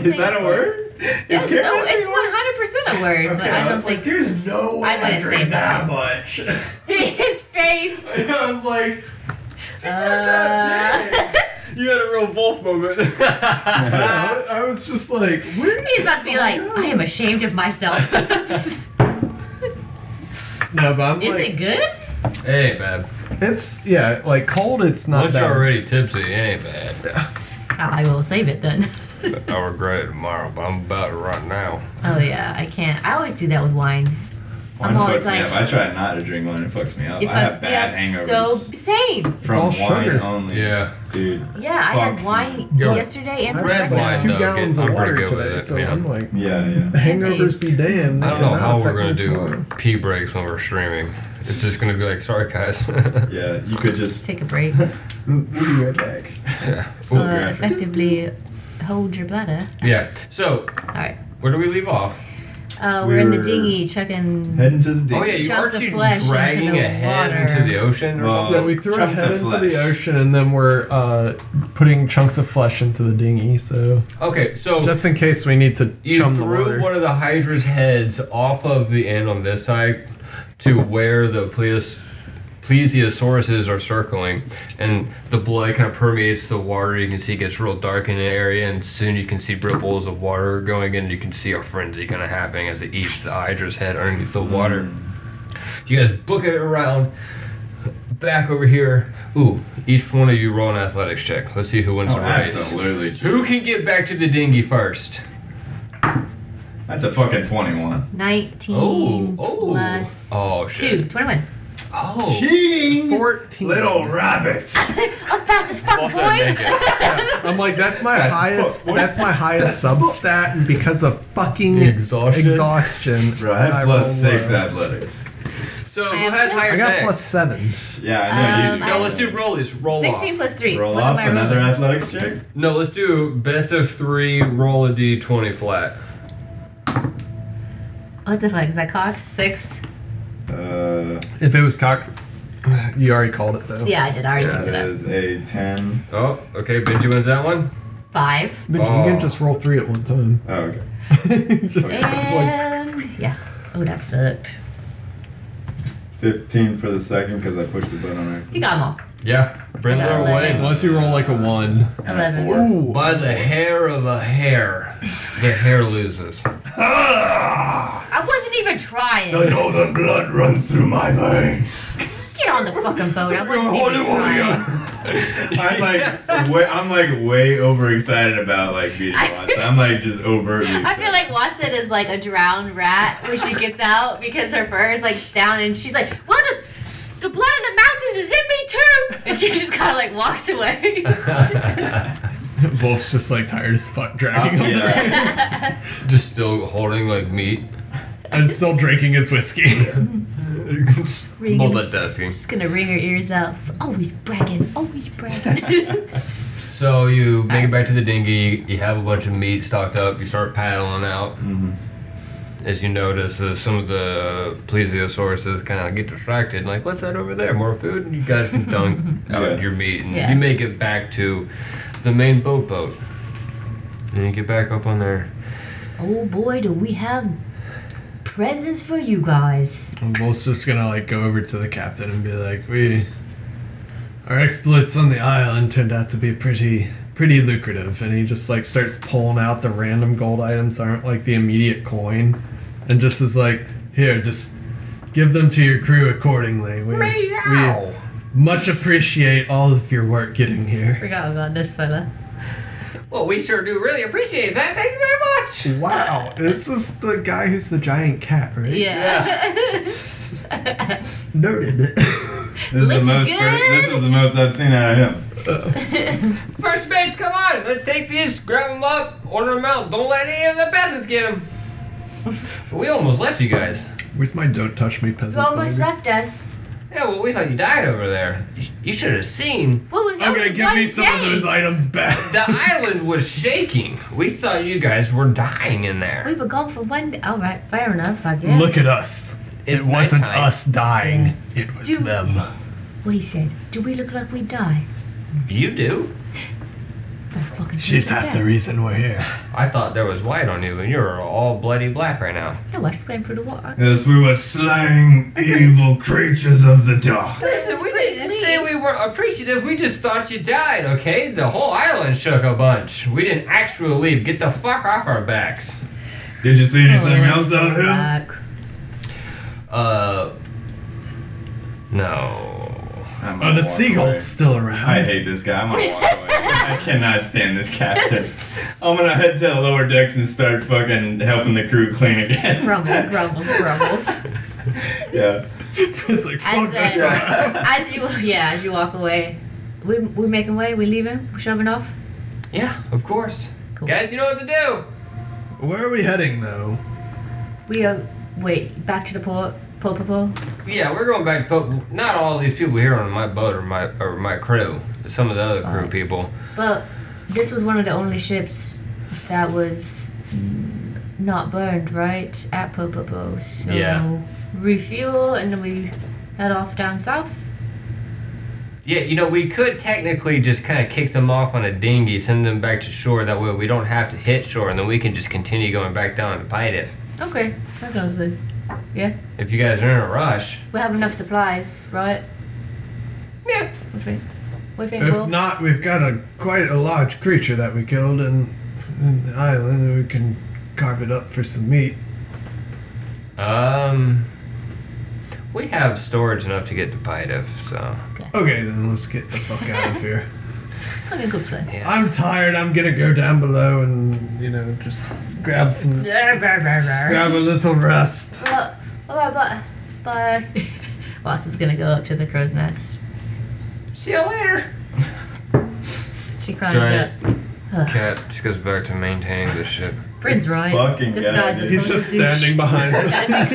D: Is
B: think
D: that a
B: so.
D: word? Is
B: Yeah, no,
D: charismatic
B: it's one hundred percent a word, but I don't think
C: there's no
B: I wouldn't say that.
C: much.
B: [LAUGHS] his
D: [LAUGHS]
B: face.
C: I was like,
B: Uh, [LAUGHS]
A: You had a real wolf
D: [LAUGHS]
A: moment.
C: I I was just like, where?
B: he's about to be like, I am ashamed of
D: [LAUGHS]
B: myself.
C: No, but
B: [LAUGHS]
C: I'm
B: Is
C: like,
B: it good?
A: hey, bad.
R: It's yeah, like cold. It's not
A: Once you're
R: bad.
A: already tipsy, it ain't bad.
B: Oh, I will save it then. [LAUGHS]
A: I'll regret it tomorrow, but I'm about it right now.
B: Oh yeah, I can't. I always do that with wine.
D: Wine
B: I'm always
D: fucks me
B: like-
D: up. I try not to drink wine. It fucks me up.
B: It
D: Oh, I have
B: fucks me
D: bad
B: up
D: hangovers
B: so same.
D: from
R: all
D: wine
R: sugar.
D: only.
A: Yeah.
D: dude.
B: Yeah, I
D: Fucks
B: had
D: me.
B: wine
A: Yo,
B: yesterday and
R: I
B: for
A: red
R: drank
B: second
A: wine,
R: like
B: round.
R: two
A: though,
R: gallons
A: gets-
R: of
A: I'm pretty
R: water
A: good with
R: today,
A: it,
R: so
A: yeah.
R: I'm like,
D: Yeah, yeah.
R: hangovers be damned.
A: I don't know how we're gonna
R: going to
A: do pee breaks when we're streaming. It's just gonna be like, sorry guys. [LAUGHS]
D: Yeah, you could just.
B: Take a
D: [LAUGHS]
B: break.
R: We'll be right back.
A: yeah. Ooh,
B: Uh,
D: graphic.
B: effectively hold your bladder.
A: yeah. So,
B: All right.
A: where do we leave off?
B: Uh, we're, in the
D: We're-
B: dinghy chucking.
D: Head into the deep.
A: Oh yeah, you
B: Chunks
A: aren't
B: of
A: you
B: flesh into
A: dragging
B: the
A: a head
B: water.
A: into the ocean or
D: Well,
A: something?
D: Uh,
R: Yeah, we threw a
D: chunks
R: head
D: of
R: into the
D: flesh.
R: ocean and then we're uh, putting chunks of flesh into the dinghy. So
A: Okay, so
R: just in case we need to
A: you
R: chum the
A: threw
R: water.
A: one of the Hydra's heads off of the end on this side to where the pleis- plesiosauruses are circling, and the blood kind of permeates the water. You can see it gets real dark in the area, and soon you can see ripples of water going in. And you can see a frenzy kind of happening as it eats the Hydra's head underneath the water. You guys book it around. Back over here. Ooh, each one of you roll an athletics check. Let's see who wins
D: Oh,
A: the race.
D: absolutely. dude.
A: Who can get back to the dinghy first?
D: That's a fucking 21.
B: 19
A: Oh, oh.
B: plus
A: Oh, shit.
B: 2. 21.
A: Oh,
D: Cheating!
E: [LAUGHS]
R: 14.
D: Little rabbits!
B: I'm fast as fuck, boy.
R: I'm like, that's my
D: That's
R: highest.
D: fu- what-
R: that's my highest substat, and because of fucking
A: Exhaustion?
R: exhaustion,
D: Bro, I have
R: roll
D: plus 6
C: uh,
R: low.
D: athletics.
A: So
B: I
A: who
B: have
A: has
B: plus-
A: higher
R: I got
A: dex?
R: plus seven.
D: Yeah, I know
B: Um,
D: you do.
A: No, let's do rollies. Roll
B: 16
A: off.
B: plus 3.
D: Roll
B: what
D: off
B: am I
D: another
B: rolling?
D: athletics check.
A: No, let's do best of three. Roll a d20 flat.
B: What the fuck? Is that cock? 6?
D: Uh,
R: If it was cock, you already called it though.
B: Yeah, I did. I already picked
D: that
B: it up.
D: is a 10.
A: Oh, okay. Benji wins that one.
B: 5.
R: Mitch,
A: Oh.
R: you can just roll three at one time. [LAUGHS]
D: Oh, okay.
R: just like,
B: And. Yeah. Oh, that sucked.
D: 15 for the second because I pushed the button on
B: He
D: accident.
B: got them all.
A: Yeah, Brindler
B: Eleven.
A: wins
C: Unless you roll like a one.
E: And a
B: Eleven.
E: four.
A: by the hair of a hair. The hair loses. [LAUGHS]
E: Ah!
B: I wasn't even trying.
E: The northern blood runs through my veins.
C: [LAUGHS]
B: Get on the fucking boat. I wasn't even trying.
D: I'm like, way, I'm like way overexcited about like beating Watson. I'm like just overtly.
B: I feel like Watson is like a drowned rat when she gets out because her fur is like down and she's like, well, the, the blood of the mountains is in me too. And she just kind of like walks away.
C: Wolf's just like tired as
R: [LAUGHS]
C: fuck dragging him.
D: yeah.
A: Just still holding like meat.
C: And still drinking his
R: [LAUGHS]
C: whiskey.
A: Multitasking.
S: Just gonna wring her ears out.
B: Always bragging. Always
C: [LAUGHS]
B: bragging.
A: So you make it back to the dinghy. You have a bunch of meat stocked up. You start paddling out.
D: Mhm.
A: As you notice, uh, some of the plesiosauruses kind of get distracted. and Like, what's that over there? More food? And you guys [LAUGHS] can dunk out
D: Yeah.
A: your meat, and
S: Yeah.
A: you make it back to the main boat boat. And you get back up on there.
B: oh boy, do we have presents for you guys.
C: And Wolf's just gonna like go over to the captain and be like, "We, our exploits on the island turned out to be pretty, pretty lucrative." And he just like starts pulling out the random gold items that aren't like the immediate coin, and just is like, "Here, just give them to your crew accordingly." We,
A: uh,
C: we much appreciate all of your work getting here.
S: Forgot about this fella.
A: Well, we sure do really appreciate that. Thank you very much.
T: Wow, this is the guy who's the giant cat, right?
S: Yeah.
T: Noted.
D: This is the
S: Looks
D: most.
S: good.
D: This is the most I've seen out of him.
A: First mates, come on! Let's take these, grab them up, order them out. Don't let any of the peasants get them. we almost left you guys.
C: Where's my "Don't touch me" peasant?
B: [LAUGHS] You almost
C: bug?
B: left us.
A: Yeah, well, we thought you died over there. You, you should have seen.
B: What was
C: Okay,
B: only
C: give
B: one
C: me some of
B: day.
C: those items back.
A: [LAUGHS] The island was shaking. We thought you guys were dying in
B: We
A: there.
B: were gone for one day. All right, fair enough. I guess.
C: Look at us.
A: It's
C: it wasn't
A: nighttime.
C: us dying. It was
B: Dude.
C: them.
B: What he said. Do we look like we die?
A: You do?
B: The fucking
C: She's half the
B: dead.
C: reason we're here.
A: I thought there was white on you, and you're all bloody black right now.
B: No, I swam through the water.
E: As we were slaying evil creatures of the dark.
A: Listen, we didn't say we weren't appreciative. We just thought you died, okay? The whole island shook a bunch. We didn't actually leave. Get the fuck off our backs.
E: Did you see anything
B: Oh,
E: else out here?
B: Fuck.
A: Uh. No.
D: I'm
C: Oh,
D: gonna
C: the
D: walk
C: seagull's
D: away.
C: still around.
D: I hate this guy. I'm gonna walk away. I cannot stand this captain. I'm gonna head to the lower decks and start fucking helping the crew clean again.
S: Grumbles, grumbles,
C: [LAUGHS]
S: grumbles.
D: [LAUGHS] yeah. [LAUGHS]
C: it's like fuck
B: As,
C: that.
B: uh, [LAUGHS] as you, yeah, as you walk away, we we making way. We leaving. We shoving off.
A: Yeah, of course.
B: Cool.
A: Guys, you know what to do.
C: Where are we heading though?
B: We are wait back to the port. Port, port, port.
A: Yeah, we're going back to boat. Not all these people here on my boat or my or my crew. Some of the other crew people.
B: But this was one of the only ships that was not burned, right? At Popopo. So
A: Yeah.
B: refuel and then we head off down south.
A: Yeah, you know, we could technically just kind of kick them off on a dinghy, send them back to shore. That way, we don't have to hit shore, and then we can just continue going back down to Pydiff.
B: Okay, that sounds good.
A: If you guys are in a rush,
B: We have enough supplies, right?
A: yeah,
B: We think. We think
C: If
B: we'll.
C: not, we've got a quite a large creature that we killed in, in the island. and We can carve it up for some meat.
A: um, we have storage enough to get to Pydiff, so
C: Okay, then let's get the fuck out of here.
B: I mean, good plan.
A: yeah.
C: I'm tired. I'm gonna go down below and you know just grab some grab a little rest.
B: Well, all right, bye.
S: [LAUGHS]
B: Bye.
S: Watson's gonna go up to the crow's nest.
A: See you later.
S: She climbs
A: Giant
S: up.
A: Cat just goes back to maintaining the ship.
S: Prince Ryan.
D: Fucking
S: This
D: guy.
S: guy's a
D: dude.
C: He's just standing behind. us.
S: As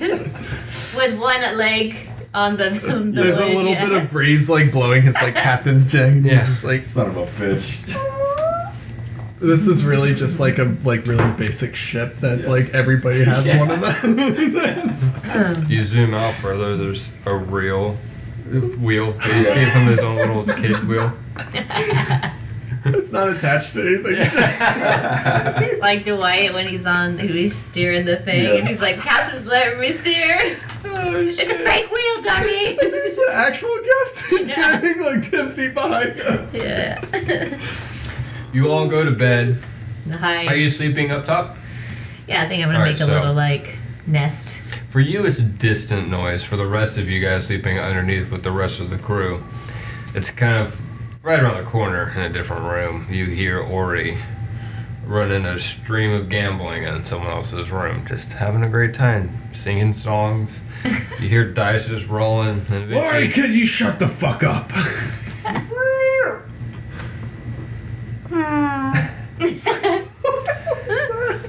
S: he
B: [LAUGHS]
S: climbs with one leg on the, the
C: There's a
S: wood,
C: little
S: yeah.
C: bit of breeze like blowing his like captain's jacket. and
A: Yeah.
C: He's just like
D: Son of a bitch.
C: This is really just like a like really basic ship that's like everybody has one of
E: [LAUGHS]
C: [LAUGHS] those.
A: You zoom out further, there's a real wheel. He just gave him his own little kid wheel.
U: It's not attached to anything.
B: [LAUGHS]
C: [LAUGHS]
B: like Dwight when he's on, who he's steering the thing,
D: Yeah.
B: and he's like, "Captain's let me steer. [LAUGHS]
C: Oh,
B: It's a fake wheel, dummy."
U: There's an actual captain
B: [LAUGHS] Yeah.
U: standing like 10 feet behind you.
B: yeah.
A: [LAUGHS]
B: [LAUGHS]
A: You all go to bed.
B: Nice.
A: Are you sleeping up top?
B: yeah, I think I'm gonna
A: All right,
B: make a
A: so-
B: little like nest.
A: For you, it's a distant noise. For the rest of you guys sleeping underneath with the rest of the crew, it's kind of right around the corner in a different room. You hear Ori running a stream of gambling in someone else's room, just having a great time, singing songs. you hear dice just rolling. And
V: Lori,
A: eventually-
V: could you shut the fuck up?
B: [LAUGHS] The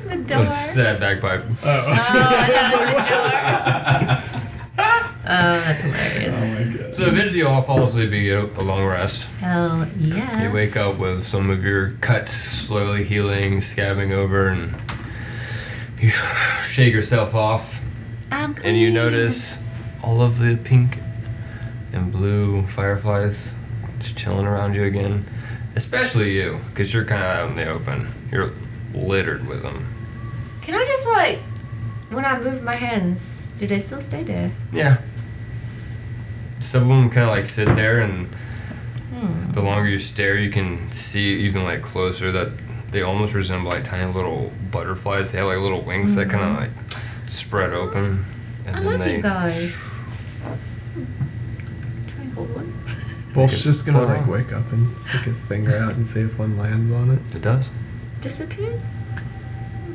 A: That
B: door.
A: was a sad bagpipe.
C: [LAUGHS]
B: Oh, that's hilarious.
A: So eventually, you all fall asleep. You get up, a long rest.
B: Hell yeah.
A: You wake up with some of your cuts slowly healing, scabbing over, and [SIGHS] you shake yourself off.
B: I'm clean.
A: And you notice all of the pink and blue fireflies just chilling around you again. Especially you, because you're kind of out in the open. You're littered with them.
B: Can I just like, when I move my hands, do they still stay there?
A: Yeah. Some of them kind of like sit there, and the longer you stare, you can see even like closer that they almost resemble like tiny little butterflies. They have like little wings that kind of like spread open. And
B: Mm-hmm. I
A: then
B: love
A: they
B: you guys. Try and hold one.
A: Make it
C: Wolf's just gonna
A: float
C: like
A: on.
C: wake up and stick his finger out and see if one lands on it.
A: It does.
B: Disappear?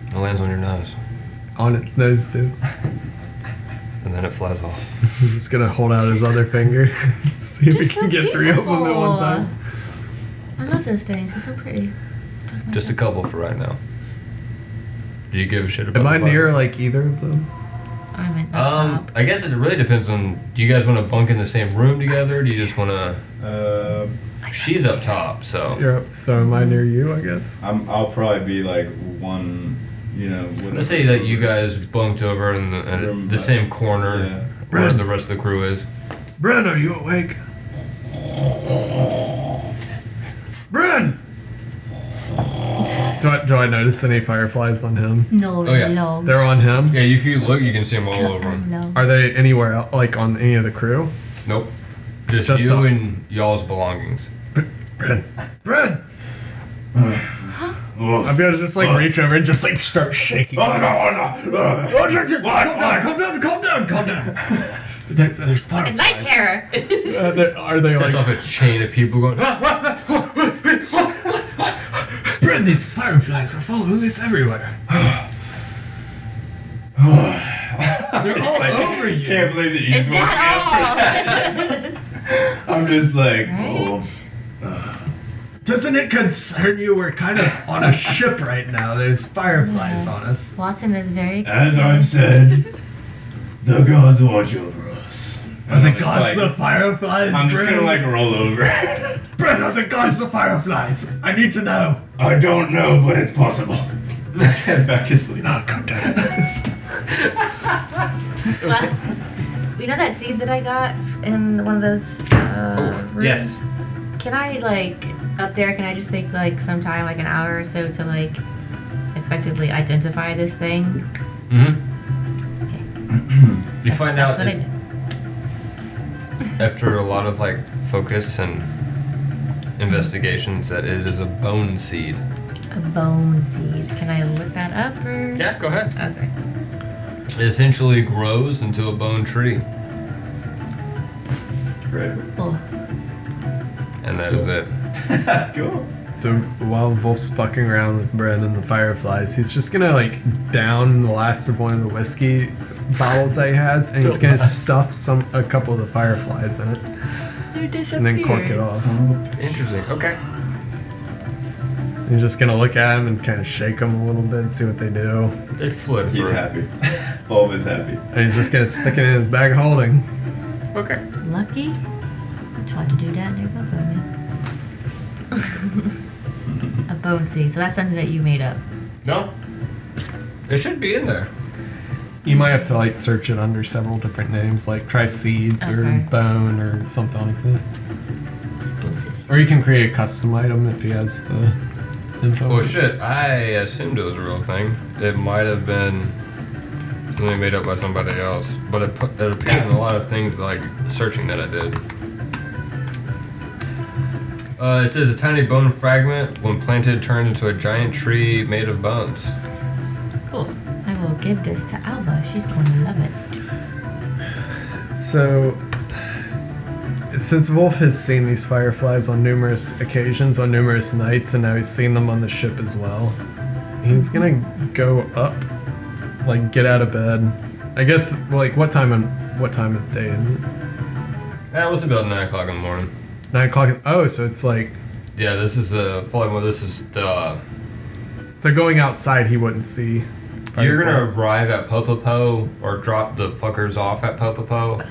A: It lands on your nose,
C: On its nose, dude.
A: and then it flies off.
C: He's just gonna hold out his other finger. [LAUGHS] see if we
B: They're so
C: can get three of them at
B: beautiful.
C: one time.
B: I love those things. They're so pretty. Mm-hmm.
A: Just a couple for right now. Do you give a shit about?
C: Am I
A: the
C: near
A: bottom?
C: like either of them?
B: I'm in the
A: Um,
B: top.
A: I guess it really depends on. Do you guys want to bunk in the same room together? Do you just want to?
D: Uh,
A: She's up top,
B: Oh.
A: so
C: You're up, so am I near you, I guess?
D: I'm, I'll probably be like one, you know. Whatever.
A: let's say that you guys bunked over in the, in the same corner where the rest of the crew is.
V: Bren, are you awake? Bren!
C: Do I, do I notice any fireflies on him?
B: No,
A: Oh, yeah.
B: no.
C: They're on him?
A: Yeah, if you look, you can see them all over him.
B: No.
C: Are they anywhere else, like on any of the crew?
A: Nope, just,
C: Just
A: you
C: up.
A: and y'all's belongings.
C: Red.
V: Bren!
C: I'm gonna just like reach over and just like start shaking.
V: Oh,
C: [LAUGHS]
V: no, oh, no. Oh, Jackson, calm down, calm down, calm down, calm down.
C: There's, there's fireflies.
B: Night terror.
C: Uh, there- are they
A: Sets
C: like
A: off a chain of people going. "Ah!"
C: Bren, these fireflies are following us everywhere.
D: They're all
C: over you.
D: Can't believe that you
B: it's
D: just woke up.
B: that all. [LAUGHS]
D: I'm just like, oh,
C: Doesn't it concern you? We're kind of on a ship right now. There's fireflies on us.
B: Watson is
A: [LAUGHS]
B: very.
E: As I've said, the gods watch over us.
C: Are the
D: I'm just
C: gods
D: like-
C: the fireflies?
D: I'm just
C: Bren?
D: gonna like roll over.
C: Bren, are the gods the fireflies? I need to know.
E: [LAUGHS] I don't know, but it's possible.
C: [LAUGHS]
E: [LAUGHS]
D: Back to sleep.
C: Oh, come down. [LAUGHS]
B: Well, [LAUGHS] you know that seed that I got in one of those. Uh,
A: Oh, yes.
B: rooms? Can I like up there? Can I just take like some time, like an hour or so, to like effectively identify this thing?
A: Mhm. You
B: That's-
A: find out
B: that's what I
A: that-
B: did.
A: after a lot of like focus and investigations that it is a bone seed.
B: A bone seed. Can I look that up or?
A: Yeah, go ahead.
B: Okay.
A: It essentially grows into a bone tree,
D: Right.
B: Cool.
A: and that is it.
D: Cool.
C: So while Wolf's fucking around with Bren and the fireflies, he's just gonna like down the last of one of the whiskey bottles that he has, and he's gonna stuff some a couple of the fireflies in it,
B: They're disappeared.
C: and then cork it off.
A: Interesting. Okay.
C: He's just gonna look at them and kind of shake them a little bit, see what they do,
A: It flips.
D: He's
A: around.
D: happy. [LAUGHS] Always happy.
C: and he's just gonna stick it in his bag of holding.
A: Okay.
B: Lucky. I tried to do that and it went for me. [LAUGHS] A bone seed. So that's something that you made up.
A: No. It should be in there.
C: You might have to like search it under several different names, like try seeds or
B: Okay.
C: bone or something like that.
B: Explosives.
C: Or you can create a custom item if he has the info.
A: Well, Oh, shit, I assumed it was a real thing. It might have been something made up by somebody else, but it, pu- it appeared in a lot of things like searching that I did. Uh, it says a tiny bone fragment, when planted, turned into a giant tree made of bones.
W: Cool.
B: I will give this to Alba. She's going to love it.
C: So, since Wolf has seen these fireflies on numerous occasions, on numerous nights, and now he's seen them on the ship as well, he's gonna go up, like get out of bed. I guess like what time and what time of day is it?
A: That was about nine o'clock in the morning.
C: Nine o'clock. Oh, so it's like
A: Yeah, this is the following one. This is the. uh,
C: so going outside he wouldn't see.
A: You're gonna
C: fireflies.
A: arrive at Popopo or drop the fuckers off at Popopo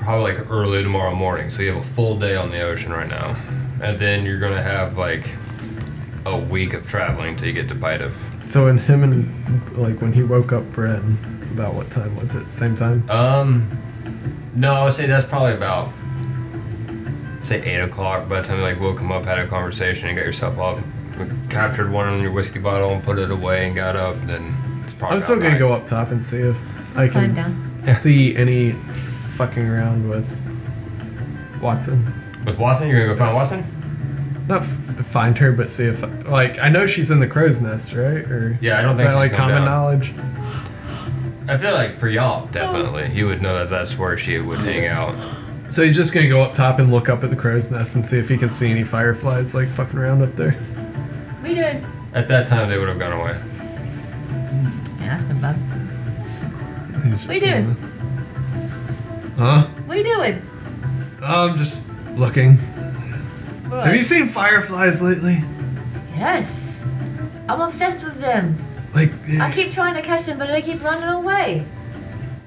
A: probably like early tomorrow morning. So you have a full day on the ocean right now, and then you're gonna have like a week of traveling till you get to Pitav.
C: So in him and like when he woke up, Brett, about what time was it? Same time.
A: Um, no, I would say that's probably about say eight o'clock. By the time you like woke him up, had a conversation, and got yourself up, captured one on your whiskey bottle and put it away, and got up, then it's probably.
C: I'm still
A: about nine.
C: gonna go up top and see if I
B: Climb
C: can
B: down.
C: see any fucking around with Watson.
A: with Watson. You're gonna go find Watson.
C: Not f- find her, but see if like I know she's in the crow's nest, right? Or
A: Yeah, I don't
C: is
A: think
C: that
A: she's
C: like
A: come down.
C: common knowledge.
A: I feel like for y'all,
C: Oh.
A: definitely, you would know that that's where she would hang out.
C: So he's just gonna go up top and look up at the crow's nest and see if he can see any fireflies like fucking around up there.
W: We doing?
A: At that time, they would have gone away.
B: Yeah, that's been fun.
C: He's
W: We
C: just
W: doing?
C: gonna- Huh?
W: We doing?
C: I'm just looking.
W: What?
C: Have you seen fireflies lately?
B: Yes. I'm obsessed with them.
C: Like
B: I keep trying to catch them, but they keep running away.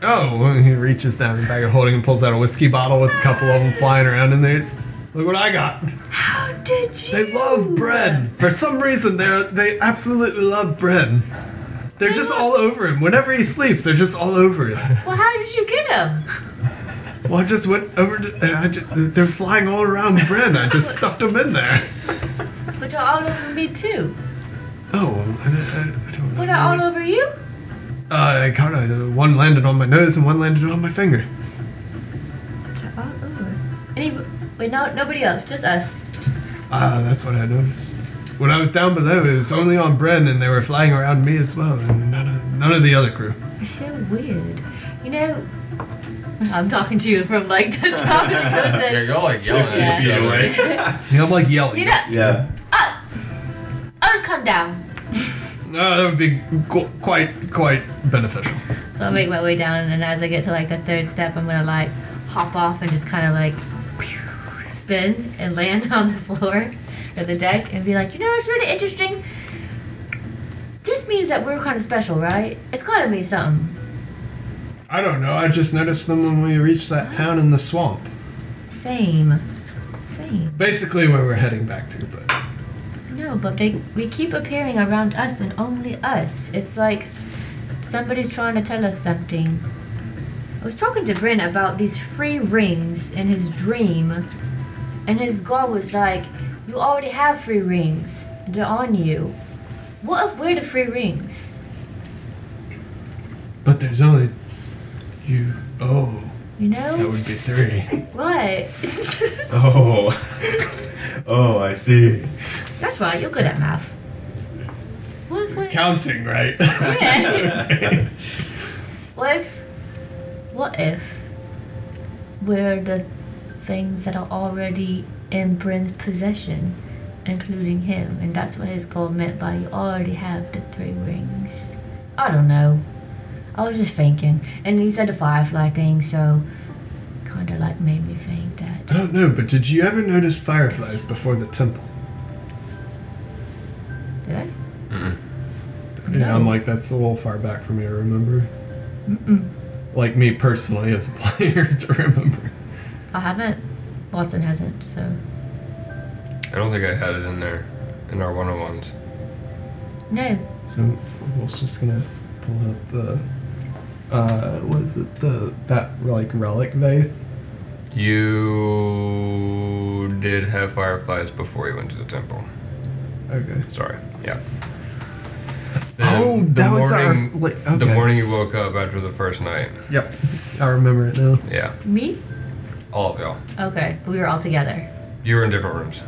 C: Oh, when he reaches down in the bag of holding and pulls out a whiskey bottle with a couple of them flying around in there. It's, Look what I got.
B: How did you?
C: They love bread. For some reason, they are they absolutely love bread. They're just all over him. Whenever he sleeps, they're just all over him.
B: Well, how did you get them?
C: Well, I just went over to, and I just, they're flying all around bread. I just stuffed them in there.
B: But are all over me too.
C: Oh, well, I, don't- I don't know.
B: What are all over you?
C: Uh, I caught uh, one landed on my nose and one landed on my finger.
B: They're all over. Any? Wait, no, nobody else. Just us.
C: Ah, that's what I noticed. When I was down below, it was only on Bren, and they were flying around me as well, and none of, none of the other crew.
B: You're so weird. You know, I'm talking to you from like the top of
C: [LAUGHS]
B: the
A: Yeah,
B: prison.
A: you're like yelling at each
X: feet
A: other.
X: away.
A: [LAUGHS]
C: Yeah, I'm like yelling.
B: You know,
E: Yeah.
B: up. I'll just come down.
C: No, Ah, that would be qu- quite quite beneficial.
B: So I make my way down, and as I get to like the third step, I'm gonna like hop off and just kind of like spin and land [LAUGHS] on the floor or the deck and be like, you know, it's really interesting. This means that we're kind of special, right? It's gotta mean something.
C: I don't know. I just noticed them when we reached that town in the swamp.
B: Same. Same.
C: Basically, where we're heading back to, but
B: No, but they we keep appearing around us and only us. It's like somebody's trying to tell us something. I was talking to Bryn about these free rings in his dream, and his god was like, "You already have free rings. They're on you. What if we're the free rings?
C: but there's only you. Oh,
B: You
C: that
B: know
C: would be three.
B: what?
E: Oh. [LAUGHS] oh, I see.
B: [LAUGHS] That's right. You're good at math. What if we're,
C: Counting, right? [LAUGHS]
B: Yeah. what if what if we're the things that are already in Bryn's possession, including him, and that's what his goal meant by you already have the three rings. I don't know. I was just thinking, and you said the firefly thing, so kind of like made me think that
C: I don't know, but did you ever notice fireflies before the temple?
B: did I?
A: Mm-mm.
C: Yeah, I'm like that's a little far back for me. I remember,
B: Mm-mm.
C: like me personally as a [LAUGHS] player to remember.
B: I haven't. Watson hasn't, so
A: I don't think I had it in there in our one on ones.
B: no.
C: So Wolf's just gonna pull out the uh what is it? The that like relic vase.
A: You you did have fireflies before you went to the temple.
C: Okay.
A: Sorry. Yeah.
C: Oh, that was our-
A: morning,
C: like,
A: The
C: okay.
A: morning you woke up after the first night.
C: Yep. I remember it now.
A: Yeah.
B: Me?
A: All of y'all.
B: Okay, but we were all together.
A: You were in different rooms.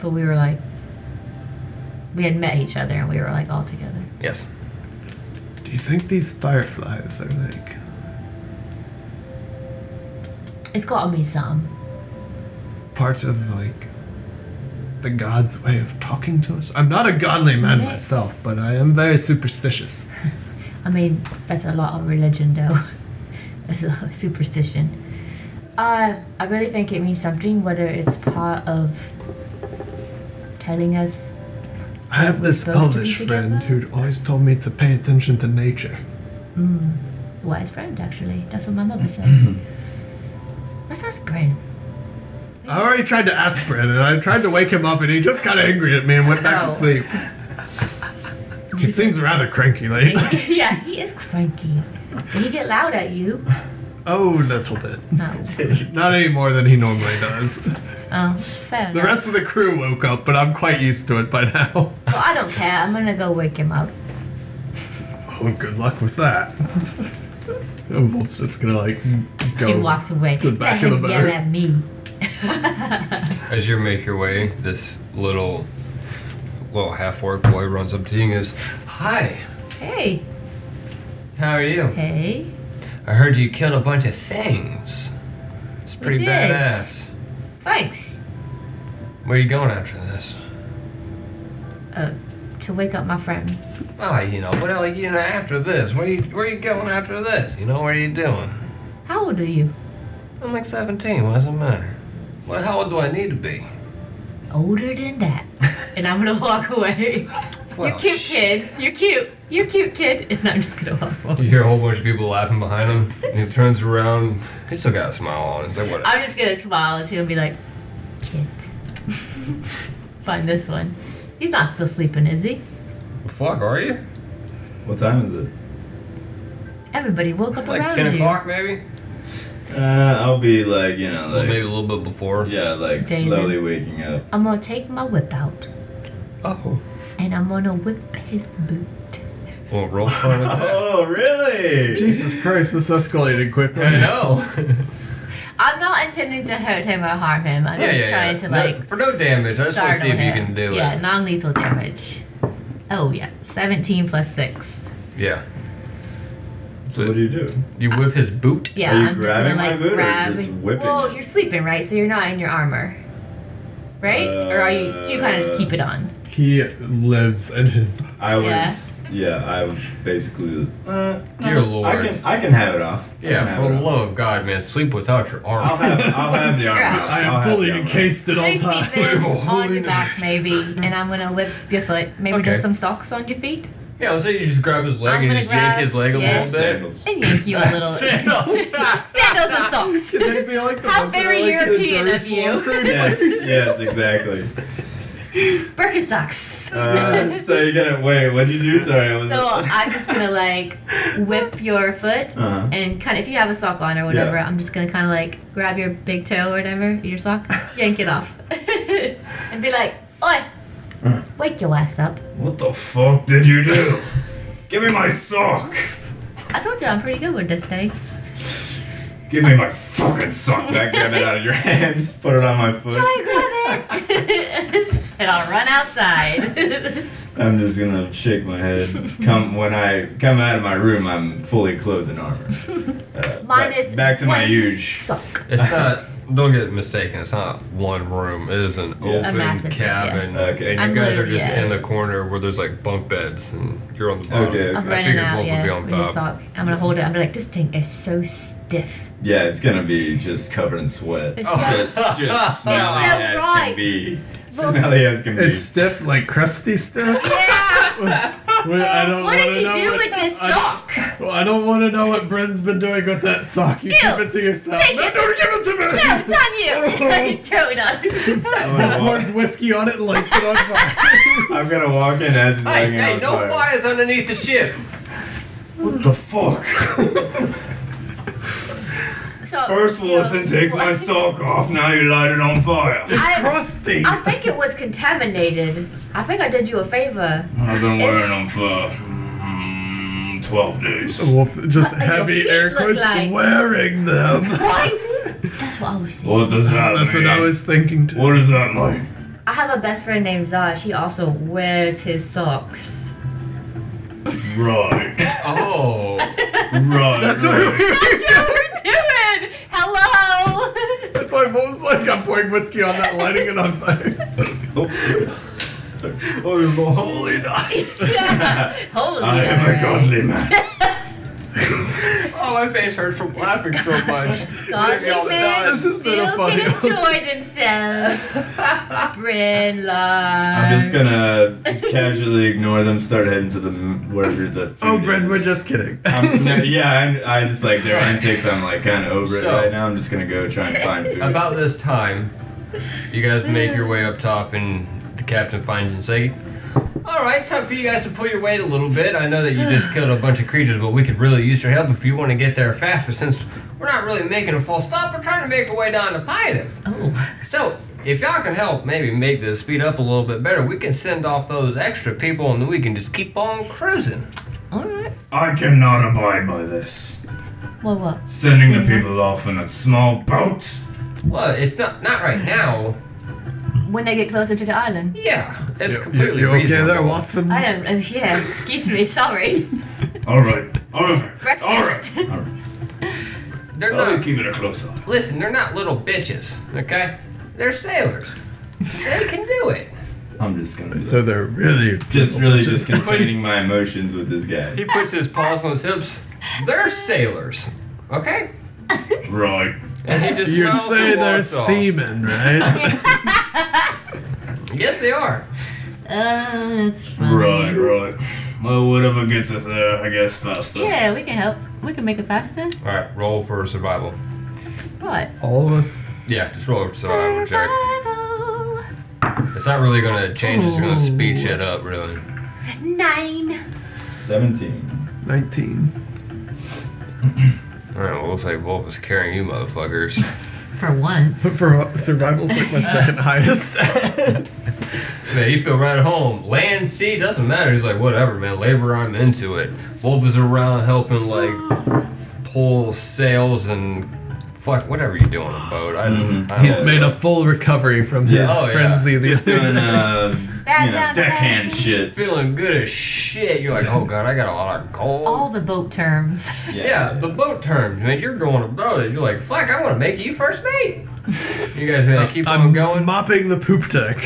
B: But we were like, we had met each other and we were like all together.
A: Yes.
C: Do you think these fireflies are like
B: It's got me some.
C: part of like the god's way of talking to us? I'm not a godly man
B: Right.
C: myself, but I am very superstitious.
B: I mean, that's a lot of religion though. [LAUGHS] that's a lot of superstition. Uh, I really think it means something, whether it's part of telling us.
C: I have this
B: supposed to be
C: elvish
B: together?
C: friend who always told me to pay attention to nature.
B: Mm, wise friend, actually. That's what my mother
C: [COUGHS]
B: says. that sounds
C: [LAUGHS]
B: brilliant.
C: I already tried to ask Brandon. I tried to wake him up, and he just got angry at me and went back to
B: Oh.
C: sleep. He seems rather cranky lately.
B: yeah, he is cranky. Did he get loud at you?
C: [LAUGHS] Oh, little bit. [LAUGHS]
B: No.
C: Not any more than he normally does.
B: Oh, fair
C: The
B: enough.
C: rest of the crew woke up, but I'm quite used to it by
B: [LAUGHS]
C: now.
B: Well, I don't care. I'm gonna go wake him up.
C: Oh, good luck with that. And Wolf's just gonna like go.
B: He walks away.
C: to the back
B: Let
C: of the
B: him [LAUGHS] yell
C: boat.
B: at me.
A: As you make your way, this little little half orc boy runs up to you and goes, Hi,
B: hey,
A: how are you?
B: hey.
A: I heard you killed a bunch of things. It's pretty
B: did.
A: badass.
B: Thanks.
A: Where are you going after this?
B: Uh, to wake up my friend.
A: Oh, you know, what are you know after this? Where you where you going after this? You know, what are you doing?
B: How old are you?
A: I'm like 17. What does it matter? Well, how old do I need to be?
B: Older than
C: [LAUGHS]
B: that. And I'm gonna walk away. You're
A: Well,
B: cute,
A: sh-
B: kid. You're cute. You're cute, kid. [LAUGHS] And I'm just gonna walk away.
A: [LAUGHS] You hear a whole bunch of people laughing behind him, and he turns around. He still got a smile on. It's like whatever.
B: I'm just gonna smile at you and be like, kids. [LAUGHS] Find this one. He's not still sleeping, is he?
A: Fuck, are you?
D: [LAUGHS] What time is it?
B: Everybody woke up
A: Like
B: around
A: 10
B: you.
A: o'clock, maybe?
D: Uh, I'll be like, you know,
A: Well, maybe a
D: like,
A: little bit before.
D: yeah, like
B: Dazing.
D: slowly
A: [LAUGHS]
D: waking up.
B: I'm gonna take my whip out
A: Oh.
B: and I'm gonna whip his boot.
A: Well, roll for
D: [LAUGHS]
A: an attack.
D: Oh, really?
C: Jesus Christ, this escalated quickly.
A: I
B: [LAUGHS]
A: know.
B: I'm not intending to hurt him or harm him. I'm
A: yeah,
B: just
A: yeah,
B: trying
A: yeah.
B: to
A: No-
B: like
A: for no damage. I just want to see
B: startle
A: if you
B: him.
A: can do
B: Yeah,
A: it.
B: non-lethal damage. Oh yeah, 17 plus six.
A: Yeah.
D: So what do you do?
A: You whip his boot.
B: Yeah,
D: Are you
B: I'm just gonna
D: grabbing my
B: like
D: boot or
B: grab.
D: just whipping
B: well,
D: it?
B: you're sleeping, right? So you're not in your armor, right? or are you? Do you kind of just keep it on?
C: He lives in his.
D: I was,
B: Yeah.
D: yeah, I was basically. Uh,
A: Dear
D: I
A: Lord.
D: can, I can have it off. I can
A: Yeah,
D: have
A: for
D: it
A: the
D: off.
A: love of God, man, sleep without your armor.
D: I'll have, I'll have the armor.
B: Yeah.
D: off.
C: I
D: I'll
C: am
D: have
C: fully
D: the armor
C: encased at
B: So
C: all
B: you sleep
C: times.
B: in,
C: [LAUGHS]
B: on
C: Holy
B: your back maybe, and I'm gonna whip your foot. Maybe
A: Okay.
B: do some socks on your feet
A: yeah, let's say you just grab his leg
B: I'm
A: and
B: gonna
A: just yank
B: grab-
A: his leg a
B: yeah.
D: off.
A: little bit.
D: Sandals.
B: and
A: [LAUGHS]
B: yank you a
D: [LAUGHS]
B: little.
A: Sandals.
B: [LAUGHS] Sandals and socks.
C: Can they be like the
B: [LAUGHS] How
C: ones that are,
B: very
C: like, the
B: European of
C: Jerusalem
B: you.
C: cruise?
D: Yes, yes, exactly.
B: [LAUGHS] Birkenstocks.
D: Uh, [LAUGHS] so you're gonna wait. What did you do? Sorry, I was.
B: So uh, I'm just gonna like whip your foot
D: Uh-huh.
B: and kind of if you have a sock on or whatever, I'm just gonna kind of like grab your big toe or whatever your sock, yank it off, [LAUGHS] and be like, "Oi, wake your ass up!"
E: What the fuck did you do? Give me
A: [LAUGHS]
E: my sock!
B: I told you I'm pretty good with this thing.
E: Give me my fucking sock
D: I
E: back.
D: grab it out of your hands, [LAUGHS] put it on my foot.
B: I grab it, [LAUGHS] and I'll run outside. [LAUGHS]
D: I'm just gonna shake my head. Come when I come out of my room, I'm fully clothed in armor. Uh,
B: Minus
D: back, back to my
B: one
D: huge.
B: sock.
A: It's not. Don't get it mistaken. It's not one room. It is an
D: Yeah. A
A: open
B: massive-
A: cabin,
D: yeah. Okay.
A: and you
B: I'm
A: guys are
B: literally-
A: just
B: yeah.
A: in the corner where there's like bunk beds, and you're on the bottom.
D: Okay, okay.
B: I'm
A: I
B: running
A: figured
B: out,
A: Wolf would be
B: yeah,
A: on
B: with your
A: top.
B: sock. I'm gonna hold it. I'm gonna be like, "This thing is so stiff."
D: Yeah, it's gonna be just covered in sweat.
B: [LAUGHS] It's
D: Just, just smelly
B: so
D: as
B: right.
D: can be. Smelly as can be.
C: It's
D: [LAUGHS]
C: [LAUGHS] stiff, like crusty [LAUGHS] stuff. Wait, I don't
B: What does
C: wanna
B: he
C: know
B: do
C: what-
B: with this
C: I-
B: sock?
C: Well, I don't want to know what Bren's been doing with that sock. You keep it to yourself.
B: Take
C: no,
B: it.
C: don't give it to me.
B: No, it's on you. Throw it on.
D: I'm, gonna
C: Pours
D: walk,
C: whiskey on it and lights it on fire.
D: I'm gonna walk in as it's
A: Hey,
D: hanging
A: hey,
D: on
A: no
D: fire.
A: fires underneath the ship.
E: What the fuck?
Y: so,
E: First
Y: you know,
E: Watson takes
Y: well,
E: my sock off, now you light it on fire.
C: [LAUGHS]
Y: I-
C: Crusty.
B: [LAUGHS] I think it was contaminated. I think I did you a favor.
E: I've been wearing them for mm, 12 days.
C: Wolf- just
B: What do your
C: heavy
B: feet
C: air
B: look
C: quotes
B: like?
C: wearing them.
B: What?
Y: That's what I was thinking.
E: What does that
C: [LAUGHS] That's
E: mean?
C: what I was thinking too.
E: What does that mean?
B: I have a best friend named Zah. She also wears his socks.
E: Right.
A: Oh.
E: Right. right.
B: That's what we're doing. [LAUGHS] Hello.
C: That's why Wolf was like, I'm pouring whiskey on that, lighting it on fire.
E: holy
B: Holy.
E: I am a
B: alright.
E: godly man.
A: [LAUGHS] Oh, my face hurt from laughing so much.
B: Godly
A: Y'all
B: men
A: done.
C: this has been
B: still
C: a funny
B: can
C: one.
B: enjoy themselves. Bryn
D: I'm just gonna casually ignore them. Start heading to the m- wherever the. food
C: Oh, Brent,
D: is.
C: we're just [LAUGHS] kidding.
D: I'm, no, yeah, I, I just like their antics. I'm like kind of over it
A: So-
D: right now. I'm just gonna go try and find food.
A: About this time, you guys make your way up top, and the captain finds you and say, "All right, it's time for you guys to pull your weight a little bit. I know that you just killed a bunch of creatures, but we could really use your help if you want to get there faster. Since we're not really making a full stop, we're trying to make our way down to Pydiff.
B: Oh.
A: So." If y'all can help maybe make this speed up a little bit better, we can send off those extra people and then we can just keep on cruising.
B: Alright.
E: I cannot abide by this.
B: Well, what?
E: Sending the people off in a small boat?
A: Well, it's not not right now.
B: When they get closer to the island.
A: Yeah, it's
C: You-
A: completely
C: you okay
A: reasonable.
C: there, Watson?
B: I don't. Uh, yeah. Excuse me. Sorry.
E: Alright, alright, alright.
B: Breakfast. [LAUGHS]
A: They're
E: I'll
A: not
E: be keeping a close eye.
A: Listen, they're not little bitches, okay? They're sailors. they can do it.
D: I'm just gonna.
C: So they're really
D: just really just containing my emotions with this guy.
A: He puts his paws on his hips. They're sailors, okay?
E: Right.
A: And he just
C: You'd
A: smiles
C: say
A: and
C: they're
A: walks off.
C: seamen,
A: [LAUGHS]
C: right?
A: Yes, they are.
B: Uh, that's fine.
E: Right, right. Well, whatever gets us there, I guess, faster.
B: Mm. Yeah, we can help. We can make it faster.
A: All right, roll for survival.
B: Right.
C: All of us.
A: Yeah, just roll for survival check.
B: Survival.
A: It's not really gonna change. It's gonna speed shit up, really.
B: Nine.
D: 17.
C: 19.
A: All right, well, looks like Wolf is carrying you, motherfuckers.
B: For once.
C: For survival's
A: [LAUGHS]
C: like my second highest.
A: Man, you feel right at home. Land, sea, doesn't matter. He's like, whatever, man. Labor, I'm into it. Wolf is around helping, like, pull sails and fuck, whatever you do on a boat. I, don't I don't
C: [LAUGHS] Mm-hmm. He's made a full recovery from his
A: Oh, yeah.
C: frenzy the
D: Just
C: other
D: doing
C: night.
D: uh,
B: Bad
D: you know,
B: down the
D: deckhand
B: bay.
D: shit.
A: Feeling good as shit. You're like, oh god, I got a lot of gold.
B: All the boat terms.
A: yeah, the boat terms, man. You're going about it. You're like, fuck, I want to make you first mate. you guys gonna keep on
C: I'm
A: going.
C: mopping the poop [LAUGHS] deck.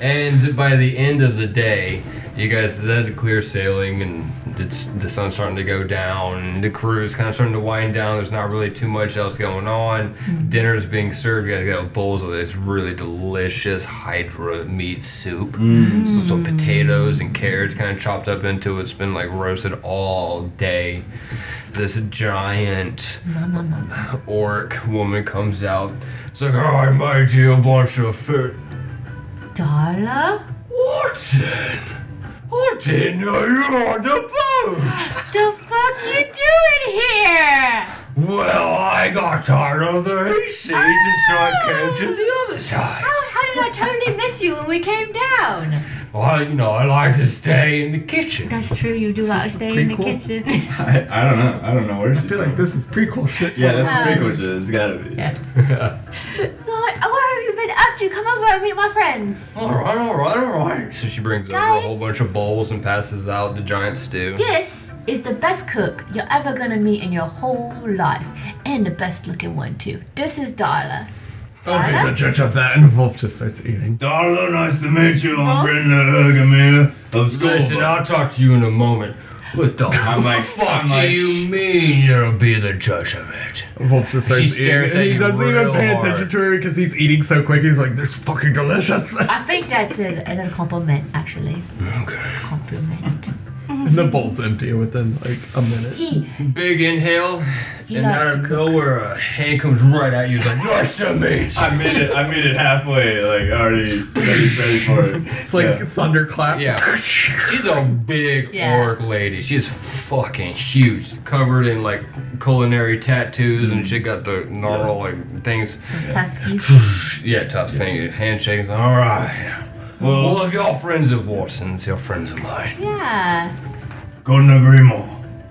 A: And by the end of the day, you guys had clear sailing, and it's, the sun's starting to go down, and the crew's kind of starting to wind down. There's not really too much else going on. Dinner's being served. You guys got bowls of this really delicious hydra meat soup. So, so potatoes and carrots kind of chopped up into it. It's been like roasted all day. This giant orc woman comes out. It's like, oh, I made you a bunch of food.
B: Dollar?
A: Watson! I didn't know you were on the boat!
B: The fuck you doing here?
A: Well, I got tired of the seas and so I came to the other side.
B: How, how did I totally miss you when we came down?
A: Well, you know, I like to stay in the kitchen. [LAUGHS]
Y: That's true, you do like to stay in the
B: [LAUGHS]
C: prequel?
Y: kitchen.
D: I, I don't know. I don't know where she's
C: I feel like
D: from.
C: this is prequel shit.
D: Yeah, that's a prequel shit. It's gotta be.
B: Yeah. So, like, oh, where have you been up to? Come over and meet my friends.
A: Alright, alright, alright. So she brings over a
B: Guys?
A: whole bunch of bowls and passes out the giant stew.
B: This is the best cook you're ever gonna meet in your whole life, and the best looking one too. This is Darla.
C: I'll
B: Darla?
C: be the judge of that. And Wolf just starts eating.
E: Darla, nice to meet you. I'm
B: Huh?
E: Brenda Ergamere of
A: Listen,
E: Skolva.
A: I'll talk to you in a moment. What [LAUGHS] the
D: I'm like,
A: fuck
D: I'm
A: do
D: like,
A: you mean you'll be the judge of it?
C: Wolf just starts
A: She stares
C: eating. and
A: at
C: he
A: you
C: doesn't
A: real
C: even pay
A: hard.
C: attention to her because he's eating so quick. He's like, this is fucking [LAUGHS] delicious.
B: I think that's a, a compliment, actually.
A: Okay.
B: Compliment.
C: the bowl's empty within like a minute.
B: He
A: Big inhale, and
B: likes
A: out
B: to
A: of
B: cook.
A: nowhere, a hand comes right at you. It's like, nice to meet you.
D: I made it. I made it halfway. Like already ready, ready for it.
C: It's like
D: Yeah.
C: thunderclap.
A: Yeah. She's a big
B: Yeah.
A: orc lady. She's fucking huge, covered in like culinary tattoos, and she got the gnarled like things.
B: Tuskies.
A: Yeah, Uh, tough thing. Handshakes. All right.
E: Well,
A: Well, if y'all friends of Watson's, you're friends of mine.
B: Yeah.
E: couldn't agree more.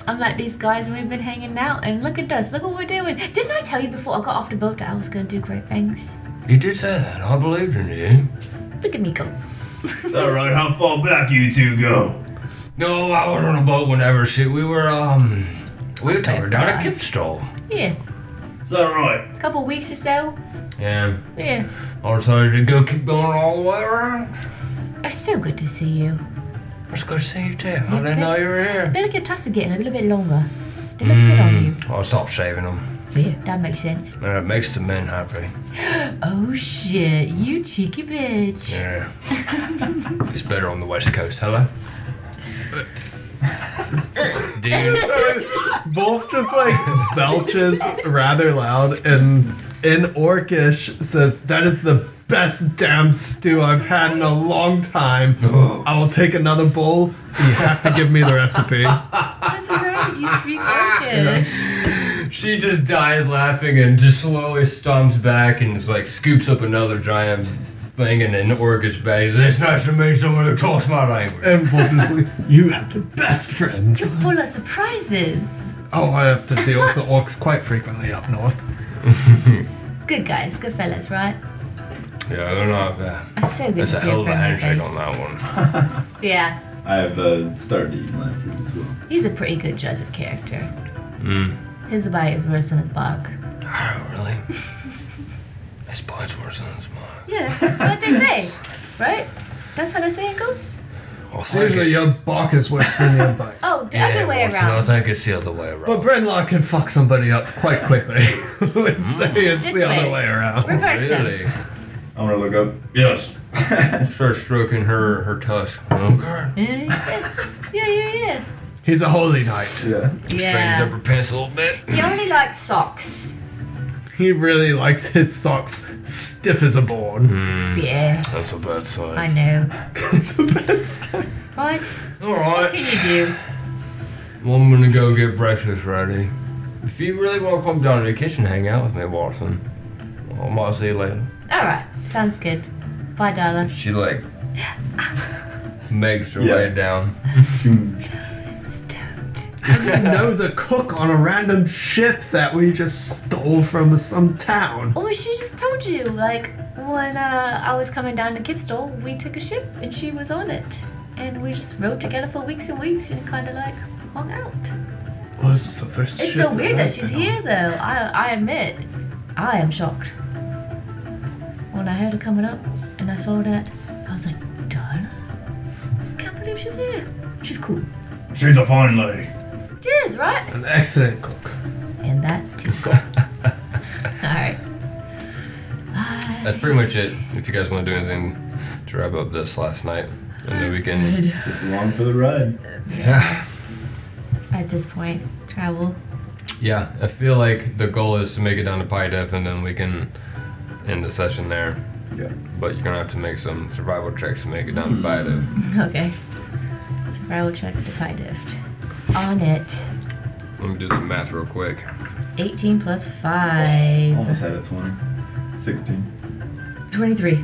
B: I met these guys and we've been hanging out and look at us, look what we're doing. Didn't I tell you before I got off the boat that I was gonna do great things?
A: You did say that. I believed in you.
B: Look at me go.
E: All right, how far back you two go?
A: No, I was on a boat whenever she. We were um, we were took her down at
B: fine.
A: Kipstall.
B: Yeah,
E: Is that right?
B: a couple weeks or so.
A: Yeah.
B: Yeah.
A: I decided to go keep going all the way around.
B: It's so good to see you.
A: Let's go see you too. I didn't know you were
B: I
A: here.
B: feel like your tusks are getting a little bit longer. They look good on you.
A: I'll stop saving them.
B: Yeah, that makes sense.
A: And Uh, it makes the men happy.
B: Oh shit, you cheeky bitch. [LAUGHS]
A: Yeah. it's better on the west coast. Hello? Dude.
B: [LAUGHS]
C: Wolf just like belches rather loud and in Orcish says, That is the best damn stew I've had in a long time. I will take another bowl. You have to give me the recipe.
B: That's right, you
A: [LAUGHS]
B: speak Orcish.
A: She just dies laughing and just slowly stomps back and is like scoops up another giant thing and an orcish bag. It's nice to meet someone who talks my language.
C: And Wolf is like, You have the best friends.
B: Full of surprises.
C: Oh, I have to deal with the orcs quite frequently up north.
B: Good guys, good fellas, right?
A: Yeah, they're not bad.
B: I'm so good
A: That's
B: to
A: a
B: see your
A: hell of a
B: friendly
A: handshake
B: face.
A: on that one.
B: Yeah,
D: I've uh, started eating my food as well.
B: he's a pretty good judge of character.
A: Mm.
B: His bite is worse than his bark.
A: Oh, really? His point's worse than his mine.
B: Yeah, that's, that's what
A: [LAUGHS]
B: they say, right? That's how the saying goes.
A: I'll take
C: Usually
A: it.
C: your bark is worse than your bite.
B: Oh, the
A: Yeah,
B: other way
A: Watson,
B: around.
A: I think it's the other way around.
C: But Brenlock can fuck somebody up quite quickly. [LAUGHS] Let's say it's
B: This
C: the other
B: way.
C: way around.
B: Reverse
A: oh,
B: them.
A: really?
D: I'm gonna look up.
E: Yes.
A: Start stroking her her tusk. Okay.
B: Yeah, yeah, yeah, yeah.
C: He's a holy knight.
D: Yeah.
A: Straightens up
B: Yeah.
A: her pants a little bit.
B: He only likes socks.
C: He really likes his socks stiff as a board. [LAUGHS]
A: Mm.
B: Yeah,
A: That's a bad sign.
B: I know. [LAUGHS] Right?
A: All
B: What
A: right.
B: can you do?
A: Well, I'm gonna go get breakfast ready. If you really want to come down to the kitchen, and hang out with me, Watson. I might see you later.
B: All right, sounds good. Bye, darling.
A: She like makes her
D: Yeah.
A: way down. [LAUGHS]
C: How do you know the cook on a random ship that we just stole from some town?
B: Oh, she just told you. Like when uh, I was coming down to Kipstall, we took a ship and she was on it, and we just rode together for weeks and weeks and kind of like hung out.
C: Oh, this is the first
B: It's
C: ship
B: so weird that
C: I've
B: she's
C: been on.
B: here, though. I I admit, I am shocked. When I heard her coming up and I saw that, I was like, darling, can't believe she's here. She's cool.
E: She's a fine lady.
B: Cheers, right?
C: An excellent cook.
B: And that too. [LAUGHS] All right. Bye.
A: That's pretty much it. If you guys want to do anything to wrap up this last night, and then we can.
D: Just along for the ride.
A: Yeah.
B: At this point, travel.
A: Yeah. I feel like the goal is to make it down to Pi Def, and then we can end the session there.
D: Yeah.
A: But you're gonna have to make some survival checks to make it down to Pi Def.
B: Okay. Survival checks to pie dift. On it.
A: Let me do some math real quick.
B: 18 plus
P: Oh.
B: 5.
D: Almost had a 20. 16.
B: 23.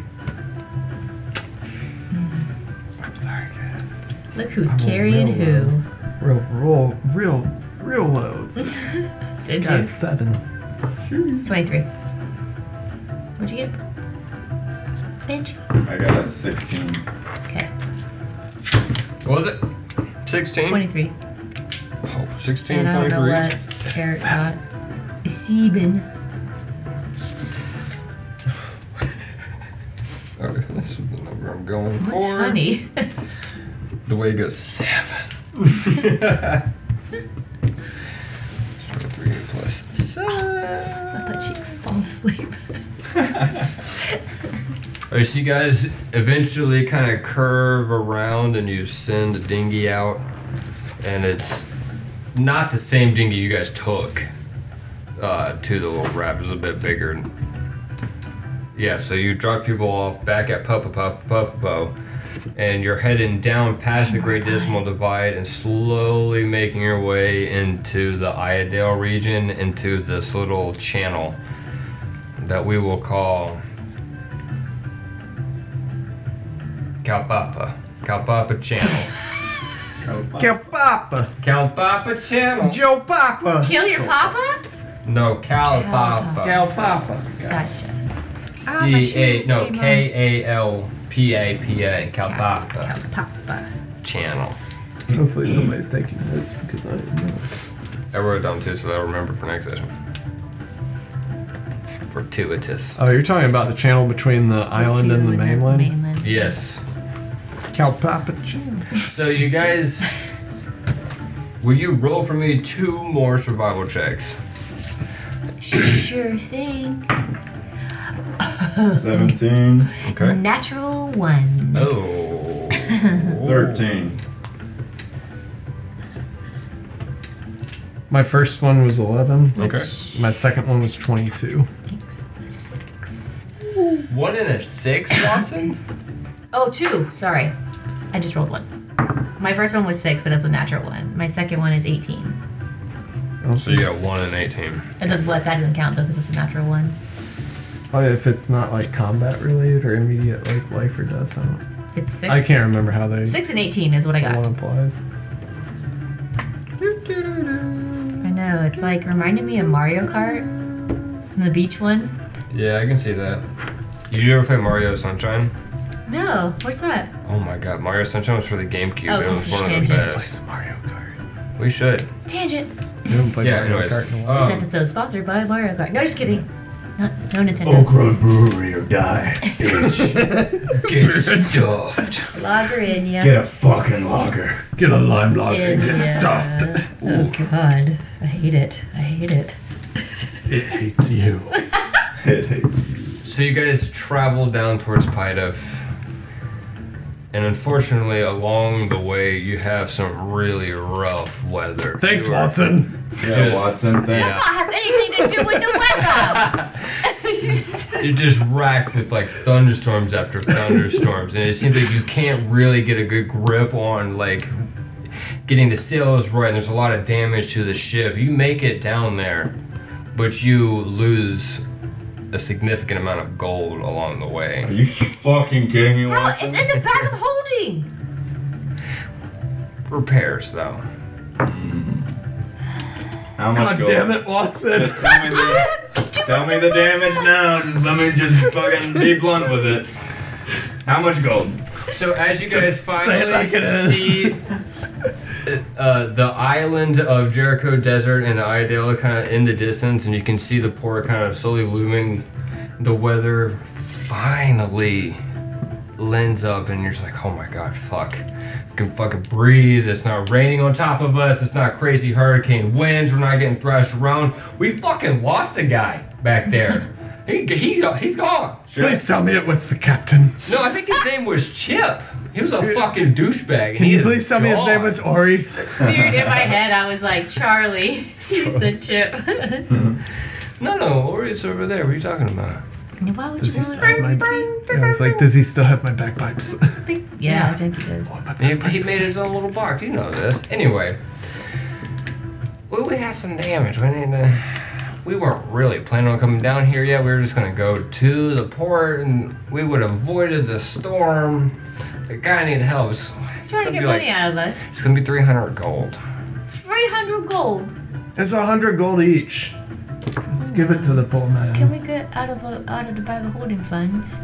C: I'm sorry, guys.
B: Look who's
P: Oh,
C: I'm a
B: carrying
C: real
B: who.
C: Real, real, real, real low.
B: Did
C: Got a
B: you?
C: seven.
B: 23. What'd you get? Finch?
D: I got a 16.
B: Okay.
A: What was it? 16?
B: 23.
A: Oh, 16,
B: And I don't know
A: 23.
B: what carrot got. Seven.
A: Alright, this is the number I'm going
B: What's
A: for.
B: funny? [LAUGHS]
A: The way it goes, seven. [LAUGHS] Twenty-three plus
B: I
A: seven.
B: thought she'd fallen asleep. [LAUGHS]
A: All right, so you guys eventually kind of curve around and you send the dinghy out and it's not the same dinghy you guys took uh, to the little raft. It's a bit bigger. and- Yeah, so you drop people off back at Papa Papa Papa Po, and you're heading down past the Great Dismal Divide and slowly making your way into the Iodale region, into this little channel that we will call Kalpapa. Kalpapa Channel.
P: Kill Papa!
A: Kalpapa Channel.
P: Joe Papa!
B: Kill your papa?
A: No, Kalpapa.
P: Kill Papa!
I: Gotcha.
B: Ah, my
A: C A
B: shoe
A: no
B: came on.
A: K A L P A P A Kalpapa
I: Papa.
A: channel.
P: Hopefully somebody's taking notes because I didn't know.
A: I wrote it down too, so that I'll remember for next session. Fortuitous.
P: Oh, you're talking about the channel between the island and the mainland?
I: Mainland.
A: Yes.
P: Cow Papa Channel.
A: So you guys, will you roll for me two more survival checks?
I: Sure thing.
D: 17,
A: Okay.
I: Natural
B: Mm-hmm.
I: one.
A: Oh.
D: [LAUGHS] 13.
P: My first one was 11.
A: Okay.
P: My second one was 22.
A: One and a six, Watson.
B: Oh, two. Sorry. I just rolled one. My first one was six, but it was a natural one. My second one is 18.
A: so you got one and eighteen.
B: And then what? That doesn't count though, because it's a natural one.
P: Probably Oh, if it's not like combat related or immediate like life or death. I, don't,
B: It's six.
P: I can't remember Oh. how they
B: Six and 18 is what I
P: the one
B: got.
P: applies.
B: I know. It's like reminding me of Mario Kart and the beach one.
A: Yeah, I can see that. Did you ever play Mario Sunshine?
B: No, what's that?
A: Oh my god, Mario Sunshine was for the GameCube.
B: Oh,
A: it was
B: this is
A: one of the
B: tangent.
A: best.
P: It's Mario Kart.
A: We should.
B: Tangent.
P: You haven't played
A: yeah,
P: Mario
A: anyways.
P: Kart in a while.
B: This
A: Um,
B: episode is sponsored by Mario Kart. No, just kidding. Not, no Nintendo.
P: Oh.
D: Oak Road Brewery or die, bitch.
A: [LAUGHS] get stuffed.
B: Logger in, yeah.
D: Get a fucking lager.
P: Get a lime log and get
B: Yeah.
P: stuffed.
B: Oh god, I hate it. I hate it.
P: It hates you.
D: It hates you.
A: So you guys travel down towards Pidef. And unfortunately, along the way, you have some really rough weather.
P: Thanks,
A: You are-
P: Watson.
D: Yeah, Watson, thanks.
A: [LAUGHS] Yeah,
B: I have anything to do with the weather.
A: you're just racked with like thunderstorms after thunderstorms, and it seems like you can't really get a good grip on like getting the sails right. There's a lot of damage to the ship. You make it down there, but you lose a significant amount of gold along the way.
D: Are you fucking kidding me,
B: Oh, it's
D: Watson?
B: in the bag I'm holding.
A: Repairs though.
D: How much
P: God
D: gold?
P: damn it, Watson.
D: Just tell me the, tell me the damage now. Just let me just fucking be blunt with it. How much gold?
A: So as you guys finally
P: like it is.
A: see uh, the island of Jericho Desert and the Idella kind of in the distance, and you can see the port kind of slowly looming. The weather finally lends up, and you're just like, oh my god, fuck. We can fucking breathe. It's not raining on top of us. It's not crazy hurricane winds. We're not getting thrashed around. We fucking lost a guy back there. he, he, he's gone.
P: [LAUGHS] Please tell me it was the captain.
A: No, I think his name was Chip. He was a fucking douchebag. and
P: Can
A: he
P: you
A: is
P: please tell me his
A: gone.
P: name was Ori?
B: Dude, in my head I was like Charlie. [LAUGHS] He's a chip.
A: No, no, Ori's over there. What are you talking about?
B: Why would
P: Does he
B: you
P: still
B: want
P: have my? Yeah, I was like, does he still have my [LAUGHS] bagpipes?
B: Yeah, I think he does.
A: He, he made his own little box. You know this. Anyway, well, we had some damage. We need to. We weren't really planning on coming down here yet. We were just gonna go to the port, and we would have avoided the storm. The guy needed help. It's, it's gonna
B: Trying to
A: be
B: get
A: like
B: money out of us.
A: it's gonna be 300 gold.
B: 300 gold.
P: It's a hundred gold each. Give it to the poor
B: Can
P: man.
B: we get out of a, out of the bag of holding funds?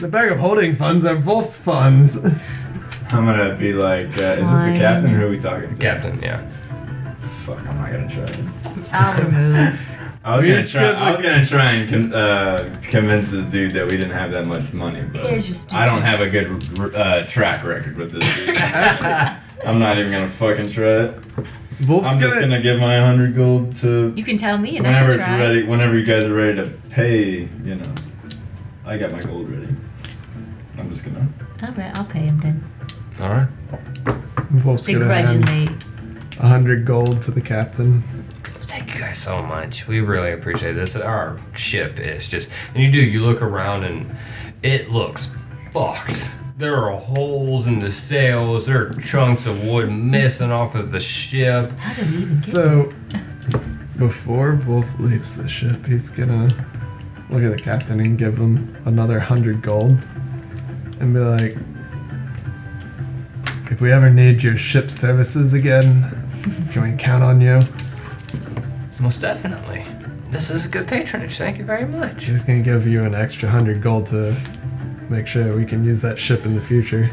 P: The bag of holding funds are Wolf's funds.
D: I'm gonna be like, uh, is this the
B: Fine.
D: captain? or Who are we talking to?
A: Captain, yeah.
D: Fuck, I'm not gonna try. it.
B: I'll remove.
D: I was
P: We
D: gonna
P: just
D: try.
P: did,
D: I
P: like-
D: was gonna try and con- uh, convince this dude that we didn't have that much money, but
I: Here's your stupid-
D: I don't have a good r- uh, track record with
B: [LAUGHS]
D: this dude. I'm not even gonna fucking try it.
P: Wolf's
D: I'm
P: gonna,
D: just gonna give my hundred gold to
B: You can tell me and
D: whenever
B: I
D: it's
B: can try.
D: ready. Whenever you guys are ready to pay, you know, I got my gold ready. I'm
B: [LAUGHS]
D: just gonna.
B: All right, I'll pay him then.
A: All right.
P: Wolf's gonna hand
B: Begrudgingly.
C: A hundred gold to the captain.
A: Thank you guys so much. We really appreciate this. Our ship is just, and you do, you look around and it looks fucked. There are holes in the sails, there are chunks of wood missing off of the ship.
B: How did we even get
C: So, before Wolf leaves the ship, he's gonna look at the captain and give him another hundred gold and be like, if we ever need your ship services again, can we count on you?
A: Most definitely. This is good patronage. Thank you very much.
C: He's gonna give you an extra hundred gold to make sure we can use that ship in the future.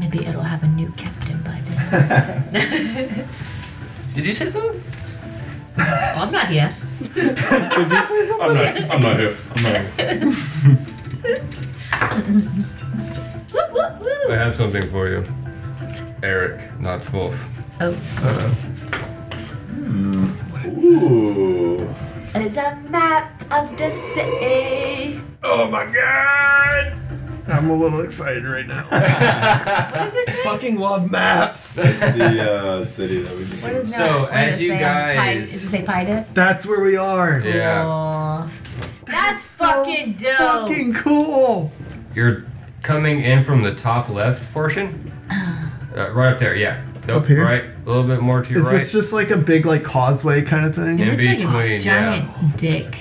B: Maybe it'll have a new captain by then.
A: Did you say something?
B: Well, Oh, I'm not here.
E: I'm not. I'm not here. I'm not here.
B: Woo, woo, woo.
A: I have something for you. Eric, not Wolf.
B: Oh,
D: Ooh.
B: it's a map of the city.
D: Oh my god!
C: I'm a little excited right now.
B: What does it say?
C: Fucking love maps.
D: That's the uh, city that we
B: What is
D: just.
B: that?
A: So,
B: What does
A: as
B: it
A: you
B: say on Pi-
A: guys-
B: Does it say Pida?
C: That's where we are.
A: Yeah.
B: That's fucking dope.
C: Fucking cool.
A: You're coming in from the top left portion. Uh, right up there, yeah. Nope,
C: Up here?
A: Right. A little bit more to your
C: Is
A: right.
C: this just like a big like causeway kind of thing?
A: Yeah.
B: It
A: In
B: looks like a
A: between,
B: giant dick.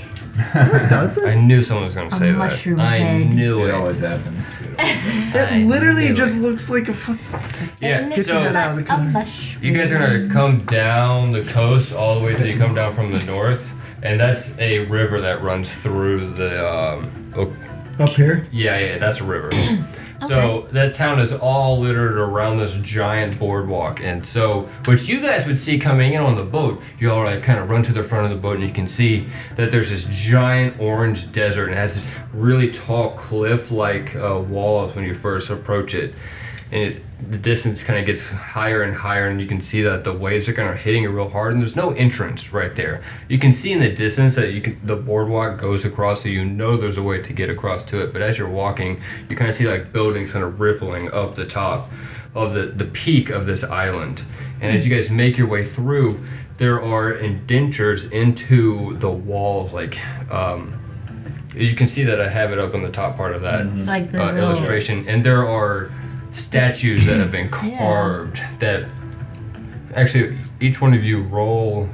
A: [LAUGHS]
C: Does
A: I
C: it?
A: knew someone was going to
B: A
A: say that.
B: mushroom
A: I
B: head.
A: knew
D: It
A: it.
D: always happens.
B: [LAUGHS]
A: I
C: It literally
A: knew
C: just
A: it.
C: looks like a fuck.
A: Yeah,
C: Get that
A: so
C: out of the
B: A
C: car.
B: mushroom.
A: you guys are going to come down the coast all the way till you come down from the north. And that's a river that runs through the. Um, O-
C: Up here.
A: yeah, yeah, that's a river. So that town is all littered around this giant boardwalk, and so what you guys would see coming in on the boat, you all like kind of run to the front of the boat, and you can see that there's this giant orange desert, and it has this really tall cliff-like uh, walls when you first approach it, and it, the distance kind of gets higher and higher, and you can see that the waves are kind of hitting it real hard, and there's no entrance right there. You can see in the distance that you can, the boardwalk goes across, so you know there's a way to get across to it. But as you're walking, you kind of see like buildings kind of rippling up the top of the, the peak of this island. And as you guys make your way through, there are indentures into the walls, like. Um, you can see that I have it up on the top part of that
B: Like this
A: uh,
B: little
A: illustration, and there are statues that have been carved that actually each one of you roll.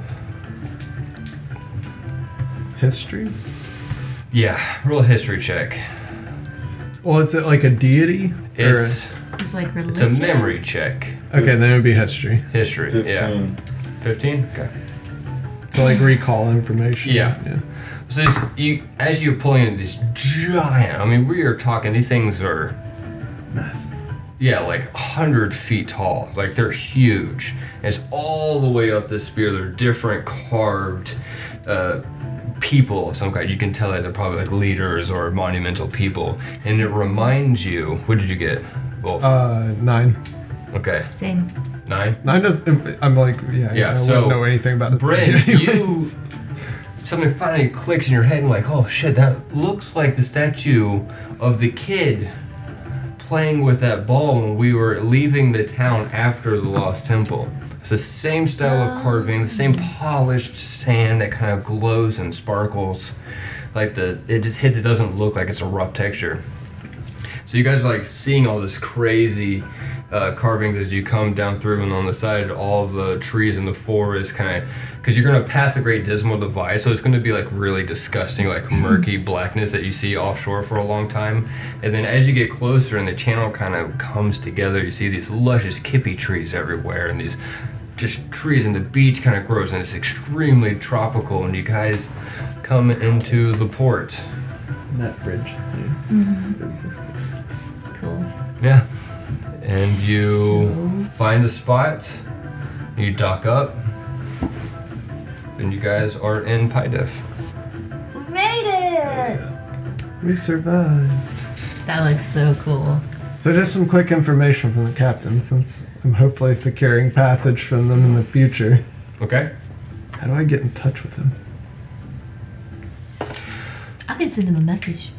C: History.
A: Yeah, roll a history check.
C: Well, is it like a deity? Or-
A: It's
B: It's like
A: it's a
B: religion.
A: memory check.
C: okay, then it would be history.
A: History. Yeah.
D: Fifteen.
A: Fifteen. Okay.
C: So like recall information.
A: Yeah.
C: yeah.
A: So this, you, as you're pulling in this giant, I mean, we are talking. These things are
D: Massive.
A: Yeah, like 100 feet tall. Like they're huge. And it's all the way up this spear. They're different carved uh, people of some kind. You can tell that they're probably like leaders or monumental people. And it reminds you. What did you get? Wolf?
C: Uh, nine.
A: okay,
B: Same.
A: nine.
C: Nine does. um, I'm like, yeah.
A: Yeah,
C: I do
A: so,
C: not know anything about this.
A: Bryn,
C: [LAUGHS] idea
A: you.
C: anyways.
A: Something finally clicks in your head, and like, oh shit, that looks like the statue of the kid playing with that ball when we were leaving the town after the Lost Temple. It's the same style of carving, the same polished sand that kind of glows and sparkles. Like the, it just hits. It doesn't look like it's a rough texture. So you guys are like seeing all this crazy uh, carvings as you come down through, and on the side, all of the trees in the forest, kind of, because you're gonna pass the Great Dismal Divide, so it's gonna be like really disgusting, like murky blackness that you see offshore for a long time. And then as you get closer, and the channel kind of comes together, you see these luscious kippy trees everywhere, and these just trees, and the beach kind of grows, and it's extremely tropical. And you guys come into the port.
C: that bridge.
B: Cool.
A: Yeah. And you find a spot, you dock up, and you guys are in Pydef.
B: We made it!
C: We survived.
B: That looks so cool.
C: So, just some quick information from the captain, since I'm hopefully securing passage from them in the future.
A: Okay?
C: How do I get in touch with him?
B: I can send him a message.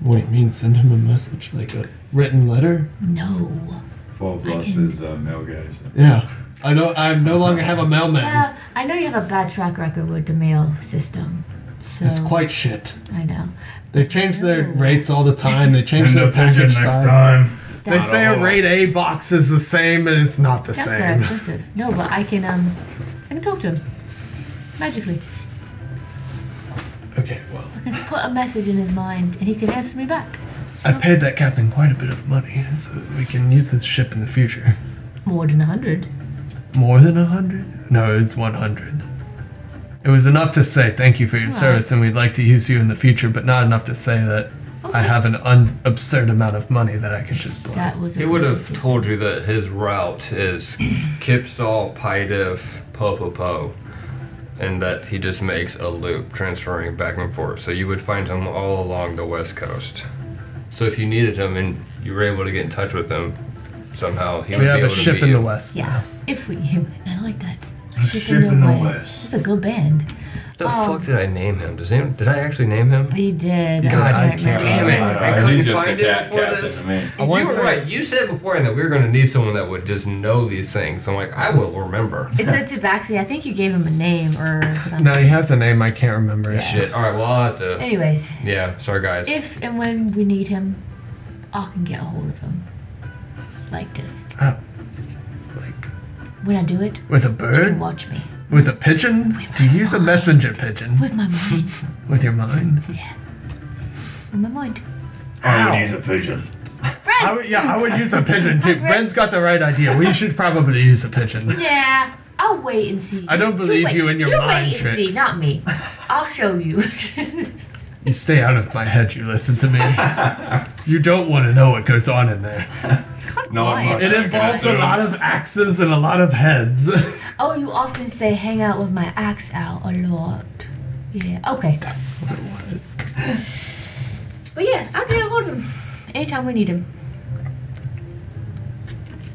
C: What do you mean, send him a message? Like a written letter?
B: No.
D: Full of lust is uh, male guys.
C: Yeah. I know I no longer have a mailman.
B: Well, I know you have a bad track record with the mail system. So
C: It's quite shit.
B: I know.
C: They change their rates all the time. They change
E: Send
C: their
E: a pigeon
C: package
E: next
C: size.
E: time.
C: They
B: Stop.
C: say a rate A box is the same, and it's not the
B: That's so
C: same.
B: expensive. No, but I can um, I can talk to him magically.
C: Okay, well,
B: I can put a message in his mind, and he can answer me back.
C: I paid that captain quite a bit of money, so that we can use his ship in the future.
B: More than a hundred.
C: More than a hundred? No, it was one hundred. It was enough to say thank you for your service, and we'd like to use you in the future, but not enough to say that I have an un- absurd amount of money that I could just blow.
B: That was. a
A: He would
B: good
A: have
B: decision.
A: told you that his route is Kipstall, Pydiff, Popopo, and that he just makes a loop transferring back and forth. So you would find him all along the west coast. So if you needed him and you were able to get in touch with him somehow, he
C: we
A: would be
C: have
A: able
C: a
A: to
C: ship
A: meet
C: in
A: you.
C: the west.
B: Yeah, if we. [LAUGHS] I like that. A ship,
E: Ship in the West.
B: It's a good band.
A: What the
B: Oh.
A: fuck did I name him? Does him? Did I actually name him?
B: You did.
C: God, I
B: don't
C: can't-
B: remember.
A: Damn it, I couldn't
D: uh, He's just
A: find
D: a
A: it
D: cat
A: before
D: captain
A: this.
D: to me.
A: You
C: wanna
A: were
C: say-
A: right. You said before that we were going to need someone that would just know these things. So I'm like, I will remember.
B: It said Tabaxi. I think you gave him a name or something.
C: No, he has a name I can't remember. it.
A: Shit. All right. Well, I'll have to.
B: Anyways,
A: Yeah. Sorry, guys.
B: if and when we need him, I can get a hold of him. Like this.
C: Oh. Like
B: When I do it,
C: with a
B: you can
C: bird?
B: watch me
C: With a pigeon? Do you use a messenger pigeon?
B: with my
C: [LAUGHS]
B: mind.
C: With your mind?
B: with my mind.
E: I would use a pigeon.
C: I would, yeah, I would use a
B: [LAUGHS]
C: pigeon too.
B: Brent-
C: Brent's got the right idea. We should probably use a pigeon.
B: Yeah, I'll wait and see.
C: I don't believe
B: wait-
C: you in your
B: you
C: mind
B: wait and
C: tricks.
B: see, not me. I'll show you. [LAUGHS]
C: You stay out of my head, you listen to me. You don't want to know what goes on in there.
B: it's kind of
E: No, I'm
B: quiet.
E: not.
C: It involves a lot of axes and a lot of heads.
B: Oh, you often say hang out with my axe out a lot. Yeah, okay. But yeah, I'll get a hold of him anytime we need him.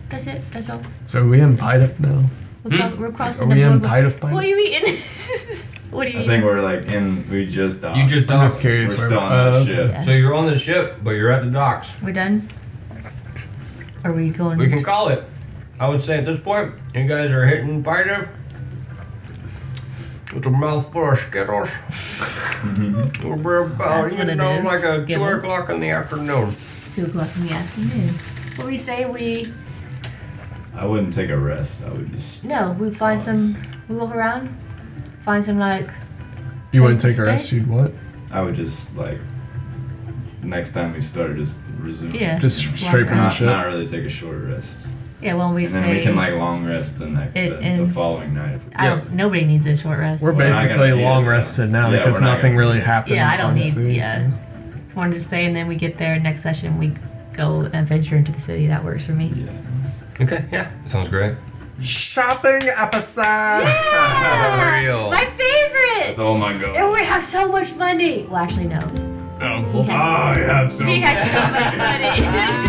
B: That's it. That's all.
C: [LAUGHS] So are we in Pidef now?
B: We're, cro- we're crossing
C: Are we
B: the
C: in
B: border.
C: Pidef Pidef?
B: What are you eating? [LAUGHS] what are you
D: I
B: eating?
D: think we're like in. We just docked.
A: you just
C: I'm
A: docked.
C: just curious
D: We're
C: where
D: still on
C: uh,
D: that ship.
B: yeah.
A: So you're on the ship, but you're at the docks.
B: We're done. Are we going?
A: We can call it. I would say at this point, you guys are hitting Pydiff. It's a mouthful of Skittles. We're about,
B: That's
A: you
B: what it
A: know,
B: is,
A: like a
B: Skittles.
A: 2 o'clock in the afternoon.
B: two o'clock in the afternoon. What we say? We
D: I wouldn't take a rest. I would just.
B: no. We find
D: Nice.
B: some. We walk around. Find some like
C: You want
B: Place
C: to
B: to
C: take a
B: stay?
C: rest? You'd what?
D: I would just like. Next time we start, just resume.
B: yeah.
C: Just
B: walk
C: straight from the
B: around.
D: Not, not
C: ship.
D: really take a short rest.
B: Yeah. Well, we
D: And
B: say.
D: then we can like long rest the next,
B: It
D: the, the
B: ends-
D: following night. if we-
B: I don't, nobody needs a short rest.
C: We're
B: Yeah.
D: not
C: basically
D: gonna be
C: long
D: there.
C: rested now
D: Yeah,
C: because
D: we're not
C: nothing
D: gonna-
C: really happened.
B: Yeah, I don't need-
C: honestly,
B: yeah.
C: so.
B: wanted to say, and then we get there next session. We go and venture into the city. That works for me.
D: Yeah.
A: Okay, yeah. Sounds great.
C: Shopping episode.
A: For real.
B: [LAUGHS] My favorite.
D: Oh my god.
B: And we have so
D: [LAUGHS]
B: much money. Well, actually, no.
D: Ah,
E: I have so
B: We have so much money. [LAUGHS]